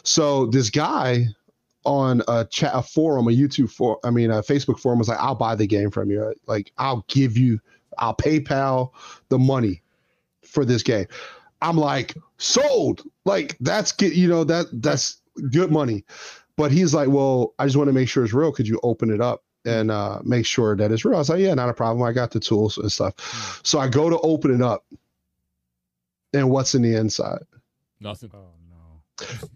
Speaker 4: So this guy on a chat, a forum, a YouTube for, I mean, a Facebook forum was like, "I'll buy the game from you. Like, I'll give you, I'll PayPal the money for this game." I'm like, sold. Like that's get, you know that that's good money. But he's like, well, I just want to make sure it's real. Could you open it up? and uh, make sure that it's real. I was like, yeah, not a problem. I got the tools and
Speaker 5: Hmm.
Speaker 4: stuff. So I go to open it up, and what's in the inside?
Speaker 5: Nothing.
Speaker 2: Oh,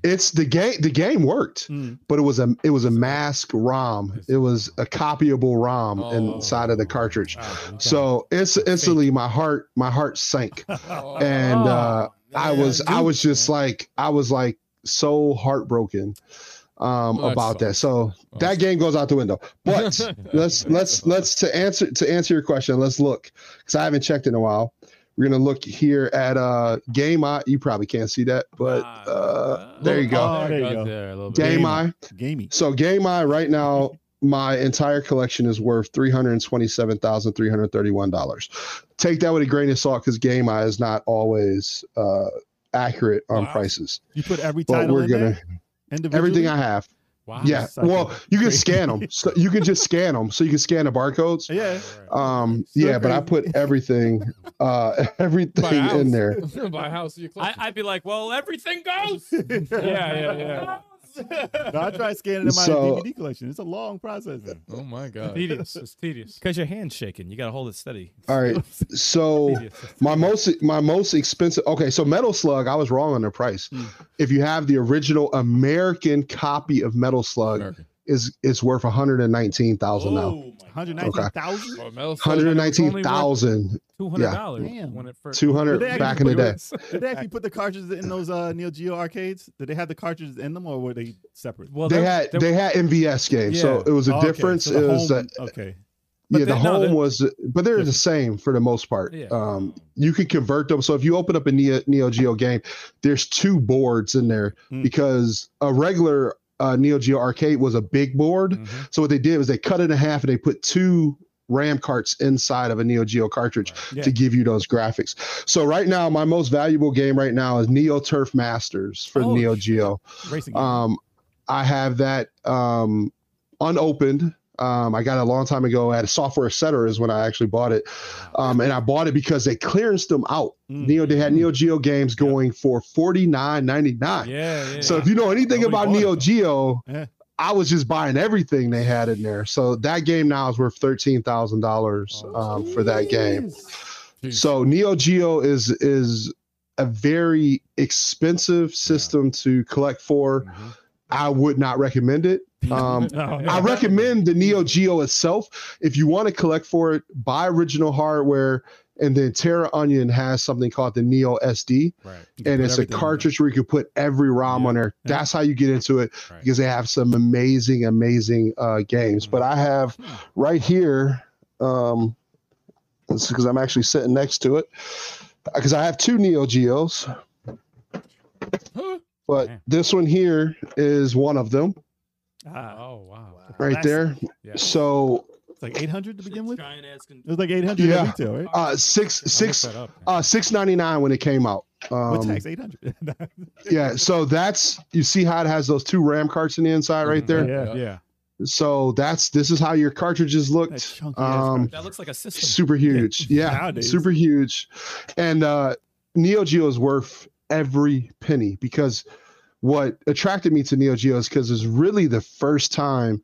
Speaker 4: It's the game. The game worked,
Speaker 5: Hmm.
Speaker 7: Mm.
Speaker 4: but it was a it was a mask ROM. It was a copyable ROM
Speaker 5: Oh.
Speaker 4: inside of the cartridge.
Speaker 2: Oh,
Speaker 4: So it's instantly my heart my heart sank,
Speaker 5: Oh,
Speaker 4: and
Speaker 2: Oh,
Speaker 4: uh, I
Speaker 5: man,
Speaker 4: was I
Speaker 5: dude.
Speaker 4: was just like I was like so heartbroken um
Speaker 5: Well, that
Speaker 4: about that.
Speaker 5: sucks.
Speaker 4: So
Speaker 5: Oh,
Speaker 4: that game goes out the window. But let's let's let's to answer to answer your question. Let's look because I haven't checked in a while. We're gonna look here at uh Game Eye. You probably can't see that, but
Speaker 8: Ah,
Speaker 4: uh, there you go.
Speaker 7: Oh, there you go.
Speaker 8: there a little bit.
Speaker 4: Game
Speaker 7: Game
Speaker 4: Eye.
Speaker 7: Gamey.
Speaker 4: So Game Eye right now, my entire collection is worth three hundred twenty-seven thousand three hundred thirty-one dollars. Take that with a grain of salt because Game Eye is not always uh, accurate on
Speaker 8: Wow.
Speaker 4: prices.
Speaker 7: You put every
Speaker 4: But
Speaker 7: title
Speaker 4: we're
Speaker 7: in
Speaker 4: gonna
Speaker 7: there? Individually?
Speaker 4: everything I have.
Speaker 8: Wow.
Speaker 4: Yeah.
Speaker 7: sucker.
Speaker 4: Well, you can
Speaker 7: Crazy.
Speaker 4: scan them. So you can just scan them. So you can scan the barcodes.
Speaker 7: Yeah.
Speaker 4: Um,
Speaker 7: So
Speaker 4: yeah, but I
Speaker 7: crazy.
Speaker 4: put everything, uh,
Speaker 5: buy a
Speaker 4: everything
Speaker 5: house.
Speaker 4: in there.
Speaker 5: buy a house. You
Speaker 8: I, I'd be like, well, everything goes.
Speaker 7: yeah,
Speaker 8: yeah,
Speaker 7: No, I tried scanning in my
Speaker 4: So-
Speaker 7: DVD collection. It's a long process.
Speaker 5: oh my god.
Speaker 2: tedious. It's tedious.
Speaker 8: Because your hand's shaking. You got to hold it steady.
Speaker 4: All right. So my most, my most expensive. Okay. So Metal Slug, I was wrong on the price. If you have the original American copy of Metal Slug,
Speaker 5: American.
Speaker 4: is it's worth one hundred and nineteen thousand now.
Speaker 5: Oh my.
Speaker 7: 119,000?
Speaker 5: Oh, metal
Speaker 4: One hundred
Speaker 5: Slug.
Speaker 4: nineteen thousand
Speaker 2: Two hundred dollars
Speaker 7: Damn.
Speaker 2: when it first.
Speaker 4: two hundred
Speaker 7: Did they
Speaker 4: back in the day.
Speaker 7: Did they actually put the cartridges in those uh, Neo Geo arcades? Did they have the cartridges in them or were they separate?
Speaker 2: Well,
Speaker 4: They
Speaker 2: there-
Speaker 4: had
Speaker 2: there-
Speaker 4: they had MVS games, so
Speaker 2: Yeah.
Speaker 4: it was a
Speaker 7: Oh, Okay,
Speaker 4: difference.
Speaker 7: so the
Speaker 4: it was
Speaker 7: home-
Speaker 4: a,
Speaker 7: okay.
Speaker 2: But
Speaker 4: yeah, the
Speaker 2: they- no,
Speaker 4: home
Speaker 2: they-
Speaker 4: was, but they're the same for the most part.
Speaker 2: Yeah.
Speaker 4: Um, you can convert them. So if you open up a Neo, Neo Geo game, there's two boards in there
Speaker 7: Hmm.
Speaker 4: because a regular uh, Neo Geo arcade was a big board.
Speaker 2: Mhm.
Speaker 4: So what they did was they cut it in half and they put two RAM carts inside of a Neo Geo cartridge
Speaker 7: Yeah.
Speaker 4: to give you those graphics. So right now, my most valuable game right now is Neo Turf Masters for
Speaker 7: Oh,
Speaker 4: Neo
Speaker 7: shit.
Speaker 4: Geo.
Speaker 7: Racing. game.
Speaker 4: Um, I have that um, unopened. Um, I got it a long time ago at Software Etc. is when I actually bought it, um, and I bought it because they clearanced them out.
Speaker 7: Mm.
Speaker 4: Neo, they had Neo Geo games going for forty nine ninety nine.
Speaker 2: Yeah, yeah.
Speaker 4: So if you know anything
Speaker 7: Nobody
Speaker 4: about
Speaker 7: bought it,
Speaker 4: Neo
Speaker 7: though.
Speaker 4: Geo,
Speaker 7: Yeah.
Speaker 4: I was just buying everything they had in there. So that game now is worth thirteen thousand dollars um, for that game. So Neo Geo is is a very expensive system to collect for.
Speaker 7: Mm-hmm.
Speaker 4: I would not recommend it. Um,
Speaker 7: No, no.
Speaker 4: I recommend the Neo Geo itself. If you want to collect for it, buy original hardware. And then Terra Onion has something called the Neo SD,
Speaker 2: Right.
Speaker 4: and it's a
Speaker 7: everything in
Speaker 4: cartridge where you can put every ROM on there.
Speaker 7: Yeah.
Speaker 4: That's how you get into it because they have some amazing, amazing uh, games. But I have
Speaker 7: Hmm.
Speaker 4: right here, um, because I'm actually sitting next to it, because I have two Neo Geos. But
Speaker 8: Damn.
Speaker 4: this one here is one of them
Speaker 7: Ah,
Speaker 2: Oh wow.
Speaker 4: right
Speaker 7: Classic.
Speaker 4: there.
Speaker 2: Yeah.
Speaker 4: So
Speaker 7: it's like 800 to begin with. It
Speaker 8: Giant ass can-
Speaker 7: was like 800
Speaker 4: Yeah.
Speaker 7: at retail, right?
Speaker 4: uh, six six uh, six ninety nine when it came out.
Speaker 7: What
Speaker 4: Um,
Speaker 7: tax 800?
Speaker 4: yeah, so that's you see how it has those two RAM carts in the inside right there.
Speaker 7: yeah.
Speaker 2: Yeah.
Speaker 4: So that's this is how your cartridges
Speaker 7: That
Speaker 4: looked.
Speaker 7: chunky ass
Speaker 4: Um,
Speaker 8: That looks like a system.
Speaker 4: super huge, yeah,
Speaker 7: Nowadays.
Speaker 4: super huge. And uh, Neo Geo is worth every penny because what attracted me to Neo Geo is because it's really the first time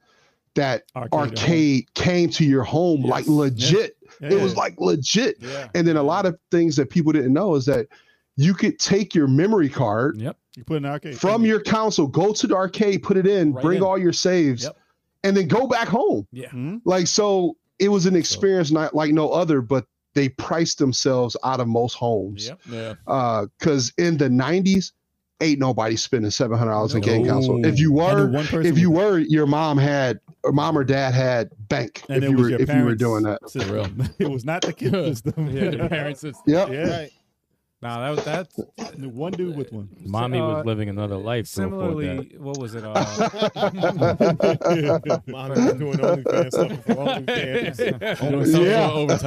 Speaker 4: that Uh, arcade came to your home like
Speaker 7: Yes. Yeah.
Speaker 4: legit.
Speaker 7: Yeah.
Speaker 4: It was like legit.
Speaker 5: Yeah.
Speaker 4: And then a lot of things that people didn't know is that you could take your memory card
Speaker 2: Yep.
Speaker 7: you put an arcade
Speaker 4: from your console, go to the arcade, put it in,
Speaker 2: Right
Speaker 4: bring
Speaker 2: in.
Speaker 4: all your saves,
Speaker 2: Yep.
Speaker 4: and then go back home.
Speaker 2: Yeah.
Speaker 7: Mhm.
Speaker 4: Like so, it was an experience not like no other, but they priced themselves out of most homes.
Speaker 2: Yep.
Speaker 5: Yeah.
Speaker 4: Because in the '90s, ain't nobody spending seven hundred dollars on a game
Speaker 7: No.
Speaker 4: console. If you
Speaker 7: I knew
Speaker 4: were,
Speaker 7: one person
Speaker 4: if you
Speaker 7: with
Speaker 4: were, your mom had, or mom or dad had bank.
Speaker 7: it. and
Speaker 4: if
Speaker 7: it
Speaker 4: you
Speaker 7: was
Speaker 4: were,
Speaker 7: your
Speaker 4: if you were
Speaker 7: parents'
Speaker 4: doing that.
Speaker 7: system. it was not the kid system.
Speaker 2: Yeah, your
Speaker 5: Parents is
Speaker 4: Yep.
Speaker 7: Yeah.
Speaker 2: Now that that
Speaker 7: And the one dude with one.
Speaker 8: Mommy
Speaker 2: Uh,
Speaker 8: was living another life. to afford that.
Speaker 2: similarly, what was it? Uh,
Speaker 6: Mom is doing OnlyFans stuff for OnlyFans.
Speaker 4: Yeah.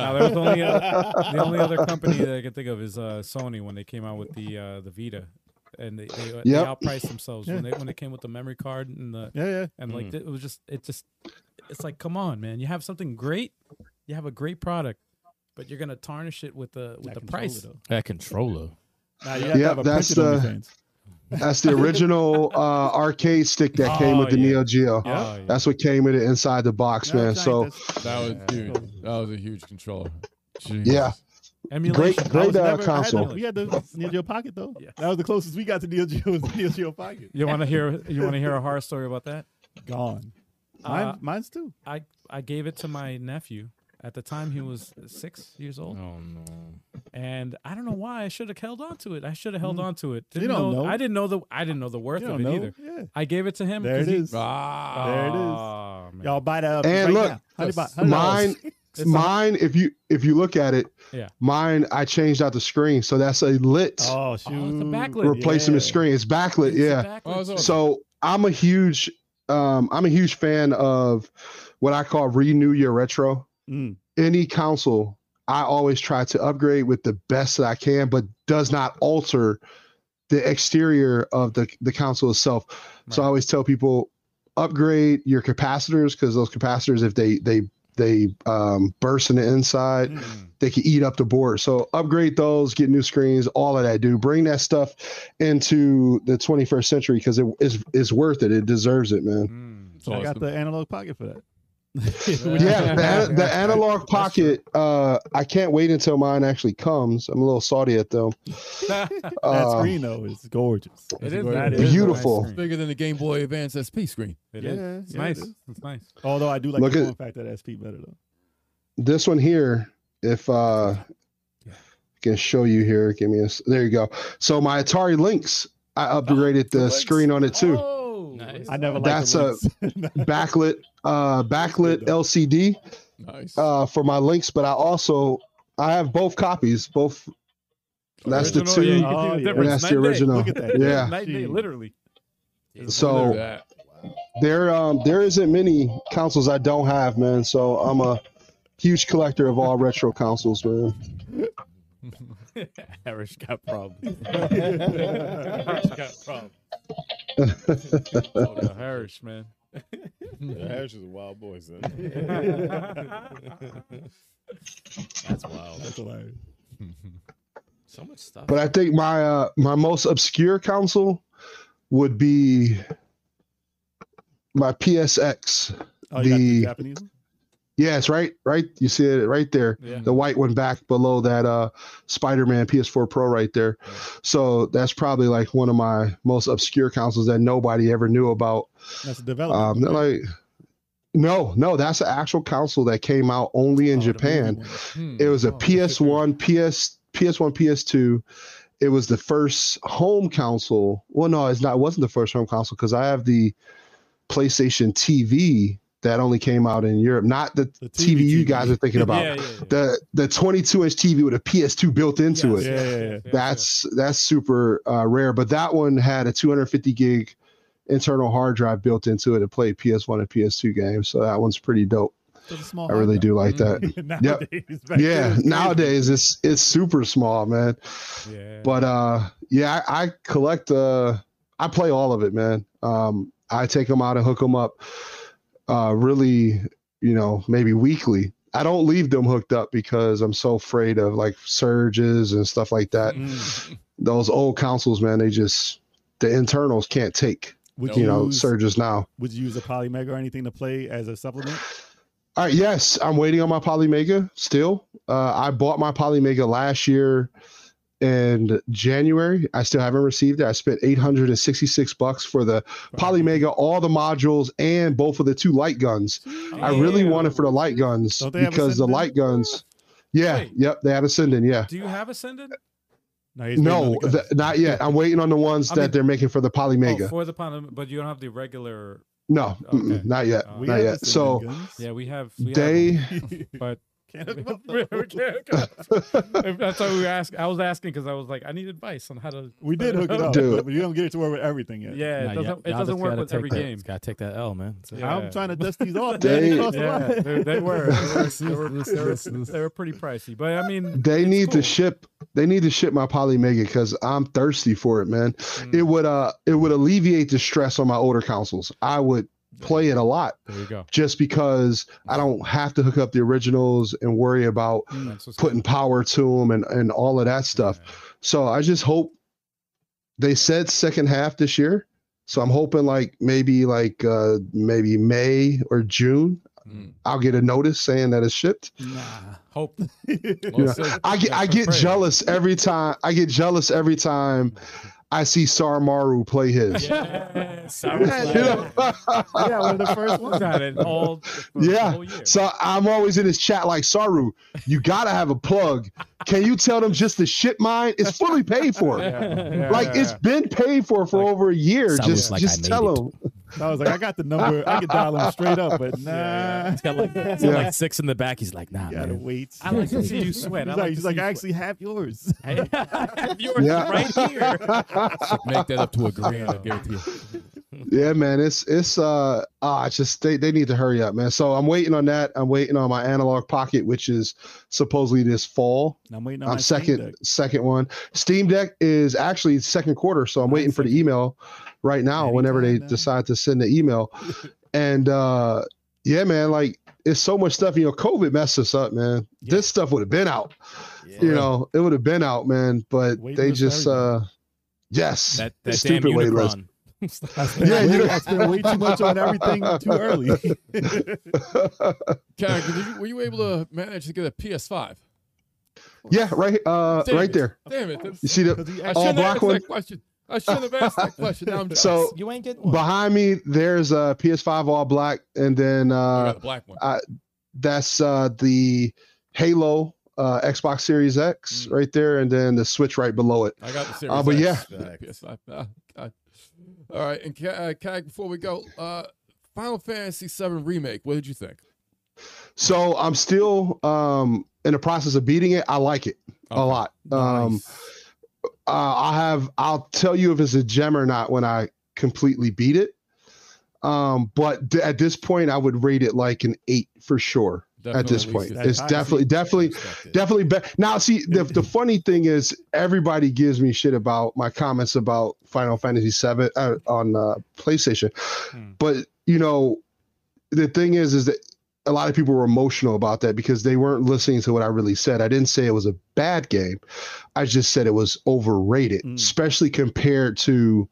Speaker 2: Now, there was only uh, the only other company that I can think of is uh, Sony when they came out with the uh, the Vita, and they they, they
Speaker 4: Yep.
Speaker 2: outpriced themselves when they when they came with the memory card and the
Speaker 7: Yeah, yeah.
Speaker 2: and
Speaker 5: Hmm.
Speaker 2: like it was just it just it's like come on man you have something great you have a great product but you're gonna tarnish it with the with the price
Speaker 8: That controller.
Speaker 7: Now you have
Speaker 4: Yeah,
Speaker 7: to have a
Speaker 4: that's
Speaker 7: printed
Speaker 4: the-
Speaker 7: OnlyFans.
Speaker 4: That's the original uh, arcade stick that came
Speaker 2: Oh,
Speaker 4: with the
Speaker 2: yeah.
Speaker 4: Neo Geo.
Speaker 2: Oh, yeah.
Speaker 4: That's what came with it inside the box,
Speaker 7: No,
Speaker 4: man.
Speaker 7: giant,
Speaker 4: So
Speaker 7: that's-
Speaker 5: That was dude. That was a huge controller. Jesus.
Speaker 4: Yeah.
Speaker 2: emulation
Speaker 4: Great-
Speaker 7: I
Speaker 4: great-
Speaker 7: was
Speaker 4: uh,
Speaker 7: never- I had the-
Speaker 4: console.
Speaker 7: we had the Neo Geo Pocket though.
Speaker 2: Yes.
Speaker 7: That was the closest we got to Neo Geo was the Neo Geo Pocket.
Speaker 2: you want to hear you want to hear a horror story about that
Speaker 7: Gone. Mine,
Speaker 2: Uh,
Speaker 7: mine's too.
Speaker 2: i i gave it to my nephew at the time he was six years old
Speaker 8: Oh no.
Speaker 2: and i don't know why i should have held on to it i should have
Speaker 5: Hmm.
Speaker 2: held on to it didn't
Speaker 7: don't know.
Speaker 2: i didn't know the i didn't know the worth
Speaker 7: You
Speaker 2: of
Speaker 7: don't
Speaker 2: it
Speaker 7: know.
Speaker 2: either
Speaker 7: Yeah.
Speaker 2: i gave it to him
Speaker 7: There it
Speaker 2: 'cause he-
Speaker 7: is.
Speaker 5: Ah.
Speaker 7: There it is.
Speaker 2: Ah, man.
Speaker 7: Y'all buy that up
Speaker 4: And
Speaker 7: right
Speaker 4: look,
Speaker 7: now. Hundred bucks.
Speaker 5: just
Speaker 7: Hundred
Speaker 4: mine
Speaker 7: dollars.
Speaker 4: mine if you if you look at it
Speaker 2: Yeah.
Speaker 4: mine i changed out the screen so that's a lit
Speaker 7: Oh shoot.
Speaker 2: Oh, it's a backlit.
Speaker 4: replacing
Speaker 7: yeah.
Speaker 4: the screen it's backlit
Speaker 2: It's
Speaker 4: yeah
Speaker 2: backlit.
Speaker 5: Oh, it's all-
Speaker 4: so i'm a huge um i'm a huge fan of what i call renew your retro
Speaker 7: Mm.
Speaker 4: any console i always try to upgrade with the best that i can but does not alter the exterior of the the console itself so i
Speaker 2: Right.
Speaker 4: always tell people upgrade your capacitors because those capacitors if they they they um, burst in the inside
Speaker 7: Mm.
Speaker 4: they can eat up the board. So upgrade those, get new screens, all of that, dude. Bring that stuff into the 21st century because it is is worth it. It deserves it, man.
Speaker 2: Mm.
Speaker 5: It's awesome.
Speaker 7: I got the analog pocket for that. Mm-hmm.
Speaker 4: Yeah, the, an- the analog pocket. Uh, I can't wait until mine actually comes. I'm a little salty at them.
Speaker 7: That
Speaker 4: Uh,
Speaker 7: screen though is gorgeous.
Speaker 5: It is
Speaker 7: That
Speaker 5: gorgeous.
Speaker 7: is
Speaker 4: Beautiful.
Speaker 2: Nice
Speaker 5: It's
Speaker 2: screen.
Speaker 5: bigger than the Game Boy Advance SP screen.
Speaker 2: It
Speaker 7: Yeah,
Speaker 2: is.
Speaker 7: yeah,
Speaker 2: It's
Speaker 7: it
Speaker 2: nice.
Speaker 7: is.
Speaker 2: It's nice.
Speaker 7: Although I do like
Speaker 4: Look
Speaker 7: the
Speaker 4: at-
Speaker 7: form factor of that SP better though.
Speaker 4: This one here, if uh, can show you here. Give me a. s- There you go. So my Atari Lynx, I upgraded the screen on it too.
Speaker 2: Oh,
Speaker 8: Nice.
Speaker 7: I never liked
Speaker 4: That's
Speaker 7: the links.
Speaker 4: backlit uh backlit
Speaker 7: Good though.
Speaker 4: LCD
Speaker 5: Nice.
Speaker 4: uh, for my links, but I also I have both copies. Both. That's the
Speaker 2: Original, yeah,
Speaker 4: two.
Speaker 2: you can see
Speaker 7: Oh,
Speaker 2: the
Speaker 7: yeah.
Speaker 2: difference.
Speaker 4: that's the
Speaker 2: night and day.
Speaker 4: original.
Speaker 7: Look at that.
Speaker 4: Yeah.
Speaker 2: Night and day,
Speaker 7: Jeez.
Speaker 2: literally.
Speaker 4: So
Speaker 5: Look at that.
Speaker 4: there, um, there isn't many consoles I don't have, man. So I'm a huge collector of all retro consoles, man.
Speaker 8: Harris got problems.
Speaker 2: Oh, the Harris, man.
Speaker 6: Yeah, Harris is a wild boy, son.
Speaker 8: That's wild.
Speaker 7: That's hilarious.
Speaker 8: So much stuff.
Speaker 4: But I think my uh, my most obscure console would be my PSX.
Speaker 7: Oh, you got the
Speaker 4: The-
Speaker 7: Japanese one?
Speaker 4: Yeah, it's right, right. You see it right there.
Speaker 2: Yeah.
Speaker 4: The white one back below that uh Spider-Man PS4 Pro right there. So that's probably like one of my most obscure consoles that nobody ever knew about.
Speaker 7: That's a
Speaker 6: Oh,
Speaker 7: development.
Speaker 4: Um they're like no, no, that's an actual console that came out only in Japan.
Speaker 5: Hmm.
Speaker 4: It was a
Speaker 5: Oh,
Speaker 4: PS1, PS PS1, PS2. It was the first home console. Well, no, it's not. It wasn't the first home console because I have the PlayStation TV that only came out in Europe, not the,
Speaker 7: The
Speaker 4: TV,
Speaker 7: TV.
Speaker 4: you guys are thinking about.
Speaker 2: Yeah, yeah, yeah.
Speaker 4: The the 22 inch TV with a PS2 built into
Speaker 2: Yes,
Speaker 4: it.
Speaker 7: Yeah,
Speaker 2: yes,
Speaker 7: yeah,
Speaker 2: yes,
Speaker 7: yeah.
Speaker 2: yes, yes.
Speaker 4: That's that's super uh, rare. But that one had a 250 gig internal hard drive built into it to play PS1 and PS2 games. So that one's pretty dope.
Speaker 7: That's a small
Speaker 4: I really do like
Speaker 7: Mm-hmm.
Speaker 4: that.
Speaker 7: Nowadays, back then, it
Speaker 4: yeah
Speaker 7: was
Speaker 4: nowadays it's it's super small man
Speaker 2: Yeah.
Speaker 4: but uh yeah I, I collect uh i play all of it man um i take them out and hook them up uh really you know maybe weekly i don't leave them hooked up because i'm so afraid of like surges and stuff like that those old consoles man they just the internals can't take
Speaker 7: Would
Speaker 4: you
Speaker 7: you,
Speaker 4: know
Speaker 7: use,
Speaker 4: surges now
Speaker 7: would you use a polymega or anything to play as a supplement?
Speaker 4: All right, Uh, yes, I'm waiting on my Polymega still. Uh, I bought my Polymega last year in January. I still haven't received it. I spent 866 bucks for the Polymega, all the modules, and both of the two light guns. I really wanted for the light guns
Speaker 7: Don't they have
Speaker 4: because the
Speaker 7: Ascendant?
Speaker 4: light guns. Yeah,
Speaker 2: Wait.
Speaker 4: yep, they had Ascendant. Yeah,
Speaker 2: Do you have Ascendant?
Speaker 7: No, he's waiting on
Speaker 4: no,
Speaker 7: the guns.
Speaker 4: th- not yet. I'm waiting on the ones
Speaker 2: I
Speaker 4: that
Speaker 2: mean-
Speaker 4: they're making for the
Speaker 2: Oh,
Speaker 4: Polymega.
Speaker 2: for the Panam, but you don't have the regular.
Speaker 4: no,
Speaker 2: Okay.
Speaker 4: mm-mm, not yet,
Speaker 2: Oh.
Speaker 7: Uh, We
Speaker 4: not
Speaker 7: have
Speaker 4: yet.
Speaker 7: this in
Speaker 4: So
Speaker 7: the guns.
Speaker 2: Yeah, we have. We have
Speaker 4: they.
Speaker 2: them, but
Speaker 7: Can't
Speaker 2: We
Speaker 7: hook 'em up,
Speaker 2: can't
Speaker 7: though.
Speaker 2: go. If that's why we were asking. I was asking because I was like, I need advice on how to.
Speaker 7: We did hook it up,
Speaker 4: Dude.
Speaker 7: but you don't get it to work with everything yet.
Speaker 2: Yeah, it doesn't. It doesn't work with every game.
Speaker 8: Gotta take that L, man. It's-
Speaker 2: Yeah.
Speaker 7: I'm trying to dust these off.
Speaker 4: They-
Speaker 7: man. It costs a lot.
Speaker 2: Yeah, they, they were. They were, they were, they were, they were pretty pricey, but I mean,
Speaker 4: They
Speaker 2: it's
Speaker 4: need
Speaker 2: cool.
Speaker 4: to ship. They need to ship my Polymega because I'm thirsty for it, man.
Speaker 2: Mm.
Speaker 4: It would uh, it would alleviate the stress on my older consoles. I would play it a lot
Speaker 2: There you go.
Speaker 4: just because I don't have to hook up the originals and worry about
Speaker 2: Mm, That's what's
Speaker 4: putting power to them and and all of that stuff. So I just hope they said second half this year. So I'm hoping like maybe like uh maybe May or June
Speaker 5: Mm.
Speaker 4: I'll get a notice saying that it's shipped.
Speaker 2: hope.
Speaker 5: Well,
Speaker 4: Yeah.
Speaker 5: said.
Speaker 4: I get
Speaker 2: Yeah,
Speaker 4: I
Speaker 2: for
Speaker 4: get
Speaker 2: free.
Speaker 4: jealous every time. I get jealous every time I see Sarmaru play his.
Speaker 2: Yes, I was
Speaker 4: You know?
Speaker 7: Yeah, one of the first ones.
Speaker 2: at it all. for the
Speaker 4: Yeah.
Speaker 2: whole year.
Speaker 4: so I'm always in his chat like Saru, you gotta have a plug. Can you tell them just to ship mine? It's fully paid for.
Speaker 2: Yeah,
Speaker 4: like
Speaker 2: yeah,
Speaker 4: it's been paid for for over a year.
Speaker 8: Saru's
Speaker 4: Just
Speaker 8: like, "I
Speaker 4: just
Speaker 8: made
Speaker 4: tell
Speaker 8: it."
Speaker 4: them.
Speaker 7: I was like, I got the number. I could dial him straight up, but nah.
Speaker 8: He's got like, he's got like six in the back. He's like, nah,
Speaker 7: Gotta
Speaker 8: man.
Speaker 7: wait.
Speaker 2: I like to see you sweat. I like
Speaker 7: He's
Speaker 2: to
Speaker 7: like, he's
Speaker 2: see
Speaker 7: like,
Speaker 2: you
Speaker 7: I actually have yours.
Speaker 8: Have yours
Speaker 4: Yeah.
Speaker 8: right here.
Speaker 5: Make that up to a grand. I give it to you.
Speaker 4: Yeah, man, it's it's uh ah, it's just they they need to hurry up, man. So I'm waiting on that. I'm waiting on my analog pocket, which is supposedly this fall.
Speaker 7: And I'm waiting on
Speaker 4: I'm
Speaker 7: my Steam
Speaker 4: second
Speaker 7: Deck.
Speaker 4: second one. Steam Deck is actually second quarter, so I'm waiting for the email right now. whenever they
Speaker 7: Anytime now.
Speaker 4: decide to send the email, and uh yeah, man, like it's so much stuff. You know, COVID messed us up, man. This stuff would have been out. You know, it would have been out, man. But
Speaker 7: Waiting
Speaker 4: they
Speaker 7: list
Speaker 4: just
Speaker 7: everywhere.
Speaker 4: uh yes,
Speaker 8: That,
Speaker 4: the
Speaker 8: that damn Unicron.
Speaker 7: I spent,
Speaker 4: Yeah,
Speaker 7: way,
Speaker 4: you-
Speaker 7: I spent way too much on everything too early.
Speaker 5: Karen, did you, were you able to manage to get a PS5?
Speaker 4: yeah, right uh
Speaker 5: Damn
Speaker 4: right
Speaker 5: it.
Speaker 4: there.
Speaker 5: Damn it. that's-
Speaker 4: You see the
Speaker 5: I
Speaker 4: all
Speaker 5: shouldn't have
Speaker 4: black
Speaker 5: asked
Speaker 4: one.
Speaker 5: that question. I shouldn't have asked that question. Now I'm just
Speaker 4: So
Speaker 8: You ain't getting one.
Speaker 4: behind me, there's uh, a PS5 all black, and then
Speaker 5: I
Speaker 4: uh,
Speaker 5: got a black one.
Speaker 4: that's uh, the Halo uh, Xbox Series X right there, and then the Switch right below it.
Speaker 5: I got the series.
Speaker 4: uh, but
Speaker 5: X, uh, PS5. Ah, God. All right, and Ka- uh, Kag, before we go, uh, Final Fantasy VII remake. What did you think?
Speaker 4: So I'm still um, in the process of beating it. I like it a lot. Um, uh, I have. I'll tell you if it's a gem or not when I completely beat it. Um, but d- at this point, I would rate it like an eight for sure. at this point,
Speaker 5: least
Speaker 4: it's
Speaker 7: high.
Speaker 4: definitely, definitely, definitely better. Now, see, the, the funny thing is, everybody gives me shit about my comments about Final Fantasy VII uh, on uh, PlayStation, but you know, the thing is, is that a lot of people were emotional about that because they weren't listening to what I really said. I didn't say it was a bad game. I just said it was overrated,
Speaker 7: Mm.
Speaker 4: especially compared to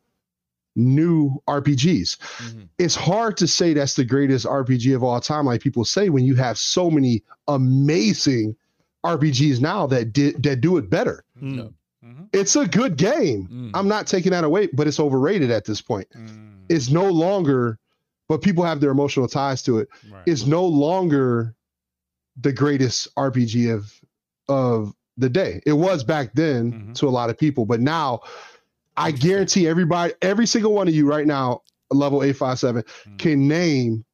Speaker 4: new RPGs.
Speaker 5: Mhm.
Speaker 4: It's hard to say that's the greatest RPG of all time, like people say, when you have so many amazing RPGs now that did that do it better.
Speaker 7: Mm.
Speaker 5: No.
Speaker 4: It's a good game.
Speaker 5: Mm.
Speaker 4: I'm not taking that away, but it's overrated at this point.
Speaker 2: Mm,
Speaker 4: It's no longer, but people have their emotional ties to it
Speaker 2: right.
Speaker 4: is no longer the greatest RPG of of the day. It was back then
Speaker 7: Mm-hmm.
Speaker 2: Mhm.
Speaker 4: to a lot of people, but now I guarantee everybody, every single one of you right now, level eight five seven,
Speaker 7: Hmm.
Speaker 2: Mm.
Speaker 4: can name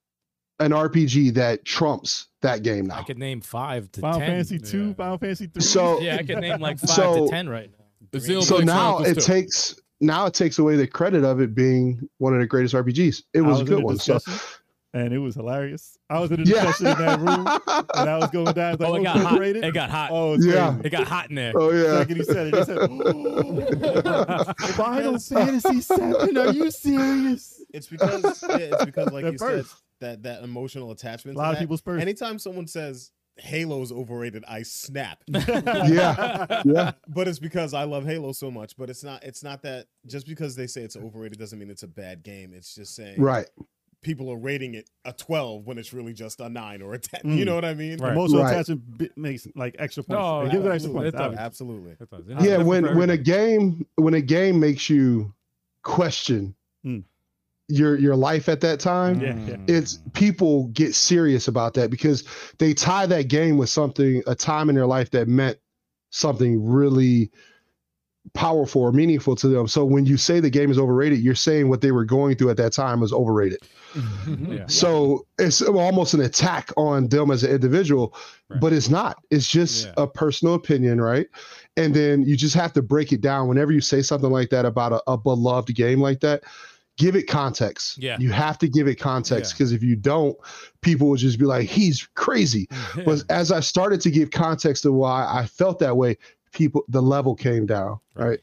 Speaker 4: an RPG that trumps that game
Speaker 8: I
Speaker 4: now.
Speaker 8: could name five to
Speaker 7: Final
Speaker 8: ten.
Speaker 7: Fantasy two,
Speaker 2: yeah.
Speaker 7: Final Fantasy three.
Speaker 4: So
Speaker 8: Yeah, I could name like five
Speaker 4: So-
Speaker 8: to ten right now.
Speaker 5: The Xenoblade
Speaker 4: so now
Speaker 5: Chronicles
Speaker 4: it
Speaker 5: 2.
Speaker 4: takes now it takes away the credit of it being one of the greatest RPGs. It
Speaker 7: I
Speaker 4: was, a
Speaker 7: in
Speaker 4: good one. So
Speaker 7: discussion, and it was hilarious. I was in a
Speaker 4: Yeah.
Speaker 7: discussion in that room, and I was going down. I was like,
Speaker 8: Oh, it got
Speaker 7: it's
Speaker 8: hot.
Speaker 7: overrated."
Speaker 8: It got hot.
Speaker 7: Oh, it's
Speaker 4: Yeah.
Speaker 7: crazy.
Speaker 8: It got hot in there.
Speaker 4: oh
Speaker 7: The
Speaker 4: yeah.
Speaker 7: second he said it, he said, "Final Fantasy Seven? Are you serious?"
Speaker 6: It's because yeah, it's because like
Speaker 7: That
Speaker 6: you
Speaker 7: burst.
Speaker 6: said that that emotional
Speaker 7: A
Speaker 6: attachment. to
Speaker 7: lot of
Speaker 6: that.
Speaker 7: people's first.
Speaker 6: Anytime someone says Halo's overrated, I snap.
Speaker 4: Yeah. Yeah.
Speaker 6: but it's because I love Halo so much. But it's not. It's not that just because they say it's overrated doesn't mean it's a bad game. It's just saying
Speaker 4: Right.
Speaker 6: people are rating it a twelve when it's really just a nine or a ten.
Speaker 7: Mm.
Speaker 6: You know what I mean?
Speaker 2: Right.
Speaker 7: Emotional
Speaker 4: Right.
Speaker 7: attachment bi- makes like extra points.
Speaker 2: No,
Speaker 7: it gives it extra
Speaker 6: absolutely.
Speaker 7: points.
Speaker 2: It does.
Speaker 7: obviously.
Speaker 6: Absolutely.
Speaker 2: It does. It's
Speaker 4: yeah
Speaker 2: different
Speaker 4: when
Speaker 2: for
Speaker 4: when a
Speaker 2: everybody.
Speaker 4: game when a game makes you question
Speaker 7: Hmm.
Speaker 4: your your life at that time
Speaker 7: Yeah, yeah.
Speaker 4: it's people get serious about that because they tie that game with something a time in their life that meant something really powerful or meaningful to them so when you say the game is overrated you're saying what they were going through at that time was overrated
Speaker 2: Yeah.
Speaker 4: so it's almost an attack on them as an individual,
Speaker 2: Right.
Speaker 4: but it's not. It's just
Speaker 2: Yeah.
Speaker 4: a personal opinion, right? And then you just have to break it down. Whenever you say something like that about a, a beloved game like that, give it context.
Speaker 8: Yeah.
Speaker 4: You have to give it context
Speaker 2: Yeah.
Speaker 4: because if you don't, people will just be like, he's crazy. But as I started to give context to why I felt that way, people, the level came down, right?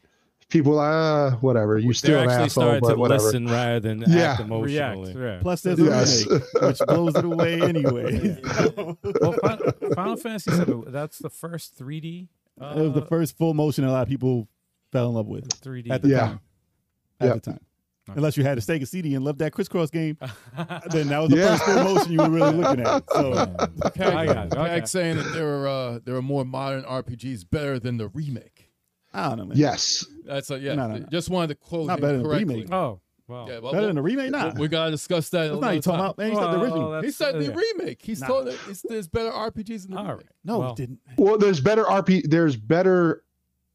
Speaker 4: People were like, ah, whatever. You're
Speaker 8: They're
Speaker 4: still an
Speaker 8: actually
Speaker 4: asshole,
Speaker 8: starting
Speaker 4: but
Speaker 8: to
Speaker 4: whatever.
Speaker 8: listen rather than
Speaker 4: Yeah.
Speaker 8: act emotionally.
Speaker 2: React, yeah.
Speaker 7: Plus, there's a
Speaker 4: Yes.
Speaker 7: remake, which blows it away anyway.
Speaker 2: well, Final, Final Fantasy VII. That's the first 3D. Uh,
Speaker 7: it was the first full motion a lot of people fell in love with
Speaker 2: 3D.
Speaker 7: at the
Speaker 4: Yeah.
Speaker 7: time. At
Speaker 4: Yeah.
Speaker 7: the time. Unless you had a Sega CD and loved that crisscross game, then that was the
Speaker 4: Yeah.
Speaker 7: first full motion you were really looking at. So
Speaker 2: okay, I got it. Okay.
Speaker 5: Pag saying that there are uh, there are more modern RPGs better than the remake.
Speaker 7: I don't know, man.
Speaker 4: Yes.
Speaker 5: That's a, yeah.
Speaker 7: No, no, no.
Speaker 5: Just wanted to quote
Speaker 7: Not
Speaker 5: him
Speaker 7: better than the
Speaker 5: correctly.
Speaker 7: remake.
Speaker 2: Oh, wow.
Speaker 5: Yeah, well,
Speaker 7: Better than the remake, nah.
Speaker 5: we gotta discuss that.
Speaker 7: That's
Speaker 5: another
Speaker 7: not you talking
Speaker 5: time.
Speaker 7: about, man. You said the
Speaker 2: Well,
Speaker 7: original.
Speaker 2: that's-
Speaker 5: He said the
Speaker 2: yeah.
Speaker 5: remake. He's
Speaker 7: Nah.
Speaker 5: told that it's, there's better RPGs in the
Speaker 2: All
Speaker 5: remake.
Speaker 2: right.
Speaker 7: no,
Speaker 2: Well,
Speaker 7: it didn't.
Speaker 4: Well, there's better RP. There's better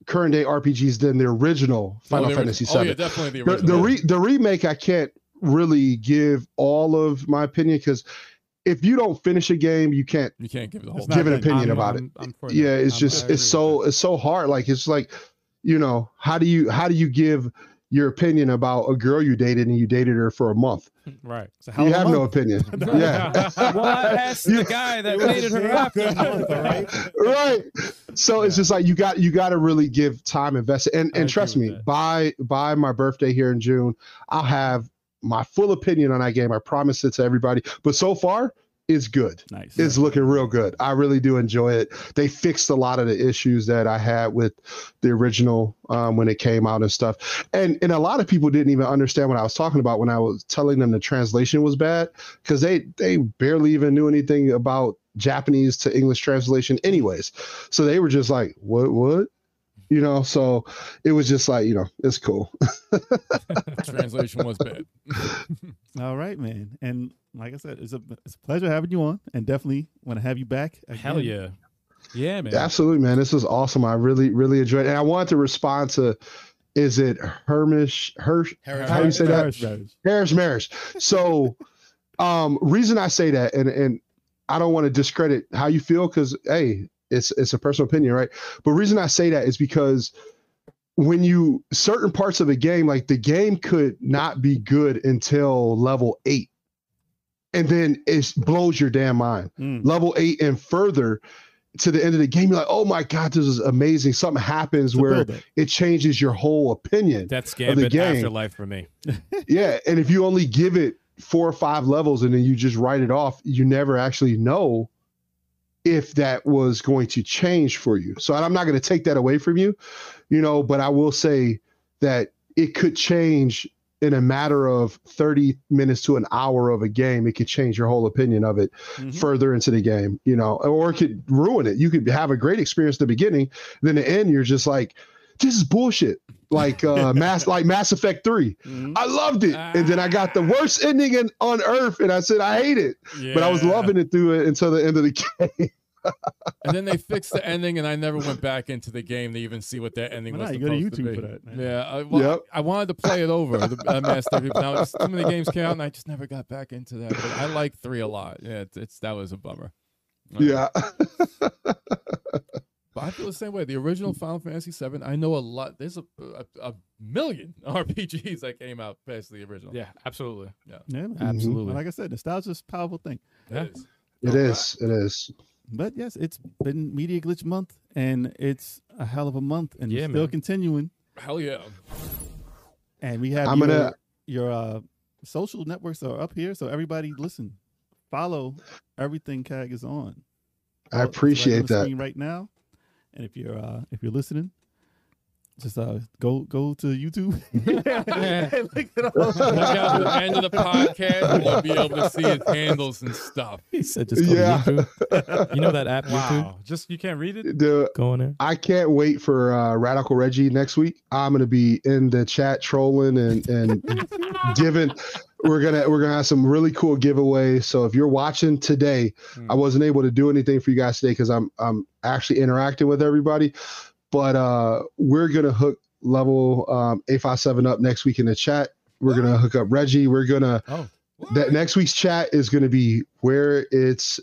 Speaker 4: current day RPGs than the original Final
Speaker 5: Oh, the
Speaker 4: Fantasy
Speaker 5: origi-
Speaker 4: VII.
Speaker 5: Oh yeah, definitely the
Speaker 4: the
Speaker 5: original.
Speaker 4: the, re- the remake, I can't really give all of my opinion because if you don't finish a game, you can't
Speaker 5: you can't give it the whole.
Speaker 7: not
Speaker 4: give an
Speaker 7: good.
Speaker 4: opinion
Speaker 2: I'm-
Speaker 4: about
Speaker 2: I'm-
Speaker 4: it.
Speaker 2: I'm for that.
Speaker 4: yeah, it's
Speaker 2: I'm- I
Speaker 4: just
Speaker 2: agree
Speaker 4: it's
Speaker 2: with
Speaker 4: so
Speaker 2: that.
Speaker 4: it's so hard. Like it's like, you know, how do you how do you give your opinion about a girl you dated and you dated her for a month?
Speaker 2: right.
Speaker 7: So how
Speaker 4: You
Speaker 7: am
Speaker 4: have
Speaker 7: I?
Speaker 4: no opinion. yeah.
Speaker 8: well, I asked the guy that dated her after.
Speaker 4: right so it's just like you got you got to really give time invested and
Speaker 2: I agree
Speaker 4: and trust
Speaker 2: with
Speaker 4: me
Speaker 2: that.
Speaker 4: by by my birthday here in june i'll have my full opinion on that game i promise it to everybody but so far it's good
Speaker 7: Nice.
Speaker 4: it's looking real good i really do enjoy it they fixed a lot of the issues that i had with the original um, when it came out and stuff and and a lot of people didn't even understand what i was talking about when i was telling them the translation was bad because they they barely even knew anything about Japanese to English translation, anyways. So they were just like, "What? What?" You know. So it was just like, you know, it's cool.
Speaker 5: Translation was bad.
Speaker 7: All right, man. And like I said, it's a it's a pleasure having you on, and definitely want to have you back. Again.
Speaker 8: Hell yeah.
Speaker 2: Yeah, man.
Speaker 4: Absolutely, man. This was awesome. I really, really enjoyed it. And I wanted to respond to, is it Hermish Hirsch
Speaker 6: Harris,
Speaker 4: How do you say that?
Speaker 7: Harris Brothers.
Speaker 4: Harris Marriage? So, um, reason I say that, and and I don't want to discredit how you feel because hey, it's it's a personal opinion, right? But reason I say that is because when you certain parts of a game, like the game could not be good until level eight, and then it blows your damn mind.
Speaker 7: Mm.
Speaker 4: Level eight and further to the end of the game, you're like, oh my god, this is amazing. Something happens where
Speaker 7: build-up.
Speaker 4: it changes your whole opinion
Speaker 8: That's
Speaker 4: of the
Speaker 8: Gambit
Speaker 4: game.
Speaker 8: Afterlife for me.
Speaker 4: Yeah, and if you only give it four or five levels and then you just write it off, you never actually know if that was going to change for you. So I'm not going to take that away from you, you know, but I will say that it could change in a matter of 30 minutes to an hour of a game. It could change your whole opinion of it
Speaker 7: Mhm.
Speaker 4: further into the game, you know, or it could ruin it. You could have a great experience at the beginning, then the end you're just like this is bullshit. Like uh Mass like Mass Effect 3.
Speaker 7: Mhm.
Speaker 4: I loved it. And then I got the worst ending in, on earth and I said I hate it. But I was
Speaker 8: Yeah.
Speaker 4: loving it through it until the end of the game.
Speaker 5: And then they fixed the ending, and I never went back into the game to even see what that ending
Speaker 7: Why
Speaker 5: was.
Speaker 7: not? You go to
Speaker 5: supposed
Speaker 7: YouTube
Speaker 5: be.
Speaker 7: for that, man.
Speaker 5: Yeah, I, well,
Speaker 4: Yep.
Speaker 5: I wanted to play it over. The uh, Mass Effect, but now just too many games came out, and I just never got back into that. But I like three a lot. Yeah, it's, it's that was a bummer. Uh,
Speaker 4: Yeah.
Speaker 5: But I feel the same way. The original Final Fantasy VII, I know a lot. There's a a, a million RPGs that came out past the original.
Speaker 2: Yeah, absolutely.
Speaker 7: Yeah,
Speaker 4: Mm-hmm.
Speaker 7: man.
Speaker 8: Absolutely.
Speaker 7: Like I said, nostalgia's a powerful thing.
Speaker 5: It is.
Speaker 4: It is. It is.
Speaker 7: But yes, it's been Media Glitch Month, and it's a hell of a month, and
Speaker 8: Yeah,
Speaker 7: we're still
Speaker 8: man.
Speaker 7: continuing.
Speaker 5: Hell yeah.
Speaker 7: And we have
Speaker 4: I'm
Speaker 7: your,
Speaker 4: gonna-
Speaker 7: your uh, social networks are up here, so everybody listen, follow everything CAG is on. Oh,
Speaker 4: I
Speaker 7: it's right on
Speaker 4: appreciate
Speaker 7: the
Speaker 4: that.
Speaker 7: screen right now. And if you're uh, if you're listening, just uh, go go to YouTube. And look at all-
Speaker 5: Check out the end of the podcast. and You'll be able to see his handles and stuff.
Speaker 8: He said, just go
Speaker 4: Yeah.
Speaker 8: to YouTube. You know that app, YouTube?
Speaker 2: Wow. Just you can't read it.
Speaker 4: The
Speaker 8: Go on there.
Speaker 4: I can't wait for uh, Radical Reggie next week. I'm gonna be in the chat trolling and and giving. We're gonna we're gonna have some really cool giveaways. So if you're watching today, I wasn't able to do anything for you guys today because I'm I'm actually interacting with everybody, but uh, we're gonna hook level um, eight five seven up next week in the chat. We're gonna hook up Reggie. We're gonna
Speaker 2: Oh.
Speaker 4: that next week's chat is gonna be where it's.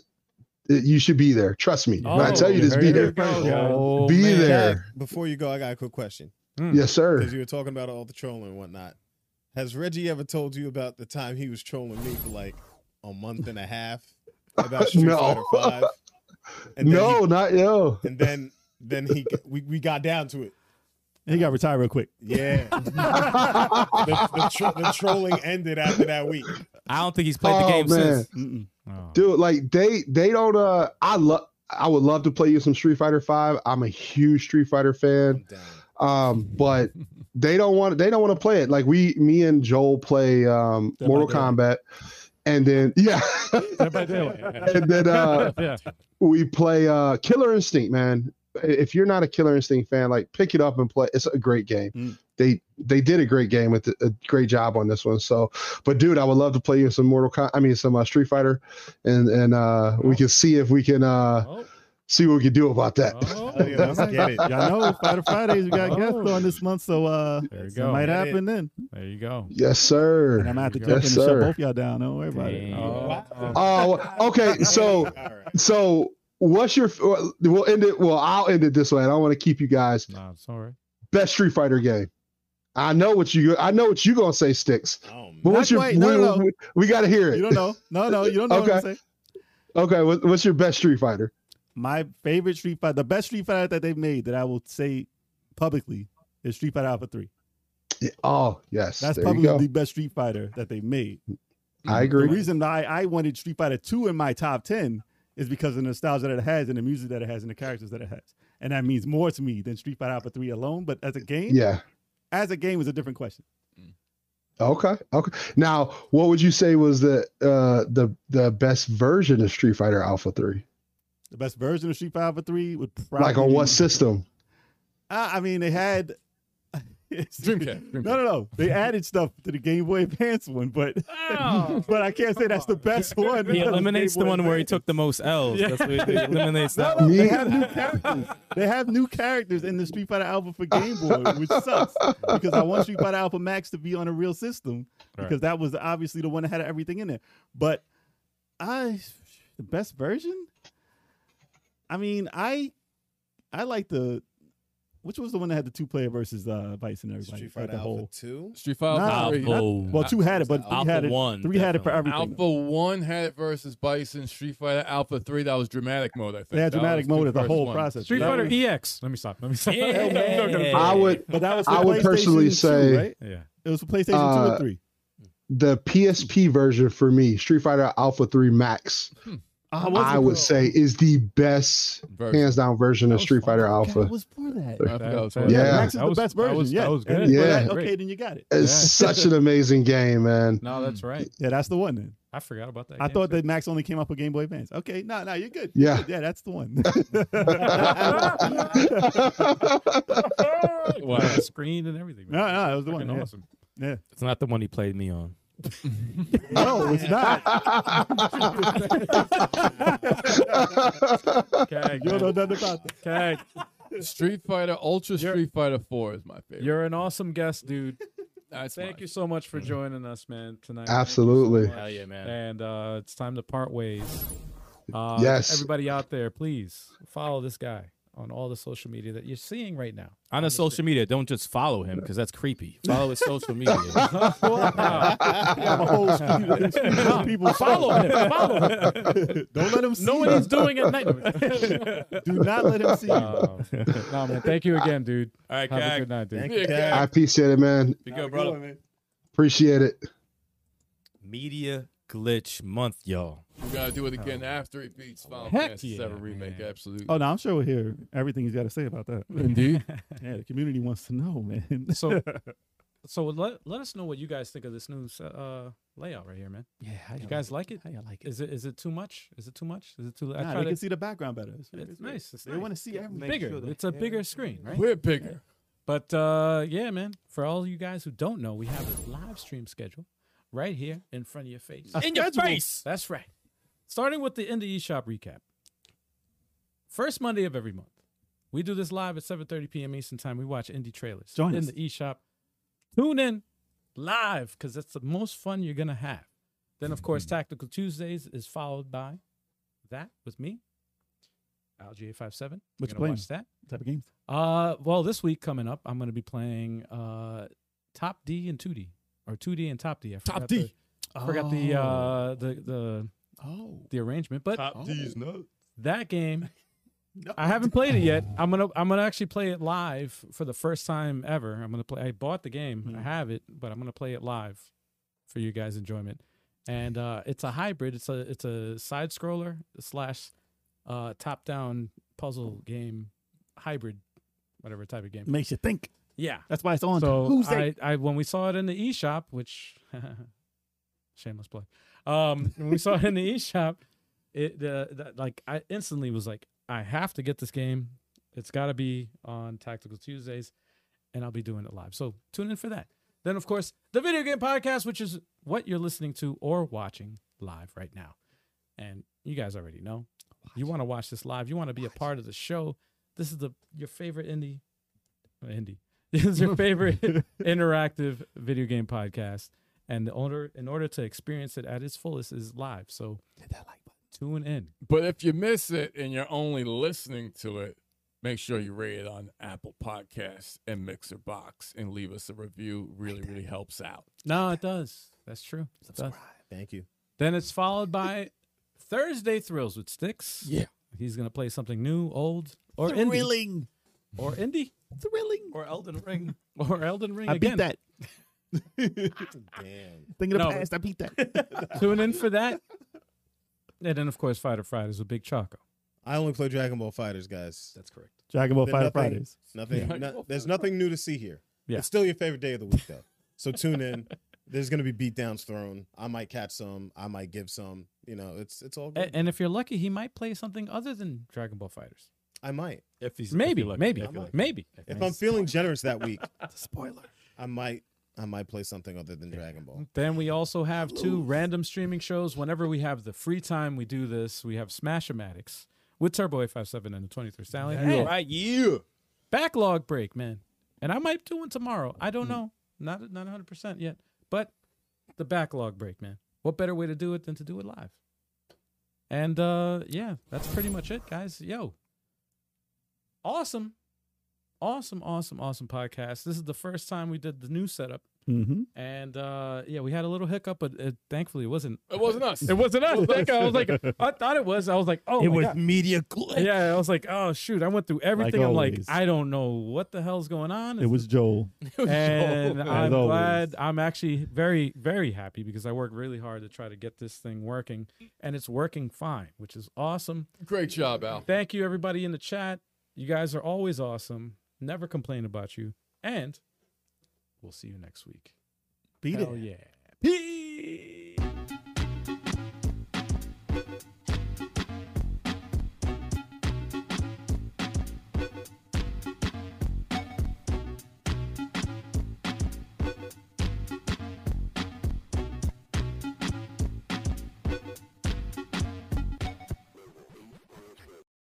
Speaker 4: It, you should be there. Trust me. when I
Speaker 2: Oh,
Speaker 4: tell you this, be
Speaker 7: you
Speaker 4: there.
Speaker 7: go.
Speaker 2: Oh,
Speaker 4: Be
Speaker 2: man. Hmm.
Speaker 4: there.
Speaker 6: Jack, before you go, I got a quick question.
Speaker 4: Yes, sir.
Speaker 6: Because you were talking about all the trolling and whatnot. Has Reggie ever told you about the time he was trolling me for like a month and a half about Street
Speaker 4: No.
Speaker 6: Fighter Five? And then
Speaker 4: no, not yo.
Speaker 6: he- and then then he we, we got down to it.
Speaker 7: he got retired real quick.
Speaker 6: Yeah. the, the, tro- the trolling ended after that week.
Speaker 8: I don't think he's played
Speaker 4: Oh,
Speaker 8: the game since.
Speaker 7: Mm-mm.
Speaker 2: Oh.
Speaker 4: dude. Like they they don't. Uh, I love. I would love to play you some Street Fighter Five. I'm a huge Street Fighter fan.
Speaker 6: I'm down.
Speaker 4: Um, but they don't want they don't want to play it. Like we, me and Joel play um
Speaker 7: Dead by
Speaker 4: Mortal
Speaker 7: Daylight.
Speaker 4: Kombat, and then yeah,
Speaker 2: Dead by Daylight.
Speaker 4: and then uh
Speaker 2: yeah.
Speaker 4: we play uh Killer Instinct, man. If you're not a Killer Instinct fan, like pick it up and play. It's a great game.
Speaker 7: Mm.
Speaker 4: They they did a great game with a great job on this one. So, but dude, I would love to play you some Mortal. Com- I mean, some uh, Street Fighter, and and uh, we can see if we can uh,
Speaker 2: Oh.
Speaker 4: see what we can do about that.
Speaker 6: Oh, yeah,
Speaker 2: Oh.
Speaker 6: let's get it.
Speaker 7: Y'all know Fighter Fridays we got guests
Speaker 2: Oh.
Speaker 7: on this month, so uh,
Speaker 2: There you
Speaker 7: it
Speaker 2: go.
Speaker 7: might
Speaker 6: Get it.
Speaker 7: happen then.
Speaker 2: There you go.
Speaker 4: Yes,
Speaker 7: And I'm
Speaker 4: sir.
Speaker 7: gonna have to
Speaker 2: There
Speaker 7: jump
Speaker 4: you
Speaker 7: in
Speaker 4: go.
Speaker 7: and shut
Speaker 4: Yes,
Speaker 7: both y'all down. Don't worry about
Speaker 8: Damn.
Speaker 7: it.
Speaker 2: Oh.
Speaker 4: Oh, okay. So
Speaker 6: All right.
Speaker 4: so what's your? We'll end it. Well, I'll end it this way. I don't want to keep you guys.
Speaker 2: Nah, it's all right.
Speaker 4: Best Street Fighter game. I know what you. I know what you gonna say, sticks.
Speaker 6: Oh, man.
Speaker 4: But
Speaker 7: Not
Speaker 4: what's your?
Speaker 7: quite. No,
Speaker 4: we,
Speaker 7: no, no.
Speaker 4: we- we gotta hear it.
Speaker 7: You don't know. No, no, you don't know what I'm saying.
Speaker 4: Okay, what, what's your best Street Fighter?
Speaker 7: My favorite Street Fighter, the best Street Fighter that they've made that I will say publicly is Street Fighter Alpha 3.
Speaker 4: Oh, yes.
Speaker 7: That's
Speaker 4: there
Speaker 7: probably
Speaker 4: you go.
Speaker 7: the best Street Fighter that they've made.
Speaker 4: I
Speaker 7: The
Speaker 4: agree.
Speaker 7: reason I, I wanted Street Fighter 2 in my top 10 is because of the nostalgia that it has and the music that it has and the characters that it has. And that means more to me than Street Fighter Alpha 3 alone. But as a game,
Speaker 4: yeah.
Speaker 7: as a game is a different question.
Speaker 4: Okay. Okay. Now, what would you say was the uh the the best version of Street Fighter Alpha 3?
Speaker 7: The best version of Street Fighter Alpha 3 would probably
Speaker 4: Like on what
Speaker 7: be-
Speaker 4: system?
Speaker 7: I, I mean, they had
Speaker 5: Dreamcast, Dreamcast.
Speaker 7: No, no, no. They added stuff to the Game Boy Advance one, but but I can't say that's the best one.
Speaker 8: He eliminates the one where he took the most L's. That's what he, did. he eliminates that
Speaker 7: No,
Speaker 8: one.
Speaker 4: Me-
Speaker 7: they have new characters. They have new characters in the Street Fighter Alpha for Game Boy, which sucks because I want Street Fighter Alpha Max to be on a real system because that was obviously the one that had everything in it. But I The best version? I mean, I I like the which was the one that had the two player versus uh Vice and everybody.
Speaker 6: Street
Speaker 7: like
Speaker 6: Fighter
Speaker 7: the
Speaker 6: Alpha
Speaker 7: whole.
Speaker 6: Two.
Speaker 5: Street Fighter
Speaker 7: Nah,
Speaker 5: three.
Speaker 8: Alpha,
Speaker 7: Well, two had it, but three
Speaker 8: Alpha
Speaker 7: had it.
Speaker 8: one.
Speaker 7: Three had it for
Speaker 8: definitely.
Speaker 7: everything.
Speaker 5: Alpha One had it versus Bison. Street Fighter Alpha Three. That was dramatic mode. I think.
Speaker 7: They had
Speaker 5: That
Speaker 7: dramatic
Speaker 5: was
Speaker 7: mode
Speaker 5: two
Speaker 7: of the whole
Speaker 5: versus one.
Speaker 7: process.
Speaker 2: Street
Speaker 7: That
Speaker 2: Fighter E
Speaker 7: was-
Speaker 2: EX. Let me stop. Let me stop.
Speaker 8: Yeah.
Speaker 4: I would
Speaker 7: but that was for
Speaker 4: I would
Speaker 7: PlayStation
Speaker 4: personally
Speaker 7: 2,
Speaker 4: say-
Speaker 7: right?
Speaker 2: Yeah.
Speaker 7: it was for PlayStation two
Speaker 4: Uh,
Speaker 7: and three.
Speaker 4: the PSP version for me, Street Fighter Alpha 3 Max, I would say is the best
Speaker 5: Versus.
Speaker 4: hands down version of Street Fighter
Speaker 7: God,
Speaker 4: Alpha.
Speaker 7: Oh, was for that.
Speaker 5: I forgot it was
Speaker 2: Yeah.
Speaker 5: one.
Speaker 4: Yeah.
Speaker 7: Max is
Speaker 2: That
Speaker 7: the
Speaker 2: was-
Speaker 7: best
Speaker 2: that
Speaker 7: version.
Speaker 2: was-
Speaker 7: yeah,
Speaker 2: that was
Speaker 7: And
Speaker 2: good.
Speaker 7: it's for
Speaker 4: Yeah.
Speaker 7: that,
Speaker 2: Great.
Speaker 7: okay, then you got it.
Speaker 4: It's such an amazing game, man.
Speaker 2: No, that's right.
Speaker 7: Yeah, that's the one. Then
Speaker 2: I forgot about that.
Speaker 7: I
Speaker 2: game,
Speaker 7: thought
Speaker 2: too.
Speaker 7: that Max only came up with Game Boy Advance. Okay, no, no, you're good.
Speaker 4: Yeah.
Speaker 7: You're good. yeah, that's the one.
Speaker 2: wow. the screen and everything. man.
Speaker 7: No, no, it was the one,
Speaker 2: Fucking
Speaker 7: yeah.
Speaker 2: Awesome.
Speaker 8: It's not the one he played me on.
Speaker 7: no, it's not.
Speaker 2: Okay,
Speaker 7: You don't know nothing about that.
Speaker 2: okay.
Speaker 5: Street Fighter Ultra
Speaker 2: You're-
Speaker 5: Street Fighter Four is my favorite.
Speaker 2: You're an awesome guest, dude.
Speaker 5: That's
Speaker 2: Thank
Speaker 5: mine.
Speaker 2: you so much for joining us, man, tonight.
Speaker 4: Absolutely.
Speaker 2: Thank you so much.
Speaker 8: Hell yeah, man.
Speaker 2: And uh, it's time to part ways. Uh,
Speaker 4: Yes.
Speaker 2: Everybody out there, please follow this guy on all the social media that you're seeing right now.
Speaker 8: On his social media, don't just follow him because that's creepy. Follow his social media.
Speaker 7: You have a whole street- street full of people.
Speaker 8: follow him. Follow him.
Speaker 7: Don't let him see.
Speaker 2: Know what he's doing at night.
Speaker 7: you. Do not let him see. you.
Speaker 2: Um, no, man. Thank you again, dude.
Speaker 8: All right,
Speaker 2: Have a
Speaker 8: Gag.
Speaker 2: good night, dude.
Speaker 6: Thank
Speaker 5: Yeah,
Speaker 6: you, Cat.
Speaker 4: I appreciate it, man.
Speaker 8: Be good, brother.
Speaker 4: Appreciate it.
Speaker 8: Media glitch month, y'all.
Speaker 5: We gotta do it again after he beats Final
Speaker 2: Heck
Speaker 5: Fantasy
Speaker 2: yeah,
Speaker 5: Seven remake.
Speaker 2: man.
Speaker 5: Absolutely.
Speaker 7: Oh no, I'm sure we'll hear everything he's got to say about that.
Speaker 5: Indeed.
Speaker 7: Yeah, the community wants to know, man.
Speaker 2: So, so let let us know what you guys think of this new uh, layout right here, man.
Speaker 7: Yeah, how
Speaker 2: You guys like it?
Speaker 7: How you like it?
Speaker 2: Is it is it too much? Is it too much? Is it too? I try
Speaker 7: Nah, they
Speaker 2: to,
Speaker 7: can see the background better. It's,
Speaker 2: it's nice. It's
Speaker 7: They
Speaker 2: nice.
Speaker 7: want to see everything.
Speaker 2: bigger. it's a bigger screen, right?
Speaker 5: We're bigger.
Speaker 2: But uh, yeah, man. For all you guys who don't know, we have a live stream schedule right here in front of your face.
Speaker 7: A
Speaker 8: In your
Speaker 7: schedule.
Speaker 8: face.
Speaker 2: That's right. Starting with the Indie eShop recap. First Monday of every month, we do this live at 7:30 p.m. Eastern Time. We watch indie trailers
Speaker 7: Join
Speaker 2: in
Speaker 7: us.
Speaker 2: the eShop. Tune in live because that's the most fun you're gonna have. Then, of course, Tactical Tuesdays is followed by that with me, LGA57.
Speaker 7: What
Speaker 2: We're
Speaker 7: you
Speaker 2: gonna
Speaker 7: playing?
Speaker 2: watch that.
Speaker 7: type of games.
Speaker 2: Uh, well, this week coming up, I'm going to be playing uh, Top D and 2D, or 2D and Top D. I forgot
Speaker 5: Top D.
Speaker 2: The, I forgot the uh, the the
Speaker 7: Oh,
Speaker 2: the arrangement, but
Speaker 5: Top D's nuts.
Speaker 2: that game, I haven't played it yet. I'm gonna I'm gonna actually play it live for the first time ever. I'm gonna play. I bought the game. I have it, but I'm gonna play it live for you guys' enjoyment. And uh, it's a hybrid. It's a it's a side scroller slash uh, top down puzzle game hybrid, whatever type of game.
Speaker 7: makes you think.
Speaker 2: Yeah.
Speaker 7: That's why it's on.
Speaker 2: So
Speaker 7: Tuesday.
Speaker 2: I, I when we saw it in the eShop, which shameless plug. Um, when we saw it in the eShop, it uh, that, like I instantly was like, I have to get this game. It's got to be on Tactical Tuesdays, and I'll be doing it live. So tune in for that. Then of course the video game podcast, which is what you're listening to or watching live right now, and you guys already know. You want to watch this live. You want to be a part of the show. This is the your favorite indie, uh, indie. This is your favorite interactive video game podcast, and the order in order to experience it at its fullest is live. So tune in.
Speaker 5: But if you miss it and you're only listening to it, make sure you rate it on Apple Podcasts and Mixer Box and leave us a review. Really, really helps out.
Speaker 2: No, it does. That's true. It does.
Speaker 6: Thank you.
Speaker 2: Then it's followed by Thursday Thrills with Sticks.
Speaker 5: Yeah.
Speaker 2: he's gonna play something new, old, or indie,
Speaker 7: thrilling,
Speaker 2: or indie,
Speaker 7: thrilling.
Speaker 2: or Elden Ring, or Elden Ring
Speaker 7: I beat
Speaker 2: again.
Speaker 7: that.
Speaker 6: Damn.
Speaker 7: Think of the
Speaker 2: No, but-
Speaker 7: past. I beat that.
Speaker 2: Tune in for that. And then, of course, Fighter Fridays with Big Choco.
Speaker 6: I only play Dragon Ball Fighters, guys.
Speaker 2: That's correct.
Speaker 7: Dragon Ball
Speaker 6: Been
Speaker 7: Fighter
Speaker 6: nothing-
Speaker 7: Fridays.
Speaker 6: Nothing.
Speaker 5: Yeah.
Speaker 6: no- there's nothing new to see here.
Speaker 2: Yeah.
Speaker 6: It's still your favorite day of the week, though. so tune in. There's gonna be beatdowns thrown. I might catch some. I might give some. You know, it's it's all good.
Speaker 2: And, and if you're lucky, he might play something other than Dragon Ball Fighters.
Speaker 6: I might.
Speaker 8: If he's
Speaker 2: Maybe, maybe,
Speaker 6: if you like.
Speaker 2: maybe.
Speaker 6: If I'm feeling generous that week,
Speaker 7: Spoiler.
Speaker 6: I might I might play something other than Dragon Ball.
Speaker 2: Then we also have two random streaming shows. Whenever we have the free time, we do this. We have Smashamatics with Turbo A57 and the 23rd Stallion.
Speaker 8: All
Speaker 2: And
Speaker 8: right, yeah.
Speaker 2: Backlog break, man. And I might do one tomorrow. I don't know. Not not 100% yet. But the backlog break, man. What better way to do it than to do it live? And uh, yeah, that's pretty much it, guys. Yo, awesome, awesome, awesome, awesome podcast. This is the first time we did the new setup,
Speaker 7: Mm-hmm.
Speaker 2: and uh, yeah, we had a little hiccup, but uh thankfully it wasn't.
Speaker 5: It wasn't us.
Speaker 2: It wasn't us. Like, I was like, I thought it was. I was like, oh,
Speaker 8: it
Speaker 2: my
Speaker 8: was
Speaker 2: God.
Speaker 8: media glitch.
Speaker 2: Yeah, I was like, oh shoot, I went through everything. I'm like,
Speaker 7: always.
Speaker 2: I don't know what the hell's going on.
Speaker 7: It was Joel.
Speaker 2: and I'm
Speaker 7: always.
Speaker 2: glad. I'm actually very, very happy because I worked really hard to try to get this thing working, and it's working fine, which is awesome.
Speaker 5: Great job, Al.
Speaker 2: Thank you, everybody in the chat. You guys are always awesome. Never complain about you, and we'll see you next week.
Speaker 7: Beat it.
Speaker 2: Hell yeah! Peace.